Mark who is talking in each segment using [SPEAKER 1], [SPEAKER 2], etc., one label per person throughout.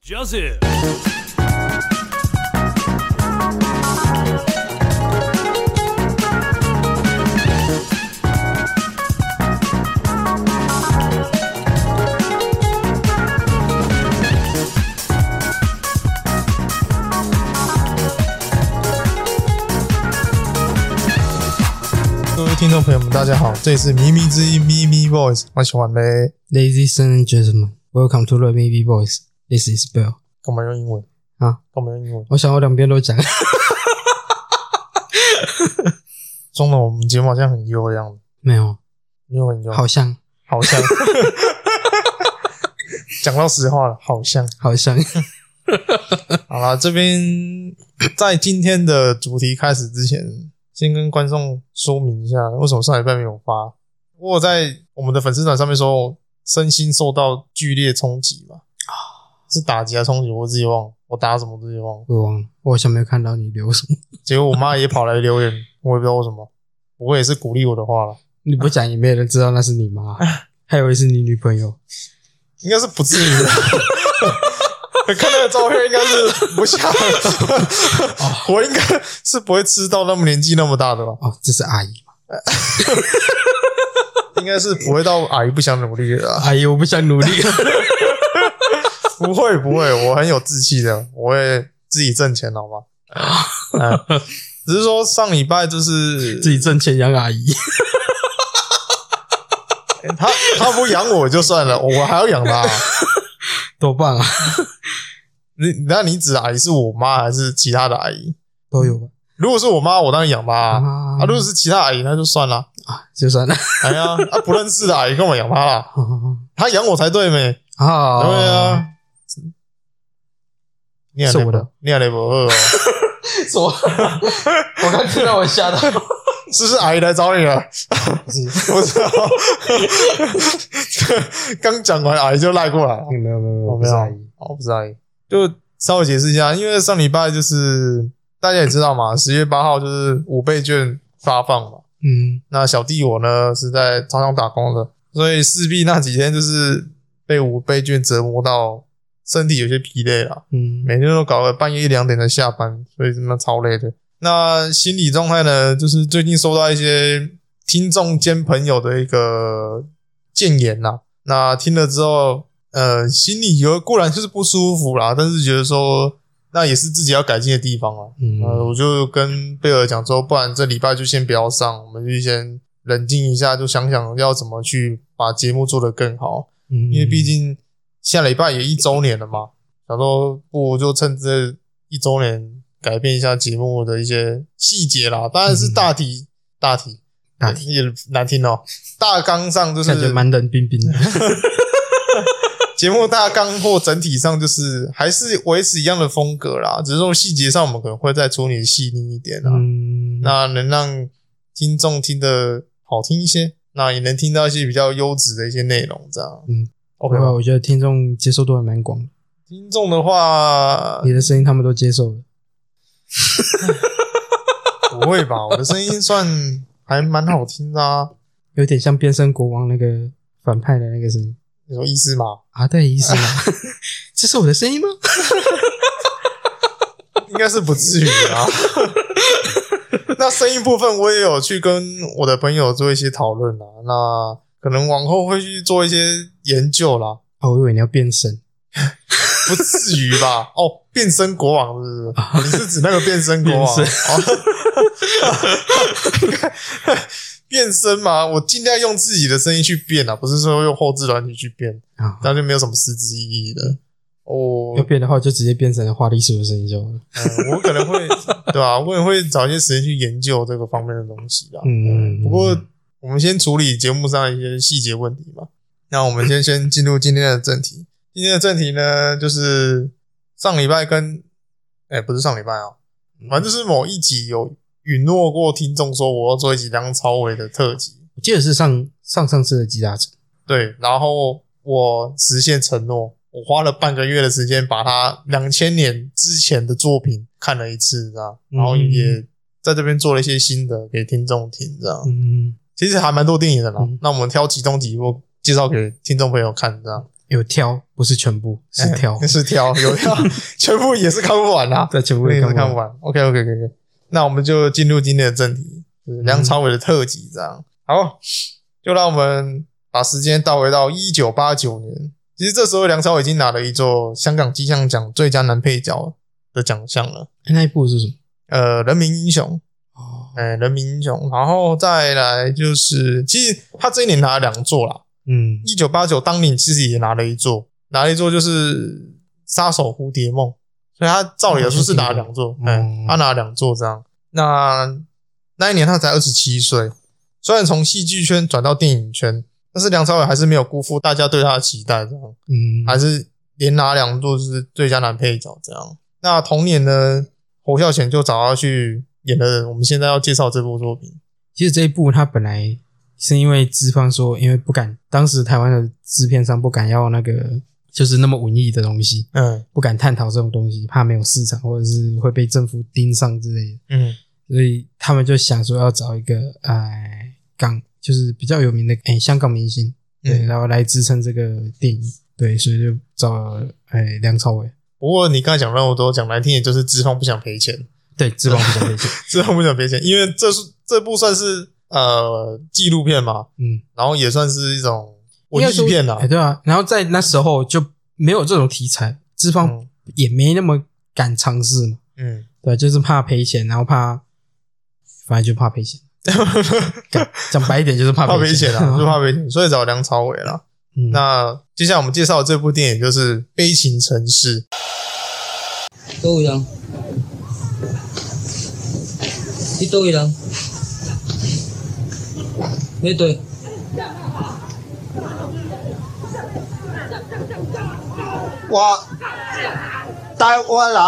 [SPEAKER 1] Joseph。
[SPEAKER 2] 各位听众朋友们，大家好，这里是咪咪之音咪咪 Voice，我喜欢嘞。
[SPEAKER 3] Ladies and gentlemen, welcome to the Maybe Boys. This is Bill.
[SPEAKER 2] 干嘛用英文
[SPEAKER 3] 啊？
[SPEAKER 2] 干嘛用英文？
[SPEAKER 3] 我想我两边都讲，
[SPEAKER 2] 中文我们节目好像很优的样子，
[SPEAKER 3] 没有，
[SPEAKER 2] 没有很优，
[SPEAKER 3] 好像，
[SPEAKER 2] 好像。 讲到实话了，好像。
[SPEAKER 3] 好像，
[SPEAKER 2] 好了，这边在今天的主题开始之前，先跟观众说明一下，为什么上礼拜没有发。我有在我们的粉丝团上面说，身心受到剧烈冲击吧，是打击还是冲击？我自己忘了，我打什么自己忘了。
[SPEAKER 3] 我忘了，我好像没有看到你留什么，
[SPEAKER 2] 结果我妈也跑来留言，我也不知道为什么。不过也是鼓励我的话了，
[SPEAKER 3] 你不讲也没有人知道那是你 妈，还以为是你女朋友。
[SPEAKER 2] 应该是不至于 的。看那个照片，应该是不像。我应该是不会吃到那么年纪那么大的吧？
[SPEAKER 3] 哦，这是阿姨嘛？
[SPEAKER 2] 应该是不会到阿姨不想努力的啦。啊
[SPEAKER 3] 阿姨，我不想 努力。
[SPEAKER 2] 不会不会，我很有志气的，我会自己挣钱，好吗？嗯只是说上礼拜就是
[SPEAKER 3] 自己挣钱养阿姨，
[SPEAKER 2] 他他不养我就算了，我还要养他。
[SPEAKER 3] 多棒啊！
[SPEAKER 2] 你那你指的阿姨是我妈还是其他的阿姨？
[SPEAKER 3] 都有吧？
[SPEAKER 2] 如果是我妈，我当然养妈啊。
[SPEAKER 3] 啊
[SPEAKER 2] 啊，如果是其他阿姨，那就算了。
[SPEAKER 3] 就算了。
[SPEAKER 2] 哎呀，啊，不认识的阿姨干嘛养她啦？她养我才对没？
[SPEAKER 3] 啊，
[SPEAKER 2] 对，啊，你也
[SPEAKER 3] 是我的，
[SPEAKER 2] 你也雷伯二哦，
[SPEAKER 3] 说， 我刚听到我吓到，
[SPEAKER 2] 是不是阿姨来找你了？
[SPEAKER 3] 不是，
[SPEAKER 2] 不知道， 刚讲完阿姨就赖过来了。
[SPEAKER 3] 没有没有没
[SPEAKER 2] 我 没
[SPEAKER 3] 有，不
[SPEAKER 2] 有
[SPEAKER 3] 是阿姨，
[SPEAKER 2] 哦，不是阿姨，就稍微解释一下，因为上礼拜就是大家也知道嘛，十月八号就是五倍券发放嘛。
[SPEAKER 3] 嗯，
[SPEAKER 2] 那小弟我呢是在超商打工的，所以势必那几天就是被五倍券折磨到身体有些疲累了，
[SPEAKER 3] 嗯，
[SPEAKER 2] 每天都搞了半夜一两点才下班，所以真的超累的。那心理状态呢，就是最近收到一些听众兼朋友的一个谏言啦，那听了之后，呃，心里有固然就是不舒服啦，但是觉得说那也是自己要改进的地方啦。
[SPEAKER 3] 嗯
[SPEAKER 2] 呃，我就跟贝尔讲说，不然这礼拜就先不要上，我们就先冷静一下，就想想要怎么去把节目做得更好。
[SPEAKER 3] 嗯
[SPEAKER 2] 因为毕竟下礼拜也一周年了嘛，想说不如就趁这一周年改变一下节目的一些细节啦。当然是大体、大体
[SPEAKER 3] 嗯大
[SPEAKER 2] 体也难听哦、大纲上就是
[SPEAKER 3] 感觉蛮冷冰冰的。
[SPEAKER 2] 节目大纲或整体上就是还是维持一样的风格啦，只是说细节上我们可能会再处理细腻一点啦。啊
[SPEAKER 3] 嗯，
[SPEAKER 2] 那能让听众听得好听一些，那也能听到一些比较优质的一些内容，这样。
[SPEAKER 3] 嗯
[SPEAKER 2] ，OK
[SPEAKER 3] 对吧？
[SPEAKER 2] 吧。
[SPEAKER 3] 我觉得听众接受度还蛮广的，
[SPEAKER 2] 听众的 话，
[SPEAKER 3] 你的声音他们都接受了。
[SPEAKER 2] 不会吧？我的声音算 还蛮好听的啊。
[SPEAKER 3] 有点像变身国王那个反派的那个声 音
[SPEAKER 2] 你说意思嘛？
[SPEAKER 3] 啊，对，意思吗？ 这是我的声音吗？
[SPEAKER 2] 应该是不至于啊。 那声音部分，我也有去跟我的朋友做一些讨论啦。啊那可能往后会去做一些研究啦，
[SPEAKER 3] 哦，我以为你要变身，
[SPEAKER 2] 不至于吧？哦，变身国王是不是？哦你是指那个变身国王？
[SPEAKER 3] 变
[SPEAKER 2] 哦变身嘛，我尽量用自己的声音去变啊，不是说用后置软体去变，
[SPEAKER 3] 啊，
[SPEAKER 2] 那就没有什么实质意义哦的。我
[SPEAKER 3] 要变的话就直接变成花栗鼠的声音就好了。
[SPEAKER 2] 嗯，我可能会对吧、我也会找一些时间去研究这个方面的东西啦。
[SPEAKER 3] 嗯
[SPEAKER 2] 不过我们先处理节目上的一些细节问题嘛。那我们先先进入今天的正题。今天的正题呢，就是上礼拜跟哎、不是上礼拜啊，
[SPEAKER 3] 嗯
[SPEAKER 2] 反正就是某一集有允诺过听众说我要做一集梁朝伟的特辑，
[SPEAKER 3] 我记得是上上上次的吉大城，
[SPEAKER 2] 对，然后我实现承诺，我花了半个月的时间把他两千年之前的作品看了一次，这样，然后
[SPEAKER 3] 嗯
[SPEAKER 2] 也在这边做了一些新的给听众听，这样。
[SPEAKER 3] 嗯，
[SPEAKER 2] 其实还蛮多电影的啦，
[SPEAKER 3] 嗯
[SPEAKER 2] 那我们挑其中几部介绍给听众朋友看，这样。
[SPEAKER 3] 有挑，不是全部，是挑
[SPEAKER 2] 哎， 是挑，有挑，全部也是看不完啊，
[SPEAKER 3] 对，全部
[SPEAKER 2] 我也
[SPEAKER 3] 也
[SPEAKER 2] 是
[SPEAKER 3] 看
[SPEAKER 2] 看
[SPEAKER 3] 完
[SPEAKER 2] 不。完。OK OK OK OK，那我们就进入今天的正题，就是梁朝伟的特辑这样。好，就让我们把时间倒回到一九八九年。其实这时候梁朝伟已经拿了一座香港金像奖最佳男配角的奖项了，
[SPEAKER 3] 哎那一部是什么？
[SPEAKER 2] 呃，《人民英雄》
[SPEAKER 3] 哦，
[SPEAKER 2] 哎，《人民英雄》，然后再来就是，其实他这一年拿了两座啦，
[SPEAKER 3] 嗯，
[SPEAKER 2] 一九八九当年其实也拿了一座，拿了一座就是《杀手蝴蝶梦》，所以他照理来说是拿了两座，
[SPEAKER 3] 嗯
[SPEAKER 2] 嗯，他拿了两座这样。那那一年他才二十七岁，虽然从戏剧圈转到电影圈，但是梁朝伟还是没有辜负大家对他的期待，这样
[SPEAKER 3] 嗯，
[SPEAKER 2] 还是连拿两座就是最佳男配角这样。那同年呢，侯孝贤就找他去演了我们现在要介绍这部作品，
[SPEAKER 3] 其实这一部他本来是因为资方说，因为不敢，当时台湾的制片商不敢要那个就是那么文艺的东西，
[SPEAKER 2] 嗯
[SPEAKER 3] 不敢探讨这种东西，怕没有市场或者是会被政府盯上之类的，
[SPEAKER 2] 嗯
[SPEAKER 3] 所以他们就想说要找一个哎港就是比较有名的哎香港明星，对，
[SPEAKER 2] 嗯。
[SPEAKER 3] 然后来支撑这个电影，对，所以就找了哎梁朝伟，
[SPEAKER 2] 不过你刚才讲那么多，讲难听也就是资方不想赔钱。
[SPEAKER 3] 对，资方 比较配合，
[SPEAKER 2] 这部不想赔钱，因为这是这部算是呃纪录片嘛，
[SPEAKER 3] 嗯，
[SPEAKER 2] 然后也算是一种文
[SPEAKER 3] 应该
[SPEAKER 2] 艺
[SPEAKER 3] 说
[SPEAKER 2] 片啦、
[SPEAKER 3] 哎对啊，然后在那时候就没有这种题材，资方
[SPEAKER 2] 嗯
[SPEAKER 3] 也没那么敢尝试嘛，
[SPEAKER 2] 嗯，
[SPEAKER 3] 对，就是怕赔钱，然后怕，反正就怕赔 钱。讲讲白一点就是怕
[SPEAKER 2] 怕
[SPEAKER 3] 赔
[SPEAKER 2] 赔钱 啊，就怕赔钱，所以找梁朝伟啦。
[SPEAKER 3] 嗯
[SPEAKER 2] 那接下来我们介绍的这部电影就是《悲情城市》。
[SPEAKER 1] 都有人，啲都有人，呢對
[SPEAKER 4] 我台湾人。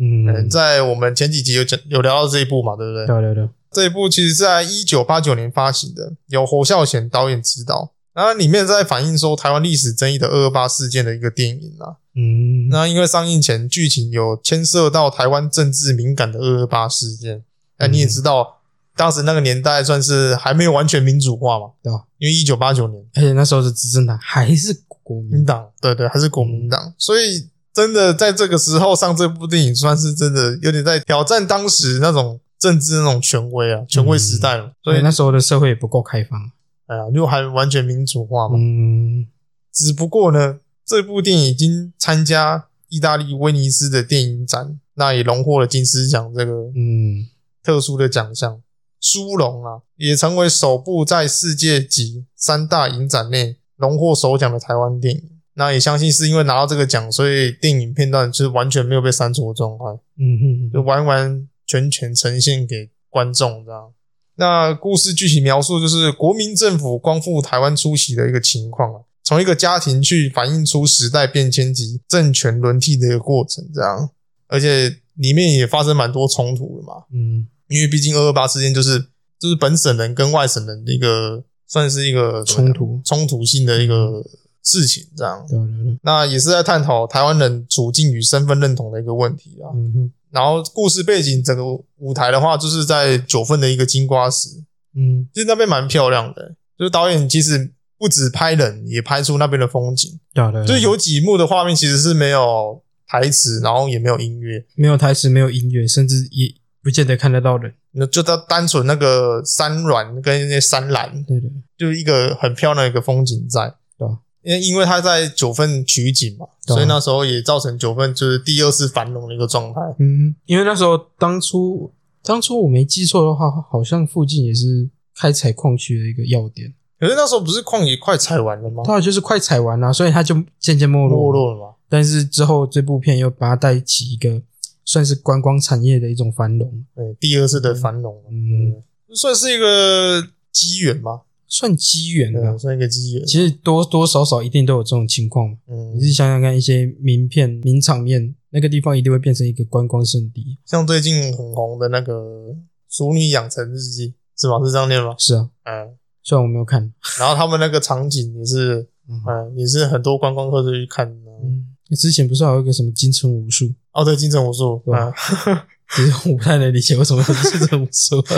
[SPEAKER 2] 嗯，
[SPEAKER 3] 嗯，
[SPEAKER 2] 在我们前几集有讲有聊到这一部嘛，对不对？
[SPEAKER 3] 对对对，
[SPEAKER 2] 这一部其实是在一九八九年发行的，由侯孝贤导演执导。然后里面在反映说台湾历史争议的二二八事件的一个电影啊。
[SPEAKER 3] 嗯，
[SPEAKER 2] 那因为上映前剧情有牵涉到台湾政治敏感的二二八事件，那你也
[SPEAKER 3] 嗯
[SPEAKER 2] 知道，当时那个年代算是还没有完全民主化嘛，
[SPEAKER 3] 对吧？啊嗯
[SPEAKER 2] 因为一九八九年，
[SPEAKER 3] 而且那时候的执政党还是国
[SPEAKER 2] 民
[SPEAKER 3] 民党，
[SPEAKER 2] 党对对还是国
[SPEAKER 3] 嗯
[SPEAKER 2] 民党，所以真的在这个时候上这部电影，算是真的有点在挑战当时那种政治那种权威啊，权威时代嘛，所以
[SPEAKER 3] 嗯哎那时候的社会也不够开放。
[SPEAKER 2] 哎呀，又还完全民主化嘛，
[SPEAKER 3] 嗯，
[SPEAKER 2] 只不过呢，这部电影已经参加意大利威尼斯的电影展，那也荣获了金狮奖这个
[SPEAKER 3] 嗯，
[SPEAKER 2] 特殊的奖项——殊荣啊，也成为首部在世界级三大影展内荣获首奖的台湾电影。那也相信是因为拿到这个奖，所以电影片段就是完全没有被删除的状态，
[SPEAKER 3] 嗯
[SPEAKER 2] 就完完全全呈现给观众这样。那故事具体描述就是国民政府光复台湾初期的一个情况啊，从一个家庭去反映出时代变迁及政权轮替的一个过程这样，而且里面也发生蛮多冲突的嘛。
[SPEAKER 3] 嗯，
[SPEAKER 2] 因为毕竟二二八事件就是就是本省人跟外省人的一个算是一个怎么讲
[SPEAKER 3] 冲突，嗯
[SPEAKER 2] 冲突性的一个事情，这样。
[SPEAKER 3] 对对对，
[SPEAKER 2] 那也是在探讨台湾人处境与身份认同的一个问题啊。
[SPEAKER 3] 嗯哼
[SPEAKER 2] 然后故事背景整个舞台的话，就是在九份的一个金瓜石，
[SPEAKER 3] 嗯，
[SPEAKER 2] 其实那边蛮漂亮的、就是导演其实不止拍人，也拍出那边的风景。
[SPEAKER 3] 对对，对
[SPEAKER 2] 就是有几幕的画面其实是没有台词，然后也没有音乐，
[SPEAKER 3] 没有台词，没有音乐，甚至也不见得看得到人。
[SPEAKER 2] 那就它单纯那个山峦跟那些山岚，
[SPEAKER 3] 对对，
[SPEAKER 2] 就是一个很漂亮的一个风景在。
[SPEAKER 3] 对啊
[SPEAKER 2] 因为因为它在九份取景嘛，
[SPEAKER 3] 对啊
[SPEAKER 2] 所以那时候也造成九份就是第二次繁荣的一个状态。
[SPEAKER 3] 嗯，因为那时候当初当初我没记错的话，好像附近也是开采矿区的一个要点，
[SPEAKER 2] 可是那时候不是矿也快采完了吗？
[SPEAKER 3] 当然就是快采完了、所以它就渐啊渐没落。
[SPEAKER 2] 没落了嘛。
[SPEAKER 3] 但是之后这部片又把它带起一个算是观光产业的一种繁荣，
[SPEAKER 2] 对，第二次的繁荣了，
[SPEAKER 3] 嗯，
[SPEAKER 2] 算是一个机缘嘛，
[SPEAKER 3] 算机缘
[SPEAKER 2] 对啊，
[SPEAKER 3] 吧。
[SPEAKER 2] 算一个机缘。
[SPEAKER 3] 嗯其实多多少少一定都有这种情况嘛。
[SPEAKER 2] 嗯
[SPEAKER 3] 你，是想想看，一些名片、名场面，那个地方一定会变成一个观光圣地。
[SPEAKER 2] 像最近很红的那个《熟女养成日记》是吗？是这样念吗？
[SPEAKER 3] 是啊，
[SPEAKER 2] 嗯，
[SPEAKER 3] 虽然我没有看，
[SPEAKER 2] 然后他们那个场景也是，
[SPEAKER 3] 嗯
[SPEAKER 2] 嗯，也是很多观光客都去看的。
[SPEAKER 3] 嗯，之前不是还有一个什么金城武术，
[SPEAKER 2] 哦，对，金城武术，
[SPEAKER 3] 对啊
[SPEAKER 2] 嗯
[SPEAKER 3] 吧， 其实我不太能理解为什么是这种说法，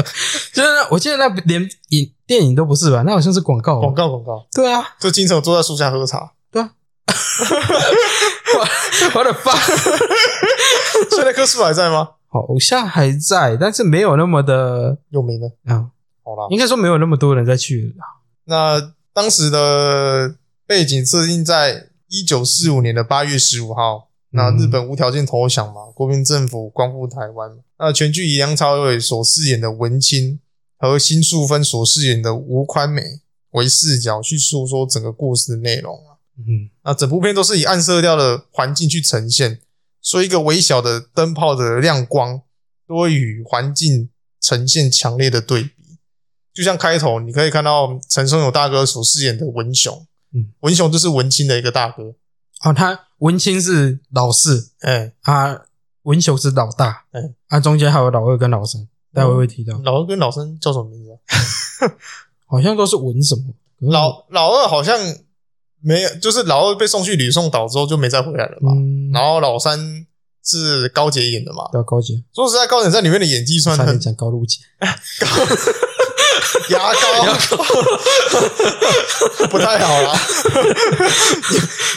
[SPEAKER 3] 就是那我记得那连影电影都不是吧？那好像是广告吧。
[SPEAKER 2] 广告广告，
[SPEAKER 3] 对啊，
[SPEAKER 2] 就金城武坐在树下喝茶，
[SPEAKER 3] 对啊。我的发，
[SPEAKER 2] 所以那棵树还在吗？
[SPEAKER 3] 好，偶像还在，但是没有那么的
[SPEAKER 2] 有名的，
[SPEAKER 3] 啊，
[SPEAKER 2] 好啦。
[SPEAKER 3] 应该说没有那么多人再去了。
[SPEAKER 2] 那当时的背景设定在一九四五年的八月十五号，那日本无条件投降嘛，国民政府光复台湾嘛。那全剧以梁朝伟所饰演的文清和辛素芬所饰演的吴宽美为视角去诉说整个故事的内容啊。
[SPEAKER 3] 嗯，
[SPEAKER 2] 那整部片都是以暗色调的环境去呈现，所以一个微小的灯泡的亮光都会与环境呈现强烈的对比。就像开头，你可以看到陈松勇大哥所饰演的文雄，
[SPEAKER 3] 嗯
[SPEAKER 2] 文雄就是文青的一个大哥，
[SPEAKER 3] 哦，他文清是老四
[SPEAKER 2] 哎、
[SPEAKER 3] 啊，文雄是老大，
[SPEAKER 2] 嗯
[SPEAKER 3] 啊，中间还有老二跟老三，待会会提到，
[SPEAKER 2] 老二跟老三叫什么名字啊、
[SPEAKER 3] 好像都是文什么嗯
[SPEAKER 2] 老老二好像没有，就是老二被送去吕宋岛之后就没再回来了嘛。
[SPEAKER 3] 嗯，
[SPEAKER 2] 然后老三是高杰演的嘛，
[SPEAKER 3] 对啊高姐，
[SPEAKER 2] 说实在，高杰在里面的演技算
[SPEAKER 3] 差
[SPEAKER 2] 很
[SPEAKER 3] 点讲高露姐，
[SPEAKER 2] 牙膏，不太好啦。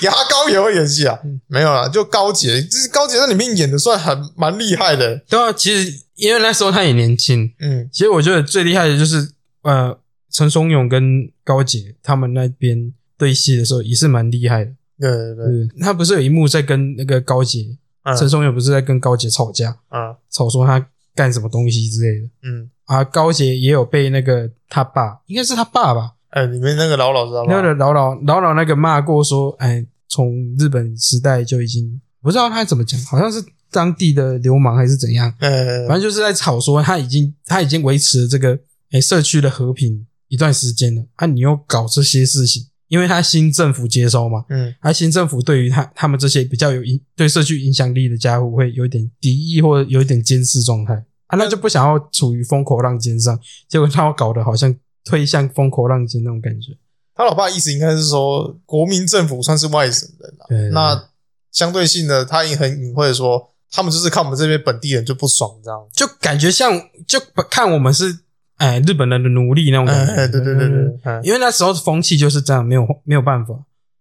[SPEAKER 2] 牙膏也会演戏啊？没有啦，就高杰，就是高杰在里面演的算很蛮厉害的。
[SPEAKER 3] 对啊，其实因为那时候他也年轻，
[SPEAKER 2] 嗯，
[SPEAKER 3] 其实我觉得最厉害的就是呃陈松勇跟高姐他们那边对戏的时候也是蛮厉害的，
[SPEAKER 2] 对对对，
[SPEAKER 3] 对，他不是有一幕在跟那个高姐，
[SPEAKER 2] 嗯
[SPEAKER 3] 陈松勇不嗯是在跟高姐吵架，
[SPEAKER 2] 嗯
[SPEAKER 3] 吵说他干什么东西之类的。
[SPEAKER 2] 嗯，
[SPEAKER 3] 啊，高杰也有被那个他爸，应该是他爸吧，
[SPEAKER 2] 哎，里面那个老老知道
[SPEAKER 3] 那个
[SPEAKER 2] 吗？
[SPEAKER 3] 老老老老那个骂过说，哎，从日本时代就已经不知道他怎么讲，好像是当地的流氓还是怎样，
[SPEAKER 2] 呃
[SPEAKER 3] 反，正就是在吵说他已经他已经维持了这个哎社区的和平一段时间了，啊，你又搞这些事情，因为他新政府接收嘛，
[SPEAKER 2] 嗯
[SPEAKER 3] 而新政府对于他他们这些比较有影对社区影响力的家伙会有一点敌意或者有一点监视状态啊，那就不想要处于风口浪尖上，结果他搞得好像推向风口浪尖那种感觉。
[SPEAKER 2] 他老爸意思应该是说，国民政府算是外省人啦、
[SPEAKER 3] 对
[SPEAKER 2] 那相对性的，他也很隐晦地说，他们就是看我们这边本地人就不爽这样。
[SPEAKER 3] 就感觉像就看我们是哎日本人的奴隶那种感觉。
[SPEAKER 2] 哎，对对对对，嗯
[SPEAKER 3] 因为那时候风气就是这样，没有没有办法，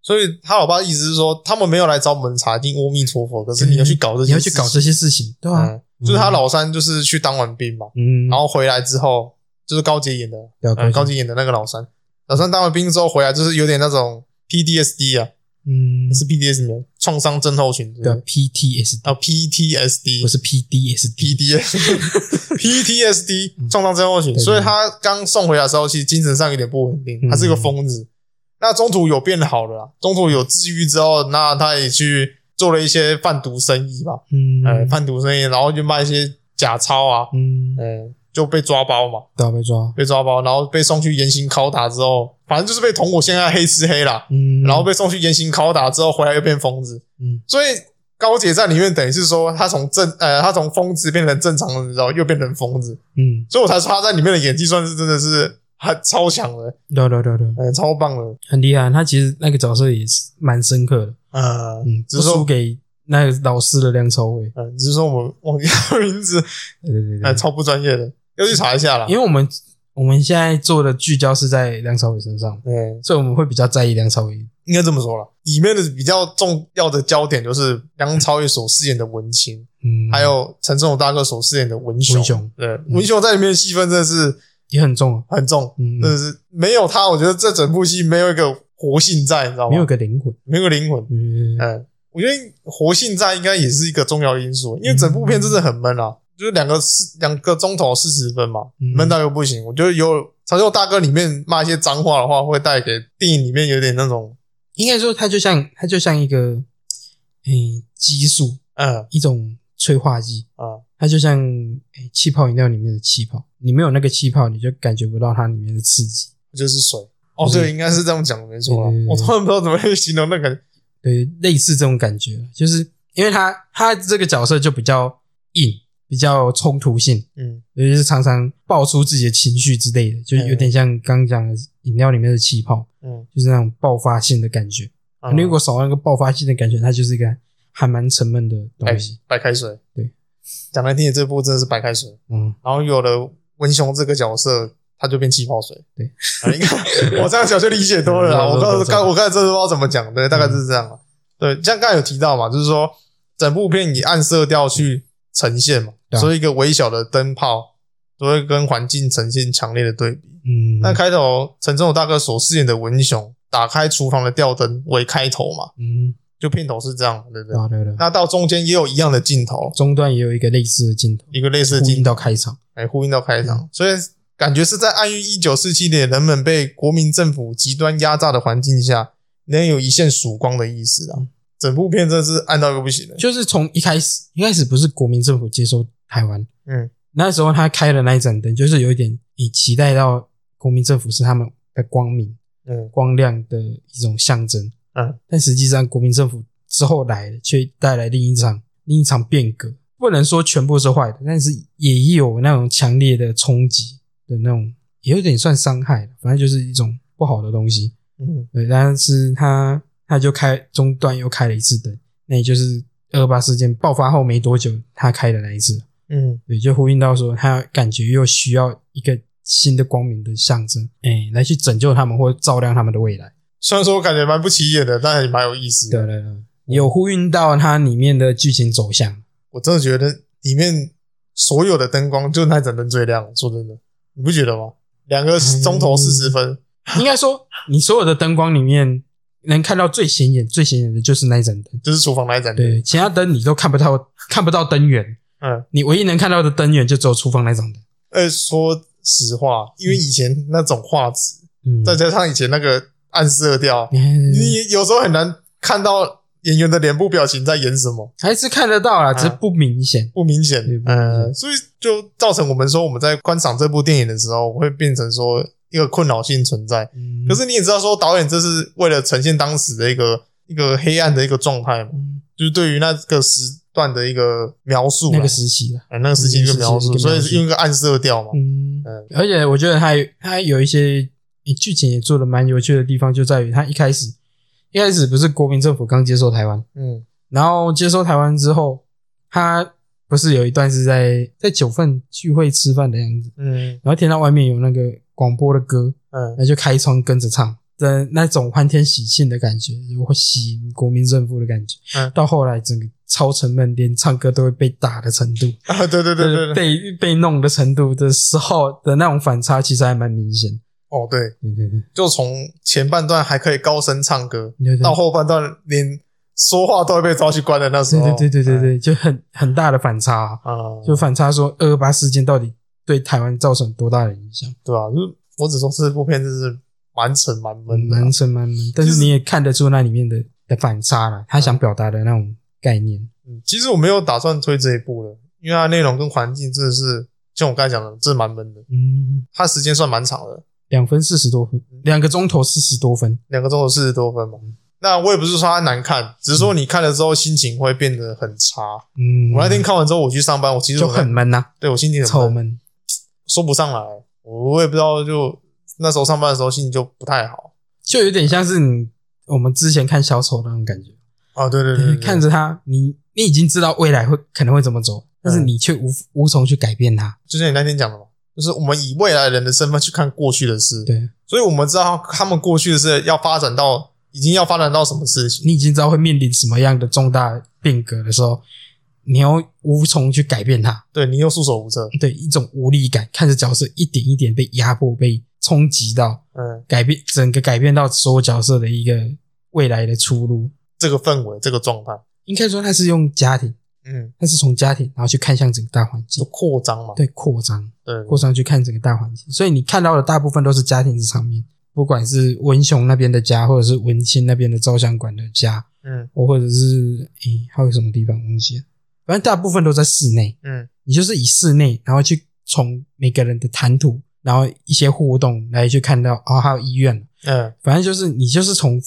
[SPEAKER 2] 所以他老爸的意思是说，他们没有来找我们查定阿弥陀佛，可是你要去搞这些，
[SPEAKER 3] 嗯你要去搞这，些事情，对吧、
[SPEAKER 2] 嗯，就是他老三就是去当完兵嘛，
[SPEAKER 3] 嗯，
[SPEAKER 2] 然后回来之后就是高杰演的，
[SPEAKER 3] 了
[SPEAKER 2] 嗯，
[SPEAKER 3] 解
[SPEAKER 2] 高杰演的那个老三，老三当完兵之后回来就是有点那种 PDSD 啊，
[SPEAKER 3] 嗯，
[SPEAKER 2] 是 PDSD 吗创伤症候群，对
[SPEAKER 3] 对
[SPEAKER 2] 不对
[SPEAKER 3] 啊，PTSD
[SPEAKER 2] 啊 PTSD
[SPEAKER 3] 不是 PDSD，
[SPEAKER 2] PDS PTSD 创伤症候群，
[SPEAKER 3] 嗯对对
[SPEAKER 2] 所以他刚送回来的时候，其实精神上有点不稳定，
[SPEAKER 3] 嗯
[SPEAKER 2] 他是个疯子。那中途有变好了啦，中途有治愈之后，那他也去做了一些贩毒生意吧，
[SPEAKER 3] 嗯，
[SPEAKER 2] 呃，贩毒生意，然后就卖一些假钞啊，
[SPEAKER 3] 嗯，
[SPEAKER 2] 嗯，就被抓包嘛，
[SPEAKER 3] 对啊，被抓，
[SPEAKER 2] 被抓包，然后被送去严刑拷打之后，反正就是被同伙陷害黑吃黑啦，
[SPEAKER 3] 嗯，
[SPEAKER 2] 然后被送去严刑拷打之后，回来又变疯子，
[SPEAKER 3] 嗯，
[SPEAKER 2] 所以高姐在里面等于是说，她从正呃，她从疯子变成正常人，然后又变成疯子，
[SPEAKER 3] 嗯，
[SPEAKER 2] 所以我才说她在里面的演技算是真的是很超强的，
[SPEAKER 3] 对啊对对对，
[SPEAKER 2] 呃，超棒的，
[SPEAKER 3] 很厉害。他其实那个角色也是蛮深刻的，
[SPEAKER 2] 呃，
[SPEAKER 3] 嗯，
[SPEAKER 2] 只
[SPEAKER 3] 不
[SPEAKER 2] 是说
[SPEAKER 3] 输给那个老师的梁朝伟。
[SPEAKER 2] 呃，只是说我们忘记她名字，
[SPEAKER 3] 对对对
[SPEAKER 2] 呃，
[SPEAKER 3] 对，
[SPEAKER 2] 超不专业的，要去查一下啦。
[SPEAKER 3] 嗯因为我们我们现在做的聚焦是在梁朝伟身上，
[SPEAKER 2] 对，
[SPEAKER 3] 所以我们会比较在意梁朝伟。
[SPEAKER 2] 应该这么说啦。里面的比较重要的焦点就是梁朝伟所饰演的文清，
[SPEAKER 3] 嗯，
[SPEAKER 2] 还有陈松勇大哥所饰演的文雄。
[SPEAKER 3] 文雄
[SPEAKER 2] 对，文雄在里面的戏份真的是
[SPEAKER 3] 也很重啊，
[SPEAKER 2] 很重，
[SPEAKER 3] 嗯，
[SPEAKER 2] 真的是没有他，我觉得这整部戏没有一个活性在，你知道吗？
[SPEAKER 3] 没有个灵魂。
[SPEAKER 2] 没有个灵魂。
[SPEAKER 3] 嗯，
[SPEAKER 2] 嗯，我觉得活性在应该也是一个重要因素，因为整部片真的很闷啊，就是两个四两个钟头四十分嘛，
[SPEAKER 3] 嗯
[SPEAKER 2] 闷到又不行。我觉得有长袖大哥里面骂一些脏话的话，会带给电影里面有点那种
[SPEAKER 3] 应该说他就像他就像一个嗯激素，
[SPEAKER 2] 嗯
[SPEAKER 3] 一种催化剂。
[SPEAKER 2] 啊
[SPEAKER 3] 它就像诶气泡饮料里面的气泡，你没有那个气泡，你就感觉不到它里面的刺激。
[SPEAKER 2] 就是水。哦，
[SPEAKER 3] 就是
[SPEAKER 2] 对，应该是这样讲的，没错啦啊
[SPEAKER 3] 对对。对
[SPEAKER 2] 我突然不知道怎么去形容那个，
[SPEAKER 3] 对，类似这种感觉，就是因为他他这个角色就比较硬，比较有冲突性，
[SPEAKER 2] 嗯
[SPEAKER 3] 尤其是常常爆出自己的情绪之类的，就有点像刚刚讲的饮料里面的气泡，
[SPEAKER 2] 嗯，
[SPEAKER 3] 就是那种爆发性的感觉。
[SPEAKER 2] 嗯
[SPEAKER 3] 如果少了那个爆发性的感觉，它就是一个还蛮沉闷的
[SPEAKER 2] 白
[SPEAKER 3] 东西。
[SPEAKER 2] 哎白开水，
[SPEAKER 3] 对，
[SPEAKER 2] 讲难听点，这部真的是白开水。
[SPEAKER 3] 嗯，
[SPEAKER 2] 然后有了文雄这个角色，它就变气泡水。
[SPEAKER 3] 对
[SPEAKER 2] 啊，应该我这样讲就理解多 了啦。我刚刚我刚才真的不知道怎么讲，对，大概是这样啊。对，像刚才有提到嘛，就是说整部片以暗色调去呈现嘛，
[SPEAKER 3] 对啊
[SPEAKER 2] 所以一个微小的灯泡都会跟环境呈现强烈的对比。
[SPEAKER 3] 嗯，
[SPEAKER 2] 那开头陈忠武大哥所饰演的文雄打开厨房的吊灯为开头嘛，
[SPEAKER 3] 嗯，
[SPEAKER 2] 就片头是这样，对不对？
[SPEAKER 3] 对啊对啊对啊，
[SPEAKER 2] 那到中间也有一样的镜头，
[SPEAKER 3] 中段也有一个类似的镜头，
[SPEAKER 2] 一个类似的
[SPEAKER 3] 呼
[SPEAKER 2] 镜
[SPEAKER 3] 应
[SPEAKER 2] 头，
[SPEAKER 3] 到开场，
[SPEAKER 2] 哎，呼应到开
[SPEAKER 3] 嗯
[SPEAKER 2] 场，所以感觉是在暗喻一九四七年人们被国民政府极端压榨的环境下，能有一线曙光的意思
[SPEAKER 3] 嗯
[SPEAKER 2] 啊。整部片真是暗到一个不行的，
[SPEAKER 3] 就是从一开始，一开始不是国民政府接收台湾，
[SPEAKER 2] 嗯，
[SPEAKER 3] 那时候他开的那一盏灯，就是有一点你期待到国民政府是他们的光明、
[SPEAKER 2] 嗯，
[SPEAKER 3] 光亮的一种象征，
[SPEAKER 2] 嗯，
[SPEAKER 3] 但实际上国民政府之后来的却带来另一场另一场变革，不能说全部是坏的，但是也有那种强烈的冲击的那种，也有点算伤害，反正就是一种不好的东西，
[SPEAKER 2] 嗯，
[SPEAKER 3] 对，但是他他就开中段又开了一次灯，那也就是二八事件爆发后没多久他开的那一次，
[SPEAKER 2] 嗯，
[SPEAKER 3] 对，就呼应到说他感觉又需要一个新的光明的象征，哎，来去拯救他们或照亮他们的未来。
[SPEAKER 2] 虽然说我感觉蛮不起眼的，但也蛮有意思
[SPEAKER 3] 对
[SPEAKER 2] 的。
[SPEAKER 3] 对对，有呼应到它里面的剧情走向。
[SPEAKER 2] 我真的觉得里面所有的灯光，就那盏灯最亮。说真的，你不觉得吗？两个钟头四十
[SPEAKER 3] 嗯
[SPEAKER 2] 分，
[SPEAKER 3] 应该说，你所有的灯光里面能看到最显眼、最显眼的就是那一盏灯，
[SPEAKER 2] 就是厨房那一盏灯。
[SPEAKER 3] 对，其他灯你都看不到，看不到灯源，
[SPEAKER 2] 嗯，
[SPEAKER 3] 你唯一能看到的灯源就只有厨房那盏灯。
[SPEAKER 2] 呃，说实话，因为以前那种画质，
[SPEAKER 3] 嗯，
[SPEAKER 2] 再加上以前那个暗色调，
[SPEAKER 3] 嗯
[SPEAKER 2] 你有时候很难看到演员的脸部表情在演什么，
[SPEAKER 3] 还是看得到啦，只是不明显。
[SPEAKER 2] 不明显
[SPEAKER 3] 对。不明显
[SPEAKER 2] 呃，所以就造成我们说我们在观赏这部电影的时候，会变成说一个困扰性存在。
[SPEAKER 3] 嗯
[SPEAKER 2] 可是你也知道，说导演这是为了呈现当时的一个一个黑暗的一个状态嘛，
[SPEAKER 3] 嗯
[SPEAKER 2] 就是对于那个时段的一个描述啦，
[SPEAKER 3] 那个时期啦，
[SPEAKER 2] 哎那个时期一个描
[SPEAKER 3] 那
[SPEAKER 2] 述，
[SPEAKER 3] 个时期一
[SPEAKER 2] 所
[SPEAKER 3] 个描
[SPEAKER 2] 以
[SPEAKER 3] 述
[SPEAKER 2] 是用一个暗色调嘛。
[SPEAKER 3] 嗯
[SPEAKER 2] 嗯，
[SPEAKER 3] 而且我觉得它有它有一些诶剧情也做的蛮有趣的地方，就在于它一开始一开始不是国民政府刚接收台湾，
[SPEAKER 2] 嗯
[SPEAKER 3] 然后接收台湾之后，他不是有一段是在在九份聚会吃饭的样子，
[SPEAKER 2] 嗯
[SPEAKER 3] 然后听到外面有那个广播的歌，
[SPEAKER 2] 嗯
[SPEAKER 3] 那就开窗跟着唱的那种欢天喜庆的感觉，就会吸引国民政府的感觉。
[SPEAKER 2] 嗯
[SPEAKER 3] 到后来整个超沉闷，连唱歌都会被打的程度，
[SPEAKER 2] 啊，对对对 对对，
[SPEAKER 3] 被被弄的程度的时候的那种反差，其实还蛮明显。
[SPEAKER 2] 哦对，
[SPEAKER 3] 对对对，
[SPEAKER 2] 就从前半段还可以高声唱歌，
[SPEAKER 3] 对对
[SPEAKER 2] 到后半段连说话都会被抓去关的那时候，
[SPEAKER 3] 对对对对
[SPEAKER 2] 哎
[SPEAKER 3] 对，就很很大的反差
[SPEAKER 2] 啊，
[SPEAKER 3] 啊、就反差说二二八事件到底对台湾造成多大的影响？
[SPEAKER 2] 对啊，就是我只说这部片真是蛮沉蛮闷的啊，
[SPEAKER 3] 蛮深蛮闷，但是你也看得出那里面的的反差了，他想表达的那种概念。
[SPEAKER 2] 嗯，其实我没有打算推这一部了，因为它内容跟环境真的是，像我刚才讲的，真的蛮闷的。
[SPEAKER 3] 嗯，
[SPEAKER 2] 它时间算蛮长的，
[SPEAKER 3] 两分四十多分，两个钟头四十多分。
[SPEAKER 2] 两个钟头四十多分嘛。
[SPEAKER 3] 嗯
[SPEAKER 2] 那我也不是说它难看，只是说你看了之后心情会变得很差。
[SPEAKER 3] 嗯，
[SPEAKER 2] 我那天看完之后，我去上班，我其实
[SPEAKER 3] 就
[SPEAKER 2] 我
[SPEAKER 3] 很闷呐、
[SPEAKER 2] 对我心情
[SPEAKER 3] 臭
[SPEAKER 2] 很闷，
[SPEAKER 3] 闷。
[SPEAKER 2] 说不上来，我我也不知道就。那时候上班的时候心情就不太好
[SPEAKER 3] 就有点像是你我们之前看小丑那种感觉，
[SPEAKER 2] 啊，对对对，对
[SPEAKER 3] 看着他，你你已经知道未来会可能会怎么
[SPEAKER 2] 嗯
[SPEAKER 3] 走，但是你却无无从去改变它。
[SPEAKER 2] 就像你那天讲的嘛，就是我们以未来人的身份去看过去的事，
[SPEAKER 3] 对
[SPEAKER 2] 所以我们知道他们过去的事要发展到已经要发展到什么事情。
[SPEAKER 3] 你已经知道会面临什么样的重大变革的时候，你又无从去改变它，
[SPEAKER 2] 对你又束手无策，
[SPEAKER 3] 对一种无力感，看着角色一点一点被压迫、被冲击到，
[SPEAKER 2] 嗯，
[SPEAKER 3] 改变整个改变到所有角色的一个未来的出路。
[SPEAKER 2] 这个氛围，这个状态，
[SPEAKER 3] 应该说，他是用家庭，
[SPEAKER 2] 嗯，
[SPEAKER 3] 他是从家庭，然后去看向整个大环
[SPEAKER 2] 就
[SPEAKER 3] 境，
[SPEAKER 2] 扩张嘛，
[SPEAKER 3] 对扩张。
[SPEAKER 2] 对，
[SPEAKER 3] 或上去看整个大环境。所以你看到的大部分都是家庭的场面，不管是文雄那边的家，或者是文清那边的照相馆的家，
[SPEAKER 2] 嗯
[SPEAKER 3] 或者是诶、还有什么地方忘记了，反正大部分都在室内。
[SPEAKER 2] 嗯
[SPEAKER 3] 你就是以室内，然后去从每个人的谈吐，然后一些互动来去看到，哦，还有医院，
[SPEAKER 2] 嗯
[SPEAKER 3] 反正就是你就是从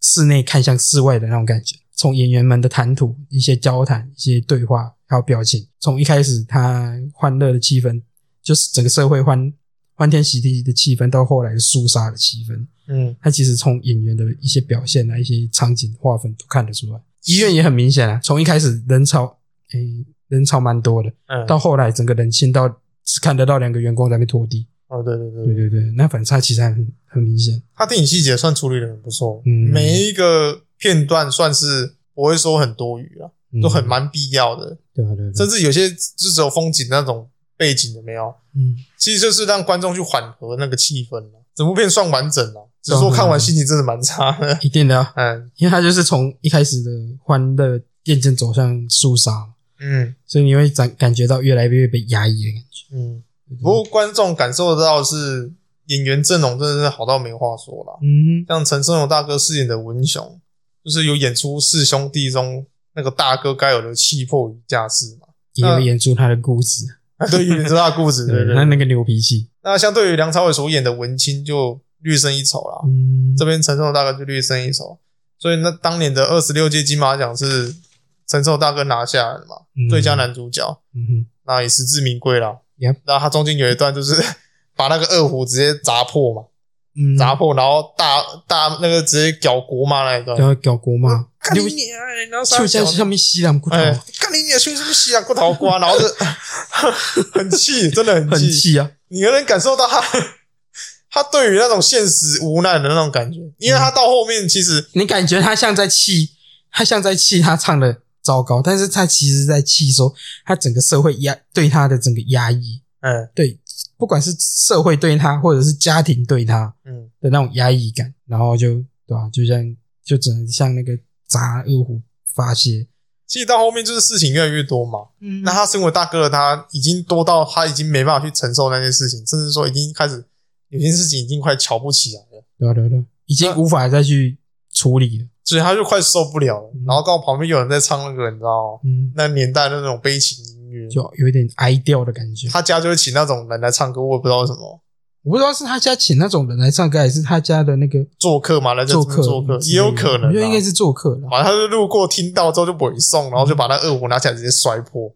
[SPEAKER 3] 室内看向室外的那种感觉，从演员们的谈吐、一些交谈、一些对话还有表情，从一开始他欢乐的气氛，就是整个社会欢欢天喜地的气氛，到后来的肃杀的气氛，
[SPEAKER 2] 嗯，
[SPEAKER 3] 他其实从演员的一些表现啊、一些场景划分都看得出来。医院也很明显啊，从一开始人潮，诶、人潮蛮多的，
[SPEAKER 2] 嗯，
[SPEAKER 3] 到后来整个人清到只看得到两个员工在那边拖地，
[SPEAKER 2] 哦，对对对
[SPEAKER 3] 对
[SPEAKER 2] 对，
[SPEAKER 3] 对对，那反差其实还很很明显。
[SPEAKER 2] 他电影细节算处理的很不错，
[SPEAKER 3] 嗯
[SPEAKER 2] 每一个片段算是不会说很多余啊，
[SPEAKER 3] 嗯
[SPEAKER 2] 都很蛮必要的，
[SPEAKER 3] 对啊对啊对
[SPEAKER 2] 甚
[SPEAKER 3] 啊，
[SPEAKER 2] 至有些就只有风景那种背景的没有，
[SPEAKER 3] 嗯，
[SPEAKER 2] 其实就是让观众去缓和那个气氛了。整部片算完整了，只是说看完心情真的蛮差的。
[SPEAKER 3] 一定的啊，
[SPEAKER 2] 嗯
[SPEAKER 3] 因为他就是从一开始的欢乐渐渐走向肃杀，
[SPEAKER 2] 嗯
[SPEAKER 3] 所以你会感感觉到越来越被压抑的感觉。
[SPEAKER 2] 嗯。不过观众感受得到的是演员阵容真的是好到没话说了。
[SPEAKER 3] 嗯
[SPEAKER 2] 像陈升勇大哥饰演的文雄，就是有演出四兄弟中那个大哥该有的气魄与架势嘛。
[SPEAKER 3] 哼，也有演出他的故事，
[SPEAKER 2] 对于这大故事，对对
[SPEAKER 3] 他
[SPEAKER 2] 对。
[SPEAKER 3] 嗯那个牛脾气，
[SPEAKER 2] 那相对于梁朝伟所演的文清就略胜一筹啦。
[SPEAKER 3] 嗯，
[SPEAKER 2] 这边陈寿大哥就略胜一筹，所以那当年的二十六届金马奖是陈寿大哥拿下来的嘛，
[SPEAKER 3] 嗯
[SPEAKER 2] 最佳男主角，
[SPEAKER 3] 嗯哼，
[SPEAKER 2] 那也实至名归啦。
[SPEAKER 3] Yep
[SPEAKER 2] 那他中间有一段就是 把那个二胡直接砸破嘛，
[SPEAKER 3] 嗯，
[SPEAKER 2] 砸破，然后大大那个直接屌国骂那一段
[SPEAKER 3] 然，后啊搞国骂，
[SPEAKER 2] 干
[SPEAKER 3] 就
[SPEAKER 2] 你娘欸！然后下
[SPEAKER 3] 就像上面吸两骨头，
[SPEAKER 2] 哎，干你娘！胸是不是吸两个桃瓜？然后就 很气，真的
[SPEAKER 3] 很气啊，
[SPEAKER 2] 你能感受到他 他对于那种现实无奈的那种感觉，因为他到后面其实
[SPEAKER 3] 你感觉他像在气，他像在气他唱的糟糕，但是他其实在气说他整个社会压对他的整个压抑，
[SPEAKER 2] 嗯
[SPEAKER 3] 对，不管是社会对他，或者是家庭对他
[SPEAKER 2] 嗯
[SPEAKER 3] 的那种压抑感，然后就对吧、就像就只能像那个砸二胡发泄，
[SPEAKER 2] 其实到后面就是事情越来越多嘛。
[SPEAKER 3] 嗯
[SPEAKER 2] 那他身为大哥的他，已经多到他已经没办法去承受那些事情，甚至说已经开始有些事情已经快瞧不起来了，
[SPEAKER 3] 对啊对啊对啊，已经无法再去处理了，
[SPEAKER 2] 所以他就快受不了了
[SPEAKER 3] 嗯。
[SPEAKER 2] 然后刚好旁边有人在唱那个，你知道吗
[SPEAKER 3] 嗯，
[SPEAKER 2] 那年代那种悲情音乐，
[SPEAKER 3] 就有一点哀调的感觉。
[SPEAKER 2] 他家就会请那种人来唱歌，我也不知道为什么
[SPEAKER 3] 我不知道是他家请那种人来唱歌，还是他家的那个
[SPEAKER 2] 做客嘛，来这
[SPEAKER 3] 做
[SPEAKER 2] 边
[SPEAKER 3] 客
[SPEAKER 2] 做客
[SPEAKER 3] 之类
[SPEAKER 2] 也
[SPEAKER 3] 的
[SPEAKER 2] 有可能、
[SPEAKER 3] 我觉得
[SPEAKER 2] 啊
[SPEAKER 3] 应。该是做客了。
[SPEAKER 2] 反正他就路过听到之后就不会送，然后就把那二胡拿起来直接摔破，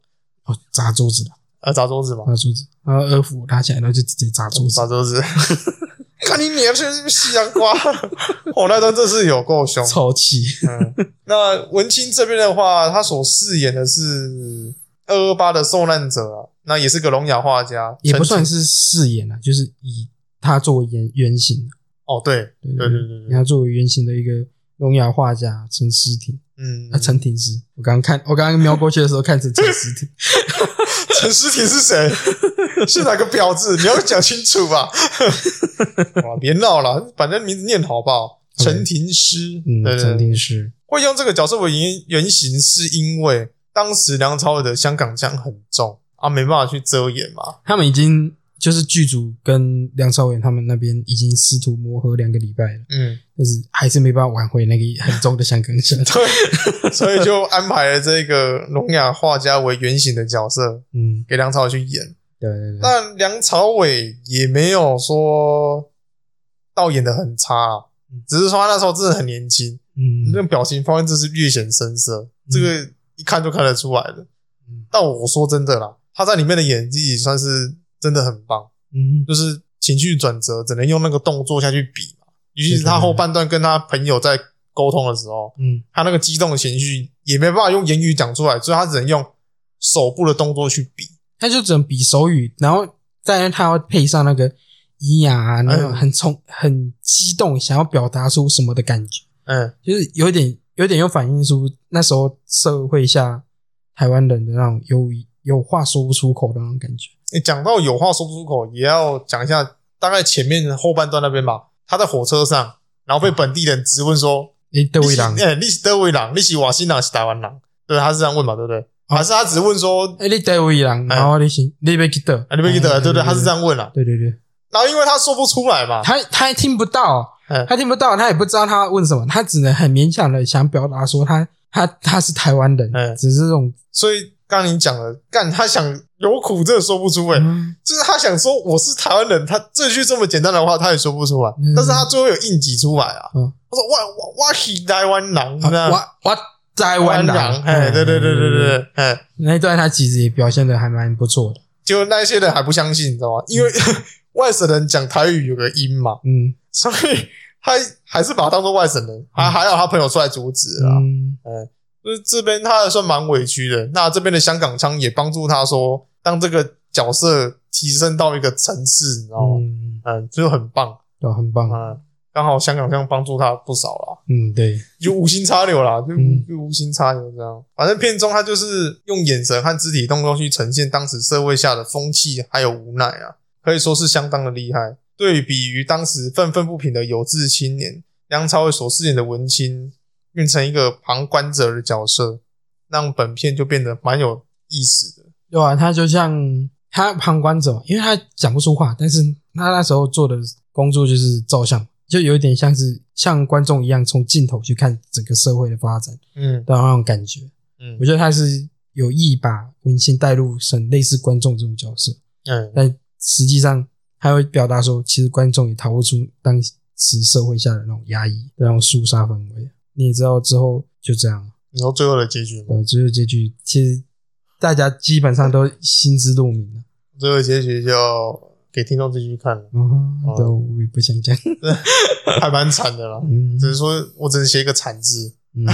[SPEAKER 3] 哦，砸桌子了。
[SPEAKER 2] 呃，砸桌子嘛，
[SPEAKER 3] 拿桌子，然后二斧拿起来，然后就直接砸桌子，
[SPEAKER 2] 砸桌子。 看你脸是不是西洋 瓜？哦，那段真是有够凶。
[SPEAKER 3] 超气。
[SPEAKER 2] 嗯，那文清这边的话，他所饰演的是二二八的受难者啊，那也是个聋哑画家，
[SPEAKER 3] 也不算
[SPEAKER 2] 陈
[SPEAKER 3] 是饰演啊，就是以他作为原原型，
[SPEAKER 2] 哦，对，
[SPEAKER 3] 对
[SPEAKER 2] 对对对
[SPEAKER 3] 以
[SPEAKER 2] 对，
[SPEAKER 3] 他作为原型的一个聋哑画家陈思婷
[SPEAKER 2] 嗯
[SPEAKER 3] 啊，，陈婷师。我刚刚看，我刚刚瞄过去的时候看成陈思婷，
[SPEAKER 2] 陈诗婷是 谁？是哪个婊子？你要讲清楚吧！哇，别闹了，把那名字念好不好？陈廷诗，
[SPEAKER 3] 嗯
[SPEAKER 2] 对，对
[SPEAKER 3] 陈
[SPEAKER 2] 对，
[SPEAKER 3] 婷师，
[SPEAKER 2] 会用这个角色为原原型，是因为当时梁朝伟的香港腔很重啊，没办法去遮掩嘛。
[SPEAKER 3] 他们已经就是剧组跟梁朝伟他们那边已经试图磨合两个礼拜了，
[SPEAKER 2] 嗯，
[SPEAKER 3] 但是还是没办法挽回那个很重的香 港腔。
[SPEAKER 2] 对，所以就安排了这个聋哑画家为原型的角色
[SPEAKER 3] 嗯，
[SPEAKER 2] 给梁朝伟去演。
[SPEAKER 3] 对对对，
[SPEAKER 2] 但梁朝伟也没有说到演的很差啊，只是说他那时候真的很年轻，
[SPEAKER 3] 嗯
[SPEAKER 2] 那，个表情方面真是略显生涩，这个一看就看得出来了
[SPEAKER 3] 嗯。
[SPEAKER 2] 但我说真的啦，他在里面的演技算是真的很棒，
[SPEAKER 3] 嗯，
[SPEAKER 2] 就是情绪转折只能用那个动作下去比嘛。尤其是他后半段跟他朋友在沟通的时候，
[SPEAKER 3] 嗯，
[SPEAKER 2] 他那个激动的情绪也没办法用言语讲出来，所以他只能用手部的动作去比。
[SPEAKER 3] 他就只能比手语，然后再他要配上那个咿呀啊，那种
[SPEAKER 2] 嗯
[SPEAKER 3] 很冲、很激动，想要表达出什么的感觉，
[SPEAKER 2] 嗯
[SPEAKER 3] 就是有点有点又反映出那时候社会下台湾人的那种有有话说不出口的那种感觉。
[SPEAKER 2] 你讲到有话说不出口，也要讲一下，大概前面后半段那边吧。他在火车上，然后被本地人质问说：“
[SPEAKER 3] 诶，德
[SPEAKER 2] 你
[SPEAKER 3] 维
[SPEAKER 2] 是
[SPEAKER 3] 郎，
[SPEAKER 2] 哎，你是德维郎，你是瓦西郎，是台湾郎，对，他是这样问嘛，对不对？
[SPEAKER 3] 啊
[SPEAKER 2] 还是他只问说，
[SPEAKER 3] 诶，你德维郎，
[SPEAKER 2] 哎
[SPEAKER 3] 然后你是你被记得，
[SPEAKER 2] 啊，你们记得，对不对？他是这
[SPEAKER 3] 样，
[SPEAKER 2] 样问啊，
[SPEAKER 3] 对对对，
[SPEAKER 2] 然后因为他说不出来嘛，
[SPEAKER 3] 他他还听不到
[SPEAKER 2] 哎，
[SPEAKER 3] 他听不到，他也不知道他问什么，他只能很勉强的想表达说他他他是台湾人
[SPEAKER 2] 哎，
[SPEAKER 3] 只是这种。
[SPEAKER 2] 所以刚刚你讲了，干他想有苦真的说不出哎、
[SPEAKER 3] 嗯
[SPEAKER 2] 就是他想说我是台湾人，他这句这么简单的话他也说不出来，
[SPEAKER 3] 嗯
[SPEAKER 2] 但是他最后有硬挤出来啊，
[SPEAKER 3] 嗯
[SPEAKER 2] 他说我我我是台湾狼，
[SPEAKER 3] 啊
[SPEAKER 2] 你知道吗
[SPEAKER 3] 我我台
[SPEAKER 2] 台
[SPEAKER 3] 湾人，啊嗯
[SPEAKER 2] 哎，对对对对对
[SPEAKER 3] 对，
[SPEAKER 2] 对，哎。
[SPEAKER 3] 那一段他其实也表现的还蛮不错的，
[SPEAKER 2] 就那些人还不相信，你知道吗？因为 外省人讲台语有个音嘛，
[SPEAKER 3] 嗯
[SPEAKER 2] 所以他还是把他当做外省人，还还好他朋友出来阻止啊。
[SPEAKER 3] 嗯
[SPEAKER 2] 就是这边他还算蛮委屈的，那这边的香港腔也帮助他说，当这个角色提升到一个层次，你知道吗？
[SPEAKER 3] 嗯，
[SPEAKER 2] 嗯，就很棒，
[SPEAKER 3] 对啊，很棒，
[SPEAKER 2] 嗯，刚好香港这样帮助他不少啦。
[SPEAKER 3] 嗯，对，
[SPEAKER 2] 就无心插柳啦，就
[SPEAKER 3] 嗯
[SPEAKER 2] 就无心插柳这样。反正片中他就是用眼神和肢体动作去呈现当时社会下的风气还有无奈啊，可以说是相当的厉害。对比于当时愤愤不平的有志青年，梁朝伟所饰演的文青变成一个旁观者的角色，让本片就变得蛮有意思的。
[SPEAKER 3] 对啊，他就像他旁观者，因为他讲不出话，但是他那时候做的工作就是照相，就有一点像是像观众一样从镜头去看整个社会的发展
[SPEAKER 2] 嗯
[SPEAKER 3] 的那种感觉。
[SPEAKER 2] 嗯
[SPEAKER 3] 我觉得他是有意把文青带入成类似观众这种角色，
[SPEAKER 2] 嗯
[SPEAKER 3] 但实际上他会表达说，其实观众也逃不出当时社会下的那种压抑、那种肃杀氛围。你也知道之后就这样，
[SPEAKER 2] 你说最后的结局吗？
[SPEAKER 3] 呃，只有结局，其实大家基本上都心知肚明了。，
[SPEAKER 2] 最后的结局就给听众自己去看了
[SPEAKER 3] 嗯，对，我也不想讲。
[SPEAKER 2] 还蛮惨的啦。
[SPEAKER 3] 嗯
[SPEAKER 2] 只是说我只能写一个惨字。
[SPEAKER 3] 嗯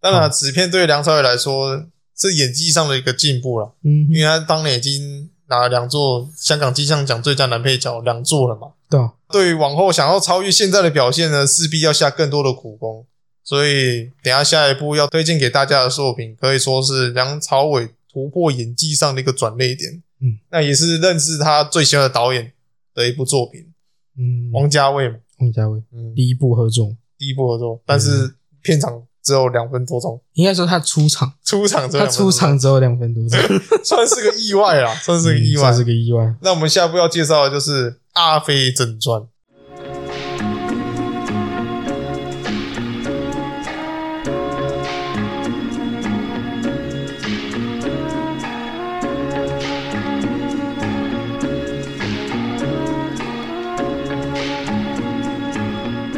[SPEAKER 2] 当然，此片对梁朝伟来说是演技上的一个进步了，
[SPEAKER 3] 嗯
[SPEAKER 2] 因，为他当年已经拿了两座香港金像奖最佳男配角两座了嘛。
[SPEAKER 3] 对啊，
[SPEAKER 2] 对于往后想要超越现在的表现呢，势必要下更多的苦功。所以，等一下下一部要推荐给大家的作品，可以说是梁朝伟突破演技上的一个转捩点。
[SPEAKER 3] 嗯，
[SPEAKER 2] 那也是认识他最喜欢的导演的一部作品，
[SPEAKER 3] 嗯，
[SPEAKER 2] 王家卫嘛。
[SPEAKER 3] 王家卫
[SPEAKER 2] 嗯，
[SPEAKER 3] 第一嗯部合作，
[SPEAKER 2] 第一部合作，但是片长只有两分多钟，
[SPEAKER 3] 应该说他出场，
[SPEAKER 2] 出场只有
[SPEAKER 3] 他
[SPEAKER 2] 两分
[SPEAKER 3] 出
[SPEAKER 2] 多钟。
[SPEAKER 3] 场只有两分多钟，
[SPEAKER 2] 算是个意外啦，算是个意外。
[SPEAKER 3] 嗯这是个意外。
[SPEAKER 2] 那我们下一步要介绍的就是《阿飞正传》。《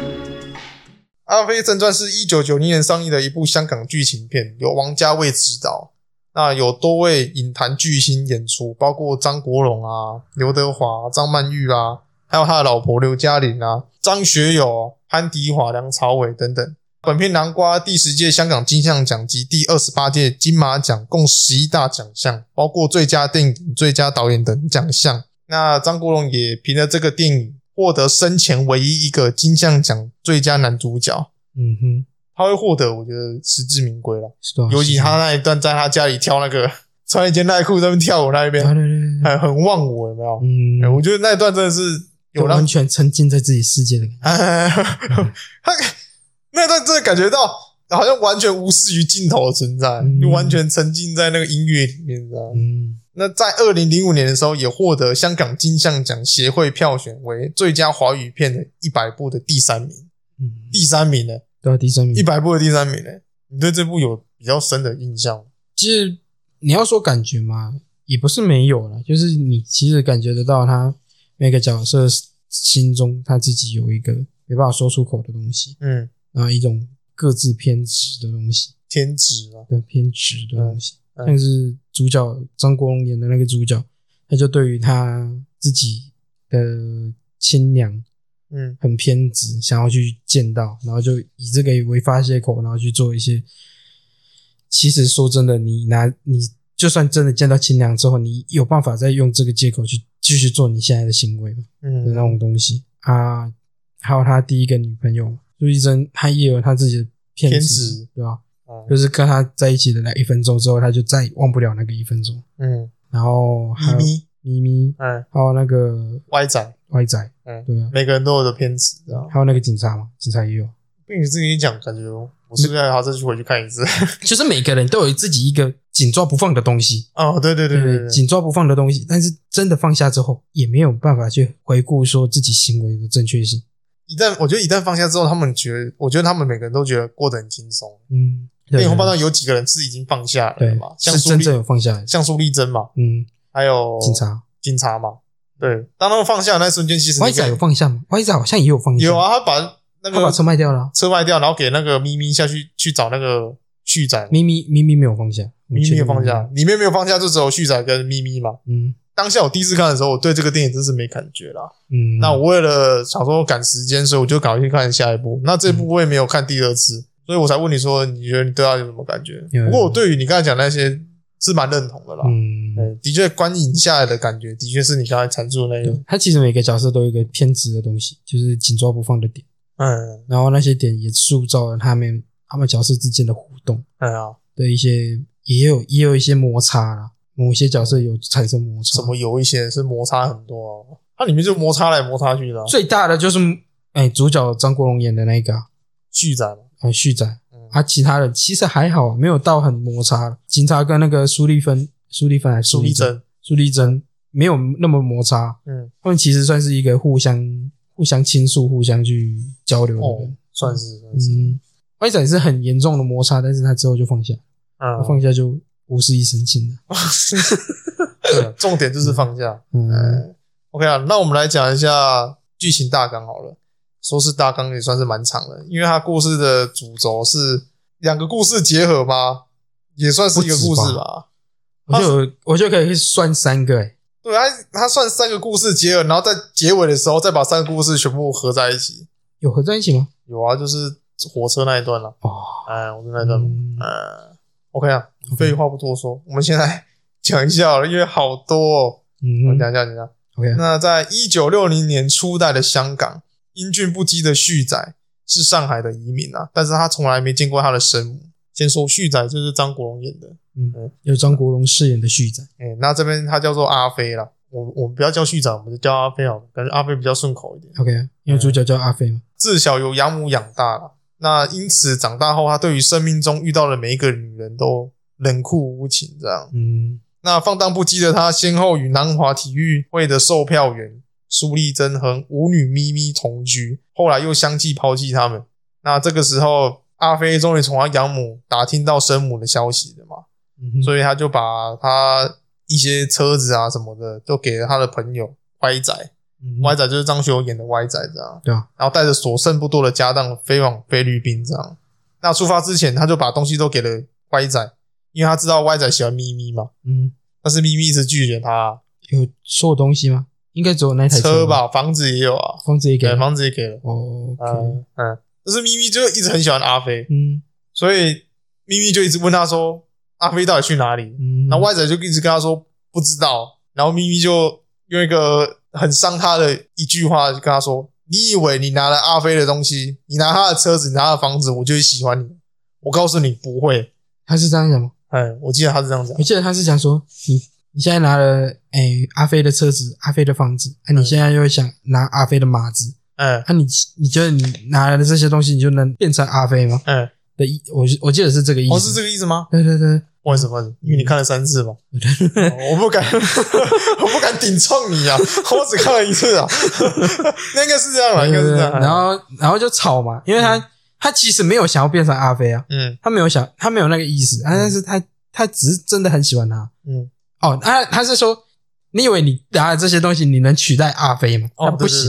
[SPEAKER 2] 阿飞正传》是一九九零年上映的一部香港剧情片，由王家卫执导。那有多位影坛巨星演出，包括张国荣啊、刘德华、张曼玉啊，还有他的老婆刘嘉玲啊、张学友、潘迪华、梁朝伟等等。本片囊括第十届香港金像奖及第二十八届金马奖共十一大奖项，包括最佳电影、最佳导演等奖项。那张国荣也凭着这个电影获得生前唯一一个金像奖最佳男主角，
[SPEAKER 3] 嗯哼，
[SPEAKER 2] 他会获得，我觉得实至名归了。
[SPEAKER 3] 是的啊，
[SPEAKER 2] 尤其
[SPEAKER 3] 是的
[SPEAKER 2] 他
[SPEAKER 3] 啊，
[SPEAKER 2] 那一段在他家里跳那个 穿一件耐裤在那边跳舞那一边，
[SPEAKER 3] 对对对对，
[SPEAKER 2] 还很忘我，有没有？哎
[SPEAKER 3] 嗯，
[SPEAKER 2] 我觉得那一段真的是有
[SPEAKER 3] 就
[SPEAKER 2] 让
[SPEAKER 3] 完全沉浸在自己世界的感觉。
[SPEAKER 2] 哎 他那段真的感觉到好像完全无视于镜头的存在，
[SPEAKER 3] 嗯
[SPEAKER 2] 就完全沉浸在那个音乐里面，你知道吗？
[SPEAKER 3] 嗯
[SPEAKER 2] 那在二零零五年的时候，也获得香港金像奖协会票选为最佳华语片的一百部的第三名，
[SPEAKER 3] 嗯，
[SPEAKER 2] 第三名呢，
[SPEAKER 3] 对啊，第三名
[SPEAKER 2] 一。百部的第三名呢。你对这部有比较深的印象吗？
[SPEAKER 3] 其实你要说感觉嘛，也不是没有了，就是你其实感觉得到他每个角色心中他自己有一个没办法说出口的东西，
[SPEAKER 2] 嗯，
[SPEAKER 3] 然后一种各自偏执的东西，
[SPEAKER 2] 天职啊，
[SPEAKER 3] 对偏执的东西。
[SPEAKER 2] 嗯嗯
[SPEAKER 3] 但是主角张国荣演的那个主角，他就对于他自己的亲娘
[SPEAKER 2] 嗯，
[SPEAKER 3] 很偏执，想要去见到，然后就以这个为发泄口，然后去做一些。其实说真的，你拿你就算真的见到亲娘之后，你有办法再用这个借口去继续做你现在的行为吗？的
[SPEAKER 2] 嗯
[SPEAKER 3] 那种东西啊，还有他第一个女朋友朱一珍，她也有她自己的偏
[SPEAKER 2] 偏
[SPEAKER 3] 执
[SPEAKER 2] 执，
[SPEAKER 3] 对吧？
[SPEAKER 2] 嗯
[SPEAKER 3] 就是跟他在一起的那一分钟之后，他就再也忘不了那个一分钟。
[SPEAKER 2] 嗯，
[SPEAKER 3] 然后还
[SPEAKER 2] 咪
[SPEAKER 3] 有
[SPEAKER 2] 咪，
[SPEAKER 3] 咪咪，
[SPEAKER 2] 哎，
[SPEAKER 3] 还有那个
[SPEAKER 2] 歪仔，
[SPEAKER 3] 歪仔，
[SPEAKER 2] 嗯，
[SPEAKER 3] 对啊，
[SPEAKER 2] 每个人都有的偏执，这样。
[SPEAKER 3] 还有那个警察嘛，警察也有。
[SPEAKER 2] 被你自己讲，感觉我是不是还要再去回去看一次？
[SPEAKER 3] 就是每个人都有自己一个紧抓不放的东西，
[SPEAKER 2] 哦，对对对
[SPEAKER 3] 不
[SPEAKER 2] 对对对，
[SPEAKER 3] 紧抓不放的东西，但是真的放下之后，也没有办法去回顾说自己行为的正确性。
[SPEAKER 2] 一旦我觉得一旦放下之后，他们觉得，我觉得他们每个人都觉得过得很轻松。
[SPEAKER 3] 嗯，
[SPEAKER 2] 电
[SPEAKER 3] 对
[SPEAKER 2] 影后半段有几个人是已经放下了
[SPEAKER 3] 对
[SPEAKER 2] 嘛，，像
[SPEAKER 3] 是
[SPEAKER 2] 苏
[SPEAKER 3] 真正
[SPEAKER 2] 丽，哦
[SPEAKER 3] 有放下来。
[SPEAKER 2] 像苏丽珍嘛，
[SPEAKER 3] 嗯，
[SPEAKER 2] 还有
[SPEAKER 3] 警察
[SPEAKER 2] 警察嘛，对，当他们放下的那瞬间，其实
[SPEAKER 3] 歪
[SPEAKER 2] 那
[SPEAKER 3] 仔有
[SPEAKER 2] 个
[SPEAKER 3] 放下吗？歪仔好像也有放下，
[SPEAKER 2] 有，啊，他把那
[SPEAKER 3] 他把
[SPEAKER 2] 个
[SPEAKER 3] 车卖掉了啊。
[SPEAKER 2] 车卖掉，然后给那个咪咪下去去找那个旭仔，咪
[SPEAKER 3] 咪咪咪咪没有放下，我
[SPEAKER 2] 咪
[SPEAKER 3] 确
[SPEAKER 2] 没
[SPEAKER 3] 定
[SPEAKER 2] 有放下，。里面没有放下，就只有旭仔跟咪咪嘛。
[SPEAKER 3] 嗯
[SPEAKER 2] 当下我第一次看的时候，我对这个电影真是没感觉啦。
[SPEAKER 3] 嗯，
[SPEAKER 2] 那我为了想说赶时间，所以我就赶快去看下一部。那这部我也没有看第二次，所以我才问你说，你觉得你对他有什么感觉？
[SPEAKER 3] 有
[SPEAKER 2] 不过我对于你刚才讲那些是蛮认同的啦。
[SPEAKER 3] 嗯
[SPEAKER 2] 嗯，的确观影下来的感觉，的确是你刚才阐述的那个，
[SPEAKER 3] 他其实每个角色都有一个偏执的东西，就是紧抓不放的点，
[SPEAKER 2] 嗯
[SPEAKER 3] 然后那些点也塑造了他们他们角色之间的互动
[SPEAKER 2] 嗯啊，
[SPEAKER 3] 的一些，也有也有一些摩擦啦，某些角色有产生摩擦。
[SPEAKER 2] 怎么有一些是摩擦很多哦，它里面就摩擦来摩擦去的啊、
[SPEAKER 3] 最大的就是哎、主角张国荣演的那个啊
[SPEAKER 2] 巨展嘛，
[SPEAKER 3] 哎旭仔，
[SPEAKER 2] 嗯
[SPEAKER 3] 啊，其他的其实还好，没有到很摩擦。警察跟那个苏丽芬、苏丽芬还是
[SPEAKER 2] 朱
[SPEAKER 3] 苏
[SPEAKER 2] 丽
[SPEAKER 3] 丽
[SPEAKER 2] 珍
[SPEAKER 3] 珍、，苏丽珍没有那么摩擦，
[SPEAKER 2] 嗯
[SPEAKER 3] 他们其实算是一个互相互相倾诉、互相去交流的
[SPEAKER 2] 哦
[SPEAKER 3] 人。，
[SPEAKER 2] 算是算是，
[SPEAKER 3] 嗯，外展是很严重的摩擦，但是他之后就放下，
[SPEAKER 2] 嗯
[SPEAKER 3] 他，放下就无事一身轻了。
[SPEAKER 2] 对，重点就是放下。
[SPEAKER 3] 嗯，
[SPEAKER 2] 嗯，OK 啊，那我们来讲一下剧情大纲好了。说是大纲也算是蛮长的，因为它故事的主轴是两个故事结合吗？也算是一个故
[SPEAKER 3] 不
[SPEAKER 2] 事
[SPEAKER 3] 止
[SPEAKER 2] 吧。
[SPEAKER 3] 我就有我就可以算三个、欸，
[SPEAKER 2] 对，它它算三个故事结合，然后在结尾的时候再把三个故事全部合在一起。
[SPEAKER 3] 有合在一起吗？
[SPEAKER 2] 有啊，就是火车那一段了、
[SPEAKER 3] 哦，
[SPEAKER 2] 哎，我们那段，
[SPEAKER 3] 嗯
[SPEAKER 2] 嗯，OK 啊，
[SPEAKER 3] OK
[SPEAKER 2] 废话不多说，我们先来讲一下好了，因为好多、哦，我们
[SPEAKER 3] 嗯
[SPEAKER 2] 讲一下，讲一下。
[SPEAKER 3] ，OK，
[SPEAKER 2] 那在一九六零年初代的香港，英俊不羁的旭仔是上海的移民啊，但是他从来没见过他的生母。先说旭仔，就是张国荣演的，
[SPEAKER 3] 嗯，有张国荣饰演的旭仔，
[SPEAKER 2] 哎、那这边他叫做阿飞啦。我我们不要叫旭仔，我们就叫阿飞好了，感觉阿飞比较顺口一点。
[SPEAKER 3] OK，因为主角叫阿飞嘛。
[SPEAKER 2] 自小由养母养大了，那因此长大后，他对于生命中遇到的每一个女人都冷酷无情，这样。
[SPEAKER 3] 嗯
[SPEAKER 2] 那放荡不羁的他，先后与南华体育会的售票员苏丽珍和舞女咪咪同居，后来又相继抛弃他们。那这个时候，阿飞终于从他养母打听到生母的消息了嘛，
[SPEAKER 3] 嗯哼，
[SPEAKER 2] 所以他就把他一些车子啊什么的，都给了他的朋友歪仔，
[SPEAKER 3] 以
[SPEAKER 2] 歪仔就是张学友演的歪仔这样。
[SPEAKER 3] 嗯对啊，
[SPEAKER 2] 然后带着所剩不多的家当飞往菲律宾这样。那出发之前，他就把东西都给了歪仔，因为他知道歪仔喜欢咪咪嘛。
[SPEAKER 3] 嗯，
[SPEAKER 2] 但是咪咪一直拒绝他，
[SPEAKER 3] 有收东西吗？应该只有那台
[SPEAKER 2] 车
[SPEAKER 3] 吧，
[SPEAKER 2] 吧，房子也有啊，
[SPEAKER 3] 房子也给
[SPEAKER 2] 对，
[SPEAKER 3] 了。
[SPEAKER 2] 房子也给了，
[SPEAKER 3] 哦，OK，
[SPEAKER 2] 嗯嗯，但是咪咪就一直很喜欢阿飞，
[SPEAKER 3] 嗯
[SPEAKER 2] 所以咪咪就一直问他说，阿飞到底去哪里？
[SPEAKER 3] 嗯，
[SPEAKER 2] 然后外仔就一直跟他说不知道，然后咪咪就用一个很伤他的一句话就跟他说，你以为你拿了阿飞的东西，你拿他的车子，你拿他的房子，我就会喜欢你？我告诉你不会，
[SPEAKER 3] 他是这样讲吗？
[SPEAKER 2] 嗯，我记得他是这样讲
[SPEAKER 3] 我，记得他是讲说，你你现在拿了哎阿飞的车子，阿飞的房子，啊，你现在又想拿阿飞的马子，
[SPEAKER 2] 嗯
[SPEAKER 3] 啊，你你觉得你拿了这些东西，你就能变成阿飞吗？
[SPEAKER 2] 嗯，
[SPEAKER 3] 的意，我是我记得是这个意思。
[SPEAKER 2] 哦，是这个意思吗？
[SPEAKER 3] 对对对，
[SPEAKER 2] 为什么？因为你看了三 次嘛。哦我不敢， 我不敢顶撞你啊！ 我只看了一次啊。 那应该是这样吧？应该
[SPEAKER 3] 对
[SPEAKER 2] 是这
[SPEAKER 3] 对对
[SPEAKER 2] 样。
[SPEAKER 3] 然，后然后就吵嘛，因为他、他其实没有想要变成阿飞啊，
[SPEAKER 2] 嗯
[SPEAKER 3] 他没有想，他没有那个意思，啊、但是他他只是真的很喜欢他。
[SPEAKER 2] 嗯，
[SPEAKER 3] 哦，他他是说，你以为你拿了这些东西，你能取代阿飞吗？
[SPEAKER 2] 哦，
[SPEAKER 3] 他不
[SPEAKER 2] 对
[SPEAKER 3] 行，，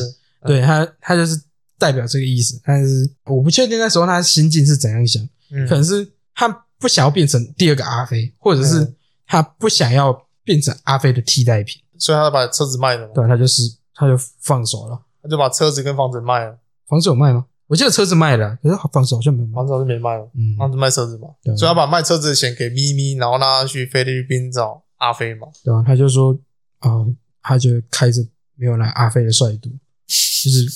[SPEAKER 2] 对对
[SPEAKER 3] 对他他就是代表这个意思。但是我不确定那时候他心境是怎样想，
[SPEAKER 2] 对
[SPEAKER 3] 可
[SPEAKER 2] 嗯，
[SPEAKER 3] 能是他不想要变成第二个阿飞，或者是
[SPEAKER 2] 嗯
[SPEAKER 3] 他不想要变成阿飞的替代品。
[SPEAKER 2] 所以他把车子卖了嘛，
[SPEAKER 3] 对，他就是他就放手了。
[SPEAKER 2] 他就把车子跟房子卖了，
[SPEAKER 3] 房子有卖吗？我记得车子卖了，啊可是房子好像没有卖
[SPEAKER 2] 房。子好像没卖了，啊
[SPEAKER 3] 嗯，
[SPEAKER 2] 房子卖车子嘛，
[SPEAKER 3] 对
[SPEAKER 2] 所以他把卖车子的钱给咪咪，然后让他去菲律宾找阿飞嘛。
[SPEAKER 3] 对吧、他就说啊、他就开着没有那阿飞的帅度，就是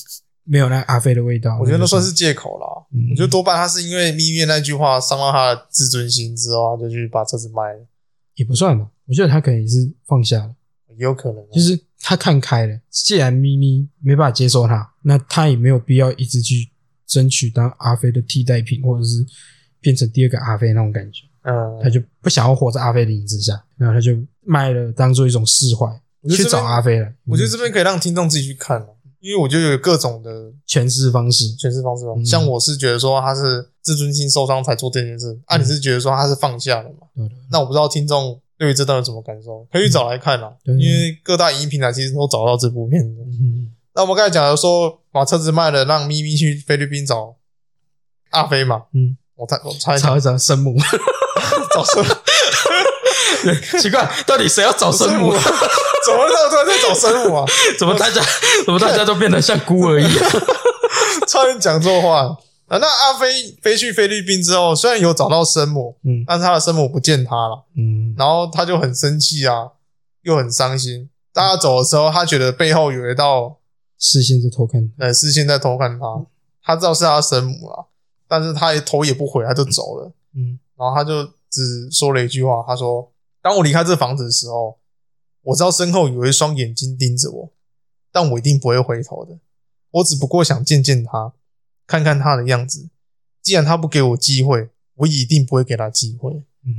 [SPEAKER 3] 没有那阿飞的味道。
[SPEAKER 2] 我觉得那
[SPEAKER 3] 就
[SPEAKER 2] 算是借口啦。
[SPEAKER 3] 嗯
[SPEAKER 2] 我觉得多半他是因为咪咪的那句话伤到他的自尊心之后，他就去把车子卖了，
[SPEAKER 3] 也不算吧。我觉得他可能也是放下了，
[SPEAKER 2] 也有可能啊。
[SPEAKER 3] 就是他看开了。既然咪咪没办法接受他，那他也没有必要一直去争取当阿飞的替代品，或者是变成第二个阿飞那种感觉。
[SPEAKER 2] 嗯，
[SPEAKER 3] 他就不想要活在阿飞的影子下，然后他就卖了，当做一种释怀，
[SPEAKER 2] 我觉得
[SPEAKER 3] 去
[SPEAKER 2] 这边
[SPEAKER 3] 找阿飞了。
[SPEAKER 2] 我觉得
[SPEAKER 3] 嗯
[SPEAKER 2] 这边可以让听众自己去看啊因为我觉得有各种的
[SPEAKER 3] 诠释方式，
[SPEAKER 2] 诠释方式嘛。啊
[SPEAKER 3] 嗯
[SPEAKER 2] 像我是觉得说他是自尊心受伤才做这件事，
[SPEAKER 3] 嗯
[SPEAKER 2] 啊，你是觉得说他是放下了嘛？
[SPEAKER 3] 对的
[SPEAKER 2] 那我不知道听众对于这段有什么感受，可以去找来看啦。
[SPEAKER 3] 嗯对
[SPEAKER 2] 因为各大影音平台其实都找到这部片的。
[SPEAKER 3] 嗯
[SPEAKER 2] 那我们刚才讲的说把车子卖了，让咪咪去菲律宾找阿飞嘛。
[SPEAKER 3] 嗯，
[SPEAKER 2] 我猜我猜
[SPEAKER 3] 找一找生 母，
[SPEAKER 2] 找生母
[SPEAKER 3] 奇怪，到底谁要找生母？啊
[SPEAKER 2] 怎么让突然在找生母啊？
[SPEAKER 3] 怎么大家怎么大家都变得像孤儿一样？
[SPEAKER 2] 差点讲错话。啊，那阿飞飞去菲律宾之后，虽然有找到生母，
[SPEAKER 3] 嗯
[SPEAKER 2] 但是他的生母不见他了。
[SPEAKER 3] 嗯
[SPEAKER 2] 然后他就很生气啊，又很伤心。大家走的时候，他觉得背后有一道
[SPEAKER 3] 视线在偷看，
[SPEAKER 2] 呃视线在偷看他，他知道是他生母了，但是他也头也不回，他就走了。
[SPEAKER 3] 嗯，
[SPEAKER 2] 然后他就只说了一句话，他说：“当我离开这房子的时候，我知道身后有一双眼睛盯着我，但我一定不会回头的。我只不过想见见他，看看他的样子。既然他不给我机会，我一定不会给他机会。”
[SPEAKER 3] 嗯，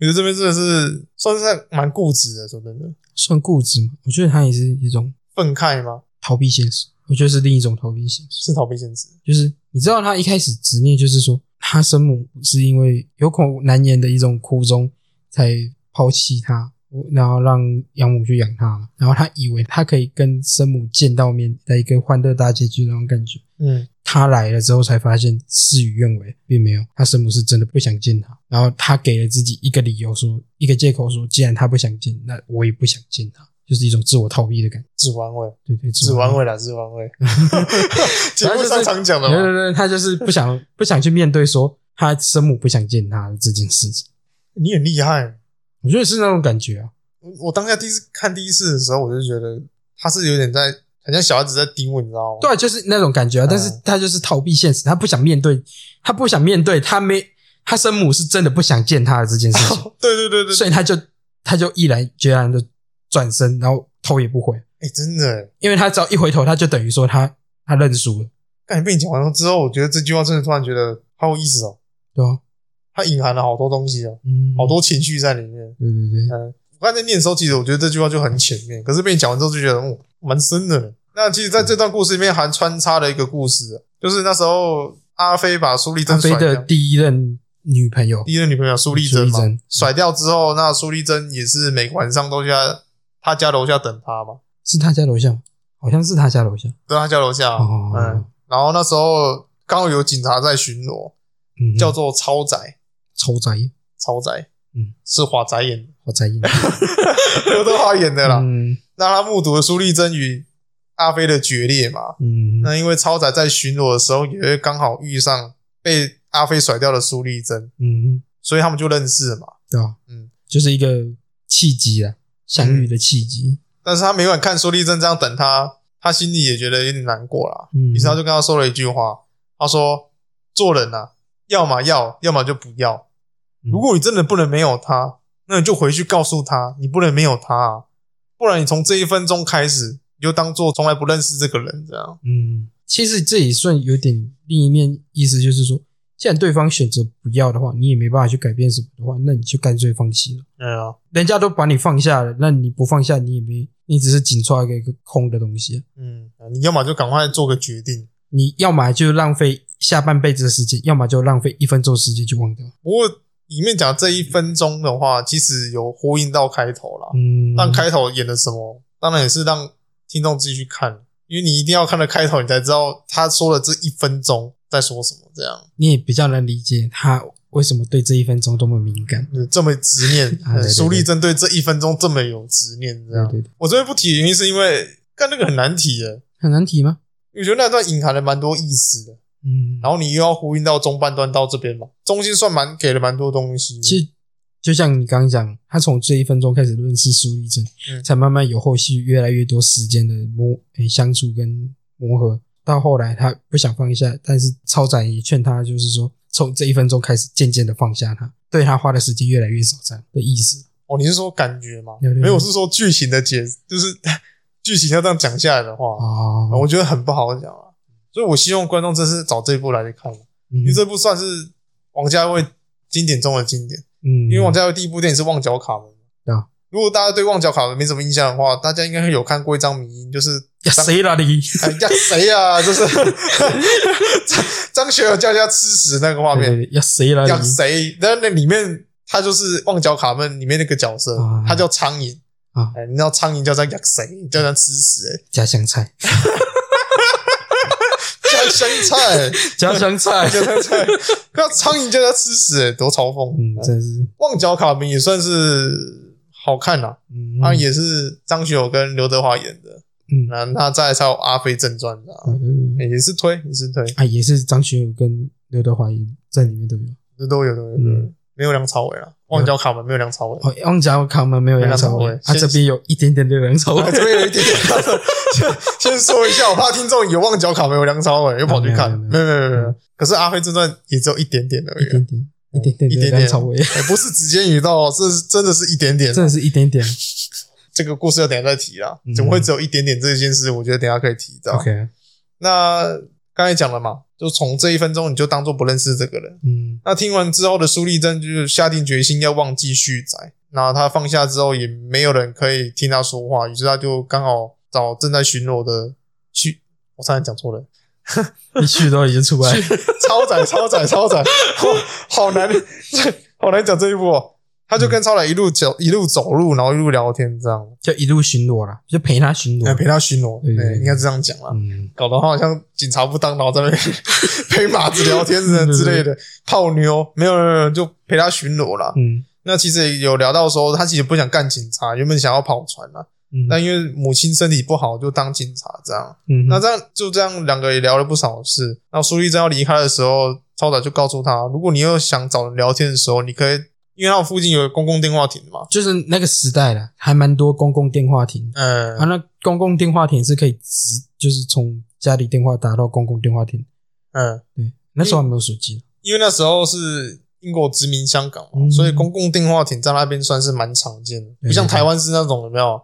[SPEAKER 2] 我觉得这边真的是算是蛮固执的，说真的，
[SPEAKER 3] 算固执嘛？我觉得他也是一种
[SPEAKER 2] 愤慨吗？
[SPEAKER 3] 逃避现实，我觉得是另一种逃避现实。
[SPEAKER 2] 是逃避现实，
[SPEAKER 3] 就是你知道他一开始执念就是说，他生母是因为有口难言的一种苦衷才抛弃他，然后让养母去养他嘛。然后他以为他可以跟生母见到面的一个欢乐大结局那种感觉。
[SPEAKER 2] 嗯，
[SPEAKER 3] 他来了之后才发现事与愿违，并没有，他生母是真的不想见他。然后他给了自己一个理由说一个借口说，既然他不想见，那我也不想见他，就是一种自我逃避的感觉。
[SPEAKER 2] 自我安慰，
[SPEAKER 3] 对对，
[SPEAKER 2] 自我
[SPEAKER 3] 慰
[SPEAKER 2] 安慰啦，自我安慰，
[SPEAKER 3] 嗯
[SPEAKER 2] 节目上常讲的
[SPEAKER 3] 对 对
[SPEAKER 2] 嘛。
[SPEAKER 3] 对，他就是不想不想去面对说他生母不想见他的这件事情。
[SPEAKER 2] 你很厉害，
[SPEAKER 3] 我觉得是那种感觉啊，
[SPEAKER 2] 我我当下第一次看第一次的时候，我就觉得他是有点在，很像小孩子在盯我，你知道吗？
[SPEAKER 3] 对啊，就是那种感
[SPEAKER 2] 嗯
[SPEAKER 3] 觉啊。但是他就是逃避现实，他不想面对，他不想面对，他没他生母是真的不想见他的这件事 情，
[SPEAKER 2] 对对哦对对对，
[SPEAKER 3] 所以他就他就毅然决然的转身，然后头也不回，
[SPEAKER 2] 哎、真的欸，
[SPEAKER 3] 因为他只要一回头，他就等于说他他认输了，
[SPEAKER 2] 刚才被你讲完之后，我觉得这句话真的突然觉得好有意思哦，
[SPEAKER 3] 对吧、啊？
[SPEAKER 2] 它隐含了好多东西哦，
[SPEAKER 3] 嗯，
[SPEAKER 2] 好，多情绪在里面。
[SPEAKER 3] 对对对，
[SPEAKER 2] 嗯，我刚才在念的时候，其实我觉得这句话就很浅面，可是被你讲完之后就觉得，嗯，蛮深的。那其实，在这段故事里面还穿插了一个故事，就是那时候阿飞把苏丽
[SPEAKER 3] 阿
[SPEAKER 2] 珍
[SPEAKER 3] 飞
[SPEAKER 2] 甩
[SPEAKER 3] 的
[SPEAKER 2] 掉，
[SPEAKER 3] 第一任女朋友，
[SPEAKER 2] 第一任女朋友苏丽珍嘛
[SPEAKER 3] 苏丽珍，
[SPEAKER 2] 甩掉之后，那苏丽珍也是每个晚上都去他他家楼下等他嘛，
[SPEAKER 3] 是他家楼下吗，好像是他家楼下，
[SPEAKER 2] 在他家楼下，
[SPEAKER 3] 哦
[SPEAKER 2] 嗯，然后那时候刚好有警察在巡逻，
[SPEAKER 3] 嗯，
[SPEAKER 2] 叫做超仔，
[SPEAKER 3] 超宅
[SPEAKER 2] 超仔，
[SPEAKER 3] 嗯，
[SPEAKER 2] 是华仔演的，
[SPEAKER 3] 我宅 音。
[SPEAKER 2] 刘德华演的 啦，
[SPEAKER 3] 嗯
[SPEAKER 2] 那他目睹了苏丽珍与阿飞的决裂嘛，
[SPEAKER 3] 嗯，
[SPEAKER 2] 那因为超仔在巡逻的时候，也会刚好遇上被阿飞甩掉的苏丽珍，
[SPEAKER 3] 嗯，
[SPEAKER 2] 所以他们就认识了嘛。
[SPEAKER 3] 对啊，
[SPEAKER 2] 嗯
[SPEAKER 3] 嗯，就是一个契机啊，相遇的契机。
[SPEAKER 2] 但是他每晚看苏丽珍这样等他，他心里也觉得有点难过啦。
[SPEAKER 3] 嗯
[SPEAKER 2] 于是他就跟他说了一句话，他说：“做人啊，要么要，要么就不要。
[SPEAKER 3] 嗯
[SPEAKER 2] 如果你真的不能没有他，那你就回去告诉他，你不能没有他、啊，不然你从这一分钟开始，你就当做从来不认识这个人这样。
[SPEAKER 3] 嗯，其实这也算有点另一面意思，就是说，既然对方选择不要的话，你也没办法去改变什么的话，那你就干脆放弃了。”
[SPEAKER 2] 对啊，
[SPEAKER 3] 人家都把你放下了，那你不放下，你也没，你只是紧抓一个一个空的东西啊、
[SPEAKER 2] 嗯，你要么就赶快做个决定。
[SPEAKER 3] 你要么就浪费下半辈子的时间，要么就浪费一分钟时间去忘掉。
[SPEAKER 2] 不过里面讲这一分钟的话，其实有呼应到开头啦。
[SPEAKER 3] 嗯，
[SPEAKER 2] 但开头演的什么，当然也是让听众自己去看，因为你一定要看了开头，你才知道他说的这一分钟在说什么。这样，
[SPEAKER 3] 你也比较能理解他为什么对这一分钟多么敏感。
[SPEAKER 2] 就是这么执念
[SPEAKER 3] 啊 对对，对
[SPEAKER 2] 苏丽珍对这一分钟这么有执念。这
[SPEAKER 3] 对
[SPEAKER 2] 样，
[SPEAKER 3] 对对，
[SPEAKER 2] 我这边不提的原因是因为看那个很难提的，
[SPEAKER 3] 很难题吗？
[SPEAKER 2] 我觉得那段隐含了蛮多意思的。
[SPEAKER 3] 嗯，
[SPEAKER 2] 然后你又要呼应到中半段到这边嘛，中间算蛮给了蛮多东西的。
[SPEAKER 3] 其实就像你刚刚讲，他从这一分钟开始认识苏丽珍，
[SPEAKER 2] 嗯
[SPEAKER 3] 才慢慢有后续越来越多时间的磨、诶相处跟磨合，到后来他不想放下，但是超展也劝他，就是说从这一分钟开始渐渐的放下他，对他花的时间越来越少，这样的意思。
[SPEAKER 2] 哦，你是说感觉吗？
[SPEAKER 3] 有点
[SPEAKER 2] 没有，我是说剧情的解，就是 剧情要这样讲下来的话，啊
[SPEAKER 3] 哦，
[SPEAKER 2] 我觉得很不好讲啊。所以我希望观众真是找这一部来看，
[SPEAKER 3] 嗯
[SPEAKER 2] 因为这部算是王家卫经典中的经典。
[SPEAKER 3] 嗯，
[SPEAKER 2] 因为王家卫第一部电影是《旺角卡门》
[SPEAKER 3] 对啊。
[SPEAKER 2] 如果大家对《旺角卡门》没什么印象的话，大家应该会有看过一张迷因，就是
[SPEAKER 3] 呀谁啦你？
[SPEAKER 2] 哎呀谁啊， 就是张张学友叫人家吃屎那个画面，
[SPEAKER 3] 对要谁啦
[SPEAKER 2] 讲
[SPEAKER 3] 你？
[SPEAKER 2] 谁？那那里面他就是《旺角卡门》里面那个角色
[SPEAKER 3] 啊，
[SPEAKER 2] 他叫苍蝇
[SPEAKER 3] 啊
[SPEAKER 2] 哎你知道苍蝇叫他养谁？叫他吃屎、欸，
[SPEAKER 3] 家乡 菜，
[SPEAKER 2] 叫他香菜，
[SPEAKER 3] 家乡菜，
[SPEAKER 2] 叫他菜，那苍蝇叫他吃屎、欸，多嘲讽！
[SPEAKER 3] 嗯，真是，
[SPEAKER 2] 旺角卡门》也算是好看啦，
[SPEAKER 3] 嗯，
[SPEAKER 2] 啊，也是张学友跟刘德华演的。
[SPEAKER 3] 嗯
[SPEAKER 2] 那那再来才有《阿飞正传》的、啊，
[SPEAKER 3] 嗯
[SPEAKER 2] 哎也是推，也是推，
[SPEAKER 3] 啊，也是张学友跟刘德华也在里面都有。
[SPEAKER 2] 这都有，都有，都有
[SPEAKER 3] 嗯
[SPEAKER 2] 没有梁朝伟了，忘记叫卡门，没有梁朝伟。
[SPEAKER 3] 哦，旺角卡门没有梁朝
[SPEAKER 2] 没
[SPEAKER 3] 伟
[SPEAKER 2] 梁，朝
[SPEAKER 3] 他
[SPEAKER 2] 伟
[SPEAKER 3] 啊这边有一点点的梁朝伟
[SPEAKER 2] 我。这边有一点点，先先说一下，我怕听众有忘脚卡没有梁朝伟，又跑去看，
[SPEAKER 3] 啊
[SPEAKER 2] 没
[SPEAKER 3] 没
[SPEAKER 2] 有没有没有没有。可是《阿飞正传》也只有一点点而
[SPEAKER 3] 一
[SPEAKER 2] 已啊，
[SPEAKER 3] 点点，一点点
[SPEAKER 2] 一
[SPEAKER 3] 的
[SPEAKER 2] 点点
[SPEAKER 3] 梁朝伟，
[SPEAKER 2] 哎不是指尖雨到，哦这是真的是一点点。
[SPEAKER 3] 真的是一点点。
[SPEAKER 2] 这个故事要等一下再提啦
[SPEAKER 3] 嗯，
[SPEAKER 2] 怎么会只有一点点这件事？我觉得等一下可以提到。
[SPEAKER 3] OK，
[SPEAKER 2] 那刚才讲了嘛，就从这一分钟你就当做不认识这个人。
[SPEAKER 3] 嗯，
[SPEAKER 2] 那听完之后的苏丽珍就是下定决心要忘记续载，那他放下之后也没有人可以听他说话，于是他就刚好找正在巡逻的去，我差点讲错了，
[SPEAKER 3] 一去都已经出来了，
[SPEAKER 2] 超载超载超载，哇好难 好难讲这一步哦。他就
[SPEAKER 3] 嗯
[SPEAKER 2] 跟超载一路走一路走路，然后一路聊天这样，
[SPEAKER 3] 就一路巡逻啦，就陪他巡
[SPEAKER 2] 来
[SPEAKER 3] 逻。
[SPEAKER 2] 陪他巡逻，
[SPEAKER 3] 对对
[SPEAKER 2] 对，
[SPEAKER 3] 对
[SPEAKER 2] 应该这样讲啦。
[SPEAKER 3] 嗯，
[SPEAKER 2] 搞得好像警察不当，然后在那边 陪马子聊天之类的，泡妞没有没有没有，就陪他巡逻啦。
[SPEAKER 3] 嗯
[SPEAKER 2] 那其实也有聊到说，他其实不想干警察，原本想要跑船啦、
[SPEAKER 3] 嗯，
[SPEAKER 2] 但因为母亲身体不好，就当警察这样。
[SPEAKER 3] 嗯
[SPEAKER 2] 那这样就这样，两个也聊了不少事。那苏丽珍要离开的时候，超仔就告诉他，如果你又想找人聊天的时候，你可以，因为他们附近有公共电话亭嘛，
[SPEAKER 3] 就是那个时代啦，还蛮多公共电话亭
[SPEAKER 2] 嗯
[SPEAKER 3] 啊。那公共电话亭是可以直，就是从家里电话打到公共电话亭。
[SPEAKER 2] 嗯，
[SPEAKER 3] 对，那时候还没有手机。
[SPEAKER 2] 因为那时候是英国殖民香港嘛，
[SPEAKER 3] 嗯
[SPEAKER 2] 所以公共电话亭在那边算是蛮常见的，
[SPEAKER 3] 对
[SPEAKER 2] 不像台湾是那种有没有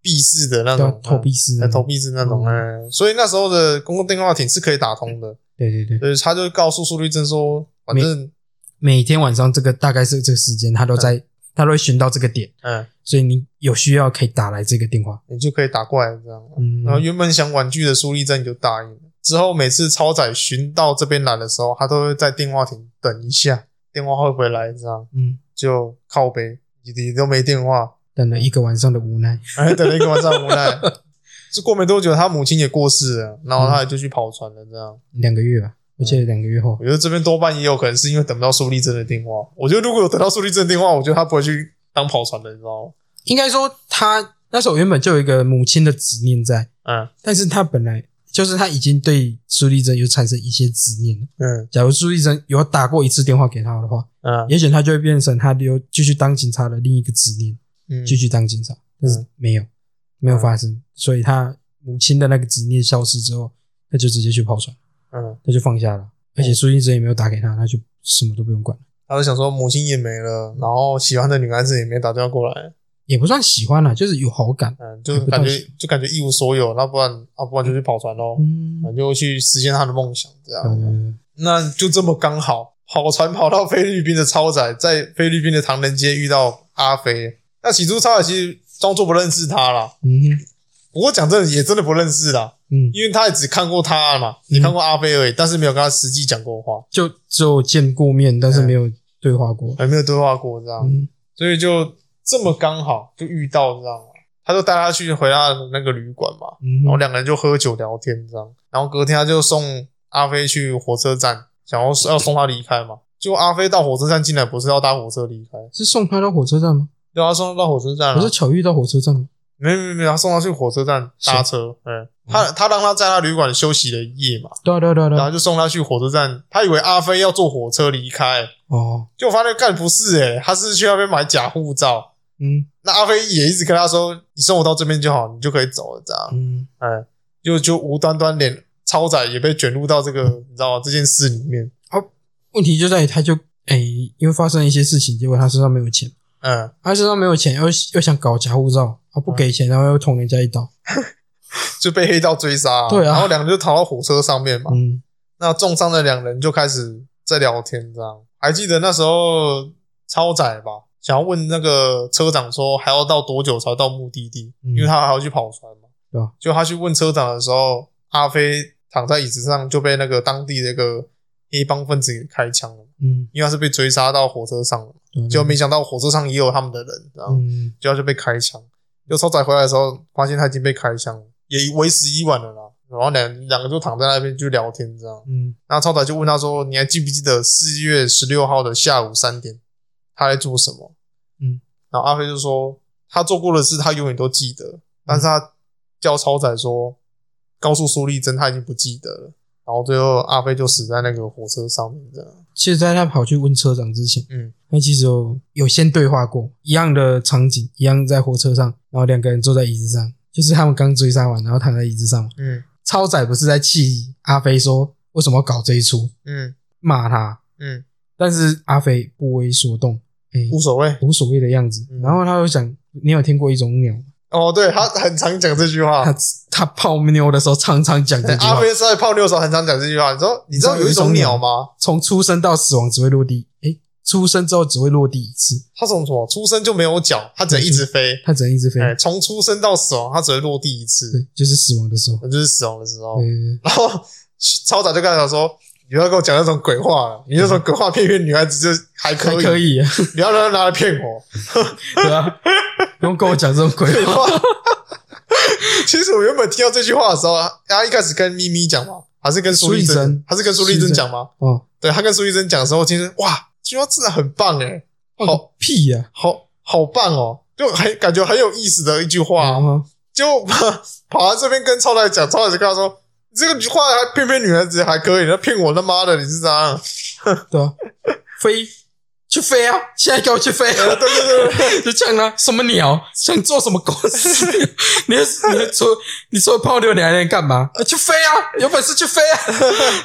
[SPEAKER 2] 闭式的那
[SPEAKER 3] 对啊
[SPEAKER 2] 种，
[SPEAKER 3] 投币式
[SPEAKER 2] 呃、投币式那种，嗯、所以那时候的公共电话亭是可以打通的。
[SPEAKER 3] 对对对，
[SPEAKER 2] 所以他就告诉苏律政说，反正
[SPEAKER 3] 每天晚上这个大概是这个时间，他都在，他都会巡到这个点，
[SPEAKER 2] 嗯，
[SPEAKER 3] 所以你有需要可以打来这个电话。
[SPEAKER 2] 你就可以打过来这样。
[SPEAKER 3] 嗯，
[SPEAKER 2] 然后原本想婉拒的苏立正就答应了。之后每次超载巡到这边来的时候，他都会在电话亭等一下，电话会不会来这样？
[SPEAKER 3] 嗯，
[SPEAKER 2] 就靠背，你你都没电话，
[SPEAKER 3] 等了一个晚上的无奈。
[SPEAKER 2] 哎，等了一个晚上无 奈。就过没多久，他母亲也过世了，然后他也就去跑船了。这样，
[SPEAKER 3] 两个月吧，我记得两个月后
[SPEAKER 2] 我。觉得这边多半也有可能是因为等不到苏立正的电话。我觉得如果有等到苏立正的电话，我觉得他不会去当跑船的，你知道吗？
[SPEAKER 3] 应该说他那时候原本就有一个母亲的执念在，
[SPEAKER 2] 嗯
[SPEAKER 3] 但是他本来就是他已经对苏丽珍有产生一些执念了。
[SPEAKER 2] 嗯
[SPEAKER 3] 假如苏丽珍有打过一次电话给他的话，
[SPEAKER 2] 嗯
[SPEAKER 3] 也许他就会变成他留继续当警察的另一个执念，
[SPEAKER 2] 嗯，
[SPEAKER 3] 继续当警察。但是没有，没有发生，所以他母亲的那个执念消失之后，他就直接去跑船，
[SPEAKER 2] 嗯。
[SPEAKER 3] 他就放下了。而且苏丽珍也没有打给他，他就什么都不用管了，
[SPEAKER 2] 他就想说母亲也没了，然后喜欢的女孩子也没打电话过来，
[SPEAKER 3] 也不算喜欢了，就是有好感。
[SPEAKER 2] 嗯，就感觉就感觉一无所有，那不然啊，不然就去跑船喽，
[SPEAKER 3] 嗯，
[SPEAKER 2] 嗯，就去实现他的梦想，这
[SPEAKER 3] 对对嗯
[SPEAKER 2] 样，
[SPEAKER 3] 对
[SPEAKER 2] 那就这么刚好跑船跑到菲律宾的超仔，在菲律宾的唐人街遇到阿飞，那起初超仔其实装作不认识他啦，
[SPEAKER 3] 嗯哼
[SPEAKER 2] 不过讲真的也真的不认识啦，
[SPEAKER 3] 嗯，
[SPEAKER 2] 因为他也只看过他嘛，也看过阿飞而已，但是没有跟他实际讲过话，
[SPEAKER 3] 就只有见过面，但是没有对话过。
[SPEAKER 2] 还没有对话过这样，
[SPEAKER 3] 嗯，
[SPEAKER 2] 所以就这么刚好就遇到这样嘛，他就带他去回他的那个旅馆嘛，
[SPEAKER 3] 嗯
[SPEAKER 2] 然后两个人就喝酒聊天这样，然后隔天他就送阿飞去火车站，想要要送他离开嘛，就阿飞到火车站进来不是要搭火车离开，
[SPEAKER 3] 是送他到火车站吗？
[SPEAKER 2] 对啊，他送他到火车站
[SPEAKER 3] 不是
[SPEAKER 2] 了，
[SPEAKER 3] 巧遇到火车站吗？
[SPEAKER 2] 没有没有没有，他送他去火车站搭车，嗯，他他让他在他旅馆休息了一夜嘛，
[SPEAKER 3] 对啊对啊对啊对
[SPEAKER 2] 然后
[SPEAKER 3] 啊。
[SPEAKER 2] 就送他去火车站，他以为阿飞要坐火车离开，
[SPEAKER 3] 哦，
[SPEAKER 2] 结果发现干不是诶、他是去那边买假护照。
[SPEAKER 3] 嗯
[SPEAKER 2] 那阿飞也一直跟他说：“你送我到这边就好，你就可以走了。”这样，
[SPEAKER 3] 嗯，
[SPEAKER 2] 哎，就就无端端连超载也被卷入到这个，你知道吗？这件事里面，
[SPEAKER 3] 问题就在于他就哎，因为发生一些事情，结果他身上没有钱，
[SPEAKER 2] 嗯，
[SPEAKER 3] 他身上没有钱，又又想搞假护照，啊不给钱，然后又捅人家一刀。
[SPEAKER 2] 就被黑道追杀。
[SPEAKER 3] 对啊
[SPEAKER 2] 然后两人就逃到火车上面嘛。
[SPEAKER 3] 嗯
[SPEAKER 2] 那重伤的两人就开始在聊天，这样。还记得那时候超载吧，想要问那个车长说还要到多久才到目的地，
[SPEAKER 3] 嗯
[SPEAKER 2] 因为他还要去跑船嘛。
[SPEAKER 3] 对啊
[SPEAKER 2] 就他去问车长的时候，阿飞躺在椅子上就被那个当地的一个黑帮分子给开枪了。
[SPEAKER 3] 嗯，
[SPEAKER 2] 因为他是被追杀到火车上了，
[SPEAKER 3] 对啊
[SPEAKER 2] 结果没想到火车上也有他们的人，然后
[SPEAKER 3] 嗯
[SPEAKER 2] 结果就被开枪。就超载回来的时候，发现他已经被开枪了，也为时已晚了啦。然后两两个就躺在那边就聊天这样。
[SPEAKER 3] 嗯，
[SPEAKER 2] 然后超载就问他说：“你还记不记得四月十六号的下午三点，他在做什么？”
[SPEAKER 3] 嗯，
[SPEAKER 2] 然后阿飞就说：“他做过的事，他永远都记得，但是他叫超载说，告诉苏丽珍他已经不记得了。然后最后阿飞就死在那个火车上面这样。
[SPEAKER 3] 其实在他跑去问车长之前，
[SPEAKER 2] 嗯，
[SPEAKER 3] 那其实有有先对话过，一样的场景，一样在火车上，然后两个人坐在椅子上，就是他们刚追杀完，然后躺在椅子上嘛。
[SPEAKER 2] 嗯
[SPEAKER 3] 超仔不是在气阿飞说为什么要搞这一出，
[SPEAKER 2] 嗯
[SPEAKER 3] 骂他，
[SPEAKER 2] 嗯，
[SPEAKER 3] 但是阿飞不为所动，哎、
[SPEAKER 2] 无所谓。
[SPEAKER 3] 无所谓的样子。
[SPEAKER 2] 嗯
[SPEAKER 3] 然后他又想，你有听过一种鸟吗？
[SPEAKER 2] 哦，对他很常讲这句话
[SPEAKER 3] 他。他泡妞的时候常常讲这
[SPEAKER 2] 哎
[SPEAKER 3] 句话
[SPEAKER 2] 阿。飞在泡妞的时候很常讲这句话。你说你知道有一种鸟吗？
[SPEAKER 3] 从出生到死亡只会落地，哎，出生之后只会落地一次，
[SPEAKER 2] 它从什么出生就没有脚，它只能一直飞。
[SPEAKER 3] 它只能一直飞，
[SPEAKER 2] 哎，从出生到死亡，它只会落地一次，
[SPEAKER 3] 对，就是死亡的时候。
[SPEAKER 2] 那就是死亡的时候
[SPEAKER 3] 对。对
[SPEAKER 2] 然后超仔就跟他讲说：“你不要跟我讲那种鬼话了，你那种鬼话骗骗女孩子就还可
[SPEAKER 3] 对，
[SPEAKER 2] 以，
[SPEAKER 3] 还可 以啊，
[SPEAKER 2] 不要让她拿来骗 我。
[SPEAKER 3] 对啊，不用跟我讲这种鬼
[SPEAKER 2] 废
[SPEAKER 3] 话。
[SPEAKER 2] 话。其实我原本听到这句话的时候，啊他一开始跟咪咪讲嘛，还是跟苏丽
[SPEAKER 3] 苏丽
[SPEAKER 2] 珍
[SPEAKER 3] 珍，
[SPEAKER 2] 还是跟苏丽珍讲嘛？
[SPEAKER 3] 哦，
[SPEAKER 2] 对他跟苏丽珍讲的时候，其实哇，这句话真的很棒诶，好
[SPEAKER 3] 哦屁呀、
[SPEAKER 2] 好好棒哦，就很感觉很有意思的一句话
[SPEAKER 3] 啊
[SPEAKER 2] 哦。 就跑跑来这边跟超仔讲，超仔就跟他说：“你这个话还骗骗女孩子还可以，那骗我他妈的，你是咋 样？”
[SPEAKER 3] 对啊，飞去飞啊！现在给我去飞、 啊！对对 对，就这样啊！什么鸟想做什么狗屎？你你除你除了泡妞，你还能干嘛？呃去飞啊！有本事去飞啊！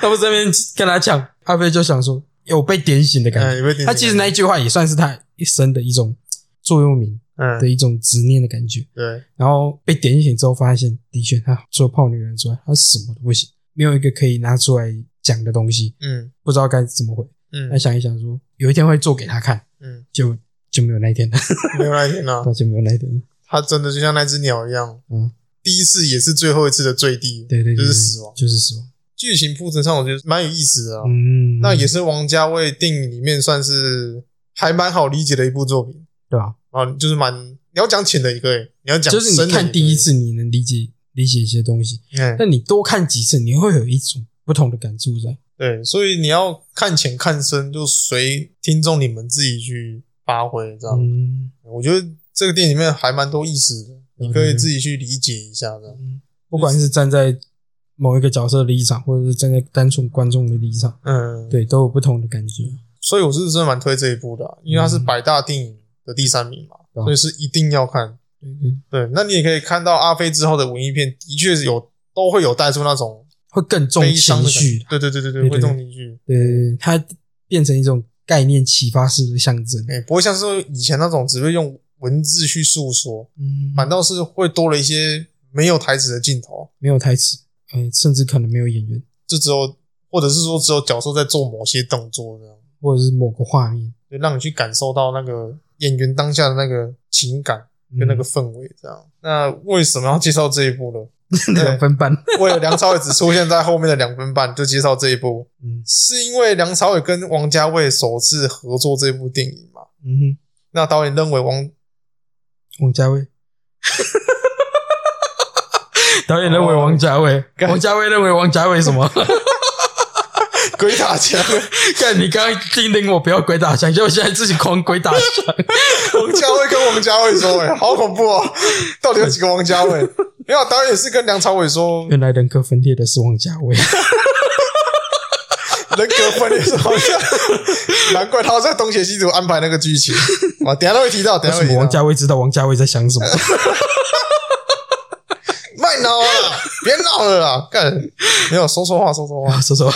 [SPEAKER 3] 他们这边跟他讲，阿飞就想说有被点醒的感觉。
[SPEAKER 2] 嗯，有没有听
[SPEAKER 3] 他其实那一句话也算是他一生的一种座右铭
[SPEAKER 2] 嗯
[SPEAKER 3] 的一种执念的感觉。
[SPEAKER 2] 对，
[SPEAKER 3] 然后被点醒之后，发现的确他除了泡女人之外，他什么都不行，没有一个可以拿出来讲的东西，
[SPEAKER 2] 嗯
[SPEAKER 3] 不知道该怎么回。那
[SPEAKER 2] 嗯
[SPEAKER 3] 想一想说，有一天会做给他看，
[SPEAKER 2] 嗯，
[SPEAKER 3] 就就没有那一天了，
[SPEAKER 2] 没有那一天啊，
[SPEAKER 3] 那就没有那一天了。
[SPEAKER 2] 他真的就像那只鸟一样，
[SPEAKER 3] 嗯，
[SPEAKER 2] 第一次也是最后一次的最低，
[SPEAKER 3] 对对对，
[SPEAKER 2] 就是
[SPEAKER 3] 对
[SPEAKER 2] 死亡。
[SPEAKER 3] 就是死亡。
[SPEAKER 2] 剧情铺陈上，我觉得蛮有意思的啊。
[SPEAKER 3] 嗯，
[SPEAKER 2] 那也是王家卫电影里面算是还蛮好理解的一部作品
[SPEAKER 3] 对啊，
[SPEAKER 2] 啊，就是蛮你要讲浅的一个，也你要讲
[SPEAKER 3] 就是
[SPEAKER 2] 深
[SPEAKER 3] 你
[SPEAKER 2] 的也可以
[SPEAKER 3] 看第一，次，你能理解理解一些东西，
[SPEAKER 2] 嗯，
[SPEAKER 3] 但你多看几次，你会有一种不同的感触在。
[SPEAKER 2] 对，所以你要看浅看深，就随听众你们自己去发挥，这样。
[SPEAKER 3] 嗯，
[SPEAKER 2] 我觉得这个电影里面还蛮多意思的，你可以自己去理解一下的。
[SPEAKER 3] 不管是站在某一个角色的立场，或者是站在单纯观众的立场，
[SPEAKER 2] 嗯，
[SPEAKER 3] 对，都有不同的感觉。
[SPEAKER 2] 所以我是真的蛮推这一部的啊、因为它是百大电影的第三名嘛，
[SPEAKER 3] 嗯
[SPEAKER 2] 所以是一定要看。
[SPEAKER 3] 对对，
[SPEAKER 2] 对，那你也可以看到阿飞之后的文艺片，的确是有都会有带出那种
[SPEAKER 3] 会更重
[SPEAKER 2] 悲伤
[SPEAKER 3] 情
[SPEAKER 2] 的
[SPEAKER 3] 绪
[SPEAKER 2] 感觉。对对对对对，
[SPEAKER 3] 对对
[SPEAKER 2] 会重情绪。
[SPEAKER 3] 对对对，它变成一种概念启发式的象征。
[SPEAKER 2] 哎、不会像是说以前那种只会用文字去诉说，
[SPEAKER 3] 嗯，
[SPEAKER 2] 反倒是会多了一些没有台词的镜头，
[SPEAKER 3] 没有台词，嗯、甚至可能没有演员，
[SPEAKER 2] 就只有或者是说只有角色在做某些动作这样，
[SPEAKER 3] 或者是某个画面
[SPEAKER 2] 就让你去感受到那个演员当下的那个情感跟那个氛围这样。那为什么要介绍这一部呢？
[SPEAKER 3] 嗯两 分半。
[SPEAKER 2] 为了梁朝伟只出现在后面的两分半就介绍这一部，
[SPEAKER 3] 嗯
[SPEAKER 2] 是因为梁朝伟跟王家卫首次合作这部电影嘛？
[SPEAKER 3] 嗯哼，
[SPEAKER 2] 那导演认为王
[SPEAKER 3] 王家卫， 导演认为王家卫，
[SPEAKER 2] 干
[SPEAKER 3] 王家卫认为王家卫 什么？
[SPEAKER 2] 鬼打墙，
[SPEAKER 3] 看你刚刚叮咛我不要鬼打墙，结果现在自己狂鬼打墙。
[SPEAKER 2] 王家卫跟王家卫说、哎，好恐怖哦！到底有几个王家卫？没有，导演是跟梁朝伟说，
[SPEAKER 3] 原来人格分裂的是王家 卫，
[SPEAKER 2] 人格分裂是好像，难怪他在东邪西毒安排那个剧情。啊，等一下都会提到，等
[SPEAKER 3] 为
[SPEAKER 2] 一下
[SPEAKER 3] 什
[SPEAKER 2] 会
[SPEAKER 3] 么王
[SPEAKER 2] 提到。
[SPEAKER 3] 家卫知道王家卫在想什 么？
[SPEAKER 2] 卖闹了啦，别闹了啦，干，没有说错话，说错话
[SPEAKER 3] 哇，。说 实话，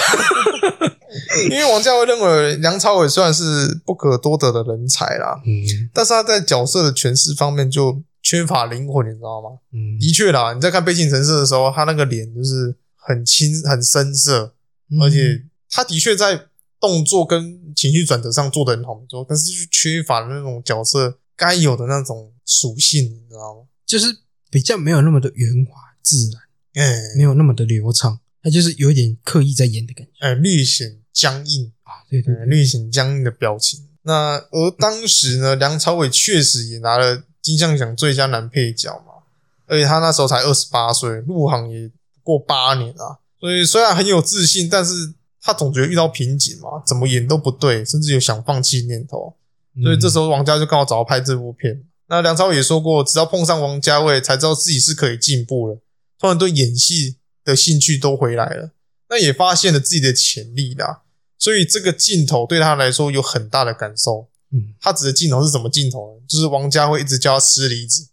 [SPEAKER 2] 因为王家卫认为梁朝伟虽然是不可多得的人才啦，
[SPEAKER 3] 嗯
[SPEAKER 2] 但是他在角色的诠释方面就缺乏灵魂，你知道吗？
[SPEAKER 3] 嗯
[SPEAKER 2] 的确啦，你在看《背景城市》的时候，他那个脸就是很青、很深色，
[SPEAKER 3] 嗯
[SPEAKER 2] 而且他的确在动作跟情绪转折上做的很好，没错，但是就缺乏那种角色该有的那种属性，你知道吗？
[SPEAKER 3] 就是比较没有那么的圆滑自然，
[SPEAKER 2] 哎、
[SPEAKER 3] 没有那么的流畅，他就是有一点刻意在演的感觉。
[SPEAKER 2] 哎、略显僵硬，
[SPEAKER 3] 对对对
[SPEAKER 2] 嗯，。略显僵硬的表情。那而当时呢，梁朝伟确实也拿了金像奖最佳男配角嘛，而且他那时候才二十八岁，入行也不过八年啊，所以虽然很有自信，但是他总觉得遇到瓶颈嘛，怎么演都不对，甚至有想放弃念头。
[SPEAKER 3] 嗯
[SPEAKER 2] 所以这时候王家就刚好找他拍这部片。那梁朝伟也说过，只要碰上王家卫，才知道自己是可以进步了。突然对演戏的兴趣都回来了。那那也发现了自己的潜力啦。所以这个镜头对他来说有很大的感受。
[SPEAKER 3] 嗯，
[SPEAKER 2] 他指的镜头是什么镜头呢？就是王家辉一直叫他吃梨子，
[SPEAKER 3] 嗯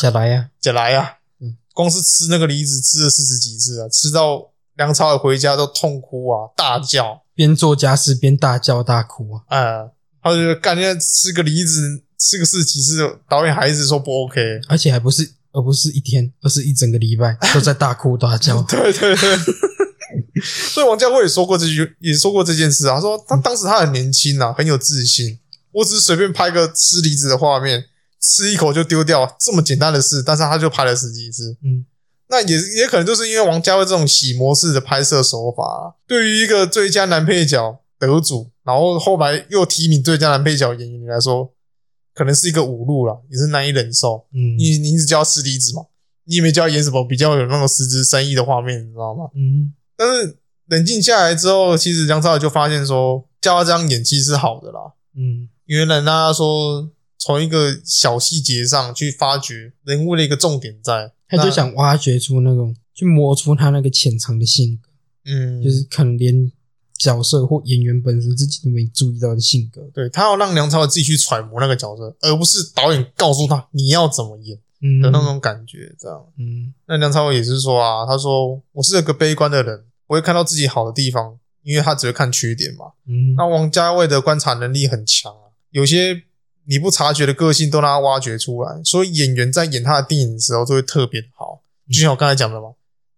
[SPEAKER 3] 下来呀、
[SPEAKER 2] 起来啊
[SPEAKER 3] 嗯，
[SPEAKER 2] 光是吃那个梨子吃了四十几次啊，吃到梁朝伟回家都痛哭啊，大叫。
[SPEAKER 3] 边做家事边大叫大哭啊，
[SPEAKER 2] 啊，他就感觉吃个梨子，吃个四十几次，导演还一直说不 OK。
[SPEAKER 3] 而且还不是而不是一天，而是一整个 礼拜都在大哭大叫。
[SPEAKER 2] 对对对。所以王家卫也说过这句，也说过这件事啊。他说他当时他很年轻啊，很有自信。我只是随便拍个吃梨子的画面，吃一口就丢掉，这么简单的事，但是他就拍了十几次。
[SPEAKER 3] 嗯，
[SPEAKER 2] 那也也可能就是因为王家卫这种洗模式的拍摄手法啊、对于一个最佳男配角得主，然后后来又提名最佳男配角演员来说，可能是一个侮辱啦，也是难以忍受。
[SPEAKER 3] 嗯
[SPEAKER 2] 你你只教吃梨子嘛，你也没教演什么比较有那种实质深意的画面，你知道吗？
[SPEAKER 3] 嗯，
[SPEAKER 2] 但是冷静下来之后，其实梁朝伟就发现说，教他这样演技是好的啦，
[SPEAKER 3] 嗯，
[SPEAKER 2] 因为能让他说从一个小细节上去发掘人物的一个重点在。
[SPEAKER 3] 他就
[SPEAKER 2] 那
[SPEAKER 3] 想挖掘出那种，去摸出他那个潜藏的性格，
[SPEAKER 2] 嗯，
[SPEAKER 3] 就是可能连角色或演员本身自己都没注意到的性格。
[SPEAKER 2] 对他要让梁朝伟自己去揣摩那个角色，而不是导演告诉他你要怎么演
[SPEAKER 3] 嗯，
[SPEAKER 2] 的那种感觉。这样，
[SPEAKER 3] 嗯
[SPEAKER 2] 那梁朝伟也是说啊，他说我是个悲观的人，我会看到自己好的地方，因为他只会看缺点嘛。
[SPEAKER 3] 嗯
[SPEAKER 2] 那王家卫的观察能力很强啊，有些你不察觉的个性都让他挖掘出来，所以演员在演他的电影的时候就会特别好。就像我刚才讲的嘛，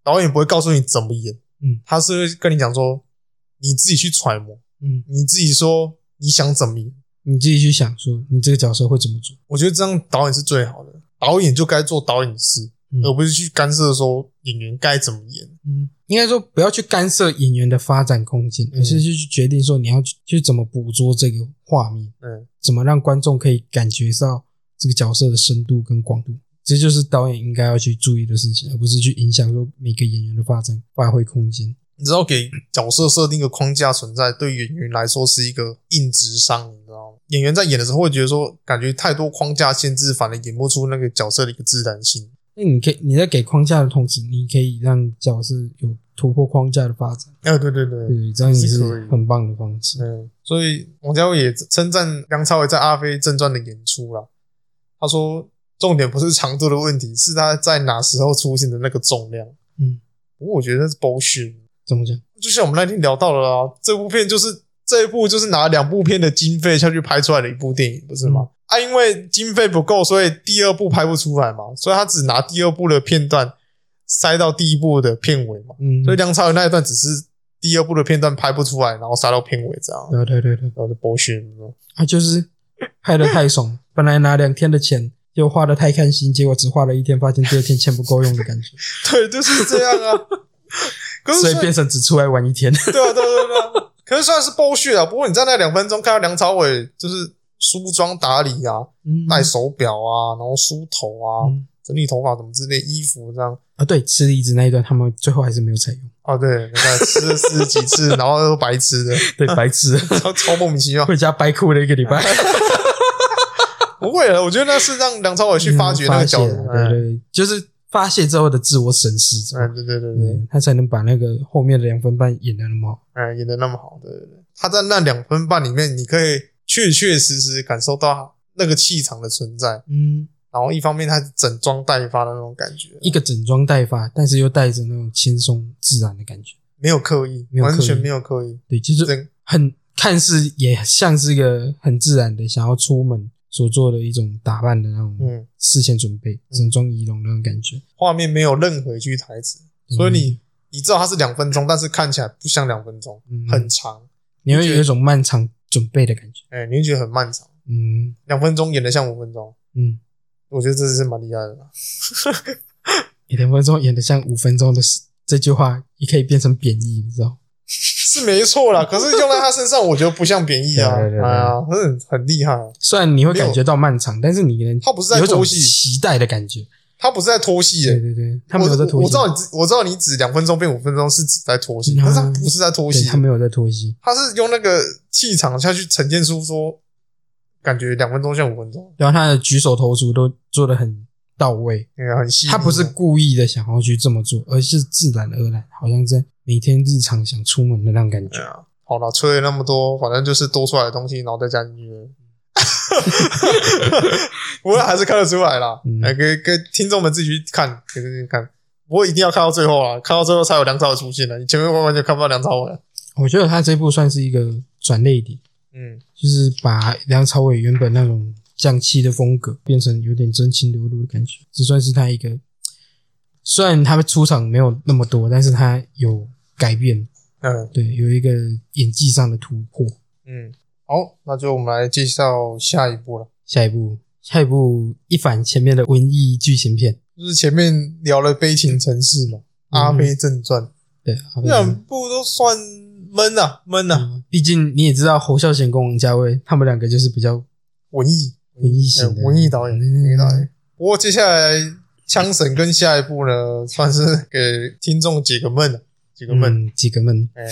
[SPEAKER 2] 导演不会告诉你怎么演，
[SPEAKER 3] 嗯，
[SPEAKER 2] 他是会跟你讲说你自己去揣摩，
[SPEAKER 3] 嗯，
[SPEAKER 2] 你自己说你想怎么演。
[SPEAKER 3] 你自己去想说你这个角色会怎么做。
[SPEAKER 2] 我觉得这样导演是最好的，导演就该做导演的事，
[SPEAKER 3] 嗯
[SPEAKER 2] 而不是去干涉说演员该怎么演。
[SPEAKER 3] 嗯，应该说不要去干涉演员的发展空间，
[SPEAKER 2] 嗯
[SPEAKER 3] 而是去决定说你要去去怎么捕捉这个画面，
[SPEAKER 2] 嗯，
[SPEAKER 3] 怎么让观众可以感觉到这个角色的深度跟广度。这就是导演应该要去注意的事情，而不是去影响说每个演员的发展发挥空间。
[SPEAKER 2] 你知道给角色设定一个框架存在，对演员来说是一个硬直伤，你知道吗？演员在演的时候会觉得说，感觉太多框架限制，反而演不出那个角色的一个自然性。
[SPEAKER 3] 那你可以你在给框架的同时，你可以让角色有突破框架的发展，
[SPEAKER 2] 哎、对对对，
[SPEAKER 3] 对，这样也
[SPEAKER 2] 是
[SPEAKER 3] 是
[SPEAKER 2] 可以
[SPEAKER 3] 很棒的方式。
[SPEAKER 2] 嗯，所以王家卫也称赞梁朝伟在《阿飞正传》的演出啦。他说，重点不是长度的问题，是他在哪时候出现的那个重量。
[SPEAKER 3] 嗯，
[SPEAKER 2] 不过我觉得那是 bullshit。
[SPEAKER 3] 怎么讲？
[SPEAKER 2] 就像我们那天聊到了啊，这部片就是这一部就是拿两部片的经费下去拍出来的一部电影，不是吗？
[SPEAKER 3] 嗯
[SPEAKER 2] 啊，因为经费不够，所以第二部拍不出来嘛，所以他只拿第二部的片段塞到第一部的片尾嘛，
[SPEAKER 3] 嗯，
[SPEAKER 2] 所以梁朝伟那一段只是第二部的片段拍不出来，然后塞到片尾这样，
[SPEAKER 3] 对对对对。
[SPEAKER 2] 然后就剥削。
[SPEAKER 3] 啊，就是拍的太爽，本来拿两天的钱，就花的太开心，结果只花了一天，发现第二天钱不够用的感觉，
[SPEAKER 2] 对，就是这样啊。可是
[SPEAKER 3] 所以
[SPEAKER 2] 虽
[SPEAKER 3] 变成只出来玩一天。
[SPEAKER 2] 对啊，对啊对啊对啊。可是虽然是剥削啊，不过你在那两分钟看到梁朝伟就是梳妆打理啊，
[SPEAKER 3] 嗯
[SPEAKER 2] 戴手表啊，然后梳头啊，
[SPEAKER 3] 嗯
[SPEAKER 2] 整理头发什么之类，衣服这样
[SPEAKER 3] 啊，对，吃梨子那一段，他们最后还是没有采用，
[SPEAKER 2] 啊，对，你看吃了四十几次，然后都白吃的，
[SPEAKER 3] 对，白痴，
[SPEAKER 2] 超超莫名其妙。
[SPEAKER 3] 回家白哭了一个礼拜。
[SPEAKER 2] 不会了，我觉得那是让梁朝伟 去发掘那个角
[SPEAKER 3] 嗯
[SPEAKER 2] 度，
[SPEAKER 3] 发泄啊对对对，就是发泄之后的自我审视，
[SPEAKER 2] 嗯，对对对对，
[SPEAKER 3] 对他才能把那个后面的两分半演的那么好。
[SPEAKER 2] 嗯，演的那么好，对对对。他在那两分半里面，你可以确确实实感受到那个气场的存在。
[SPEAKER 3] 嗯，
[SPEAKER 2] 然后一方面，他整装待发的那种感觉，
[SPEAKER 3] 一个整装待发，但是又带着那种轻松自然的感觉。
[SPEAKER 2] 没有刻意，
[SPEAKER 3] 没有刻意
[SPEAKER 2] 完全没有刻意，
[SPEAKER 3] 对，就是
[SPEAKER 2] 整
[SPEAKER 3] 很看似也像是一个很自然的想要出门所做的一种打扮的那种
[SPEAKER 2] 嗯，
[SPEAKER 3] 事前准备、整装仪容那种感觉。
[SPEAKER 2] 画面没有任何一句台词，所以你你知道它是两分钟，但是看起来不像两分钟，
[SPEAKER 3] 嗯
[SPEAKER 2] 很长，
[SPEAKER 3] 你会有一种漫长准备的感觉。
[SPEAKER 2] 哎、你会觉得很漫长，
[SPEAKER 3] 嗯
[SPEAKER 2] 两分钟演的像五分钟，
[SPEAKER 3] 嗯，
[SPEAKER 2] 我觉得这是蛮厉害的啦。
[SPEAKER 3] 你两分钟演的像五分钟的事这句话也可以变成贬义，你知道？
[SPEAKER 2] 是没错啦，可是用在他身上，我觉得不像贬义啊，
[SPEAKER 3] 对对对对
[SPEAKER 2] 哎呀，很很厉害啊，
[SPEAKER 3] 虽然你会感觉到漫长，但是你能
[SPEAKER 2] 他不是在
[SPEAKER 3] 有一种
[SPEAKER 2] 拖戏，
[SPEAKER 3] 期待的感觉。
[SPEAKER 2] 他不是在拖戏、
[SPEAKER 3] 对
[SPEAKER 2] 耶。
[SPEAKER 3] 对对，他没有在
[SPEAKER 2] 我
[SPEAKER 3] 拖
[SPEAKER 2] 我知
[SPEAKER 3] 戏，
[SPEAKER 2] 道你指，我知道你指两分钟变五分钟是指在拖戏，
[SPEAKER 3] 嗯
[SPEAKER 2] 可是他不是在拖
[SPEAKER 3] 对
[SPEAKER 2] 戏，
[SPEAKER 3] 他没有在拖戏。
[SPEAKER 2] 他是用那个气场下去呈现出说，感觉两分钟像五分钟。
[SPEAKER 3] 然后他的举手投足都做的很到位。
[SPEAKER 2] 那个嗯很细腻。
[SPEAKER 3] 他不是故意的想要去这么做，而是自然而然，好像在每天日常想出门的那种感觉。
[SPEAKER 2] 好了，吹了那么多，反正就是多出来的东西，然后再加进 去。不过还是看得出来啦，
[SPEAKER 3] 嗯
[SPEAKER 2] 来给给听众们自己去看，给自己看。不过一定要看到最后啊，看到最后才有梁朝伟出现了，你前面完完全看不到梁朝伟了。
[SPEAKER 3] 我觉得他这部算是一个转类点，
[SPEAKER 2] 嗯，
[SPEAKER 3] 就是把梁朝伟原本那种匠气的风格变成有点真情流露的感觉，这算是他一个。虽然他出场没有那么多，但是他有改变，
[SPEAKER 2] 嗯
[SPEAKER 3] 对，有一个演技上的突破。
[SPEAKER 2] 嗯，好，那就我们来介绍下一部了。
[SPEAKER 3] 下一部，下一部一反前面的文艺剧情片，
[SPEAKER 2] 就是前面聊了《悲情城市》嘛，
[SPEAKER 3] 嗯
[SPEAKER 2] 阿飞正传》
[SPEAKER 3] 对，
[SPEAKER 2] 这两部都算闷啊闷啊，
[SPEAKER 3] 嗯毕竟你也知道侯孝贤跟王家卫他们两个就是比较
[SPEAKER 2] 文艺
[SPEAKER 3] 文艺
[SPEAKER 2] 呃
[SPEAKER 3] 型的
[SPEAKER 2] 文艺导演，
[SPEAKER 3] 嗯
[SPEAKER 2] 文艺导演。不过接下来《枪神》跟下一部呢，算是给听众解个闷啊，解个闷。
[SPEAKER 3] 嗯，几个闷。
[SPEAKER 2] 哎、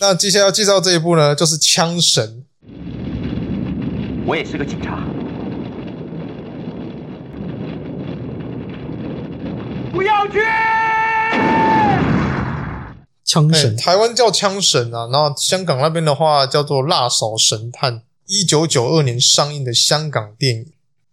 [SPEAKER 2] 那接下来要介绍这一部呢，就是《枪神
[SPEAKER 5] 我也是个警察。不要去！
[SPEAKER 3] 枪》
[SPEAKER 2] 哎，
[SPEAKER 3] 神，
[SPEAKER 2] 台湾叫《枪神》啊，然后香港那边的话叫做《辣手神探》，一九九二年上映的香港电影。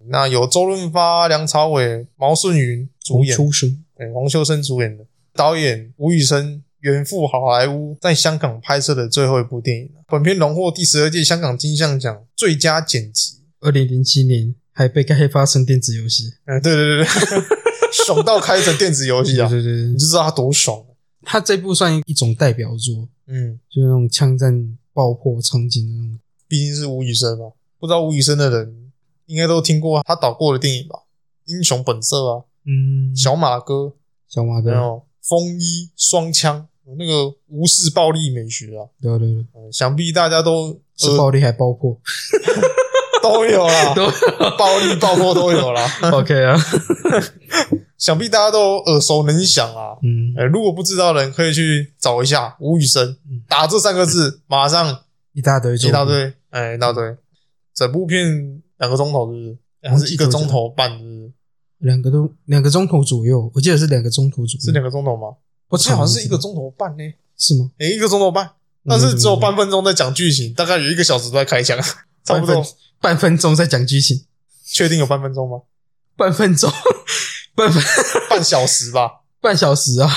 [SPEAKER 2] 那由周润发、梁朝伟、毛舜筠主
[SPEAKER 3] 从
[SPEAKER 2] 演，
[SPEAKER 3] 出生，
[SPEAKER 2] 对，黄秋生主演的，导演吴宇森远赴好莱坞，在香港拍摄的最后一部电影。啊本片荣获第十二届香港金像奖最佳剪辑。
[SPEAKER 3] 二零零七年还被开发成电子游戏。
[SPEAKER 2] 嗯，对对对对，爽到开成电子游戏
[SPEAKER 3] 对
[SPEAKER 2] 啊，
[SPEAKER 3] 对对
[SPEAKER 2] 你，就知道他多爽了。
[SPEAKER 3] 他这部算一种代表作，
[SPEAKER 2] 嗯，
[SPEAKER 3] 就是那种枪战爆破场景的那种。
[SPEAKER 2] 毕竟是吴宇森嘛，不知道吴宇森的人应该都听过他导过的电影吧，《英雄本色》啊，
[SPEAKER 3] 嗯，
[SPEAKER 2] 《小马哥》
[SPEAKER 3] 小马
[SPEAKER 2] 还有
[SPEAKER 3] 哥，
[SPEAKER 2] 《风衣双枪》，那个无视暴力美学啊，
[SPEAKER 3] 对对对，
[SPEAKER 2] 嗯想必大家都
[SPEAKER 3] 是暴力还爆破
[SPEAKER 2] 都有啦，
[SPEAKER 3] 都
[SPEAKER 2] 暴力爆破都有啦，
[SPEAKER 3] ，OK 啊，
[SPEAKER 2] 想必大家都耳熟能详啊。
[SPEAKER 3] 嗯，
[SPEAKER 2] 呃，如果不知道的人可以去找一下吴宇森
[SPEAKER 3] 嗯，
[SPEAKER 2] 打这三个字，马上
[SPEAKER 3] 一大堆作品，
[SPEAKER 2] 一大堆，哎，一大堆。整部片两个钟头，是不是？还是一个钟头半，是不是？
[SPEAKER 3] 两个都两个钟头左右，我记得是两个钟头左右，
[SPEAKER 2] 是两个钟头吗？
[SPEAKER 3] 不
[SPEAKER 2] 我记得
[SPEAKER 3] 长，
[SPEAKER 2] 好像是一个钟头半呢，嗯
[SPEAKER 3] 是吗？
[SPEAKER 2] 哎，一个钟头半，但是只有半分钟在讲剧情，大概有一个小时都在 开枪，差不多
[SPEAKER 3] 半。分半分钟在讲剧情，
[SPEAKER 2] 确定有半分钟吗？
[SPEAKER 3] 半分钟， 半分
[SPEAKER 2] 半小时吧，
[SPEAKER 3] 半小时啊！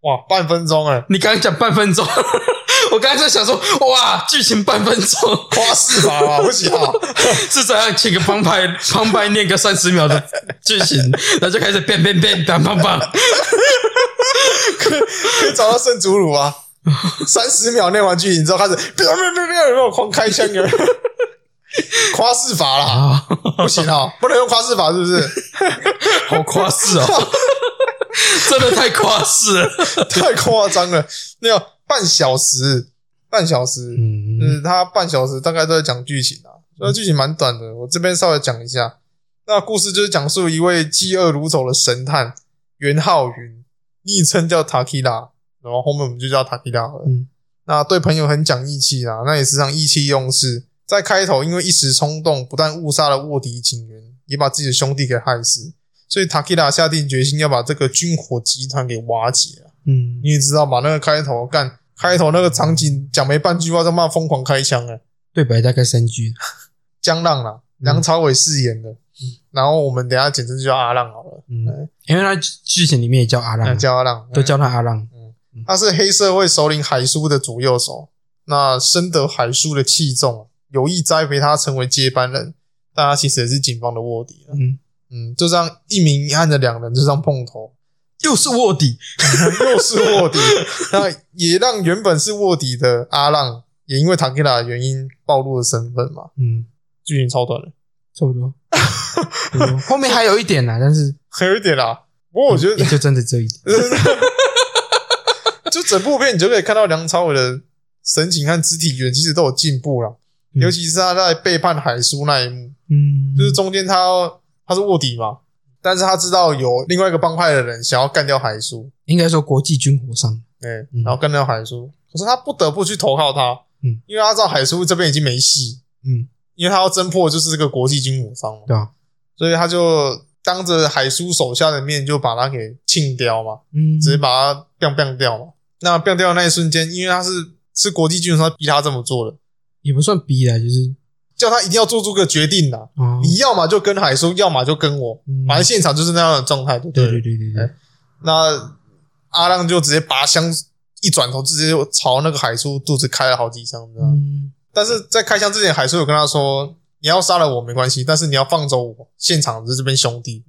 [SPEAKER 2] 哇，半分钟哎，
[SPEAKER 3] 你刚刚讲半分钟， 我刚才在想说，哇，剧情半分钟
[SPEAKER 2] 夸饰法啊，不行啊！
[SPEAKER 3] 是怎样？请个帮 派帮派念个三十秒的剧情，然后就开始变变变，当当当，
[SPEAKER 2] 可以找到圣祖鲁啊！三十秒内完剧情之后开始，别别别别，有没有狂开枪？有没有夸饰法啦？
[SPEAKER 3] 啊，
[SPEAKER 2] 不行啊，不能用夸饰法，是不是？
[SPEAKER 3] 好夸饰哦，真的太夸饰了。
[SPEAKER 2] 太夸张了！那个半小时，半小时，
[SPEAKER 3] 嗯
[SPEAKER 2] 嗯，他半小时大概都在讲剧情啊，所以剧情蛮短的。我这边稍微讲一下，那故事就是讲述一位嫉恶如仇的神探袁浩云，昵称叫塔 q 拉，然后后面我们就叫塔 q 拉了。
[SPEAKER 3] 嗯
[SPEAKER 2] 那对朋友很讲义气啊，那也时常意气用事。在开头因为一时冲动，不但误杀了卧底警员，也把自己的兄弟给害死。所以塔 q 拉下定决心要把这个军火集团给瓦解啊
[SPEAKER 3] 嗯，
[SPEAKER 2] 你也知道嘛，那个开头干开头那个场景，讲没半句话，他妈疯狂开枪了。
[SPEAKER 3] 对白大概三句，
[SPEAKER 2] 江浪啦，梁朝伟饰演的，然后我们等一下简称就叫阿浪好了，
[SPEAKER 3] 嗯，因为他剧情里面也叫阿
[SPEAKER 2] 那
[SPEAKER 3] 浪，
[SPEAKER 2] 嗯叫阿浪，
[SPEAKER 3] 都叫他阿浪，
[SPEAKER 2] 他是黑社会首领海叔的左右手，那深得海叔的器重啊，有意栽培他成为接班人，但他其实也是警方的卧底啊。
[SPEAKER 3] 嗯
[SPEAKER 2] 嗯，就这样一明一暗的两人就这样碰头，
[SPEAKER 3] 又是卧底，
[SPEAKER 2] 又是卧底，那也让原本是卧底的阿浪，也因为唐吉拉的原因暴露了身份嘛。
[SPEAKER 3] 嗯，
[SPEAKER 2] 剧情超短的，
[SPEAKER 3] 差不 多。差不多后面还有一点啦，但是
[SPEAKER 2] 还有一点啦。不过我觉得
[SPEAKER 3] 也，就真的这一点。
[SPEAKER 2] 就整部片你就可以看到梁朝伟的神情和肢体语言其实都有进步了，
[SPEAKER 3] 嗯
[SPEAKER 2] 尤其是他在背叛海叔那一幕，
[SPEAKER 3] 嗯，
[SPEAKER 2] 就是中间他他是卧底嘛，但是他知道有另外一个帮派的人想要干掉海叔，
[SPEAKER 3] 应该说国际军火商。
[SPEAKER 2] 对，
[SPEAKER 3] 嗯
[SPEAKER 2] 然后干掉海叔，可是他不得不去投靠他，
[SPEAKER 3] 嗯，
[SPEAKER 2] 因为他知道海叔这边已经没戏，
[SPEAKER 3] 嗯，
[SPEAKER 2] 因为他要侦破就是这个国际军火商嘛，
[SPEAKER 3] 对啊，
[SPEAKER 2] 所以他就当着海叔手下的面就把他给庆掉嘛，
[SPEAKER 3] 嗯，
[SPEAKER 2] 直接把他 biang biang 掉嘛。那 biang 掉的那一瞬间，因为他是是国际军人，他逼他这么做的，
[SPEAKER 3] 也不算逼啊，就是
[SPEAKER 2] 叫他一定要做出个决定啦。
[SPEAKER 3] 哦，
[SPEAKER 2] 你要么就跟海叔，要么就跟我，
[SPEAKER 3] 嗯
[SPEAKER 2] 反正现场就是那样的状哎态，对不啊
[SPEAKER 3] 对对对对对，
[SPEAKER 2] 那阿浪就直接拔枪，一转头直接朝那个海叔肚子开了好几枪，这样。
[SPEAKER 3] 嗯
[SPEAKER 2] 但是在开枪之前，海叔有跟他说：“你要杀了我没关系，但是你要放走我，现场的这边兄弟，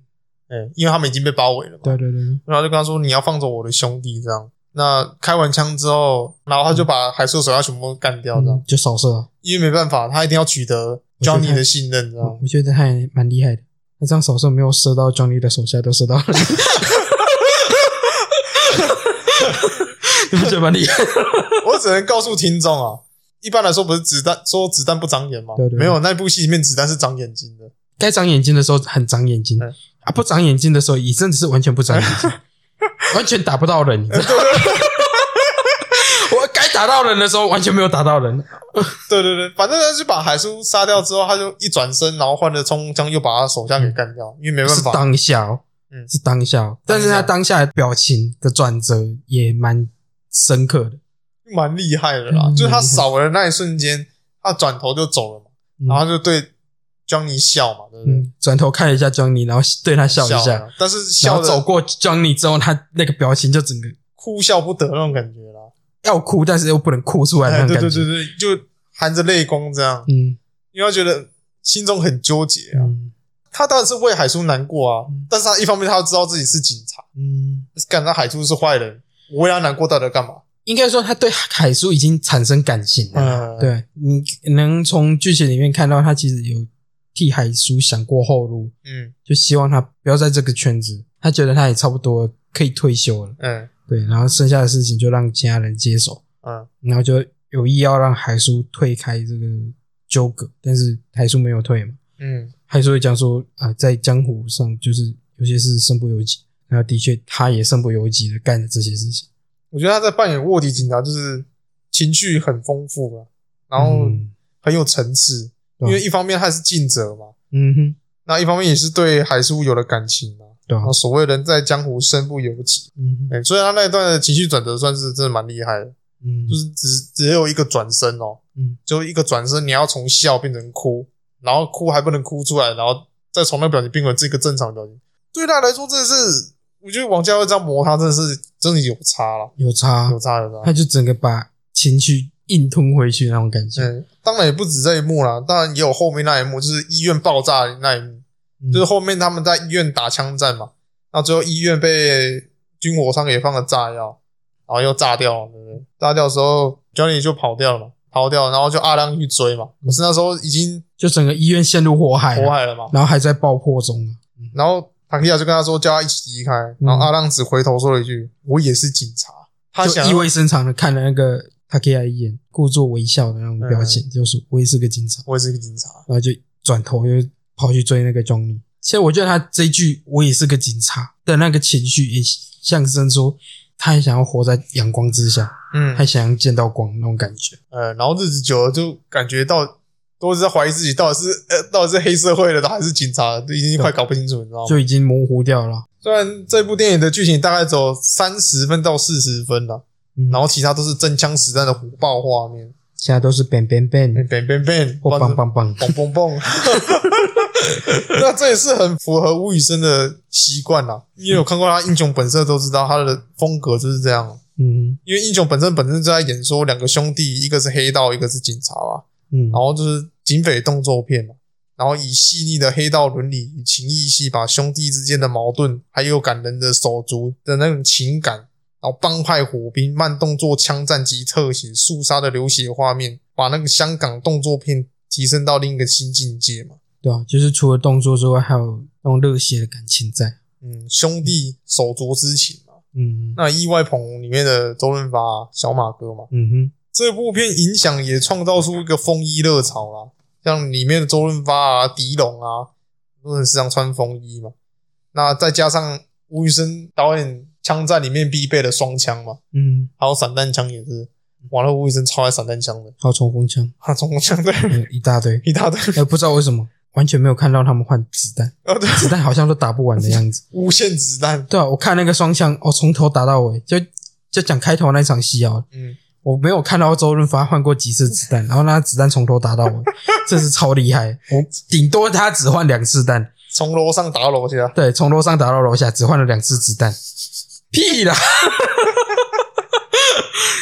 [SPEAKER 2] 哎、因为他们已经被包围了嘛。”
[SPEAKER 3] 对对对对，
[SPEAKER 2] 然后就跟他说：“你要放走我的兄弟。”这样。那开完枪之后，然后他就把海叔手下全部都干掉，这样，
[SPEAKER 3] 嗯就扫射啊，
[SPEAKER 2] 因为没办法，他一定要取得
[SPEAKER 3] 我觉得
[SPEAKER 2] Johnny
[SPEAKER 3] 他
[SPEAKER 2] 的信任，这样
[SPEAKER 3] 我。我觉得他还蛮厉害的。那这样扫射没有射到 Johnny 的手下，都射到了， 你不觉得蛮厉害？
[SPEAKER 2] 我只能告诉听众啊，一般来说不是子弹说子弹不长眼吗？
[SPEAKER 3] 对对
[SPEAKER 2] 没有，那部戏里面子弹是长眼睛的。
[SPEAKER 3] 该长眼睛的时候很长眼睛
[SPEAKER 2] 嗯
[SPEAKER 3] 啊，不长眼睛的时候也真的是完全不长眼 睛，完全打不到人。你知道 吗我该打到人的时候完全没有打到人，
[SPEAKER 2] 对对对，反正他就把海叔杀掉之后，他就一转身，然后换了冲锋枪，又把他手下给干掉，因为没办
[SPEAKER 3] 嗯是
[SPEAKER 2] 法。
[SPEAKER 3] 当下哦，
[SPEAKER 2] 嗯
[SPEAKER 3] 是当下哦。但是他当下的表情的转折也蛮深刻的，
[SPEAKER 2] 蛮厉害的啦，
[SPEAKER 3] 嗯
[SPEAKER 2] 就是他
[SPEAKER 3] 厉害
[SPEAKER 2] 扫的那一瞬间，他转头就走了嘛，
[SPEAKER 3] 嗯
[SPEAKER 2] 然后他就对 Johnny 笑嘛，对不对？
[SPEAKER 3] 嗯，转头看了一下 Johnny，然后对他笑一下
[SPEAKER 2] 了，啊但是
[SPEAKER 3] 然
[SPEAKER 2] 笑
[SPEAKER 3] 后
[SPEAKER 2] 的
[SPEAKER 3] 走过 Johnny 之后，他那个表情就整个
[SPEAKER 2] 哭笑不得那种感觉啦。
[SPEAKER 3] 要哭，但是又不能哭出来的
[SPEAKER 2] 哎，
[SPEAKER 3] 那种
[SPEAKER 2] 对
[SPEAKER 3] 感觉。
[SPEAKER 2] 对对对，就含着泪光这样，
[SPEAKER 3] 嗯
[SPEAKER 2] 因为他觉得心中很纠结啊。
[SPEAKER 3] 嗯
[SPEAKER 2] 他当然是为海叔难过啊，
[SPEAKER 3] 嗯
[SPEAKER 2] 但是他一方面他知道自己是警察，
[SPEAKER 3] 嗯，
[SPEAKER 2] 感到海叔是坏人，我为他难过到底要干嘛？
[SPEAKER 3] 应该说他对海叔已经产生感情了。
[SPEAKER 2] 嗯，，
[SPEAKER 3] 对，你能从剧情里面看到他其实有替海叔想过后路，
[SPEAKER 2] 嗯
[SPEAKER 3] 就希望他不要在这个圈子。他觉得他也差不多可以退休了，
[SPEAKER 2] 嗯
[SPEAKER 3] 对，然后剩下的事情就让其他人接手，
[SPEAKER 2] 嗯，
[SPEAKER 3] 然后就有意要让海叔退开这个纠葛，但是海叔没有退嘛，
[SPEAKER 2] 嗯，
[SPEAKER 3] 海叔也讲说啊、在江湖上就是有些事身不由己，然后的确他也身不由己的干了这些事情，
[SPEAKER 2] 我觉得他在扮演卧底警察就是情绪很丰富啊，然后
[SPEAKER 3] 嗯
[SPEAKER 2] 很有层次，
[SPEAKER 3] 对啊
[SPEAKER 2] 因为一方面他是尽责嘛，
[SPEAKER 3] 嗯哼，
[SPEAKER 2] 那一方面也是对海叔有了感情嘛。
[SPEAKER 3] 对啊
[SPEAKER 2] 然后所谓人在江湖身不由己，
[SPEAKER 3] 嗯哼
[SPEAKER 2] 哎、所以他那一段的情绪转折算是真的蛮厉害的，
[SPEAKER 3] 嗯，
[SPEAKER 2] 就是只只有一个转身哦，
[SPEAKER 3] 嗯，
[SPEAKER 2] 就一个转身，你要从笑变成哭，然后哭还不能哭出来，然后再从那表情变回这个正常表情。对他来说，真的是，我觉得王家卫这样磨他，真的是真的有差了，
[SPEAKER 3] 有差
[SPEAKER 2] 有差有差。
[SPEAKER 3] 他就整个把情绪硬吞回去那种感觉，
[SPEAKER 2] 嗯，当然也不止这一幕啦，当然也有后面那一幕，就是医院爆炸的那一幕，
[SPEAKER 3] 嗯
[SPEAKER 2] 就是后面他们在医院打枪战嘛，那最后医院被军火商给放了炸药，然后又炸掉了，对不对？炸掉的时候，Johnny 就跑掉了嘛，逃掉了，然后就阿亮去追嘛，可是那时候已经
[SPEAKER 3] 就整个医院陷入火海啊，
[SPEAKER 2] 火海了嘛，
[SPEAKER 3] 然后还在爆破中啊。
[SPEAKER 2] 然后塔克亚就跟他说叫他一起离开，然后阿亮只回头说了一句：“我也是警察。”他
[SPEAKER 3] 就
[SPEAKER 2] 想
[SPEAKER 3] 意
[SPEAKER 2] 要
[SPEAKER 3] 味深长的看了那个塔克亚一眼，故作微笑的那
[SPEAKER 2] 嗯
[SPEAKER 3] 种表情，就是我也是个警察，
[SPEAKER 2] 我也是个警察，
[SPEAKER 3] 然后就转头又跑去追那个 Johnny。其实我觉得他这一句“我也是个警察”的那个情绪，也象征说他也想要活在阳光之下，
[SPEAKER 2] 嗯
[SPEAKER 3] 他想要见到光那种感觉。
[SPEAKER 2] 呃，然后日子久了就感觉到都是在怀疑自己到底是呃到底是黑社会的还是警察，都已经快搞不清楚，你知道吗？
[SPEAKER 3] 就已经模糊掉了，
[SPEAKER 2] 虽然这部电影的剧情大概只有三十分到四十分了，
[SPEAKER 3] 嗯
[SPEAKER 2] 然后其他都是真枪实弹的火爆画面
[SPEAKER 3] 现在都是 bang bang bang
[SPEAKER 2] ，bang bang bang，
[SPEAKER 3] 嗯或棒棒棒，
[SPEAKER 2] 嘣嘣嘣。 那这也是很符合吴宇森的习惯啦，因为我看过他《英雄本色》，都知道他的风格就是这样。
[SPEAKER 3] 嗯
[SPEAKER 2] 因为《英雄本身本身就在演说两个兄弟，一个是黑道，一个是警察嘛，
[SPEAKER 3] 嗯，
[SPEAKER 2] 然后就是警匪动作片嘛，然后以细腻的黑道伦理与情义戏，把兄弟之间的矛盾，还有感人的手足的那种情感，然后帮派火拼、慢动作枪战及特写、肃杀的流血画面，把那个香港动作片提升到另一个新境界嘛。
[SPEAKER 3] 对啊，就是除了动作之外，还有那种热血的感情在。
[SPEAKER 2] 嗯，兄弟手足之情嘛。
[SPEAKER 3] 嗯
[SPEAKER 2] 那《意外捧红》里面的周润发、啊小马哥嘛，
[SPEAKER 3] 嗯哼，
[SPEAKER 2] 这部片影响也创造出一个风衣热潮啦，像里面的周润发啊、狄龙啊，都很时常穿风衣嘛。那再加上吴宇森导演《枪战》里面必备的双枪嘛，
[SPEAKER 3] 嗯，
[SPEAKER 2] 还有散弹枪也是。完了，吴宇森超爱散弹枪的，
[SPEAKER 3] 还有冲锋枪，
[SPEAKER 2] 他冲锋枪对，
[SPEAKER 3] 嗯一大堆
[SPEAKER 2] 一大堆。
[SPEAKER 3] 哎，不知道为什么，完全没有看到他们换子弹，
[SPEAKER 2] 哦，对，
[SPEAKER 3] 子弹好像都打不完的样子。
[SPEAKER 2] 无限子弹，
[SPEAKER 3] 对啊，我看那个双枪，哦，从头打到尾，就就讲开头那场戏啊，
[SPEAKER 2] 嗯，
[SPEAKER 3] 我没有看到周润发换过几次子弹，然后那子弹从头打到尾， 真是超厉害。我顶多他只换两次弹，
[SPEAKER 2] 从楼上打到楼下，
[SPEAKER 3] 对，从楼上打到楼下只换了两次子弹，屁啦！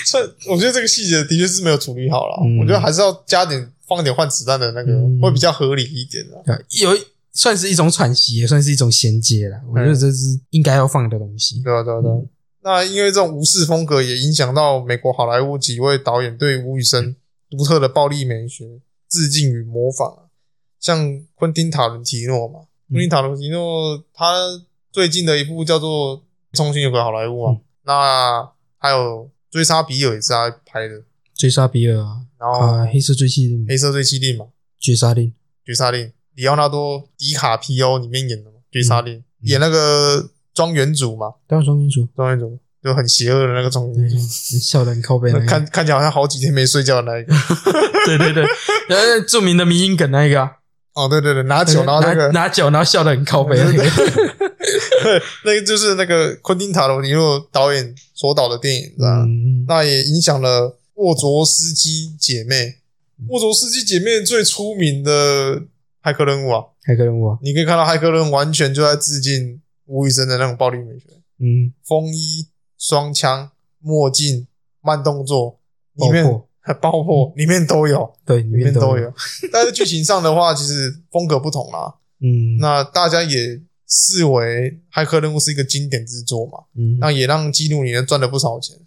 [SPEAKER 2] 所以我觉得这个细节的确是没有处理好了，
[SPEAKER 3] 嗯
[SPEAKER 2] 我觉得还是要加点放点换子弹的那个，
[SPEAKER 3] 嗯
[SPEAKER 2] 会比较合理一点啊的。
[SPEAKER 3] 对有一算是一种喘息，也算是一种衔接啦。我觉得这是应该要放的东西。
[SPEAKER 2] 对啊，对啊，对啊。
[SPEAKER 3] 嗯
[SPEAKER 2] 那因为这种无视风格也影响到美国好莱坞几位导演对吴宇
[SPEAKER 3] 嗯
[SPEAKER 2] 森独特的暴力美学致敬与模仿啊，像昆汀·塔伦提诺嘛，
[SPEAKER 3] 嗯
[SPEAKER 2] 昆汀·塔伦提诺他最近的一部叫做《重新有个好莱坞》嘛
[SPEAKER 3] 嗯，
[SPEAKER 2] 那还有《追杀比尔》也是他拍的，
[SPEAKER 3] 追杀比尔啊，
[SPEAKER 2] 然后
[SPEAKER 3] 啊，黑
[SPEAKER 2] 《
[SPEAKER 3] 色追妻令
[SPEAKER 2] 黑、色追妻令》嘛，
[SPEAKER 3] 绝杀令，
[SPEAKER 2] 《绝杀令》，里奥纳多·迪卡皮欧里面演的嘛，《绝杀令》
[SPEAKER 3] 嗯
[SPEAKER 2] 演那个庄园主嘛，
[SPEAKER 3] 当然双金属，
[SPEAKER 2] 庄园主就很邪恶的那个庄园主
[SPEAKER 3] 嗯，笑得很靠背那个。
[SPEAKER 2] 看看起来好像好几天没睡觉的那一个。
[SPEAKER 3] 对对对， 然后那呃著名的迷因梗那一个啊，
[SPEAKER 2] 哦，对对对，拿酒，然后那个
[SPEAKER 3] 拿拿酒，然后笑得很靠背那个。
[SPEAKER 2] 那个就是那个昆汀塔罗尼诺导演所导的电影，知道吗
[SPEAKER 3] 嗯，
[SPEAKER 2] 那也影响了沃卓斯基姐妹。沃卓斯基姐妹最出名的骇客任务啊，
[SPEAKER 3] 还可能我，
[SPEAKER 2] 你可以看到骇客任务完全就在致敬吴宇森的那种暴力美学，
[SPEAKER 3] 嗯，
[SPEAKER 2] 风衣、双枪、墨镜、慢动作，里
[SPEAKER 3] 爆
[SPEAKER 2] 面
[SPEAKER 3] 破，
[SPEAKER 2] 爆破里面都有，
[SPEAKER 3] 对，里
[SPEAKER 2] 里面
[SPEAKER 3] 面
[SPEAKER 2] 都
[SPEAKER 3] 都
[SPEAKER 2] 有。。但是剧情上的话，其实风格不同啊啦。
[SPEAKER 3] 嗯，
[SPEAKER 2] 那大家也视为《骇客任务》是一个经典之作嘛，
[SPEAKER 3] 嗯
[SPEAKER 2] 那也让基努里赚了不少钱。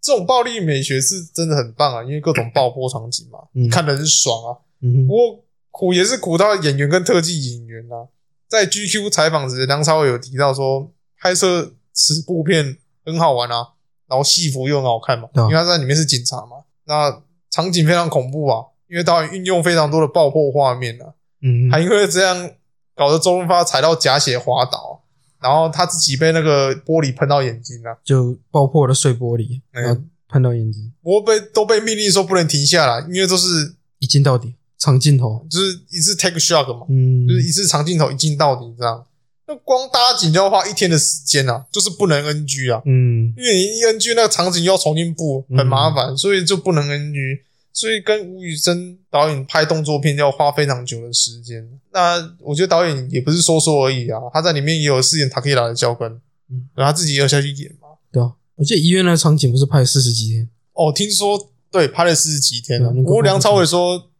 [SPEAKER 2] 这种暴力美学是真的很棒啊，因为各种爆破场景嘛，
[SPEAKER 3] 嗯
[SPEAKER 2] 你看的很爽啊。
[SPEAKER 3] 嗯
[SPEAKER 2] 不过苦也是苦到演员跟特技演员啊。在 GQ 采访时，梁朝伟有提到说，拍摄此部片很好玩啊，然后戏服又很好看嘛，
[SPEAKER 3] 对
[SPEAKER 2] 因
[SPEAKER 3] 啊
[SPEAKER 2] 为他在里面是警察嘛，那场景非常恐怖啊，因为导演运用非常多的爆破画面啊，
[SPEAKER 3] 嗯，
[SPEAKER 2] 还因为这样搞得周润发踩到假血滑倒，然后他自己被那个玻璃喷到眼睛啊，
[SPEAKER 3] 就爆破了碎玻璃，
[SPEAKER 2] 嗯
[SPEAKER 3] 然后喷到眼睛，
[SPEAKER 2] 不过被都被命令说不能停下来，因为都是
[SPEAKER 3] 一镜到底，长镜头，
[SPEAKER 2] 就是一次 take shot 嘛，
[SPEAKER 3] 嗯，
[SPEAKER 2] 就是一次长镜头一镜到底这样。那光搭景就要花一天的时间啊，就是不能 NG 啊，
[SPEAKER 3] 嗯
[SPEAKER 2] 因为你一 NG 那个场景又要重新布，很麻烦，所以就不能 NG。所以跟吴宇森导演拍动作片要花非常久的时间。那我觉得导演也不是说说而已啊，他在里面也有饰演塔克拉的教官，
[SPEAKER 3] 嗯
[SPEAKER 2] 然后他自己也有下去演嘛。
[SPEAKER 3] 对啊，我记得医院那个场景不是拍了四十几天，
[SPEAKER 2] 哦，听说对拍了四十几天了，
[SPEAKER 3] 对那个
[SPEAKER 2] 不过梁朝伟说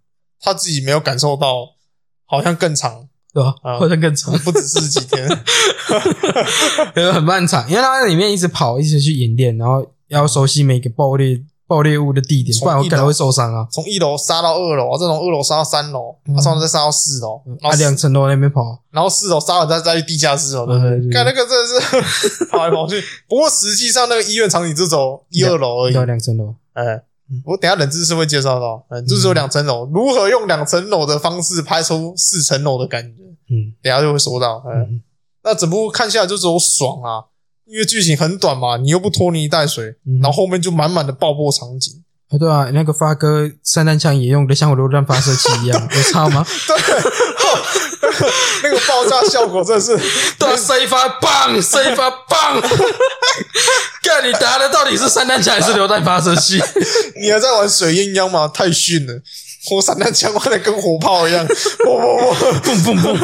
[SPEAKER 2] 他自己没有感受到，好像更长，
[SPEAKER 3] 对吧
[SPEAKER 2] 啊？
[SPEAKER 3] 或者更长，
[SPEAKER 2] 不止四十几天。
[SPEAKER 3] 对很漫长，因为他在里面一直跑，一直去演练，然后要熟悉每个爆裂爆裂物的地点，
[SPEAKER 2] 从
[SPEAKER 3] 不然我
[SPEAKER 2] 一
[SPEAKER 3] 可能
[SPEAKER 2] 楼
[SPEAKER 3] 会受伤啊。
[SPEAKER 2] 从一楼杀到二楼，啊，这种二楼杀到三楼，
[SPEAKER 3] 嗯
[SPEAKER 2] 啊，上楼再杀到四楼，然
[SPEAKER 3] 啊，
[SPEAKER 2] 后四
[SPEAKER 3] 两层楼那边跑，
[SPEAKER 2] 然后四楼杀完再再去地下室哦，对不
[SPEAKER 3] 嗯对
[SPEAKER 2] 对？
[SPEAKER 3] 对
[SPEAKER 2] 看那个真的 是跑来跑去。不过实际上那个医院场景只走一二楼而已
[SPEAKER 3] 对，，两层楼，
[SPEAKER 2] 哎
[SPEAKER 3] 嗯。
[SPEAKER 2] 我等一下冷知识会介绍到，哎冷知识有两层楼，如何用两层楼的方式拍出四层楼的感觉，
[SPEAKER 3] 嗯
[SPEAKER 2] 等一下就会说到。哎
[SPEAKER 3] 嗯
[SPEAKER 2] 那整部看下来就只有爽啊，因为剧情很短嘛，你又不拖泥带水，
[SPEAKER 3] 嗯
[SPEAKER 2] 然后后面就满满的爆破场景，
[SPEAKER 3] 啊，对啊，那个发哥散弹枪也用的像我榴弹发射器一样，有差吗？
[SPEAKER 2] 那个爆炸效果真的是。
[SPEAKER 3] 对啊，射一发棒，射一发 棒。看你打的到底是散弹枪还是榴弹发射器？
[SPEAKER 2] 你还在玩水鸳鸯吗？太逊了！我散弹枪玩的跟火炮一样， 不不不，
[SPEAKER 3] 砰砰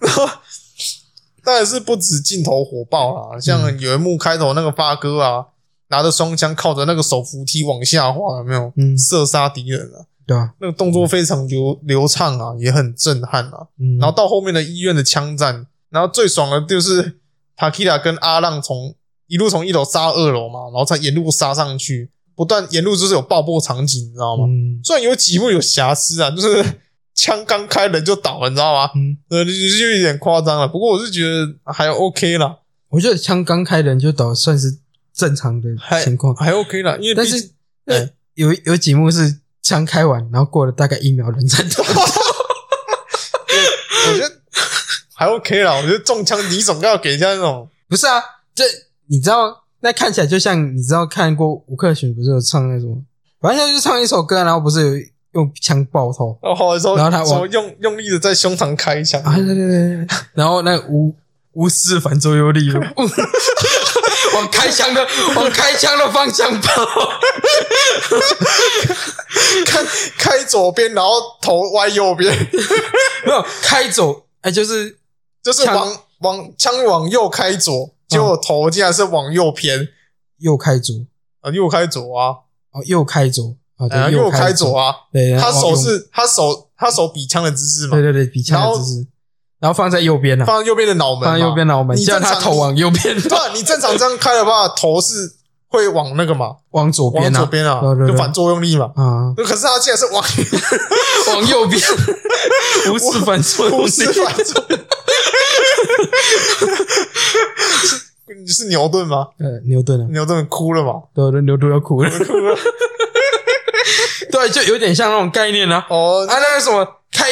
[SPEAKER 3] 砰！
[SPEAKER 2] 当然是不止镜头火爆啦，啊像有一幕开头那个发哥啊，拿着双枪靠着那个手扶梯往下滑，有没有？
[SPEAKER 3] 嗯
[SPEAKER 2] 射杀敌人啊，
[SPEAKER 3] 对啊，
[SPEAKER 2] 那个动作非常流流畅啊，也很震撼啊。
[SPEAKER 3] 嗯，
[SPEAKER 2] 然后到后面的医院的枪战，然后最爽的就是塔 q 拉跟阿浪从一路从一楼杀到二楼嘛，然后再沿路杀上去，不断沿路就是有爆破场景，你知道吗？
[SPEAKER 3] 嗯
[SPEAKER 2] 虽然有几幕有瑕疵啊，就是枪刚开人就倒了，你知道吗？
[SPEAKER 3] 嗯，
[SPEAKER 2] 呃，就是有一点夸张了。不过我是觉得还 OK 啦，
[SPEAKER 3] 我觉得枪刚开人就倒算是正常的
[SPEAKER 2] 还
[SPEAKER 3] 情况，
[SPEAKER 2] 还 OK 啦，因为
[SPEAKER 3] 但
[SPEAKER 2] 哎毕
[SPEAKER 3] 是
[SPEAKER 2] 竟
[SPEAKER 3] 那
[SPEAKER 2] 哎
[SPEAKER 3] 有有几幕是枪开完，然后过了大概一秒人才倒。
[SPEAKER 2] 我 觉得还 OK 啦。我觉得中枪你总要给人家那种
[SPEAKER 3] 不是啊，这你知道，那看起来就像你知道看过吴克群不是有唱那什么，反正他就是唱一首歌，然后不是有用枪爆头，
[SPEAKER 2] 然后哦说，
[SPEAKER 3] 然后他
[SPEAKER 2] 什么
[SPEAKER 3] 往
[SPEAKER 2] 用用力的在胸膛开一枪，
[SPEAKER 3] 啊，对对对，对然后那个无无视反作用力，往开枪的往开枪的方向跑，
[SPEAKER 2] 开开左边，然后头歪右边，
[SPEAKER 3] 没有开走，哎，就是
[SPEAKER 2] 就是
[SPEAKER 3] 枪
[SPEAKER 2] 往往枪往右开左，结果
[SPEAKER 3] 嗯
[SPEAKER 2] 头竟然是往右偏
[SPEAKER 3] 右开左
[SPEAKER 2] 啊，右开左啊，
[SPEAKER 3] 哦，右开左啊，
[SPEAKER 2] 啊
[SPEAKER 3] 对，
[SPEAKER 2] 右开
[SPEAKER 3] 开
[SPEAKER 2] 左，啊，
[SPEAKER 3] 对，然
[SPEAKER 2] 他
[SPEAKER 3] 后
[SPEAKER 2] 手
[SPEAKER 3] 用
[SPEAKER 2] 是他手他手比枪的姿势嘛
[SPEAKER 3] 对，对对，比枪
[SPEAKER 2] 然
[SPEAKER 3] 的
[SPEAKER 2] 后
[SPEAKER 3] 姿势，然后放在右边了，
[SPEAKER 2] 放在右边的脑门嘛，
[SPEAKER 3] 放在右边脑门，
[SPEAKER 2] 你
[SPEAKER 3] 叫
[SPEAKER 2] 正
[SPEAKER 3] 他
[SPEAKER 2] 常
[SPEAKER 3] 头往右边，
[SPEAKER 2] 对啊，你正常这样开的话，头是会往那个嘛，
[SPEAKER 3] 往左
[SPEAKER 2] 往
[SPEAKER 3] 边
[SPEAKER 2] 左
[SPEAKER 3] 啊，
[SPEAKER 2] 边啊
[SPEAKER 3] 对对，对
[SPEAKER 2] 就反作用力嘛。
[SPEAKER 3] 啊，
[SPEAKER 2] 可是他竟然是往
[SPEAKER 3] 往右边， 无视反作用
[SPEAKER 2] 不是
[SPEAKER 3] 力，
[SPEAKER 2] 反作，你 是牛顿吗？
[SPEAKER 3] 呃，牛顿啊，
[SPEAKER 2] 牛顿哭了嘛？
[SPEAKER 3] 对对，牛顿要哭了， 对，就有点像那种概念啊，
[SPEAKER 2] 哦，
[SPEAKER 3] 啊，那个什么开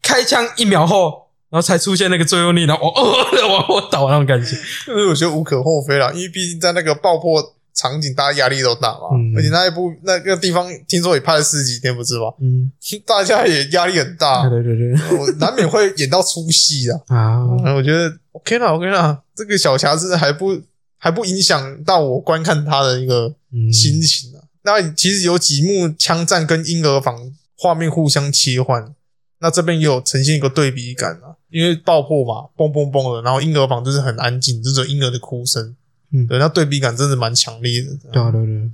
[SPEAKER 3] 开枪一秒后，然后才出现那个作用力，然后 我哦，往后倒那种感觉。
[SPEAKER 2] 就是我觉得无可厚非啦，因为毕竟在那个爆破场景，大家压力都大嘛。
[SPEAKER 3] 嗯
[SPEAKER 2] 而且那一部那个地方，听说也拍了十几天，不是 吗？
[SPEAKER 3] 嗯，
[SPEAKER 2] 大家也压力很大，
[SPEAKER 3] 对对对对
[SPEAKER 2] 我难免会演到出戏 啊。
[SPEAKER 3] 啊，
[SPEAKER 2] 嗯，我觉得 OK 啦，OK 啦，这个小瑕疵还不还不影响到我观看他的一个
[SPEAKER 3] 嗯
[SPEAKER 2] 心情啊。那其实有几幕枪战跟婴儿房画面互相切换，那这边也有呈现一个对比感啊，因为爆破嘛，嘣嘣嘣的，然后婴儿房就是很安静，就是婴儿的哭声，
[SPEAKER 3] 嗯
[SPEAKER 2] 对，那对比感真的蛮强烈的。
[SPEAKER 3] 对啊对对，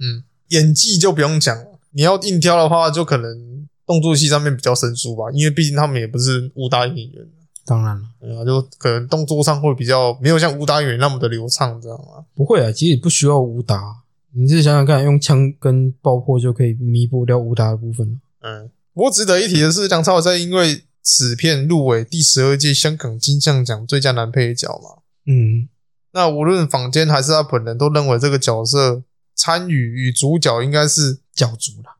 [SPEAKER 2] 演技就不用讲了，你要硬挑的话，就可能动作戏上面比较生疏吧，因为毕竟他们也不是武打演员。
[SPEAKER 3] 当然了，
[SPEAKER 2] 对啊，就可能动作上会比较没有像武打演员那么的流畅，知道吗？
[SPEAKER 3] 不会啊，其实也不需要武打，你自己想想看，用枪跟爆破就可以弥补掉武打的部分了。
[SPEAKER 2] 嗯，不过值得一提的是，梁朝伟在因为此片入围第十二届香港金像奖最佳男配角嘛。
[SPEAKER 3] 嗯，
[SPEAKER 2] 那无论坊间还是他本人都认为这个角色参与与主角应该是
[SPEAKER 3] 教主啦，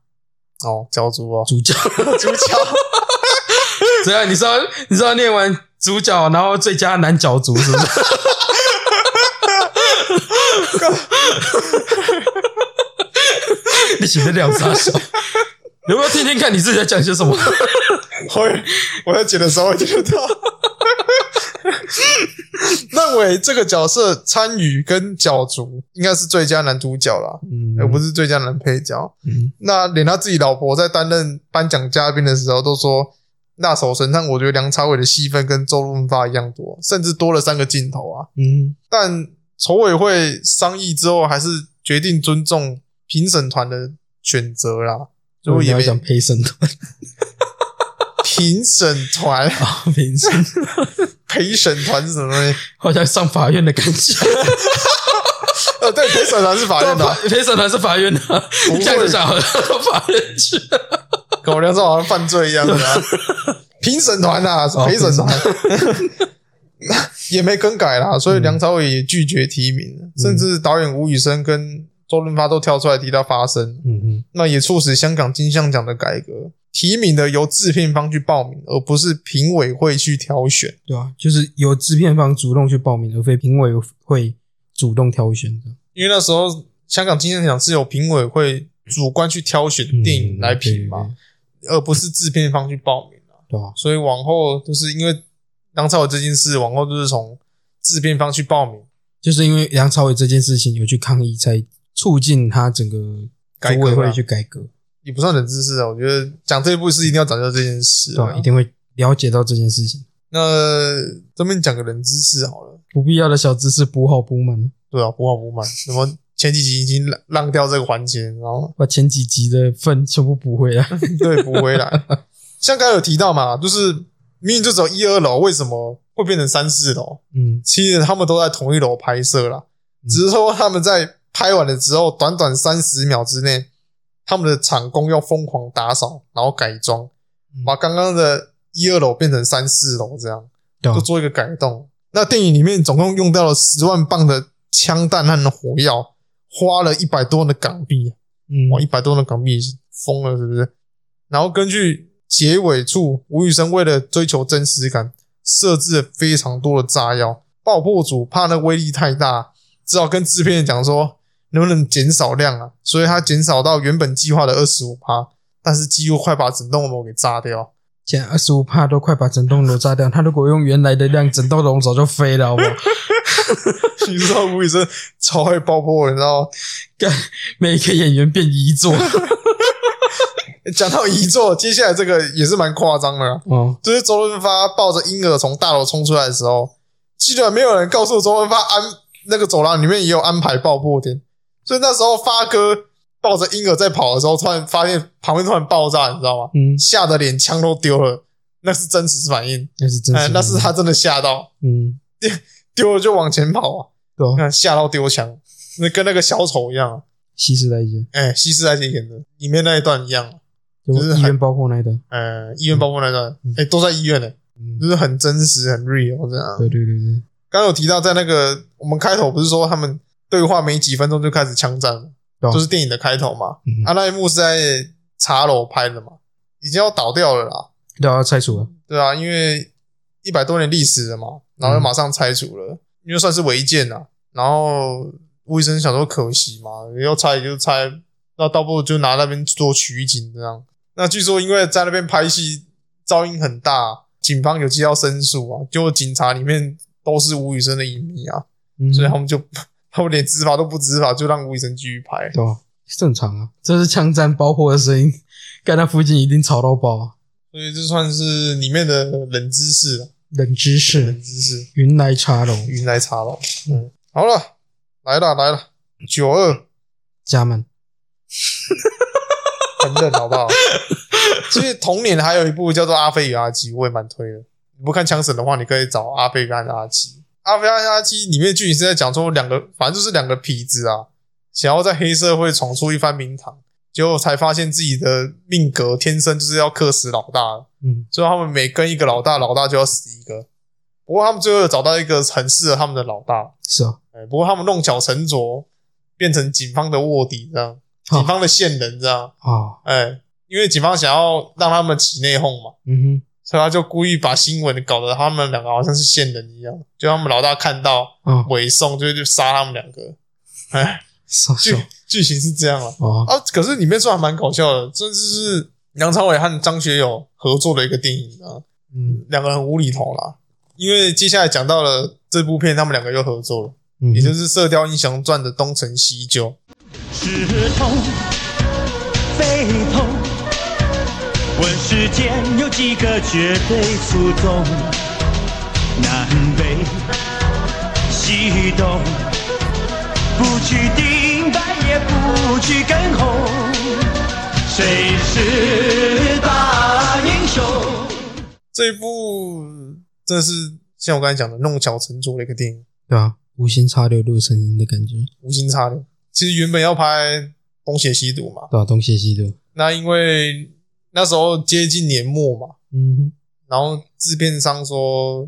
[SPEAKER 2] 哦角逐哦
[SPEAKER 3] 主角，
[SPEAKER 2] 主 角，
[SPEAKER 3] 怎样？你知道你知道念完主角，然后最佳男角主是不 是？你写的料啥小？有没有听听看你自己在讲些什么？
[SPEAKER 2] 会我在剪的时候会听到。 认为这个角色参与跟角逐应该是最佳男主角啦，
[SPEAKER 3] 嗯
[SPEAKER 2] 而不是最佳男配角。
[SPEAKER 3] 嗯
[SPEAKER 2] 那连他自己老婆在担任颁奖嘉宾的时候都说辣手神探，我觉得梁朝伟的戏份跟周润发一样多，甚至多了三个镜头啊。
[SPEAKER 3] 嗯
[SPEAKER 2] 但筹委会商议之后，还是决定尊重评审团的选择啦。最后
[SPEAKER 3] 你
[SPEAKER 2] 也
[SPEAKER 3] 要
[SPEAKER 2] 没
[SPEAKER 3] 讲陪审团
[SPEAKER 2] 评审 团、
[SPEAKER 3] 啊，陪审，
[SPEAKER 2] 陪审团是什么东西？
[SPEAKER 3] 好像上法院的感 觉。
[SPEAKER 2] 呃，对，陪审团是法院的啊。
[SPEAKER 3] 陪审团是法院的，你这样子想好像到法院去。
[SPEAKER 2] 跟我聊这好像犯罪一样的、 啊。评审团啊，
[SPEAKER 3] 哦
[SPEAKER 2] 陪审团 嗯也没更改啦，所以梁朝伟也拒绝提名，甚至导演吴宇森跟周润发都跳出来替他发声，
[SPEAKER 3] 嗯嗯
[SPEAKER 2] 那也促使香港金像奖的改革，提名的由制片方去报名，而不是评委会去挑选。
[SPEAKER 3] 对啊，就是由制片方主动去报名，而非评委会主动挑选的。
[SPEAKER 2] 因为那时候香港金像奖是由评委会主观去挑选电影来评嘛，而不是制片方去报名啊。
[SPEAKER 3] 对吧？
[SPEAKER 2] 所以往后就是因为梁朝伟这件事，往后就是从制片方去报名
[SPEAKER 3] 就是因为梁朝伟这件事情有去抗议，才促进他整个
[SPEAKER 2] 改
[SPEAKER 3] 组
[SPEAKER 2] 革啊
[SPEAKER 3] 委会去改革，
[SPEAKER 2] 也不算冷知识啊。我觉得讲这一部是一定要讲究这件事
[SPEAKER 3] 对
[SPEAKER 2] 啊、
[SPEAKER 3] 吧？一定会了解到这件事情，
[SPEAKER 2] 那这边讲个冷知识好了，
[SPEAKER 3] 不必要的小知识补好补满，
[SPEAKER 2] 对啊，不好不满。什么前几集已经浪浪掉这个环节，然后
[SPEAKER 3] 把前几集的份全部补回来。
[SPEAKER 2] 对补回 来。像刚才有提到嘛，就是明明就只有一二楼，为什么会变成三四楼？
[SPEAKER 3] 嗯，
[SPEAKER 2] 其实他们都在同一楼拍摄啦，
[SPEAKER 3] 嗯
[SPEAKER 2] 只是说他们在拍完了之后，短短三十秒之内，他们的场工要疯狂打扫，然后改装
[SPEAKER 3] 嗯，
[SPEAKER 2] 把刚刚的一二楼变成三四楼，这样
[SPEAKER 3] 对啊吧
[SPEAKER 2] 就？做一个改动。那电影里面总共用到了十万磅的枪弹和火药，花了一百多万的港币，
[SPEAKER 3] 嗯，
[SPEAKER 2] 哇，一百多万的港币疯了是不是？然后根据结尾处，吴宇森为了追求真实感，设置了非常多的炸药。爆破组怕那威力太大，只好跟制片人讲说，能不能减少量啊？所以他减少到原本计划的二十五趴，但是几乎快把整栋楼给炸掉。
[SPEAKER 3] 现在二十五帕都快把整栋楼炸掉，他如果用原来的量，整栋楼早就飞了，好不好？
[SPEAKER 2] 你知道吴宇森超会爆破，你知道吗？
[SPEAKER 3] 干每个演员变遗作
[SPEAKER 2] 讲到遗作，接下来这个也是蛮夸张的啊啦，
[SPEAKER 3] 哦，
[SPEAKER 2] 就是周润发抱着婴儿从大楼冲出来的时候，居然没有人告诉周润发安那个走廊里面也有安排爆破点，所以那时候发哥抱着婴儿在跑的时候，突然发现旁边突然爆炸，你知道吗？
[SPEAKER 3] 嗯，
[SPEAKER 2] 吓得连枪都丢了，那是真实反应，
[SPEAKER 3] 那是真
[SPEAKER 2] 哎、
[SPEAKER 3] 实，
[SPEAKER 2] 那是，他真的吓到，
[SPEAKER 3] 嗯，
[SPEAKER 2] 丢了就往前跑啊，
[SPEAKER 3] 对哦，
[SPEAKER 2] 看吓到丢枪，那跟那个小丑一样啊，
[SPEAKER 3] 西施来接，
[SPEAKER 2] 哎、西施艾姐演的里面那一段一样啊。
[SPEAKER 3] 就
[SPEAKER 2] 就是
[SPEAKER 3] 医
[SPEAKER 2] 很
[SPEAKER 3] 院爆破那一段，
[SPEAKER 2] 呃，医院爆破那段，哎、
[SPEAKER 3] 嗯
[SPEAKER 2] 都在医院呢、
[SPEAKER 3] 嗯
[SPEAKER 2] 就是很真实、很 real 这样。
[SPEAKER 3] 对对对对，
[SPEAKER 2] 刚刚有提到，在那个我们开头不是说他们对话没几分钟就开始枪战吗
[SPEAKER 3] 对啊
[SPEAKER 2] 就是电影的开头嘛。
[SPEAKER 3] 嗯
[SPEAKER 2] 啊，那一幕是在茶楼拍的嘛，已经要倒掉了啦，
[SPEAKER 3] 都要拆除了，
[SPEAKER 2] 对啊，因为一百多年历史了嘛，然后
[SPEAKER 3] 嗯
[SPEAKER 2] 又马上拆除了，因为算是违建啊。然后吴医生想说可惜嘛，要拆也就拆，那倒不如就拿那边做取景这样。那据说因为在那边拍戏噪音很大，警方有接到申诉啊，结果警察里面都是吴宇森的影迷啊，
[SPEAKER 3] 嗯，
[SPEAKER 2] 所以他们就他们连执法都不执法，就让吴宇森继续拍。
[SPEAKER 3] 对哦，正常啊，这是枪战爆破的声音，干那附近一定吵到爆啊，
[SPEAKER 2] 所以这算是里面的冷知识啊，
[SPEAKER 3] 冷知识
[SPEAKER 2] 冷，知识。
[SPEAKER 3] 云来茶楼，
[SPEAKER 2] 云来茶楼。嗯，好了，来了来了，九二
[SPEAKER 3] 家门，
[SPEAKER 2] 很冷，好不好？ 其实同年还有一部叫做《阿飞与阿基》，我也蛮推的。你不看枪神的话，你可以找《阿飞与阿基》。《阿飞与阿基》里面剧情是在讲说两个，反正就是两个痞子啊，想要在黑社会闯出一番名堂，结果才发现自己的命格天生就是要克死老大。
[SPEAKER 3] 嗯，
[SPEAKER 2] 所以他们每跟一个老大，老大就要死一个。不过他们最后有找到一个很适合他们的老大，
[SPEAKER 3] 是哦，
[SPEAKER 2] 哎，不过他们弄巧成拙，变成警方的卧底这样，
[SPEAKER 3] 好
[SPEAKER 2] 警方的线人这样，
[SPEAKER 3] 哦，
[SPEAKER 2] 哎，因为警方想要让他们起内讧嘛，
[SPEAKER 3] 嗯
[SPEAKER 2] 所以他就故意把新闻搞得他们两个好像是线人一样，就他们老大看到
[SPEAKER 3] 哼，哦，
[SPEAKER 2] 尾送，就就杀他们两个，哎，
[SPEAKER 3] 是哦是
[SPEAKER 2] 剧
[SPEAKER 3] 哦
[SPEAKER 2] 剧情是这样了
[SPEAKER 3] 哦，
[SPEAKER 2] 啊，可是里面算还蛮搞笑的，这就是梁朝伟和张学友合作的一个电影啊，
[SPEAKER 3] 嗯
[SPEAKER 2] 两个人很无厘头啦，因为接下来讲到了这部片，他们两个又合作了。
[SPEAKER 3] 嗯，
[SPEAKER 2] 也就是《射雕英雄传》的东成西就。
[SPEAKER 5] 是痛，非痛。问世间有几个绝对出众？南北西东，不去顶白，也不去跟红。谁是大英雄？
[SPEAKER 2] 这一部真的是像我刚才讲的弄巧成拙的一个电影，
[SPEAKER 3] 对啊，无心插柳露成荫的感觉，
[SPEAKER 2] 无心插柳。其实原本要拍《东邪西毒》嘛，
[SPEAKER 3] 对啊，东邪西毒，
[SPEAKER 2] 那因为那时候接近年末嘛，
[SPEAKER 3] 嗯哼。
[SPEAKER 2] 然后制片商说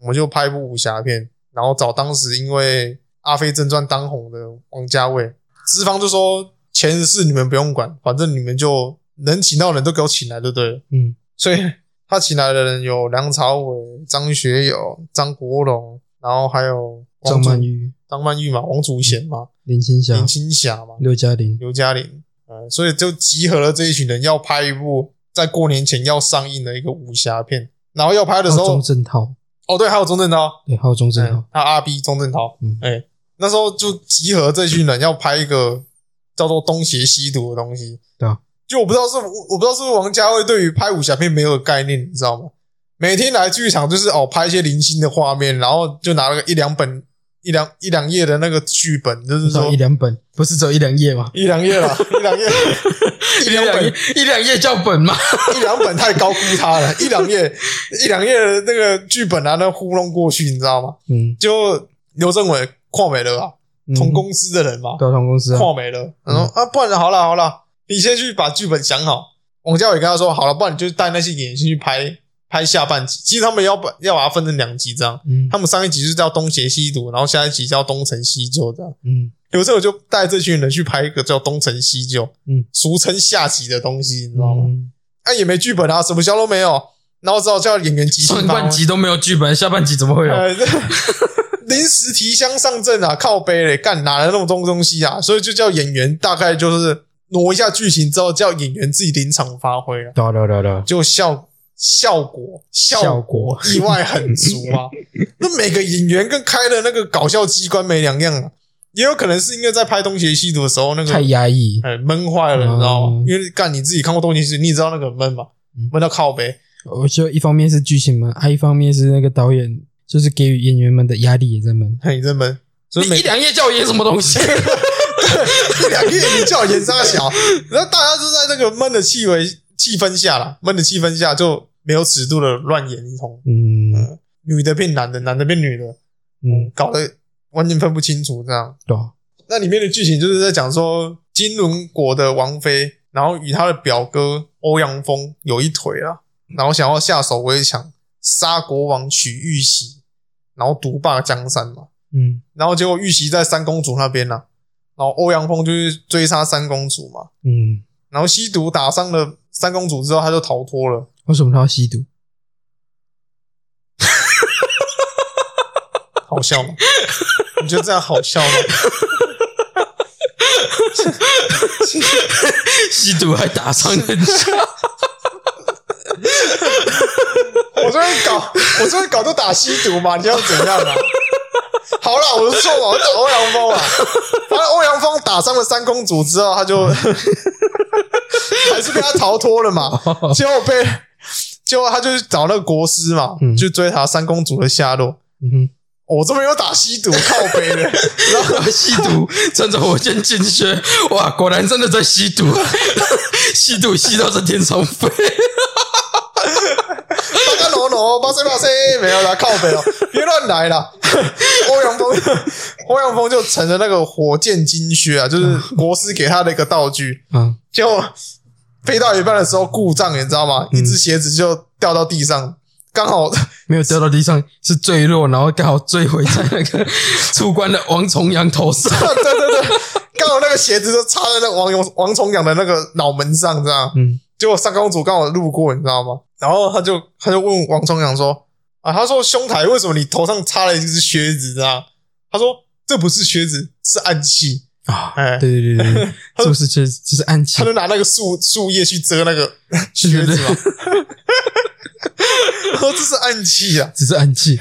[SPEAKER 2] 我们就拍部武侠片，然后找当时因为《阿飞正传》当红的王家卫，资方就说钱的事你们不用管，反正你们就能请到人都给我请来就对了。
[SPEAKER 3] 嗯，
[SPEAKER 2] 所以他请来的人有梁朝伟、张学友、张国荣，然后还有王
[SPEAKER 3] 张
[SPEAKER 2] 祖
[SPEAKER 3] 曼、玉、嗯啊
[SPEAKER 2] 张曼玉嘛、王祖贤嘛、
[SPEAKER 3] 林青霞
[SPEAKER 2] 林、青霞嘛、
[SPEAKER 3] 刘嘉玲，
[SPEAKER 2] 刘嘉玲，呃，所以就集合了这一群人，要拍一部在过年前要上映的一个武侠片。然后要拍的时
[SPEAKER 3] 还有
[SPEAKER 2] 候
[SPEAKER 3] 钟，镇涛，
[SPEAKER 2] 哦，对，还有钟镇涛，
[SPEAKER 3] 对，还有钟镇
[SPEAKER 2] 嗯
[SPEAKER 3] 涛，，
[SPEAKER 2] 还有阿 B 钟镇涛，
[SPEAKER 3] 嗯
[SPEAKER 2] 哎、那时候就集合这群人要拍一个叫做东邪西毒的东西。
[SPEAKER 3] 对啊，
[SPEAKER 2] 就我不知道是我我不知道是不是王家卫对于拍武侠片没有概念，你知道吗？每天来剧场就是哦拍一些零星的画面，然后就拿了个一两本一两一两页的那个剧本，就是
[SPEAKER 3] 至少
[SPEAKER 2] 说
[SPEAKER 3] 一两本，不是只有一两页吗？
[SPEAKER 2] 一两页啦，一 两页一两本
[SPEAKER 3] 一两页叫本吗？
[SPEAKER 2] 一两本太高估他 了，一两页一两页的那个剧本啊，那糊弄过去，你知道吗？
[SPEAKER 3] 嗯，
[SPEAKER 2] 就刘镇伟跨没了啊，
[SPEAKER 3] 嗯
[SPEAKER 2] 同公司的人嘛，
[SPEAKER 3] 对啊，同公司啊，
[SPEAKER 2] 跨没了。然后、啊，不然好了好了，你先去把剧本想好。王家伟跟他说好了，不然你就带那些演员先去拍拍下半集。其实他们要把要把它分成两集这样，
[SPEAKER 3] 嗯
[SPEAKER 2] 他们上一集就是叫东邪西毒，然后下一集叫东成西就这样。
[SPEAKER 3] 嗯
[SPEAKER 2] 刘镇伟就带这群人去拍一个叫东成西就，
[SPEAKER 3] 嗯，
[SPEAKER 2] 俗称下集的东西，你知道吗？
[SPEAKER 3] 嗯，
[SPEAKER 2] 啊，也没剧本啊，什么消都没有，然后只好叫演员即兴
[SPEAKER 3] 上
[SPEAKER 2] 发
[SPEAKER 3] 半
[SPEAKER 2] 挥。
[SPEAKER 3] 集都没有剧本，下半集怎么会有？
[SPEAKER 2] 呃，这 临时提箱上阵啊，靠背嘞，干哪来那么多东西啊？所以就叫演员大概就是挪一下剧情之后，叫演员自己临场发挥了，
[SPEAKER 3] 对啊对啊对啊对啊，
[SPEAKER 2] 就效效果效
[SPEAKER 3] 效果
[SPEAKER 2] 意外很足 啊。那每个演员跟开的那个搞笑机关没两样啊，也有可能是因为在拍《东邪西毒》的时候那个
[SPEAKER 3] 太压抑，
[SPEAKER 2] 哎闷坏了，你知道吗
[SPEAKER 3] 嗯？
[SPEAKER 2] 因为干你自己看过《东邪西毒》，你也知道那个很闷嘛
[SPEAKER 3] 嗯，
[SPEAKER 2] 闷到靠背。
[SPEAKER 3] 我觉得一方面是剧情嘛，还一方面是那个导演就是给予演员们的压力也在闷。
[SPEAKER 2] 嘿，真闷。所以每
[SPEAKER 3] 你一两页叫我演什么东西？
[SPEAKER 2] 这两个月你叫我演沙 小，然后大家就在那个闷的气围气氛下啦，闷的气氛下就没有尺度的乱演一通，
[SPEAKER 3] 嗯
[SPEAKER 2] 女的变男的，男的变女的，
[SPEAKER 3] 嗯，
[SPEAKER 2] 搞得完全分不清楚这样。
[SPEAKER 3] 对啊，
[SPEAKER 2] 那里面的剧情就是在讲说金轮国的王妃，然后与她的表哥欧阳锋有一腿啦，然后想要下手为强，杀国王取玉玺，然后独霸江山嘛。
[SPEAKER 3] 嗯
[SPEAKER 2] 然后结果玉玺在三公主那边啦、然后欧阳锋就去追杀三公主嘛。
[SPEAKER 3] 嗯，
[SPEAKER 2] 然后吸毒打伤了三公主之后，他就逃脱了。
[SPEAKER 3] 为什么他要吸毒？
[SPEAKER 2] 好笑吗？你觉得这样好笑吗？
[SPEAKER 3] 吸毒还打伤人家？
[SPEAKER 2] 我这边搞，我这边搞都打吸毒嘛，你要怎样啊？好啦，我就说嘛，我打欧阳锋啊。反正欧阳锋打伤了三公主之后，他就还是被他逃脱了嘛。结果被，结果他就去找那个国师嘛，
[SPEAKER 3] 嗯
[SPEAKER 2] 去追查三公主的下落。
[SPEAKER 3] 嗯
[SPEAKER 2] 哦我、这边有打吸毒，靠背的。 然后
[SPEAKER 3] 哼，吸毒，趁着我先进去，哇，果然真的在吸毒，啊 吸毒吸到这天上飞。
[SPEAKER 2] 大家挪挪，巴塞巴塞，没有啦，靠北哦，别乱来啦。 欧阳锋，欧阳锋就成了那个火箭金靴啊，就是国师给他的一个道具。
[SPEAKER 3] 啊，
[SPEAKER 2] 结果飞到一半的时候故障，你知道吗？一只鞋子就掉到地上，刚好
[SPEAKER 3] 没有掉到地上，是坠落，然后刚好坠毁在那 个出关的王重阳头上。
[SPEAKER 2] 对对对，刚好那个鞋子就插在那个王勇王重阳的那个脑门上，这样。
[SPEAKER 3] 嗯
[SPEAKER 2] 结果三公主刚好路过，你知道吗？然后他就他就问王重阳说：“啊，他说兄台，为什么你头上插了一只靴子？”这样，他说：“这不是靴子，是暗器。
[SPEAKER 3] 啊
[SPEAKER 2] 哎
[SPEAKER 3] 对对对对，就是这这是暗”器
[SPEAKER 2] 他，就拿那个树树叶去遮那个 靴子嘛。 他说：“这是暗器啊
[SPEAKER 3] 只是暗器。！”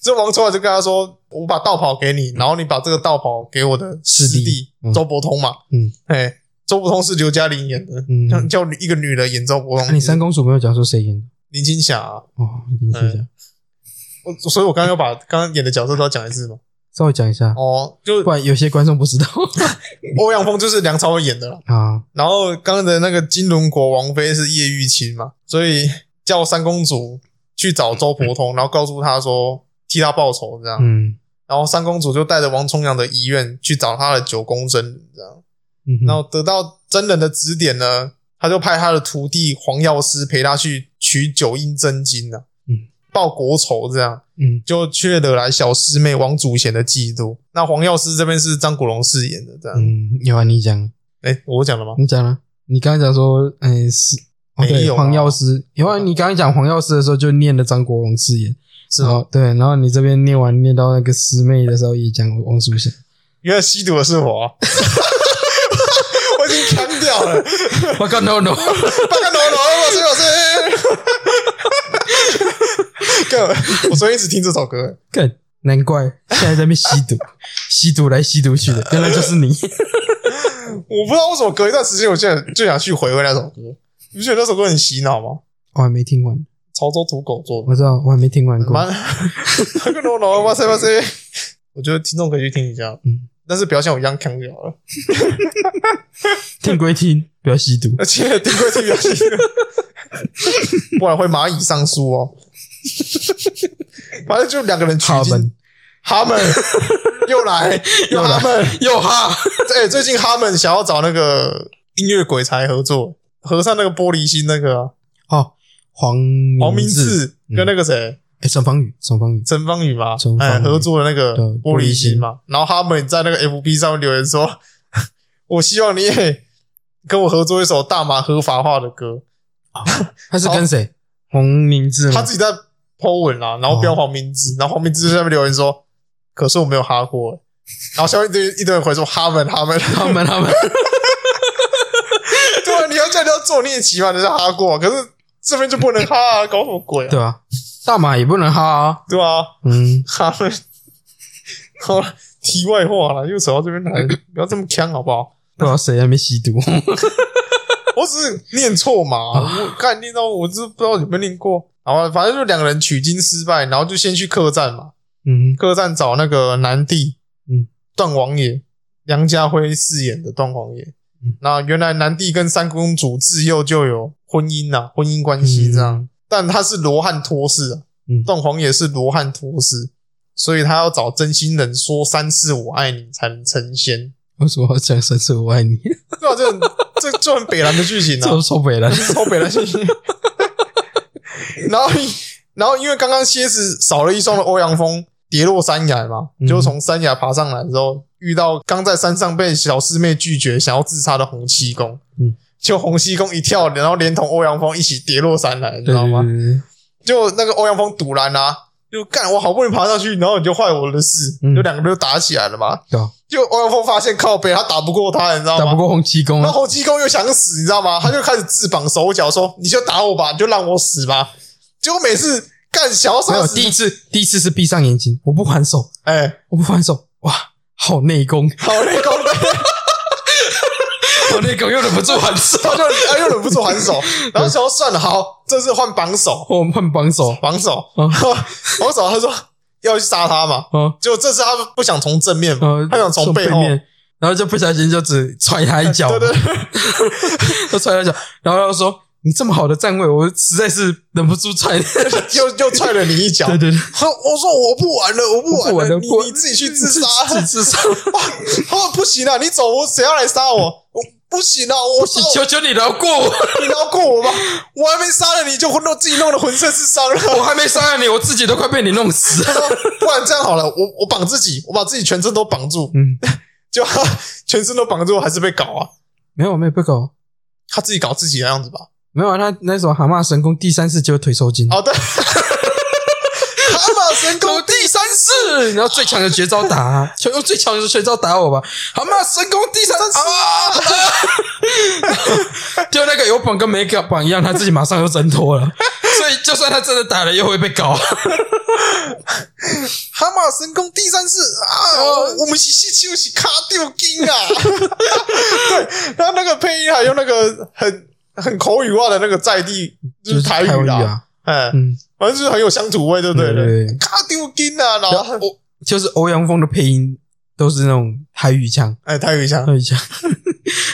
[SPEAKER 2] 这王重阳就跟他说：“我把道袍给你，然后你把这个道袍给我的师
[SPEAKER 3] 嗯师弟
[SPEAKER 2] 弟
[SPEAKER 3] 嗯
[SPEAKER 2] 周伯通嘛。”
[SPEAKER 3] 嗯，
[SPEAKER 2] 哎，周伯通是刘嘉玲演的，
[SPEAKER 3] 嗯，
[SPEAKER 2] 像叫一个女的演周伯
[SPEAKER 3] 那
[SPEAKER 2] 通，
[SPEAKER 3] 你三公主没有讲说谁演的
[SPEAKER 2] 林青霞啊。
[SPEAKER 3] 哦？林青霞，
[SPEAKER 2] 我所以，我刚刚要把刚刚演的角色都要讲一次嘛。
[SPEAKER 3] 稍微讲一下，
[SPEAKER 2] 哦，就
[SPEAKER 3] 不然有些观众不知 道
[SPEAKER 2] 欧阳锋就是梁朝伟演的啦。
[SPEAKER 3] 啊。
[SPEAKER 2] 然后刚刚的那个金轮国王妃是叶玉卿嘛，所以叫三公主去找周伯通，然后告诉他说替他报仇这样。
[SPEAKER 3] 嗯
[SPEAKER 2] 然后三公主就带着王重阳的遗愿去找他的九宫真人这样。
[SPEAKER 3] 嗯哼，
[SPEAKER 2] 然后得到真人的指点呢，他就派他的徒弟黄药师陪他去取九阴真经啊，
[SPEAKER 3] 嗯，
[SPEAKER 2] 报国仇这样。
[SPEAKER 3] 嗯
[SPEAKER 2] 就却惹来小师妹王祖贤的嫉妒。那黄药师这边是张国荣饰演的，这样。
[SPEAKER 3] 嗯，有啊，你讲，
[SPEAKER 2] 哎、我讲了吗？
[SPEAKER 3] 哦你讲了，你刚刚讲说，哎是。哦，
[SPEAKER 2] 没
[SPEAKER 3] 对，
[SPEAKER 2] 有啊
[SPEAKER 3] 黄药师有啊！你刚刚讲黄药师的时候，就念了张国荣饰演，
[SPEAKER 2] 是啊
[SPEAKER 3] 然
[SPEAKER 2] 吗？
[SPEAKER 3] 后对，然后你这边念完念到那个师妹的时候，也讲王 淑贤，
[SPEAKER 2] 原来吸毒的是我啊、 我已经砍掉 了。
[SPEAKER 3] 我靠，no no，
[SPEAKER 2] 八个罗罗，我是我是。哥，我昨天一直听这首歌，
[SPEAKER 3] 干，难怪现在在那边吸 毒，吸毒来吸毒去的，原来就是你。
[SPEAKER 2] 我不知道为什么隔一段时间，我就想就想去回味那首歌。你不觉得那首歌很洗脑吗？
[SPEAKER 3] 我还没听完，
[SPEAKER 2] 潮州土狗做的。
[SPEAKER 3] 我知道我还没听完过。
[SPEAKER 2] 蛮 那个罗罗哇塞哇塞，我觉得听众可以去听一下，
[SPEAKER 3] 嗯
[SPEAKER 2] 但是不要像我一样坑掉了。
[SPEAKER 3] 听归听，不要吸毒。
[SPEAKER 2] 而且定规定比较细，不然会蚂蚁上树哦。反正就两个人取
[SPEAKER 3] 哈
[SPEAKER 2] 经
[SPEAKER 3] 们，
[SPEAKER 2] 哈们又来又哈们，
[SPEAKER 3] 又哈，
[SPEAKER 2] 哎、最近哈们想要找那个音乐鬼才合作，合上那个玻璃心那个啊
[SPEAKER 3] 哦，黄
[SPEAKER 2] 黄明
[SPEAKER 3] 志，
[SPEAKER 2] 志跟那个谁
[SPEAKER 3] 哎，沈芳宇，沈芳宇，
[SPEAKER 2] 陈芳宇嘛
[SPEAKER 3] 陈，芳宇
[SPEAKER 2] 哎、合作的那个
[SPEAKER 3] 对
[SPEAKER 2] 玻璃心嘛，然后哈们在那个 FB 上面留言说， 我希望你也跟我合作一首大麻合法化的歌。
[SPEAKER 3] 他是跟谁？黄明志
[SPEAKER 2] 他
[SPEAKER 3] 吗？哦
[SPEAKER 2] 自己在 po 文啦，然后标黄明志，然后黄明志在下面留言说：“可是我没有哈过欸。”然后下面一堆一堆人回说：“哈们哈们。”
[SPEAKER 3] 他们他们，
[SPEAKER 2] 做啊你也起码能是哈过啊，可是这边就不能哈啊，搞什么鬼啊？
[SPEAKER 3] 对啊，大马也不能哈啊。
[SPEAKER 2] 对吧？
[SPEAKER 3] 嗯，
[SPEAKER 2] 哈了，好了，题外话了，又扯到这边来，不要这么呛好不好？
[SPEAKER 3] 不知道谁还没吸毒。
[SPEAKER 2] 我只是念错嘛，
[SPEAKER 3] 啊
[SPEAKER 2] 我看念到我是不知道有没有念过。好吧，反正就两个人取经失败，然后就先去客栈嘛，
[SPEAKER 3] 嗯
[SPEAKER 2] 客栈找那个南帝，
[SPEAKER 3] 嗯，
[SPEAKER 2] 段王爷，梁家辉饰演的段王爷
[SPEAKER 3] 嗯。
[SPEAKER 2] 那原来南帝跟三公主自幼就有婚姻呐、婚姻关系这样，但他是罗汉托氏啊，
[SPEAKER 3] 嗯
[SPEAKER 2] 段王爷是罗汉托氏，所以他要找真心人说三次我爱你才能成仙。
[SPEAKER 3] 为什么要讲三次我爱你？
[SPEAKER 2] 对啊，这很这这很北蓝的剧情
[SPEAKER 3] 这
[SPEAKER 2] 啊，
[SPEAKER 3] 都受不了。
[SPEAKER 2] 超北蓝剧 情。然后然后因为刚刚蝎子少了一双的欧阳锋跌落山崖嘛，
[SPEAKER 3] 嗯
[SPEAKER 2] 就从山崖爬上来之后，遇到刚在山上被小师妹拒绝想要自杀的洪七公，
[SPEAKER 3] 嗯，
[SPEAKER 2] 就洪七公一跳，然后连同欧阳锋一起跌落山 来，你知
[SPEAKER 3] 对
[SPEAKER 2] 道
[SPEAKER 3] 对
[SPEAKER 2] 吗？
[SPEAKER 3] 对对，
[SPEAKER 2] 就那个欧阳锋堵拦啊，就干我好不容易爬上去，然后你就坏我的事，
[SPEAKER 3] 嗯
[SPEAKER 2] 就两个人就打起来了嘛。
[SPEAKER 3] 对啊
[SPEAKER 2] 就欧阳锋发现靠北他打不过他，你知道吗？
[SPEAKER 3] 打不过洪七公
[SPEAKER 2] 那
[SPEAKER 3] 啊。
[SPEAKER 2] 洪七公又想死，你知道吗？他就开始自绑手脚，说：“你就打我吧，你就让我死吧。”结果每次干想要
[SPEAKER 3] 没
[SPEAKER 2] 杀
[SPEAKER 3] 有
[SPEAKER 2] 死，
[SPEAKER 3] 第一次，第一次是闭上眼睛，我不还手，
[SPEAKER 2] 哎、
[SPEAKER 3] 我不还手，哇，好内 功，
[SPEAKER 2] 好内功，
[SPEAKER 3] 好内功又忍不住还手，
[SPEAKER 2] 他就他又忍不住还手，然后想说：“算了，好，这次换绑手，
[SPEAKER 3] 我们换帮手
[SPEAKER 2] 绑手，
[SPEAKER 3] 嗯
[SPEAKER 2] 绑手。”他说要去杀他嘛，
[SPEAKER 3] 啊，
[SPEAKER 2] 结果这次他不想从正面嘛，
[SPEAKER 3] 呃，
[SPEAKER 2] 他想嗯从背后，
[SPEAKER 3] 面，然后就不小心就只踹他一脚，
[SPEAKER 2] 对对，对
[SPEAKER 3] 就 踹他一脚，然后他说：“你这么好的站位，我实在是忍不住踹。”
[SPEAKER 2] 又又踹了你一 脚。
[SPEAKER 3] 对对对，
[SPEAKER 2] 我我说我不玩了，我不玩
[SPEAKER 3] 不玩了
[SPEAKER 2] 你
[SPEAKER 3] 不玩
[SPEAKER 2] 你自己去自杀，
[SPEAKER 3] 自杀，
[SPEAKER 2] 哇，他说不行啊，你走，我谁要来杀我？我不行啊，我杀
[SPEAKER 3] 求求你饶过 我，
[SPEAKER 2] 我你饶过我吧，我还没杀了你就弄自己弄得浑身是伤了。
[SPEAKER 3] 我还没杀了你，我自己都快被你弄死
[SPEAKER 2] 他。说不然这样好了，我我绑自己，我把自己全身都绑住，
[SPEAKER 3] 嗯，
[SPEAKER 2] 就他全身都绑住，还是被搞啊？
[SPEAKER 3] 没有没有被搞，
[SPEAKER 2] 他自己搞自己的样子吧？
[SPEAKER 3] 没有啊他那时候蛤蟆神功第三次就腿抽筋，
[SPEAKER 2] 哦，对，蛤蟆神功第三式，
[SPEAKER 3] 是，然后最强的绝招 打啊，就用最强的绝招打我吧，蛤蟆神功第三次啊，就那个有绑跟没绑一样，他自己马上就挣 脱了，所以就算他真的打了，又会被搞。
[SPEAKER 2] 蛤蟆神功第三式啊！我我们是吸气，是卡丢筋啊！对，然后那个配音还用那个很很口语化的那个在地 就是台
[SPEAKER 3] 台
[SPEAKER 2] 语
[SPEAKER 3] 语
[SPEAKER 2] 啦，
[SPEAKER 3] 啊，
[SPEAKER 2] 哎，
[SPEAKER 3] 嗯，
[SPEAKER 2] 反正就是很有乡土味，对不对
[SPEAKER 3] 对对对
[SPEAKER 2] 卡丢筋啊，然
[SPEAKER 3] 然
[SPEAKER 2] 后
[SPEAKER 3] 后欧就是欧阳锋的配音都是那种台语腔。
[SPEAKER 2] 哎，台语腔
[SPEAKER 3] 他，一下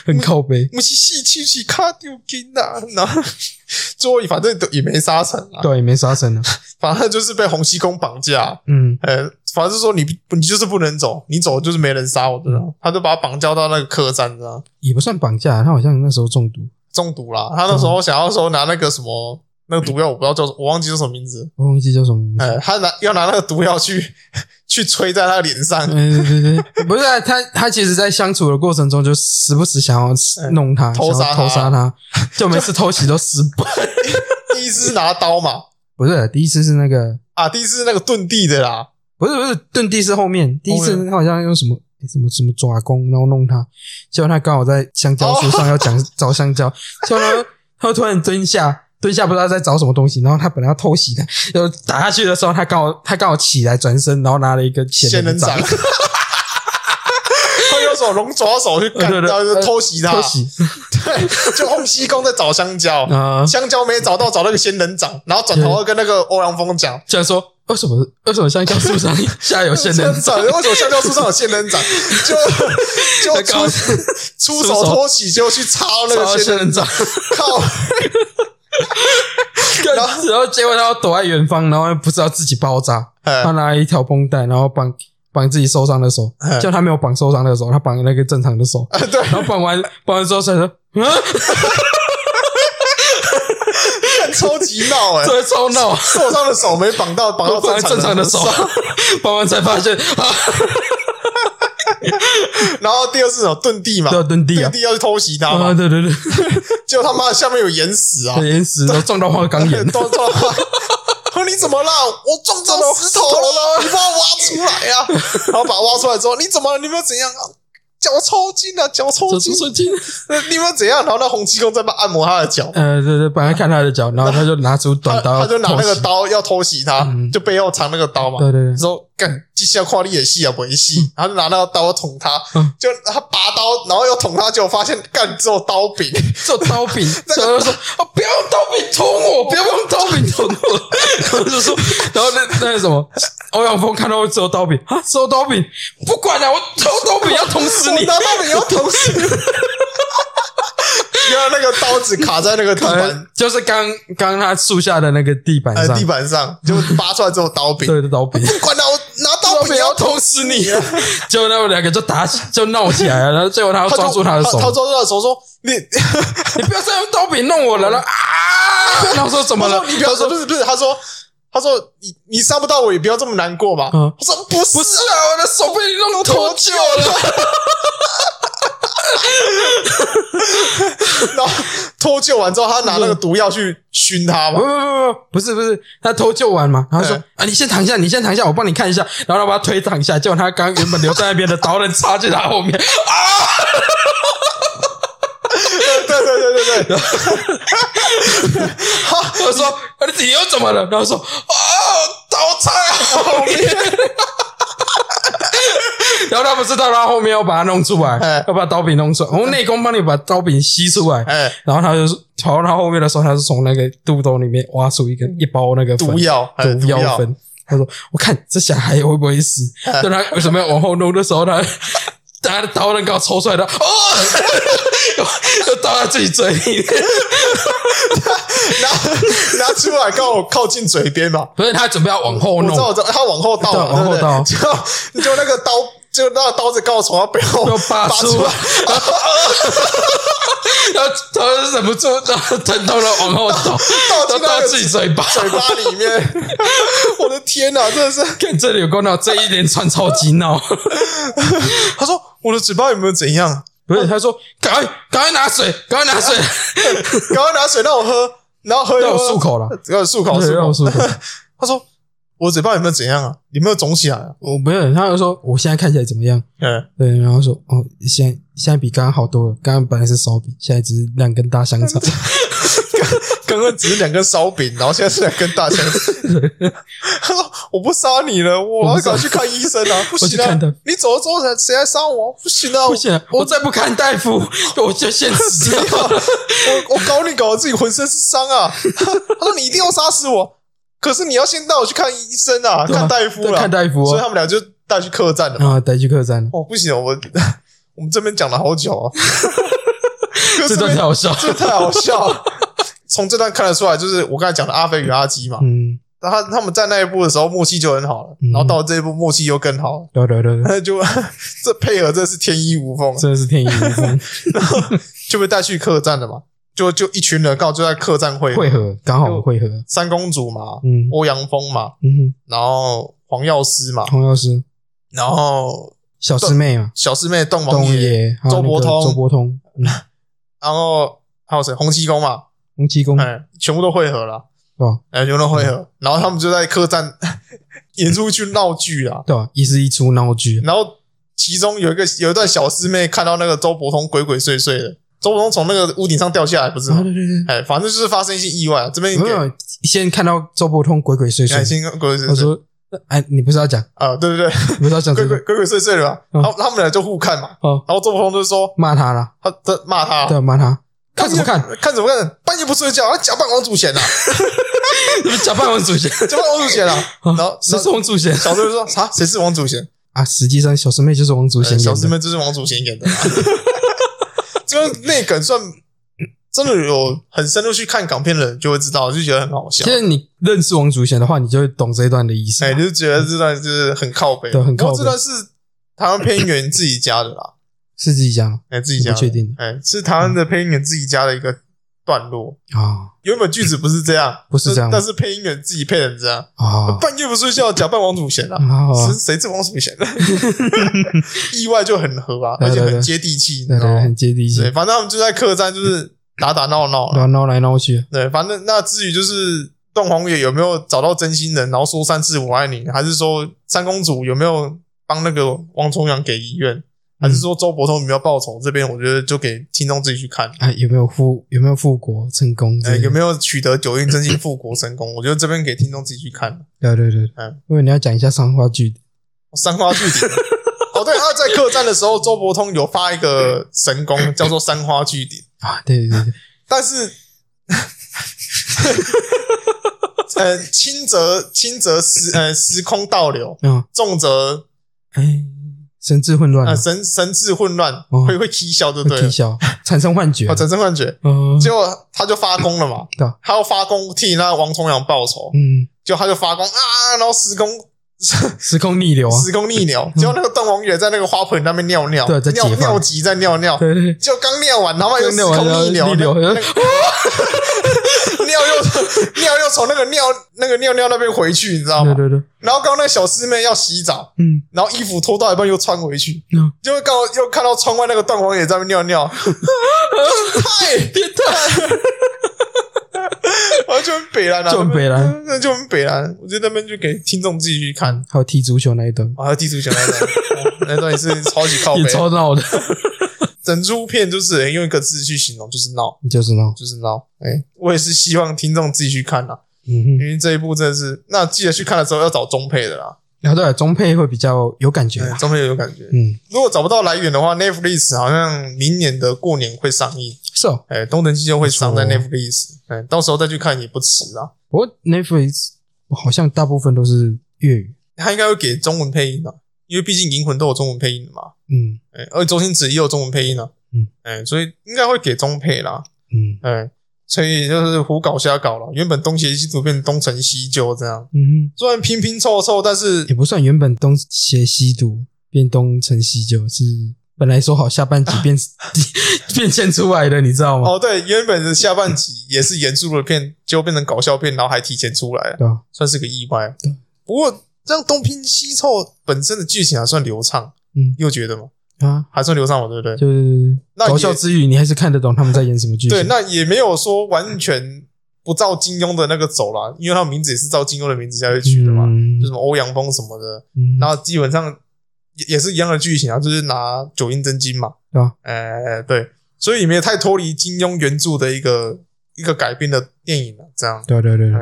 [SPEAKER 3] 很靠背。
[SPEAKER 2] 我们是吸气，是卡丢筋啊！然后 最后反正都也没杀成啊，
[SPEAKER 3] 对，没杀成啊。
[SPEAKER 2] 反正就是被洪七公绑架，
[SPEAKER 3] 嗯，
[SPEAKER 2] 呃，反正说你你就是不能走，你走就是没人杀我的啦，
[SPEAKER 3] 嗯
[SPEAKER 2] 他就把他绑架到那个客栈这样。
[SPEAKER 3] 也不算绑架，他好像那时候中毒，
[SPEAKER 2] 中毒啦。他那时候想要说拿那个什么那个毒药，我不知道叫什么我忘记叫什么名字。
[SPEAKER 3] 我忘记叫什么名字。
[SPEAKER 2] 呃，他拿要拿那个毒药去 去吹在他脸上，
[SPEAKER 3] 嗯，对对对，不是啊、他，他其实，在相处的过程中，就时不时想要弄 他，
[SPEAKER 2] 偷杀
[SPEAKER 3] 想要偷杀他，就每次偷袭都失败。
[SPEAKER 2] 第一次拿刀嘛，
[SPEAKER 3] 不是，第一次是那个，
[SPEAKER 2] 啊，第一次那个遁地的啦，
[SPEAKER 3] 不是不是，遁地是后面，第一
[SPEAKER 2] 后
[SPEAKER 3] 次
[SPEAKER 2] 面
[SPEAKER 3] 他好像用什么诶什么什么爪功，然后弄他，结果他刚好在香蕉树上要讲找香蕉，结果他他突然蹲下，蹲下不知道在找什么东西，然后他本来要偷袭他，然后打下去的时候，他刚好他刚好起来转身，然后拿了一个
[SPEAKER 2] 仙
[SPEAKER 3] 仙
[SPEAKER 2] 人
[SPEAKER 3] 人
[SPEAKER 2] 掌。
[SPEAKER 3] 掌
[SPEAKER 2] 他用手龙爪手去干
[SPEAKER 3] 对对对
[SPEAKER 2] 掉，就偷袭他
[SPEAKER 3] 偷，袭
[SPEAKER 2] 对，就洪七公在找香蕉，
[SPEAKER 3] 啊，
[SPEAKER 2] 香蕉没找到，找那个仙人掌，然后转头跟那个欧阳锋讲，
[SPEAKER 3] 居然说为什么为什么香蕉树上 下有仙人掌？
[SPEAKER 2] 为什么香蕉树上有仙人掌？ 就就
[SPEAKER 3] 在搞
[SPEAKER 2] 出出 手托起，就去抄那个仙人掌， 靠！
[SPEAKER 3] 然后然后结果他要躲在远方，然后又不知道自己爆炸。
[SPEAKER 2] 哎
[SPEAKER 3] 他拿了一条绷带，然后绑绑自己受伤的手
[SPEAKER 2] 嗯，
[SPEAKER 3] 就他没有绑受伤的手，他绑那个正常的手，
[SPEAKER 2] 啊对，
[SPEAKER 3] 然后绑完绑完之后才说， 嗯，
[SPEAKER 2] 干超级闹哎
[SPEAKER 3] 这！会超闹，啊
[SPEAKER 2] 受伤的手没绑到，绑
[SPEAKER 3] 绑
[SPEAKER 2] 到
[SPEAKER 3] 完正常的手， 绑完才发现啊，
[SPEAKER 2] 然后第二次手遁地嘛，
[SPEAKER 3] 要蹲地
[SPEAKER 2] 遁
[SPEAKER 3] 啊，
[SPEAKER 2] 地要去偷袭他
[SPEAKER 3] 啊，
[SPEAKER 2] 嘛，
[SPEAKER 3] 对对对，
[SPEAKER 2] 结果他妈下面有岩石啊，
[SPEAKER 3] 很，严实，然后撞到花岗岩
[SPEAKER 2] 都撞到。说你怎么啦？我撞到 石头了，你把我挖出来呀、啊！然后把我挖出来之后，你怎么了？你没有怎样啊？脚抽筋啊，脚抽
[SPEAKER 3] 手
[SPEAKER 2] 筋
[SPEAKER 3] 术，手筋。
[SPEAKER 2] 那 你们怎样？然后那洪七公在帮按摩他的脚，
[SPEAKER 3] 呃，对对，本来看他的脚，然后他就拿出
[SPEAKER 2] 他
[SPEAKER 3] 短刀，
[SPEAKER 2] 他就拿那个
[SPEAKER 3] 偷袭，
[SPEAKER 2] 刀要偷袭他
[SPEAKER 3] 嗯，
[SPEAKER 2] 就背后藏那个刀嘛。
[SPEAKER 3] 对对对，
[SPEAKER 2] 说干，这下跨你演戏啊，不演戏，然后就拿那个刀捅他
[SPEAKER 3] 嗯，
[SPEAKER 2] 就他拔刀，然后又捅他，结果发现干只有刀柄，
[SPEAKER 3] 做刀 柄，然后就说哦，不要用刀柄捅我，不要用刀柄捅我， 然后就说，然后那那是什么，欧阳锋看到我收刀柄啊，收刀柄，不管啊了、我收刀柄要捅死
[SPEAKER 2] 我
[SPEAKER 3] 你，
[SPEAKER 2] 拿刀柄要捅死 你。原来那个刀子卡在那个地
[SPEAKER 3] 呃
[SPEAKER 2] 板，
[SPEAKER 3] 就是刚刚他树下的那个哎地板
[SPEAKER 2] 呃
[SPEAKER 3] 上，
[SPEAKER 2] 地板上，就拔出来之后刀柄。
[SPEAKER 3] 对的刀柄。
[SPEAKER 2] 不管了，我拿刀柄要捅死你。
[SPEAKER 3] 结果他们两个就打起就闹起来了，然后最后他要
[SPEAKER 2] 他
[SPEAKER 3] 抓
[SPEAKER 2] 就
[SPEAKER 3] 住哎他的手，
[SPEAKER 2] 他抓住他的手说：“你
[SPEAKER 3] 你不要再用刀柄弄我了了啊！然后 说怎么
[SPEAKER 2] 他
[SPEAKER 3] 了
[SPEAKER 2] 说？你不要说，不是不是，他说他说你你伤不到我，也不要这么难过嘛。
[SPEAKER 3] 嗯
[SPEAKER 2] 他说不是
[SPEAKER 3] 不是啊，我的手被你弄脱
[SPEAKER 2] 脱臼
[SPEAKER 3] 臼了。
[SPEAKER 2] 然 后脱臼完之后，他拿那个毒药去熏他
[SPEAKER 3] 不不
[SPEAKER 2] 嘛。
[SPEAKER 3] 不哦不，不是不是，他偷救完嘛，然后说
[SPEAKER 2] 嗯
[SPEAKER 3] 啊，你先躺下，你先躺下，我帮你看一下，然后他把他推躺下，结果他刚原本留在那边的刀刃插进他后面，啊
[SPEAKER 2] 对对对对对对，
[SPEAKER 3] 我说啊你又怎么了？然后说
[SPEAKER 2] 哦
[SPEAKER 3] 啊，刀插后
[SPEAKER 2] 啊
[SPEAKER 3] 面。然后他不知道他后面要把它弄出来
[SPEAKER 2] 哎，
[SPEAKER 3] 要把刀柄弄出来，我内功帮你把刀柄吸出来。
[SPEAKER 2] 哎，
[SPEAKER 3] 然后他就是跑到他后面的时候，他是从那个肚兜里面挖出一个一包那个粉
[SPEAKER 2] 嗯毒药，哎
[SPEAKER 3] 毒药粉。他说：“我看这小孩会不会死？” 就他为什么要往后弄的时候，他 他的刀能搞抽出来的，哦， 就到他自己嘴里。
[SPEAKER 2] 拿拿出来靠靠近嘴边嘛。
[SPEAKER 3] 不是他准备要往后
[SPEAKER 2] 我知道，我
[SPEAKER 3] 弄，
[SPEAKER 2] 知道，他往后倒嘛，
[SPEAKER 3] 哦对往后
[SPEAKER 2] 对
[SPEAKER 3] 倒
[SPEAKER 2] 不对？就就那个刀，就那个刀子刚好从他背后
[SPEAKER 3] 就拔
[SPEAKER 2] 拔
[SPEAKER 3] 出
[SPEAKER 2] 来
[SPEAKER 3] 来，，然后 他就忍不住，然后疼痛的往后 倒，
[SPEAKER 2] 倒进那
[SPEAKER 3] 倒到
[SPEAKER 2] 个
[SPEAKER 3] 自己嘴巴。
[SPEAKER 2] 嘴巴里面。 我的天哪，真的是！
[SPEAKER 3] 看这里有够闹，这一连串超级闹。
[SPEAKER 2] 他说我的嘴巴有没有怎样？
[SPEAKER 3] 不是，他说赶快赶快拿水，赶快 拿水，
[SPEAKER 2] 赶快拿水让我喝，然后喝一
[SPEAKER 3] 让
[SPEAKER 2] 喝
[SPEAKER 3] 我漱，口了，
[SPEAKER 2] 给我漱口，
[SPEAKER 3] 对
[SPEAKER 2] 漱
[SPEAKER 3] 让我
[SPEAKER 2] 口。
[SPEAKER 3] 漱口。
[SPEAKER 2] 他说我嘴巴有没有怎样啊？有没有肿起来啊？
[SPEAKER 3] 我 没有，他就说我现在看起来怎么样？
[SPEAKER 2] 嗯，
[SPEAKER 3] 对，然后说哦，现在现在比刚刚好多了，刚刚本来是烧饼，现在只是两根大香 肠。
[SPEAKER 2] 刚刚只是两根烧饼，然后现在是两根大香肠。他说 我不杀你了，我
[SPEAKER 3] 我
[SPEAKER 2] 要
[SPEAKER 3] 不杀
[SPEAKER 2] 赶快去看医生啊！不行
[SPEAKER 3] 我去
[SPEAKER 2] 啊
[SPEAKER 3] 看他！
[SPEAKER 2] 你走了之后才谁来杀我？不行啊！
[SPEAKER 3] 不行， 我再不看大夫，我就先 死
[SPEAKER 2] 不要
[SPEAKER 3] 掉了。
[SPEAKER 2] 我我搞你搞得自己浑身是伤啊！ 他说你一定要杀死我，可是你要先带我去看医生啊，
[SPEAKER 3] 对啊
[SPEAKER 2] 看大夫
[SPEAKER 3] 对
[SPEAKER 2] 啦。
[SPEAKER 3] 看大夫啊
[SPEAKER 2] 所以他们俩就带去客栈了嘛。
[SPEAKER 3] 啊，带去客栈了，
[SPEAKER 2] 哦，不行，我 我们这边讲了好久啊，可
[SPEAKER 3] 这
[SPEAKER 2] 是
[SPEAKER 3] 段太好笑了。
[SPEAKER 2] 这太好笑了。从这段看得出来，就是我刚才讲的阿飞与阿基嘛，
[SPEAKER 3] 嗯，
[SPEAKER 2] 他他们在那一部的时候默契就很好了，
[SPEAKER 3] 嗯
[SPEAKER 2] 然后到了这一部默契又更好了，
[SPEAKER 3] 对对对，对
[SPEAKER 2] 那就这配合真是天衣无缝啊，
[SPEAKER 3] 真的是天衣无 缝，
[SPEAKER 2] 就被带去客栈了嘛，就就一群人刚好就在客栈会合
[SPEAKER 3] 会合刚好会合。
[SPEAKER 2] 三公主嘛，
[SPEAKER 3] 嗯
[SPEAKER 2] 欧阳锋嘛，
[SPEAKER 3] 嗯
[SPEAKER 2] 然后黄药师嘛
[SPEAKER 3] 哼，，洪药师、
[SPEAKER 2] 然后
[SPEAKER 3] 小师妹嘛，
[SPEAKER 2] 小师妹洞王
[SPEAKER 3] 董
[SPEAKER 2] 爷，
[SPEAKER 3] 爷、还有那
[SPEAKER 2] 周
[SPEAKER 3] 个
[SPEAKER 2] 伯通
[SPEAKER 3] 周伯通、嗯
[SPEAKER 2] 然后还有谁？洪七公嘛，
[SPEAKER 3] 洪七公，
[SPEAKER 2] 哎，全部都会合了，
[SPEAKER 3] 嗯哦，
[SPEAKER 2] 哎，全部都会合。然后他们就在客栈 演出去闹剧啊啦。
[SPEAKER 3] 对吧？啊一是一出闹剧，
[SPEAKER 2] 然后其中有一个有一段小师妹看到那个周伯通鬼鬼祟祟的，周伯通从那个屋顶上掉下来，不是
[SPEAKER 3] 啊
[SPEAKER 2] 吗？
[SPEAKER 3] 对对对，
[SPEAKER 2] 哎，反正就是发生一些意外啊。这边
[SPEAKER 3] 没
[SPEAKER 2] 给
[SPEAKER 3] 有先看到周伯通鬼鬼祟
[SPEAKER 2] 感
[SPEAKER 3] 祟，
[SPEAKER 2] 情鬼鬼
[SPEAKER 3] 我
[SPEAKER 2] 祟祟
[SPEAKER 3] 说：“哎，你不是要讲，
[SPEAKER 2] 啊，对不对？
[SPEAKER 3] 你不是要讲
[SPEAKER 2] 鬼
[SPEAKER 3] 这
[SPEAKER 2] 鬼
[SPEAKER 3] 个
[SPEAKER 2] 鬼鬼祟祟的吧？
[SPEAKER 3] 嗯
[SPEAKER 2] 然后他们俩就互看嘛。
[SPEAKER 3] 哦，
[SPEAKER 2] 然后周伯通就说
[SPEAKER 3] 骂他了，
[SPEAKER 2] 他他骂哦他，
[SPEAKER 3] 对，啊骂他，看什么看？
[SPEAKER 2] 看什么看？半夜不睡觉，他啊假扮王祖贤呐，
[SPEAKER 3] 你们假扮王祖贤，
[SPEAKER 2] 假扮王祖贤啊。然后
[SPEAKER 3] 谁 是王 祖贤
[SPEAKER 2] 小队就说啥？谁是王祖贤？
[SPEAKER 3] 啊？实际上，小师妹就是王祖贤
[SPEAKER 2] 呃
[SPEAKER 3] 演的
[SPEAKER 2] 小师妹就是王祖贤演的啊。 这个内梗算真的有很深入去看港片的人就会知道，就觉得很好笑
[SPEAKER 3] 其。实你认识王祖贤的话，你就会懂这一段的意思啊
[SPEAKER 2] 哎，。就是觉得这段就是很靠北，
[SPEAKER 3] 对很靠
[SPEAKER 2] 然后
[SPEAKER 3] 北
[SPEAKER 2] 这段是台湾配音员自己加的啦，
[SPEAKER 3] 是自己讲吗
[SPEAKER 2] 哎，自己加的
[SPEAKER 3] 不确定
[SPEAKER 2] 哎，是台湾的配音员自己加的一个段落。
[SPEAKER 3] 啊
[SPEAKER 2] 原本句子不是这样，
[SPEAKER 3] 嗯不是这样
[SPEAKER 2] 但但是配音员自己配成这样。
[SPEAKER 3] 啊
[SPEAKER 2] 半夜不睡觉，假扮王祖贤啊，
[SPEAKER 3] 啊！
[SPEAKER 2] 谁谁哦是王祖贤？ 意外就很合啊，
[SPEAKER 3] 对
[SPEAKER 2] 而且
[SPEAKER 3] 对对
[SPEAKER 2] 很接地气，你
[SPEAKER 3] 对
[SPEAKER 2] 知道
[SPEAKER 3] 对，
[SPEAKER 2] 吗
[SPEAKER 3] 很？接地气
[SPEAKER 2] 对，，反正他们就在客栈就是打打闹闹啦
[SPEAKER 3] 然后闹来闹去，
[SPEAKER 2] 对，反正那至于就是段宏宇有没有找到真心人，然后说三次我爱你，还是说三公主有没有帮那个王重阳给遗愿？还是说周伯通有没有报仇？这边我觉得就给听众自己去看。
[SPEAKER 3] 啊，有没有复有没有复国成功之
[SPEAKER 2] 哎，
[SPEAKER 3] 类的？
[SPEAKER 2] 有没有取得九阴真经复国神功？我觉得这边给听众自己去看。
[SPEAKER 3] 对对对，
[SPEAKER 2] 嗯
[SPEAKER 3] 因为你要讲一下三花剧，
[SPEAKER 2] 三花聚顶。哦，对，他在客栈的时候，周伯通有发一个神功，叫做三花聚顶。
[SPEAKER 3] 啊，对对对，
[SPEAKER 2] 但是， 呃，轻则轻则时呃时空倒流，
[SPEAKER 3] 嗯，
[SPEAKER 2] 重则
[SPEAKER 3] 哎，神志混乱
[SPEAKER 2] 呃
[SPEAKER 3] 了，
[SPEAKER 2] 神神志混乱，
[SPEAKER 3] 嗯哦
[SPEAKER 2] 会会踢笑就
[SPEAKER 3] 会
[SPEAKER 2] 对
[SPEAKER 3] 啼
[SPEAKER 2] 了，
[SPEAKER 3] 笑，产生幻觉
[SPEAKER 2] 哦，，产生幻觉。
[SPEAKER 3] 嗯
[SPEAKER 2] 结果他就发功了嘛
[SPEAKER 3] 对啊，
[SPEAKER 2] 他要发功替那王重阳报仇，
[SPEAKER 3] 嗯，
[SPEAKER 2] 就他就发功啊，然后时空
[SPEAKER 3] 时空逆流啊，
[SPEAKER 2] 时空逆流，结果那个邓王爷在那个花盆那边尿尿，
[SPEAKER 3] 对在
[SPEAKER 2] 尿
[SPEAKER 3] 解放
[SPEAKER 2] 尿急在尿尿，
[SPEAKER 3] 对对，
[SPEAKER 2] 就刚尿完，然后又时
[SPEAKER 3] 尿完
[SPEAKER 2] 空
[SPEAKER 3] 了
[SPEAKER 2] 逆流，
[SPEAKER 3] 逆流，
[SPEAKER 2] 那那尿又尿又从那 个尿那个尿尿那边回去，你知道
[SPEAKER 3] 对
[SPEAKER 2] 吗？
[SPEAKER 3] 对对，
[SPEAKER 2] 然后刚刚那个小师妹要洗澡，
[SPEAKER 3] 嗯，
[SPEAKER 2] 然后衣服脱到一半又穿回去
[SPEAKER 3] 嗯，
[SPEAKER 2] 就刚好又看到窗外那个段王也在那边尿 尿，太变 态。我就很北蓝啊，
[SPEAKER 3] 就很北蓝
[SPEAKER 2] 那边，那就很北蓝。我觉得那边就给听众自己去看。
[SPEAKER 3] 还有踢足球那一段，
[SPEAKER 2] 啊，还有地主讲那段，哦那段也是超级靠
[SPEAKER 3] 也
[SPEAKER 2] 北。
[SPEAKER 3] 超闹的，
[SPEAKER 2] 整出片就是欸用一个字去形容，就是闹，
[SPEAKER 3] 就是闹，
[SPEAKER 2] 就是闹。哎，我也是希望听众自己去看啦。啊
[SPEAKER 3] 嗯哼
[SPEAKER 2] 因，为这一部真的是，那记得去看的时候要找中配的啦，
[SPEAKER 3] 然后对中配会比较有感觉
[SPEAKER 2] 对
[SPEAKER 3] 啊，
[SPEAKER 2] 中配有感觉。
[SPEAKER 3] 嗯，
[SPEAKER 2] 如果找不到来源的话，Netflix 好像明年的过年会上映，
[SPEAKER 3] 是哦，
[SPEAKER 2] 哎，《东成西就》会上在
[SPEAKER 3] 没错
[SPEAKER 2] Netflix，哎，到时候再去看也不迟啊啦。
[SPEAKER 3] 不过 Netflix 好像大部分都是粤语，
[SPEAKER 2] 他应该会给中文配音的，因为毕竟《银魂》都有中文配音的嘛，
[SPEAKER 3] 嗯
[SPEAKER 2] 哎，而且周星驰也有中文配音的，
[SPEAKER 3] 嗯，
[SPEAKER 2] 哎，所以应该会给中配啦，
[SPEAKER 3] 嗯
[SPEAKER 2] 哎，所以就是胡搞瞎搞了，原本东邪西毒变东成西就这样，
[SPEAKER 3] 嗯哼，
[SPEAKER 2] 虽然拼拼凑凑，但是
[SPEAKER 3] 也不算原本东邪西毒变东成西就，是本来说好下半集变变现出来的，你知道吗？
[SPEAKER 2] 哦，对，原本的下半集也是严肃的片，结果变成搞笑片，然后还提前出来，
[SPEAKER 3] 对啊吧？
[SPEAKER 2] 算是个意外。不过这样东拼西凑，本身的剧情还算流畅，
[SPEAKER 3] 嗯
[SPEAKER 2] 又觉得嘛，
[SPEAKER 3] 啊，
[SPEAKER 2] 还算流畅嘛，对不对？
[SPEAKER 3] 就是
[SPEAKER 2] 那也
[SPEAKER 3] 搞笑之余，你还是看得懂他们在演什么剧情。
[SPEAKER 2] 对，那也没有说完全不照金庸的那个走啦，因为他们名字也是照金庸的名字下去取的嘛，
[SPEAKER 3] 嗯
[SPEAKER 2] 就什么欧阳锋什么的，
[SPEAKER 3] 嗯
[SPEAKER 2] 然后基本上也也是一样的剧情啊，就是拿九阴真经嘛，
[SPEAKER 3] 对啊
[SPEAKER 2] 呃，对，所以也没有太脱离金庸原著的一个一个改编的电影了、啊这样，
[SPEAKER 3] 对对对对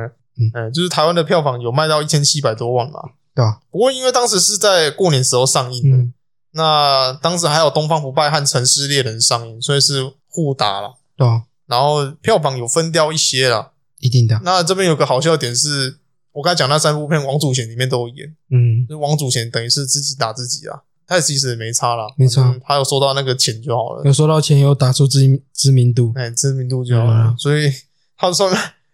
[SPEAKER 2] 嗯、就是台湾的票房有卖到一千七百多万嘛，
[SPEAKER 3] 对啊，
[SPEAKER 2] 不过因为当时是在过年时候上映的，
[SPEAKER 3] 嗯
[SPEAKER 2] 那当时还有《东方不败》和《城市猎人》上映，所以是互打了，
[SPEAKER 3] 对啊，
[SPEAKER 2] 然后票房有分掉一些啦。
[SPEAKER 3] 一定的，
[SPEAKER 2] 那这边有个好笑的点是，我刚才讲那三部片，王祖贤里面都有演。
[SPEAKER 3] 嗯
[SPEAKER 2] 就是王祖贤等于是自己打自己啊，他其实也没差啦，
[SPEAKER 3] 没啊差
[SPEAKER 2] 反正他有收到那个钱就好了
[SPEAKER 3] 有，收到钱，有打出知名知名度，
[SPEAKER 2] 哎、知名度就好了，
[SPEAKER 3] 嗯
[SPEAKER 2] 所以他算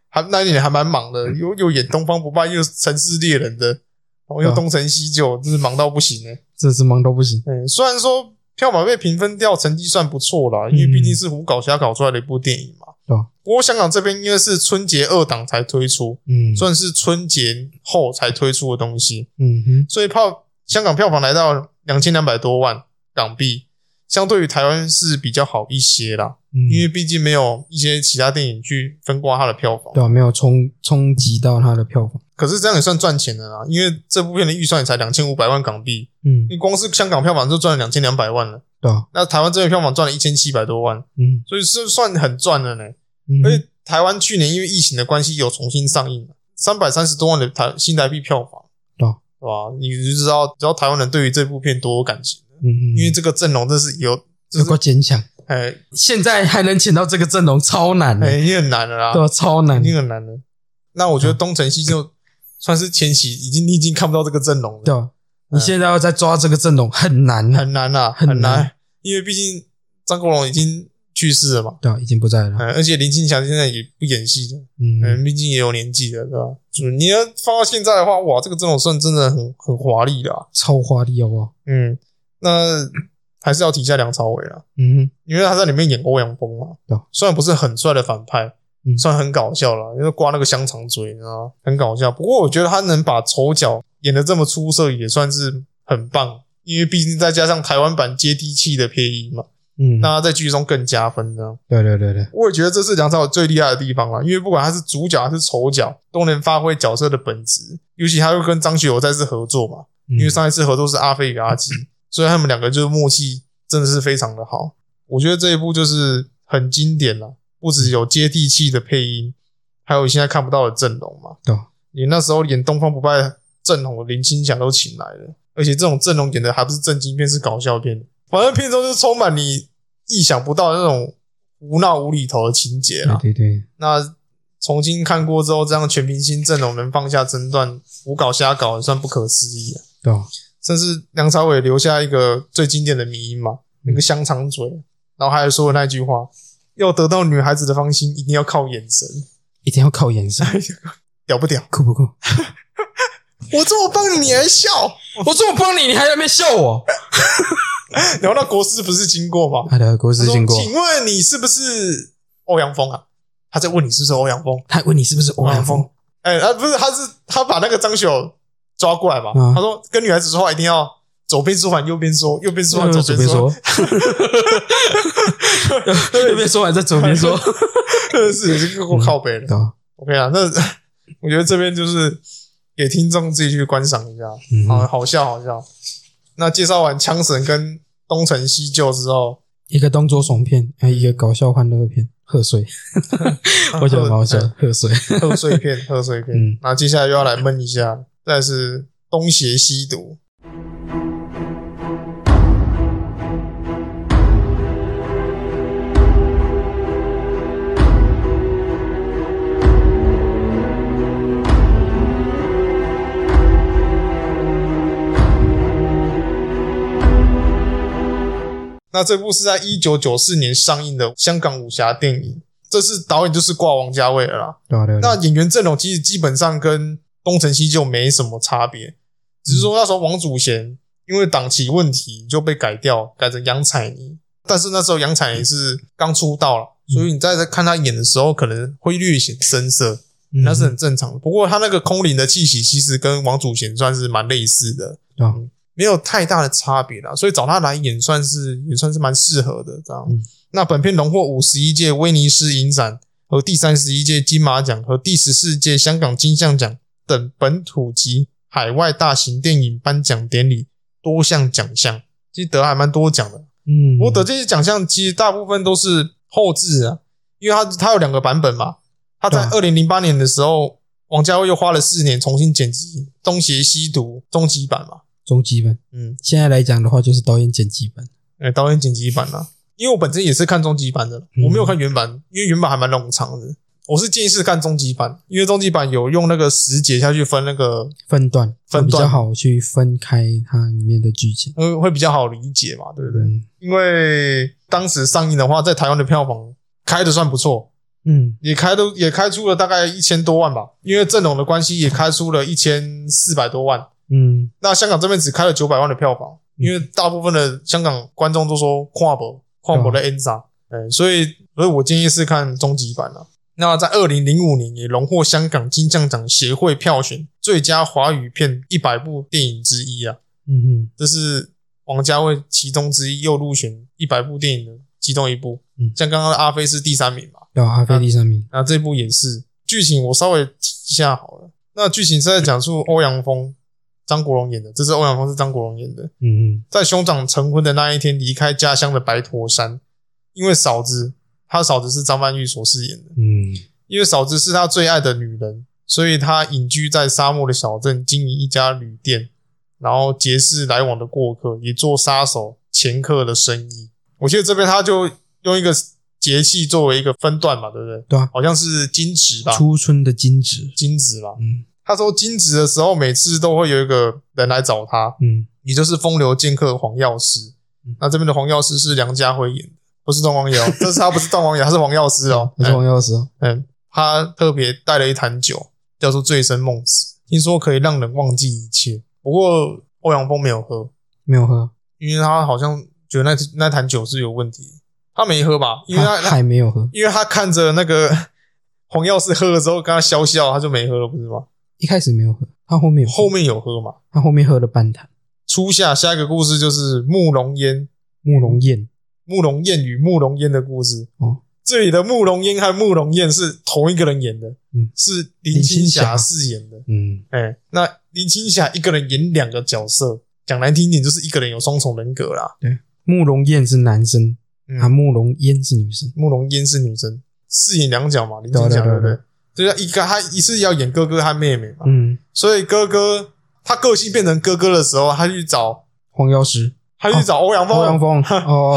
[SPEAKER 2] 还那一年还蛮忙的，又又演《东方不败》，又《城市猎人》的，然后又
[SPEAKER 3] 对啊
[SPEAKER 2] 《东成西就》，真是忙到不行哎、
[SPEAKER 3] 这是忙都不行。
[SPEAKER 2] 嗯，虽然说票房被评分掉，成绩算不错啦，因为
[SPEAKER 3] 嗯
[SPEAKER 2] 毕竟是胡搞瞎搞出来的一部电影嘛。
[SPEAKER 3] 对啊
[SPEAKER 2] 不过香港这边因为是春节二档才推出，
[SPEAKER 3] 嗯
[SPEAKER 2] 算是春节后才推出的东西，
[SPEAKER 3] 嗯哼，
[SPEAKER 2] 所以票香港票房来到两千两百多万港币，相对于台湾是比较好一些啦，
[SPEAKER 3] 嗯
[SPEAKER 2] 因为毕竟没有一些其他电影去分刮它的票房。
[SPEAKER 3] 对啊，没有冲冲击到它的票房。
[SPEAKER 2] 可是这样也算赚钱的啦，因为这部片的预算也才两千五百万港币，
[SPEAKER 3] 嗯，
[SPEAKER 2] 你光是香港票房就赚了两千两百万了，
[SPEAKER 3] 对啊，
[SPEAKER 2] 那台湾这边票房赚了一千七百多万，
[SPEAKER 3] 嗯，
[SPEAKER 2] 所以是算很赚的呢。
[SPEAKER 3] 嗯
[SPEAKER 2] 而且台湾去年因为疫情的关系有重新上映，三百三十多万的台新台币票房，
[SPEAKER 3] 对啊
[SPEAKER 2] 对吧？你就知道，知道台湾人对于这部片多有感情。
[SPEAKER 3] 嗯哼，
[SPEAKER 2] 因为这个阵容真是有，就
[SPEAKER 3] 有
[SPEAKER 2] 是
[SPEAKER 3] 够坚强，
[SPEAKER 2] 哎
[SPEAKER 3] 现在还能请到这个阵容，超难的，
[SPEAKER 2] 哎，也很难的啦
[SPEAKER 3] 对，啊，嗯超难
[SPEAKER 2] 肯。定很难的。那我觉得东成西就算是前期已经你已经看不到这个阵容
[SPEAKER 3] 对
[SPEAKER 2] 了，
[SPEAKER 3] 啊，你现在要再抓这个阵容很难啊，
[SPEAKER 2] 很难啦，
[SPEAKER 3] 很
[SPEAKER 2] 很
[SPEAKER 3] 难
[SPEAKER 2] 难，因为毕竟张国荣已经去世了嘛，
[SPEAKER 3] 对啊，已经不在了。
[SPEAKER 2] 嗯，而且林青霞现在也不演戏了，嗯，
[SPEAKER 3] 嗯，
[SPEAKER 2] 毕竟也有年纪了，对吧？就你要放到现在的话，哇，这个阵容算真的很很华丽的啊，
[SPEAKER 3] 超哦华丽好不好？
[SPEAKER 2] 嗯，那还是要提一下梁朝伟啦。
[SPEAKER 3] 嗯
[SPEAKER 2] 因为他在里面演欧阳锋嘛，
[SPEAKER 3] 对啊
[SPEAKER 2] 虽然不是很帅的反派，
[SPEAKER 3] 嗯
[SPEAKER 2] 算很搞笑啦，因为刮那个香肠嘴，你知道吗？很搞笑。不过我觉得他能把丑角演得这么出色，也算是很棒，因为毕竟再加上台湾版接地气的配音嘛，
[SPEAKER 3] 嗯，
[SPEAKER 2] 那他在剧中更加分呢。
[SPEAKER 3] 对对对对，
[SPEAKER 2] 我也觉得这是梁朝伟最厉害的地方啦，因为不管他是主角还是丑角，都能发挥角色的本质。尤其他又
[SPEAKER 3] 嗯
[SPEAKER 2] 跟张学友再次合作嘛，因为上一次合作是阿飞与阿基，所以他们两个就是默契真的是非常的好。我觉得这一部就是很经典了，不只有接地气的配音，还有现在看不到的阵容嘛。
[SPEAKER 3] 对，
[SPEAKER 2] 你那时候演《东方不败》阵容的林青霞都请来了，而且这种阵容演的还不是正经片，是搞笑片。反正片中就是充满你意想不到的那种无闹无厘头的情节啦。
[SPEAKER 3] 对对对，
[SPEAKER 2] 那重新看过之后，这样全明星阵容能放下争端，胡搞瞎搞也算不可思议啊！
[SPEAKER 3] 对啊，
[SPEAKER 2] 甚至梁朝伟留下一个最经典的迷音嘛，那个香肠嘴，然后还有说的那句话：“要得到女孩子的芳心，一定要靠眼神，
[SPEAKER 3] 一定要靠眼神，
[SPEAKER 2] 屌不屌
[SPEAKER 3] 酷不酷？？”
[SPEAKER 2] 我这么帮你，你还笑？
[SPEAKER 3] 我这么帮你，你还在那边笑我？
[SPEAKER 2] 然后那国师不是经过吗？
[SPEAKER 3] 他的国
[SPEAKER 2] 他
[SPEAKER 3] 师
[SPEAKER 2] 说
[SPEAKER 3] 经过，
[SPEAKER 2] 请问你是不是欧阳锋啊？他在问你是不是欧阳锋？
[SPEAKER 3] 他问你是不是欧阳锋？
[SPEAKER 2] 哎、啊，不是，他是他把那个张学友抓过来嘛，
[SPEAKER 3] 嗯
[SPEAKER 2] 他说跟女孩子说话一定要左边说完右边说，右边说完
[SPEAKER 3] 呃
[SPEAKER 2] 左
[SPEAKER 3] 左
[SPEAKER 2] 边
[SPEAKER 3] 边
[SPEAKER 2] 说，
[SPEAKER 3] 说，右边说完再左边说，
[SPEAKER 2] 真的是已经够靠背了。
[SPEAKER 3] 对啊，
[SPEAKER 2] OK 啊，那 我觉得这边就是给听众自己去观赏一下，
[SPEAKER 3] 嗯
[SPEAKER 2] 好啊
[SPEAKER 3] 哼，
[SPEAKER 2] 好笑好笑。那介绍完枪神跟东成西就之后，
[SPEAKER 3] 一个动作爽片，还有一个搞笑欢乐片，贺岁， 我觉得蛮好笑的，贺岁，
[SPEAKER 2] 贺岁片，贺岁片。
[SPEAKER 3] 嗯
[SPEAKER 2] 那接下来又要来闷一下，再来是东邪西毒。那这部是在一九九四年上映的香港武侠电影，这次导演就是挂王家卫了啦。
[SPEAKER 3] 对啊对啊，对
[SPEAKER 2] 那
[SPEAKER 3] 啊
[SPEAKER 2] 演员阵容其实基本上跟东成西就没什么差别，只是说那时候王祖贤因为档期问题就被改掉，改成杨采妮。但是那时候杨采妮是刚出道了，所以你在看她演的时候，可能会略显生涩，
[SPEAKER 3] 嗯
[SPEAKER 2] 那是很正常的。不过她那个空灵的气息，其实跟王祖贤算是蛮类似的，嗯
[SPEAKER 3] 对啊，
[SPEAKER 2] 没有太大的差别啦。所以找她来演，算是也算是蛮适合的这样。
[SPEAKER 3] 嗯
[SPEAKER 2] 那本片荣获五十一届威尼斯影展和第三十一届金马奖和第十四届香港金像奖等本土及海外大型电影颁奖典礼多项奖项，其实得还蛮多奖的。
[SPEAKER 3] 嗯，
[SPEAKER 2] 不过得这些奖项其实大部分都是后置啊，因为它它有两个版本嘛。它
[SPEAKER 3] 嗯
[SPEAKER 2] 在二零零八年的时候，王家卫又花了四年重新剪辑《东邪西毒》终极版嘛。
[SPEAKER 3] 终极版，
[SPEAKER 2] 嗯，
[SPEAKER 3] 现在来讲的话就是导演剪辑版，
[SPEAKER 2] 哎、导演剪辑版啦、因为我本身也是看终极版的，
[SPEAKER 3] 嗯
[SPEAKER 2] 我没有看原版，因为原版还蛮冗长的。我是建议是看终极版，因为终极版有用那个时节下去分那个，
[SPEAKER 3] 分段
[SPEAKER 2] 分
[SPEAKER 3] 比较
[SPEAKER 2] 段
[SPEAKER 3] 好去分开它里面的剧情，
[SPEAKER 2] 呃，会比较好理解嘛，对不对？
[SPEAKER 3] 嗯
[SPEAKER 2] 因为当时上映的话，在台湾的票房开的算不错，
[SPEAKER 3] 嗯
[SPEAKER 2] 也开都也开出了大概一千多万吧，因为阵容的关系也开出了一千四百多万。
[SPEAKER 3] 嗯，
[SPEAKER 2] 那香港这边只开了九百万的票房，因为大部分的香港观众都说跨博跨博的 N 杀，嗯，所以所以我建议是看终极版啊。那在二零零五年也荣获香港金像奖协会票选最佳华语片一百部电影之一啊，
[SPEAKER 3] 嗯哼，
[SPEAKER 2] 这是王家卫其中之一，又入选一百部电影的其中一部。
[SPEAKER 3] 嗯
[SPEAKER 2] 像刚刚的阿飞是第三名嘛，
[SPEAKER 3] 对啊，阿飞第三名，
[SPEAKER 2] 那这部也是剧情，我稍微提一下好了。那剧情是在讲述欧阳锋、张国荣演的，这是欧阳锋是张国荣演的，
[SPEAKER 3] 嗯
[SPEAKER 2] 在兄长成婚的那一天离开家乡的白驼山，因为嫂子，他嫂子是张曼玉所饰演的，
[SPEAKER 3] 嗯
[SPEAKER 2] 因为嫂子是他最爱的女人，所以他隐居在沙漠的小镇，经营一家旅店，然后结识来往的过客，也做杀手掮客的生意。我记得这边他就用一个节气作为一个分段嘛，对不对？
[SPEAKER 3] 对啊
[SPEAKER 2] 好像是惊蛰吧，
[SPEAKER 3] 初春的金子，
[SPEAKER 2] 惊蛰吧。
[SPEAKER 3] 嗯
[SPEAKER 2] 他说惊蛰的时候，每次都会有一个人来找他，
[SPEAKER 3] 嗯
[SPEAKER 2] 也就是风流剑客黄药师
[SPEAKER 3] 嗯。
[SPEAKER 2] 那这边的黄药师是梁家辉演的，不是段光瑶，这是他不是段光瑶，他是黄药师哦，
[SPEAKER 3] 我是王耀石哦，
[SPEAKER 2] 嗯，他特别带了一坛酒，叫做醉生梦死，听说可以让人忘记一切。不过欧阳锋没有喝，
[SPEAKER 3] 没有喝，
[SPEAKER 2] 因为他好像觉得那那坛酒是有问题，他没喝吧？因为他
[SPEAKER 3] 他
[SPEAKER 2] 他
[SPEAKER 3] 还没有喝，
[SPEAKER 2] 因为他看着那个 黄药师喝了之后跟他笑笑，他就没喝了，不是吗？
[SPEAKER 3] 一开始没有喝，他后面有喝
[SPEAKER 2] 后面有喝嘛？
[SPEAKER 3] 他后面喝了半坛
[SPEAKER 2] 初夏下一个故事就是慕容烟、
[SPEAKER 3] 慕容宴，
[SPEAKER 2] 慕容燕与慕容烟的故事。
[SPEAKER 3] 哦，
[SPEAKER 2] 这里的慕容烟和慕容燕是同一个人演的，
[SPEAKER 3] 嗯
[SPEAKER 2] 是林青
[SPEAKER 3] 林青霞
[SPEAKER 2] 霞饰演的。
[SPEAKER 3] 嗯
[SPEAKER 2] 哎、那林青霞一个人演两个角色，讲难听一点就是一个人有双重人格啦。
[SPEAKER 3] 对，慕容燕是男生，啊，
[SPEAKER 2] 嗯，
[SPEAKER 3] 慕容嫣是女生。
[SPEAKER 2] 慕容嫣是女生，饰演两角嘛，林青
[SPEAKER 3] 对
[SPEAKER 2] 霞
[SPEAKER 3] 对
[SPEAKER 2] 对不
[SPEAKER 3] 对
[SPEAKER 2] 对？就是一个他一次要演哥哥和妹妹嘛，
[SPEAKER 3] 嗯，
[SPEAKER 2] 所以哥哥他个性变成哥哥的时候，他去找
[SPEAKER 3] 黄药师、
[SPEAKER 2] 他去找欧阳锋，
[SPEAKER 3] 欧阳锋，哦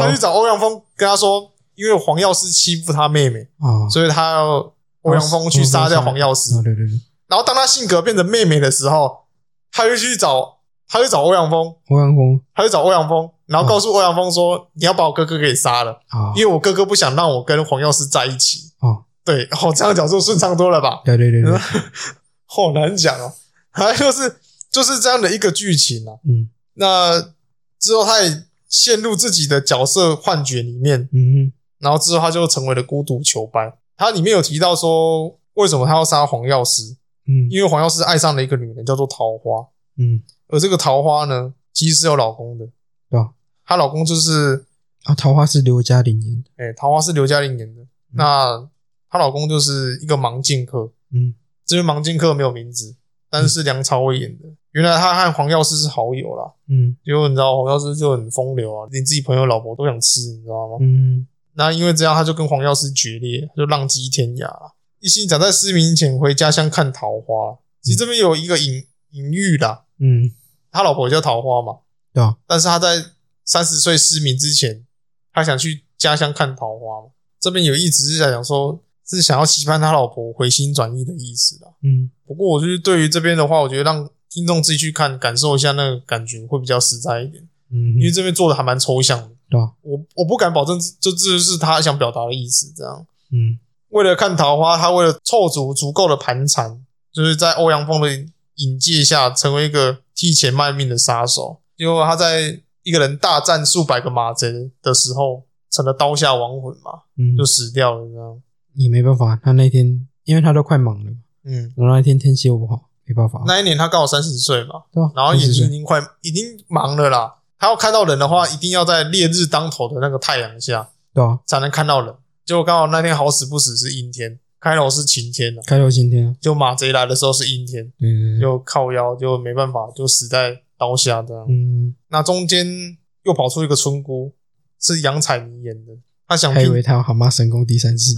[SPEAKER 2] 他去找欧阳锋跟他说，因为黄药师欺负他妹妹，
[SPEAKER 3] 哦，
[SPEAKER 2] 所以他要欧阳锋去杀掉黄药师
[SPEAKER 3] 哦。对对对，
[SPEAKER 2] 然后当他性格变成妹妹的时候，他就去找他去找欧阳锋，
[SPEAKER 3] 欧阳锋
[SPEAKER 2] 他去找欧阳锋，
[SPEAKER 3] 嗯
[SPEAKER 2] 然后告诉欧阳锋说：“你要把我哥哥给杀了，
[SPEAKER 3] 啊，
[SPEAKER 2] 因为我哥哥不想让我跟黄药师在一起。”
[SPEAKER 3] 哦，
[SPEAKER 2] 对，哦，这样讲就顺畅多了吧？
[SPEAKER 3] 对对对对，
[SPEAKER 2] 好难讲哦，还就是就是这样的一个剧情啊。
[SPEAKER 3] 嗯
[SPEAKER 2] 那之后他也陷入自己的角色幻觉里面，
[SPEAKER 3] 嗯
[SPEAKER 2] 然后之后他就成为了孤独求败。他里面有提到说，为什么他要杀黄药师？
[SPEAKER 3] 嗯
[SPEAKER 2] 因为黄药师爱上了一个女人，叫做桃花。
[SPEAKER 3] 嗯
[SPEAKER 2] 而这个桃花呢，其实是有老公的，
[SPEAKER 3] 对啊
[SPEAKER 2] 她老公就是，
[SPEAKER 3] 啊，桃花是刘嘉玲演的，
[SPEAKER 2] 哎、桃花是刘嘉玲演的。那她老公就是一个盲剑客，
[SPEAKER 3] 嗯
[SPEAKER 2] 这位盲剑客没有名字，但是是梁朝伟演的。原来他和黄药师是好友啦，
[SPEAKER 3] 嗯
[SPEAKER 2] 结果你知道黄药师就很风流啊，连自己朋友老婆都想吃，你知道吗？
[SPEAKER 3] 嗯
[SPEAKER 2] 那因为这样，他就跟黄药师决裂，他就浪迹天涯啦。一心想在失明前回家乡看桃花。其实这边有一个隐隐喻啦，
[SPEAKER 3] 嗯，
[SPEAKER 2] 他老婆也叫桃花嘛，
[SPEAKER 3] 对啊，
[SPEAKER 2] 但是他在三十岁失明之前，他想去家乡看桃花嘛。这边有一直是在讲说，是想要期盼他老婆回心转意的意思啦。
[SPEAKER 3] 嗯
[SPEAKER 2] 不过我就是对于这边的话，我觉得让听众自己去看，感受一下那个感觉会比较实在一点，
[SPEAKER 3] 嗯，
[SPEAKER 2] 因为这边做的还蛮抽象的。
[SPEAKER 3] 对啊，
[SPEAKER 2] 我我不敢保证这这就是他想表达的意思。这样，
[SPEAKER 3] 嗯
[SPEAKER 2] 为了看桃花，他为了凑足足够的盘缠，就是在欧阳锋的引介下，成为一个替钱卖命的杀手。结果他在一个人大战数百个马贼的时候，成了刀下亡魂嘛，
[SPEAKER 3] 嗯，
[SPEAKER 2] 就死掉了。这样，
[SPEAKER 3] 也没办法，他那天因为他都快忙了，
[SPEAKER 2] 嗯，
[SPEAKER 3] 然后那天天气又不好，没办法，
[SPEAKER 2] 那一年他刚好三十岁嘛，
[SPEAKER 3] 对啊，
[SPEAKER 2] 然后
[SPEAKER 3] 就
[SPEAKER 2] 也
[SPEAKER 3] 是
[SPEAKER 2] 已经快已经忙了啦。他要看到人的话，一定要在烈日当头的那个太阳下
[SPEAKER 3] 对啊，
[SPEAKER 2] 才能看到人。结果刚好那天好死不死是阴天，开头是晴天了、
[SPEAKER 3] 开头今天，啊
[SPEAKER 2] 就马贼来的时候是阴天，
[SPEAKER 3] 对对对，
[SPEAKER 2] 就靠腰，就没办法，就死在刀下这样。
[SPEAKER 3] 嗯，
[SPEAKER 2] 那中间又跑出一个村姑，是杨采妮演的，她想
[SPEAKER 3] 还以
[SPEAKER 2] 拼
[SPEAKER 3] 为他有蛤蟆神功第 三世，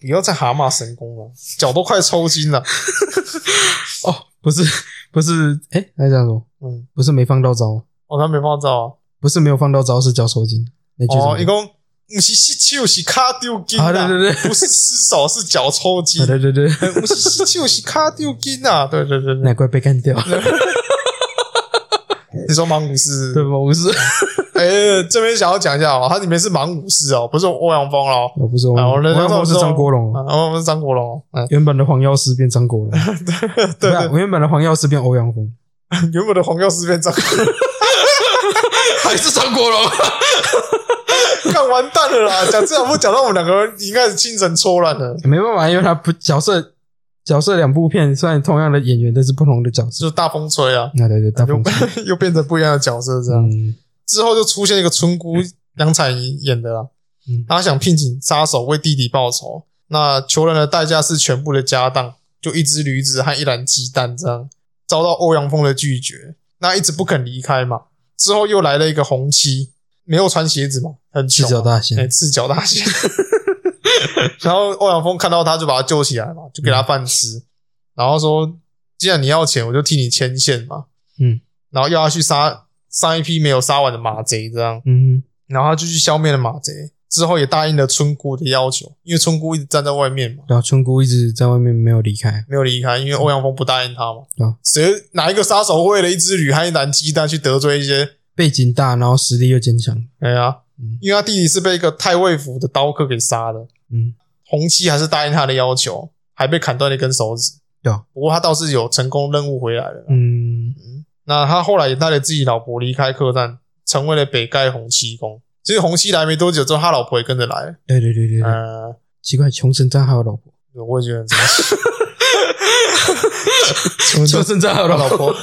[SPEAKER 2] 不要再蛤蟆神功了，脚都快抽筋 了。
[SPEAKER 3] 哦，不 是不是，哎，那叫什么？
[SPEAKER 2] 嗯，
[SPEAKER 3] 不是没放到招，
[SPEAKER 2] 哦，她没办法啊。
[SPEAKER 3] 不是没有放到招，是脚抽筋，那句
[SPEAKER 2] 哦，
[SPEAKER 3] 怎
[SPEAKER 2] 一
[SPEAKER 3] 么
[SPEAKER 2] 共不是吸手是卡丢筋
[SPEAKER 3] 啊对对对
[SPEAKER 2] 不是失手是脚抽筋哎
[SPEAKER 3] 讲？。对对对，
[SPEAKER 2] 不是吸手是卡丢筋 啊，对对对对。
[SPEAKER 3] 难怪被干 掉，
[SPEAKER 2] 你说盲武士
[SPEAKER 3] 对？吧？我是，
[SPEAKER 2] 哎、这边想要讲一下哦，它里面是盲武士哦，不是欧阳锋哦。
[SPEAKER 3] 我不是我，
[SPEAKER 2] 啊我
[SPEAKER 3] 我
[SPEAKER 2] 那时候
[SPEAKER 3] 要说是张国荣
[SPEAKER 2] 啊，，哦，不是张国荣哦，嗯，
[SPEAKER 3] 原本的黄药师变张国荣，
[SPEAKER 2] 对
[SPEAKER 3] 不是啊我原本的黄药师变欧阳锋，
[SPEAKER 2] 原本的黄药师变张国
[SPEAKER 3] 还是张国荣，啊
[SPEAKER 2] 荣， 干完蛋了啦！讲这样不讲到我们两个人，已经开始精神错乱了。
[SPEAKER 3] 没办法，因为他不角色角色两部片虽然同样的演员，但是不同的角色
[SPEAKER 2] 就，是大风吹啊，
[SPEAKER 3] 那对对，大
[SPEAKER 2] 又
[SPEAKER 3] 风吹
[SPEAKER 2] 又变成不一样的角色，这样
[SPEAKER 3] 嗯
[SPEAKER 2] 之后就出现一个村姑杨采妮演的啦
[SPEAKER 3] 嗯，
[SPEAKER 2] 她想聘请杀手为弟弟报仇，那求人的代价是全部的家当，就一只驴子和一篮鸡蛋这样，遭到欧阳锋的拒绝，那一直不肯离开嘛。之后又来了一个红七，没有穿鞋子嘛，很
[SPEAKER 3] 赤
[SPEAKER 2] 穷
[SPEAKER 3] 脚
[SPEAKER 2] 啊，
[SPEAKER 3] 大
[SPEAKER 2] 哎、
[SPEAKER 3] 仙，
[SPEAKER 2] 赤脚大仙。 然后欧阳锋看到他就把他救起来嘛，就给
[SPEAKER 3] 嗯
[SPEAKER 2] 他饭吃，然后说：“既然你要钱，我就替你牵线嘛。”
[SPEAKER 3] 嗯，
[SPEAKER 2] 然后要他去杀上一批没有杀完的马贼，这样，
[SPEAKER 3] 嗯
[SPEAKER 2] 然后他就去消灭了马贼。之后也答应了村姑的要求，因为村姑一直站在外面嘛，
[SPEAKER 3] 然后村姑一直在外面没有离开，
[SPEAKER 2] 没有离开，因为欧阳锋不答应他嘛。
[SPEAKER 3] 嗯
[SPEAKER 2] 谁哪一个杀手为了一只驴和一篮鸡蛋去得罪一些？
[SPEAKER 3] 背景大，然后实力又坚强，
[SPEAKER 2] 哎呀
[SPEAKER 3] 嗯，
[SPEAKER 2] 因为他弟弟是被一个太尉府的刀客给杀了。
[SPEAKER 3] 嗯，
[SPEAKER 2] 红七还是答应他的要求，还被砍断了一根手指。
[SPEAKER 3] 对啊
[SPEAKER 2] 不过他倒是有成功任务回来了。
[SPEAKER 3] 嗯
[SPEAKER 2] 那他后来也带着自己老婆离开客栈，成为了北丐洪七公。其实洪七来没多久之后，他老婆也跟着来了。
[SPEAKER 3] 对对对对对，
[SPEAKER 2] 呃，
[SPEAKER 3] 奇怪，穷神章还有老婆，
[SPEAKER 2] 我也觉得很神奇。
[SPEAKER 3] 穷神章还有
[SPEAKER 2] 他老
[SPEAKER 3] 老
[SPEAKER 2] 婆，
[SPEAKER 3] 婆，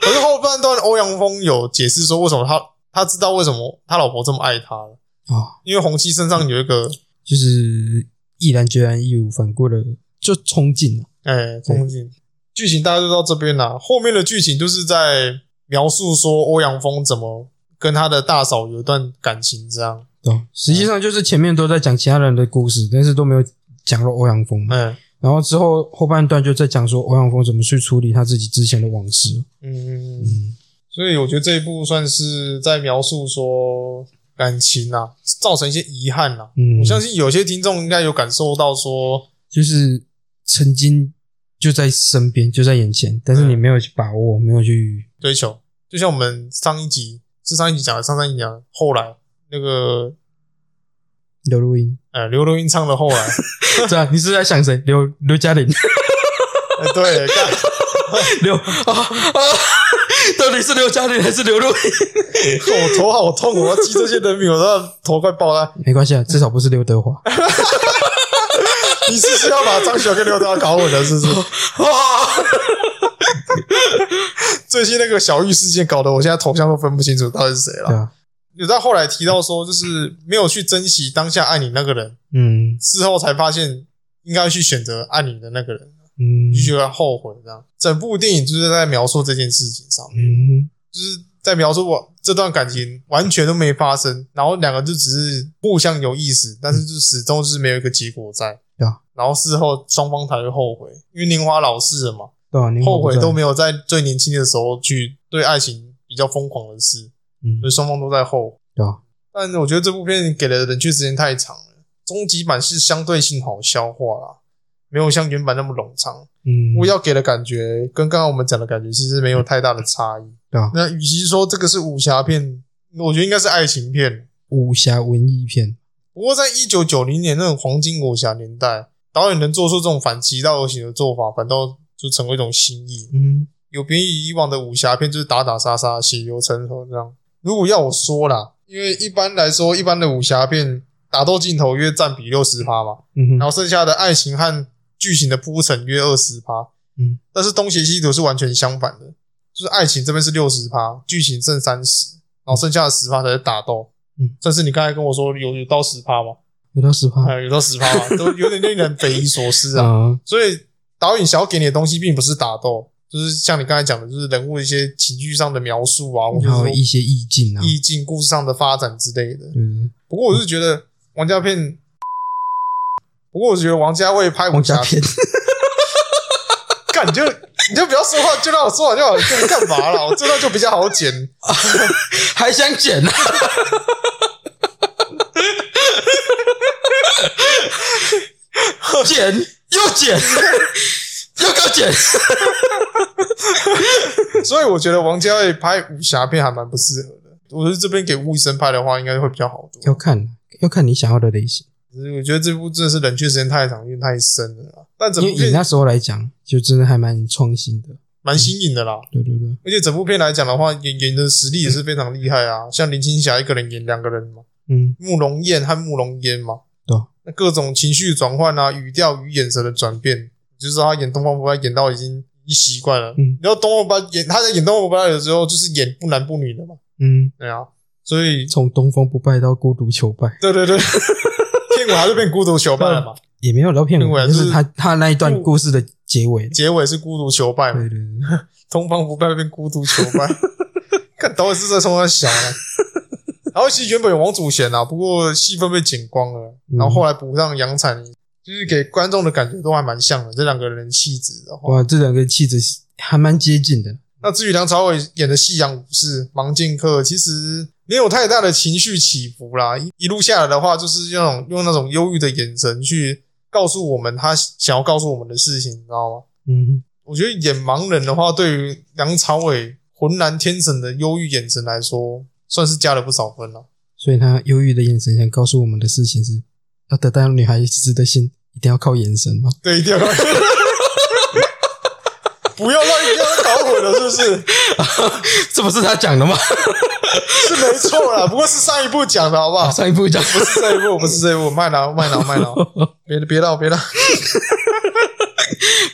[SPEAKER 2] 可是后半段欧阳锋有解释说，为什么他他知道为什么他老婆这么爱他了，
[SPEAKER 3] 啊，
[SPEAKER 2] 因为洪七身上有一个
[SPEAKER 3] 就是毅然决然、义无反顾的就冲劲了，
[SPEAKER 2] 哎，中景剧情大家就到这边啦。后面的剧情就是在描述说欧阳锋怎么跟他的大嫂有一段感情，这样，
[SPEAKER 3] 对，实际上就是前面都在讲其他人的故事，但是都没有讲到欧阳锋嘛。
[SPEAKER 2] 嗯
[SPEAKER 3] 然后之后后半段就在讲说欧阳锋怎么去处理他自己之前的往事。
[SPEAKER 2] 嗯，
[SPEAKER 3] 嗯，
[SPEAKER 2] 所以我觉得这一部算是在描述说感情啊，造成一些遗憾啦、
[SPEAKER 3] 嗯
[SPEAKER 2] 我相信有些听众应该有感受到说，
[SPEAKER 3] 就是曾经就在身边，就在眼前，但是你
[SPEAKER 2] 嗯
[SPEAKER 3] 没有去把握，没有去
[SPEAKER 2] 追求，就像我们上一集是上一集讲的，上上一集讲的，后来那个
[SPEAKER 3] 刘如英。
[SPEAKER 2] 呃刘若英唱的后来，
[SPEAKER 3] 这样，你 是在想谁？刘刘嘉玲，
[SPEAKER 2] 呃、对，干
[SPEAKER 3] 刘啊啊，到底是刘嘉玲还是刘若英？
[SPEAKER 2] 我头好痛，我要记这些人名，我的头快爆了。
[SPEAKER 3] 没关系啊，至少不是刘德华。
[SPEAKER 2] 你是不是要把张学友跟刘德华搞混了？是不是？
[SPEAKER 3] 啊
[SPEAKER 2] 最近那个小玉事件搞得我现在头像都分不清楚到底是谁
[SPEAKER 3] 对
[SPEAKER 2] 了。
[SPEAKER 3] 啊，
[SPEAKER 2] 有在后来提到说，就是没有去珍惜当下爱你那个人，
[SPEAKER 3] 嗯
[SPEAKER 2] 事后才发现应该去选择爱你的那个人，
[SPEAKER 3] 嗯
[SPEAKER 2] 就觉得后悔这样。整部电影就是在描述这件事情上面，
[SPEAKER 3] 嗯
[SPEAKER 2] 就是在描述我这段感情完全都没发生，然后两个就只是互相有意思，但是就始终是没有一个结果在。
[SPEAKER 3] 对啊
[SPEAKER 2] 然后事后双方才会后悔，因为年华老逝了嘛，
[SPEAKER 3] 对啊，你
[SPEAKER 2] 后悔都
[SPEAKER 3] 有。
[SPEAKER 2] 没有在最年轻的时候去对爱情比较疯狂的事，
[SPEAKER 3] 嗯
[SPEAKER 2] 所以双方都在后悔。
[SPEAKER 3] 对啊，
[SPEAKER 2] 但我觉得这部片给的冷却时间太长了，终极版是相对性好消化啦，没有像原版那么冗长。
[SPEAKER 3] 嗯，
[SPEAKER 2] 我要给的感觉跟刚刚我们讲的感觉其实没有太大的差异。
[SPEAKER 3] 对啊
[SPEAKER 2] 那与其说这个是武侠片，我觉得应该是爱情片。
[SPEAKER 3] 武侠文艺片，
[SPEAKER 2] 不过在一九九零年那种黄金武侠年代，导演能做出这种反其道而行的做法，反倒就成为一种新意，
[SPEAKER 3] 嗯
[SPEAKER 2] 有别于以往的武侠片，就是打打杀杀、血流成河这样。如果要我说啦，因为一般来说，一般的武侠片打斗镜头约占比六十趴嘛，
[SPEAKER 3] 嗯
[SPEAKER 2] 然
[SPEAKER 3] 哼，
[SPEAKER 2] 后剩下的爱情和剧情的铺陈约二十趴。
[SPEAKER 3] 嗯，
[SPEAKER 2] 但是东邪西毒是完全相反的，就是爱情这边是六十趴，剧情剩三十，然后剩下的十趴才是打斗。
[SPEAKER 3] 嗯，
[SPEAKER 2] 甚至你刚才跟我说有有到十趴嘛，
[SPEAKER 3] 有到十趴
[SPEAKER 2] 还有到十趴嘛， 都有点令人匪夷所思啊。
[SPEAKER 3] 啊，
[SPEAKER 2] 所以导演想要给你的东西，并不是打斗，就是像你刚才讲的，就是人物一些情绪上的描述啊，或者
[SPEAKER 3] 然后
[SPEAKER 2] 说
[SPEAKER 3] 一些意境啊，
[SPEAKER 2] 意境、故事上的发展之类的。
[SPEAKER 3] 对对
[SPEAKER 2] 不过我是觉得王家片， 不过我觉得王家卫拍
[SPEAKER 3] 对，
[SPEAKER 2] 武
[SPEAKER 3] 武侠
[SPEAKER 2] 侠片，
[SPEAKER 3] 片，
[SPEAKER 2] 干你就你就不要说话，就让我说完就好，了，你干嘛啦？我这段就比较好剪。
[SPEAKER 3] 还想剪啊呢？ 剪又剪，又给我剪。
[SPEAKER 2] 所以我觉得王家卫拍武侠片还蛮不适合的。我觉得这边给吴宇森拍的话，应该会比较好
[SPEAKER 3] 要
[SPEAKER 2] 多。
[SPEAKER 3] 看，要看你想要的类型。
[SPEAKER 2] 只是我觉得这部真的是冷却时间太长，有点太深了啦。但整
[SPEAKER 3] 因
[SPEAKER 2] 部
[SPEAKER 3] 为以那
[SPEAKER 2] 片
[SPEAKER 3] 时候来讲，就真的还蛮创新的。
[SPEAKER 2] 蛮新颖的啦，
[SPEAKER 3] 对对对，
[SPEAKER 2] 而且整部片来讲的话，演演的实力也是非常厉害啊。像林青霞一个人演两个人嘛，
[SPEAKER 3] 嗯，
[SPEAKER 2] 慕容燕和慕容嫣嘛，
[SPEAKER 3] 对啊
[SPEAKER 2] 那各种情绪转换啊，语调与眼神的转变，就是他演东方不败演到已经已经习惯了。
[SPEAKER 3] 嗯
[SPEAKER 2] 然后东方不败演他在演东方不败的时候，就是演不男不女的嘛，
[SPEAKER 3] 嗯，
[SPEAKER 2] 对啊，所以
[SPEAKER 3] 从东方不败到孤独求败，
[SPEAKER 2] 对对 对，片尾他就变孤独求败了嘛，
[SPEAKER 3] 也没有到片
[SPEAKER 2] 片尾
[SPEAKER 3] 尾，
[SPEAKER 2] 啊
[SPEAKER 3] 就
[SPEAKER 2] 就是是
[SPEAKER 3] 他他那一段故事的结尾。
[SPEAKER 2] 结尾是孤独求败嘛
[SPEAKER 3] 对对，对，
[SPEAKER 2] 东方不败变孤独求败，看导演是在冲他小啊。然后其实原本有王祖贤啊，不过戏份被剪光了，
[SPEAKER 3] 嗯
[SPEAKER 2] 然后后来补上杨采妮，就是给观众的感觉都还蛮像的，这两个人的气质的话。
[SPEAKER 3] 哇，这两个气质还蛮接近的。
[SPEAKER 2] 那至于梁朝伟演的《夕阳武士》盲剑客，其实没有太大的情绪起伏啦。一一路下来的话，就是那种用那种忧郁的眼神去告诉我们他想要告诉我们的事情，你知道吗？
[SPEAKER 3] 嗯，
[SPEAKER 2] 我觉得演盲人的话，对于梁朝伟浑然天成的忧郁眼神来说，算是加了不少分了。
[SPEAKER 3] 所以他忧郁的眼神想告诉我们的事情是：要得到女孩子的心，一定要靠眼神嘛。
[SPEAKER 2] 对，一 定要不要让不要再搞混了，是不是？
[SPEAKER 3] 这不是他讲的吗？
[SPEAKER 2] 是没错 啦，不过是上一部讲的好不好？
[SPEAKER 3] 哦上一部讲
[SPEAKER 2] 不是这一部，不是这一部，卖脑卖脑卖脑，别别闹别闹，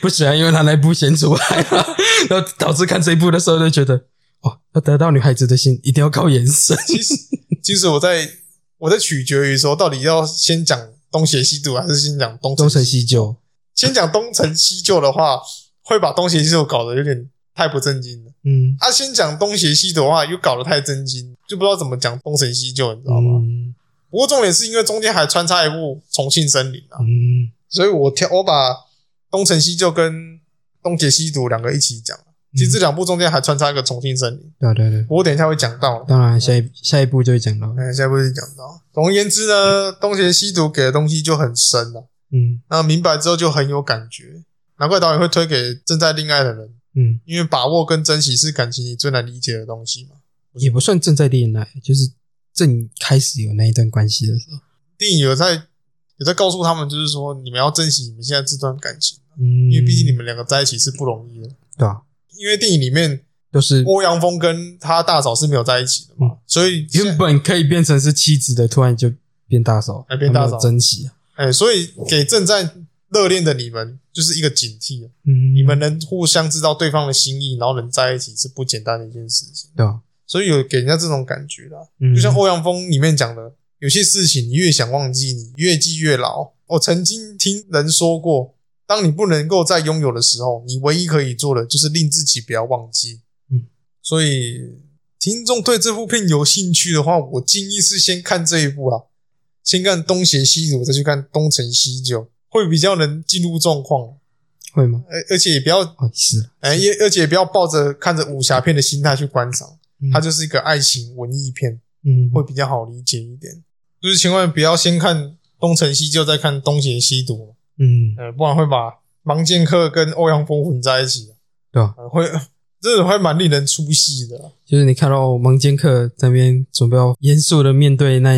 [SPEAKER 3] 不行啊，因为他那部先出来了，然后导致看这一部的时候就觉得，哦，要得到女孩子的心，一定要靠眼神。
[SPEAKER 2] 其实其实我在我在取决于说，到底要先讲东邪西毒，还是先讲东
[SPEAKER 3] 东成
[SPEAKER 2] 成
[SPEAKER 3] 西就，
[SPEAKER 2] 先讲东成西就的话，会把东邪西就搞得有点太不正经了。
[SPEAKER 3] 嗯，
[SPEAKER 2] 啊，先讲东邪西毒的话，又搞得太真经，就不知道怎么讲东成西就，你知道吗？
[SPEAKER 3] 嗯
[SPEAKER 2] 不过重点是因为中间还穿插一部重庆森林啊，
[SPEAKER 3] 嗯
[SPEAKER 2] 所以我挑我把东成西就跟东邪西毒两个一起讲。其实这两部中间还穿插一个重庆森林，
[SPEAKER 3] 对啊对啊对啊，
[SPEAKER 2] 不过等一下会讲到了。
[SPEAKER 3] 当然下一下一步就会讲到，
[SPEAKER 2] 哎，下一步就讲到。总而言之呢，东邪西毒给的东西就很深了、
[SPEAKER 3] 嗯
[SPEAKER 2] 那明白之后就很有感觉，难怪导演会推给正在恋爱的人，
[SPEAKER 3] 嗯，
[SPEAKER 2] 因为把握跟珍惜是感情里最难理解的东西嘛。
[SPEAKER 3] 也不算正在恋爱，就是正开始有那一段关系的时候，
[SPEAKER 2] 电影有在有在告诉他们，就是说你们要珍惜你们现在这段感情，
[SPEAKER 3] 嗯，
[SPEAKER 2] 因为毕竟你们两个在一起是不容易的。
[SPEAKER 3] 对啊，
[SPEAKER 2] 因为电影里面
[SPEAKER 3] 都是
[SPEAKER 2] 欧阳锋跟他大嫂是没有在一起的嘛
[SPEAKER 3] 嗯，
[SPEAKER 2] 所以现
[SPEAKER 3] 原本可以变成是妻子的，突然就变大嫂，
[SPEAKER 2] 哎变大嫂
[SPEAKER 3] 他没有珍惜啊，
[SPEAKER 2] 哎，所以给正在热恋的你们就是一个警惕啊，
[SPEAKER 3] 嗯，
[SPEAKER 2] 你们能互相知道对方的心意，然后能在一起是不简单的一件事情。
[SPEAKER 3] 对啊，
[SPEAKER 2] 所以有给人家这种感觉啦，
[SPEAKER 3] 嗯
[SPEAKER 2] 就像欧阳锋里面讲的，有些事情你越想忘记，你越记越牢。我曾经听人说过，当你不能够再拥有的时候，你唯一可以做的就是令自己不要忘记。
[SPEAKER 3] 嗯，
[SPEAKER 2] 所以听众对这部片有兴趣的话，我建议是先看这一部啦，先看东邪西毒，再去看东成西就，会比较能进入状况。
[SPEAKER 3] 会吗？
[SPEAKER 2] 而而且也不要，
[SPEAKER 3] 哦，是啊，
[SPEAKER 2] 哎，也而且也不要抱着看着武侠片的心态去观赏，
[SPEAKER 3] 嗯
[SPEAKER 2] 它就是一个爱情文艺片。
[SPEAKER 3] 嗯
[SPEAKER 2] 会比较好理解一点。就是千万不要先看东成西就，再看东邪西毒，
[SPEAKER 3] 嗯，
[SPEAKER 2] 呃，不然会把盲剑客跟欧阳锋混在一起，
[SPEAKER 3] 对啊，
[SPEAKER 2] 呃、会真的会蛮令人出戏的啦。啊
[SPEAKER 3] 就是你看到盲剑客在那边准备要严肃的面对那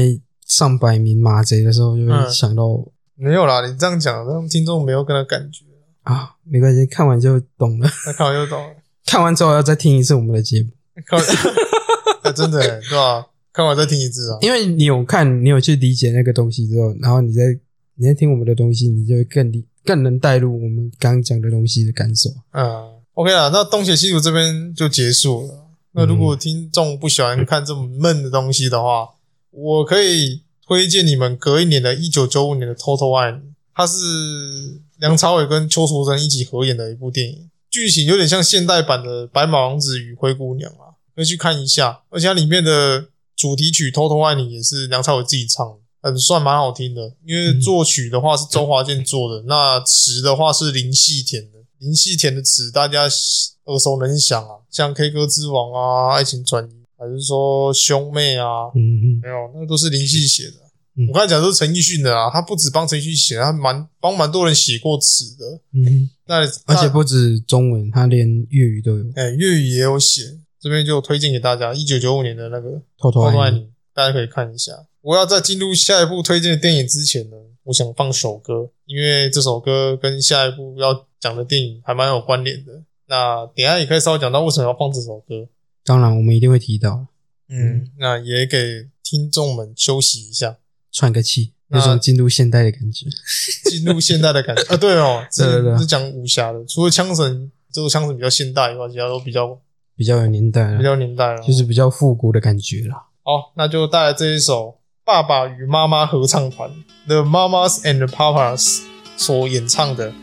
[SPEAKER 3] 上百名马贼的时候，就
[SPEAKER 2] 嗯
[SPEAKER 3] 会想到、
[SPEAKER 2] 没有啦，你这样讲让听众没有跟他感觉，
[SPEAKER 3] 啊，没关系，看完就懂了。
[SPEAKER 2] 那看完就懂了。
[SPEAKER 3] 看完之后要再听一次我们的节目，
[SPEAKER 2] 看完， 哎真的、欸、对吧、看完再听一次啊。
[SPEAKER 3] 因为你有看，你有去理解那个东西之后，然后你再你在听我们的东西，你就会更理更能带入我们刚刚讲的东西的感受。
[SPEAKER 2] 嗯，OK 啦，那东邪西毒这边就结束了。那如果听众不喜欢看这么闷的东西的话，我可以推荐你们隔一年的1995年的《偷偷爱你》，它是梁朝伟跟邱淑贞一起合演的一部电影，剧情有点像现代版的《白马王子与灰姑娘》啊，可以去看一下。而且它里面的主题曲《偷偷爱你》也是梁朝伟自己唱的。嗯，算蛮好听的，因为作曲的话是周华健做
[SPEAKER 3] 嗯
[SPEAKER 2] 的，那词的话是林夕填的。林夕填的词大家耳熟能详啊，像《K 歌之王》啊，《爱情转移》，还是说《兄妹》啊，
[SPEAKER 3] 嗯嗯
[SPEAKER 2] 没有，那都是林夕写的。
[SPEAKER 3] 嗯
[SPEAKER 2] 我刚才讲都是陈奕迅的啊，他不止帮陈奕迅写，他蛮帮蛮多人写过词的。
[SPEAKER 3] 嗯，
[SPEAKER 2] 那
[SPEAKER 3] 而且
[SPEAKER 2] 那
[SPEAKER 3] 不止中文，他连粤语都有。
[SPEAKER 2] 哎，粤语也有写，这边就推荐给大家，一九九五年的那个
[SPEAKER 3] 偷偷
[SPEAKER 2] 《偷
[SPEAKER 3] 爱
[SPEAKER 2] 爱你
[SPEAKER 3] 你，》，
[SPEAKER 2] 大家可以看一下。我要在进入下一部推荐的电影之前呢，我想放首歌，因为这首歌跟下一部要讲的电影还蛮有关联的。那等一下也可以稍微讲到为什么要放这首歌。
[SPEAKER 3] 当然我们一定会提到，
[SPEAKER 2] 嗯，那也给听众们休息一下，
[SPEAKER 3] 喘个气，
[SPEAKER 2] 那
[SPEAKER 3] 有种进入现代的感觉。
[SPEAKER 2] 进入现代的 感觉啊。对哦，
[SPEAKER 3] 对对
[SPEAKER 2] 是
[SPEAKER 3] 对
[SPEAKER 2] 是讲武侠的，除了枪神，这个枪神比较现代以外，其他都比较
[SPEAKER 3] 比较有年代
[SPEAKER 2] 比
[SPEAKER 3] 了，
[SPEAKER 2] 较年代了。
[SPEAKER 3] 就是比较复古的感觉啦。
[SPEAKER 2] 好，那就带来这一首《爸爸与妈妈合唱团》The Mamas and the Papas 所演唱的《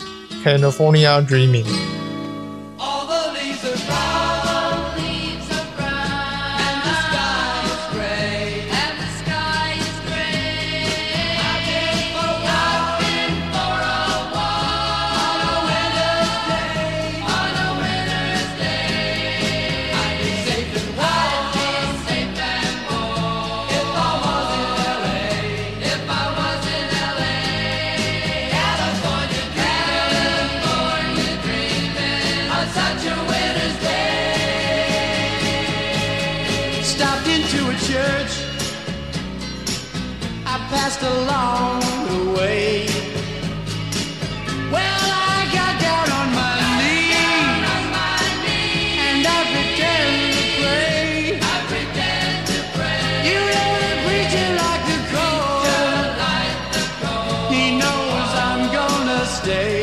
[SPEAKER 2] California Dreaming》。
[SPEAKER 6] All the leaves are brown. And the sky is gray. I've been for a walk. On a winter's day. I'd be safe and warm. If I was in LA. California dreaming. California dreaming. On such a winter's day.
[SPEAKER 5] Stopped into a church. I passed along the way. Well, I got down on my knees and I pretended to pray. You hear the preacher like the call. He knows I'm gonna stay.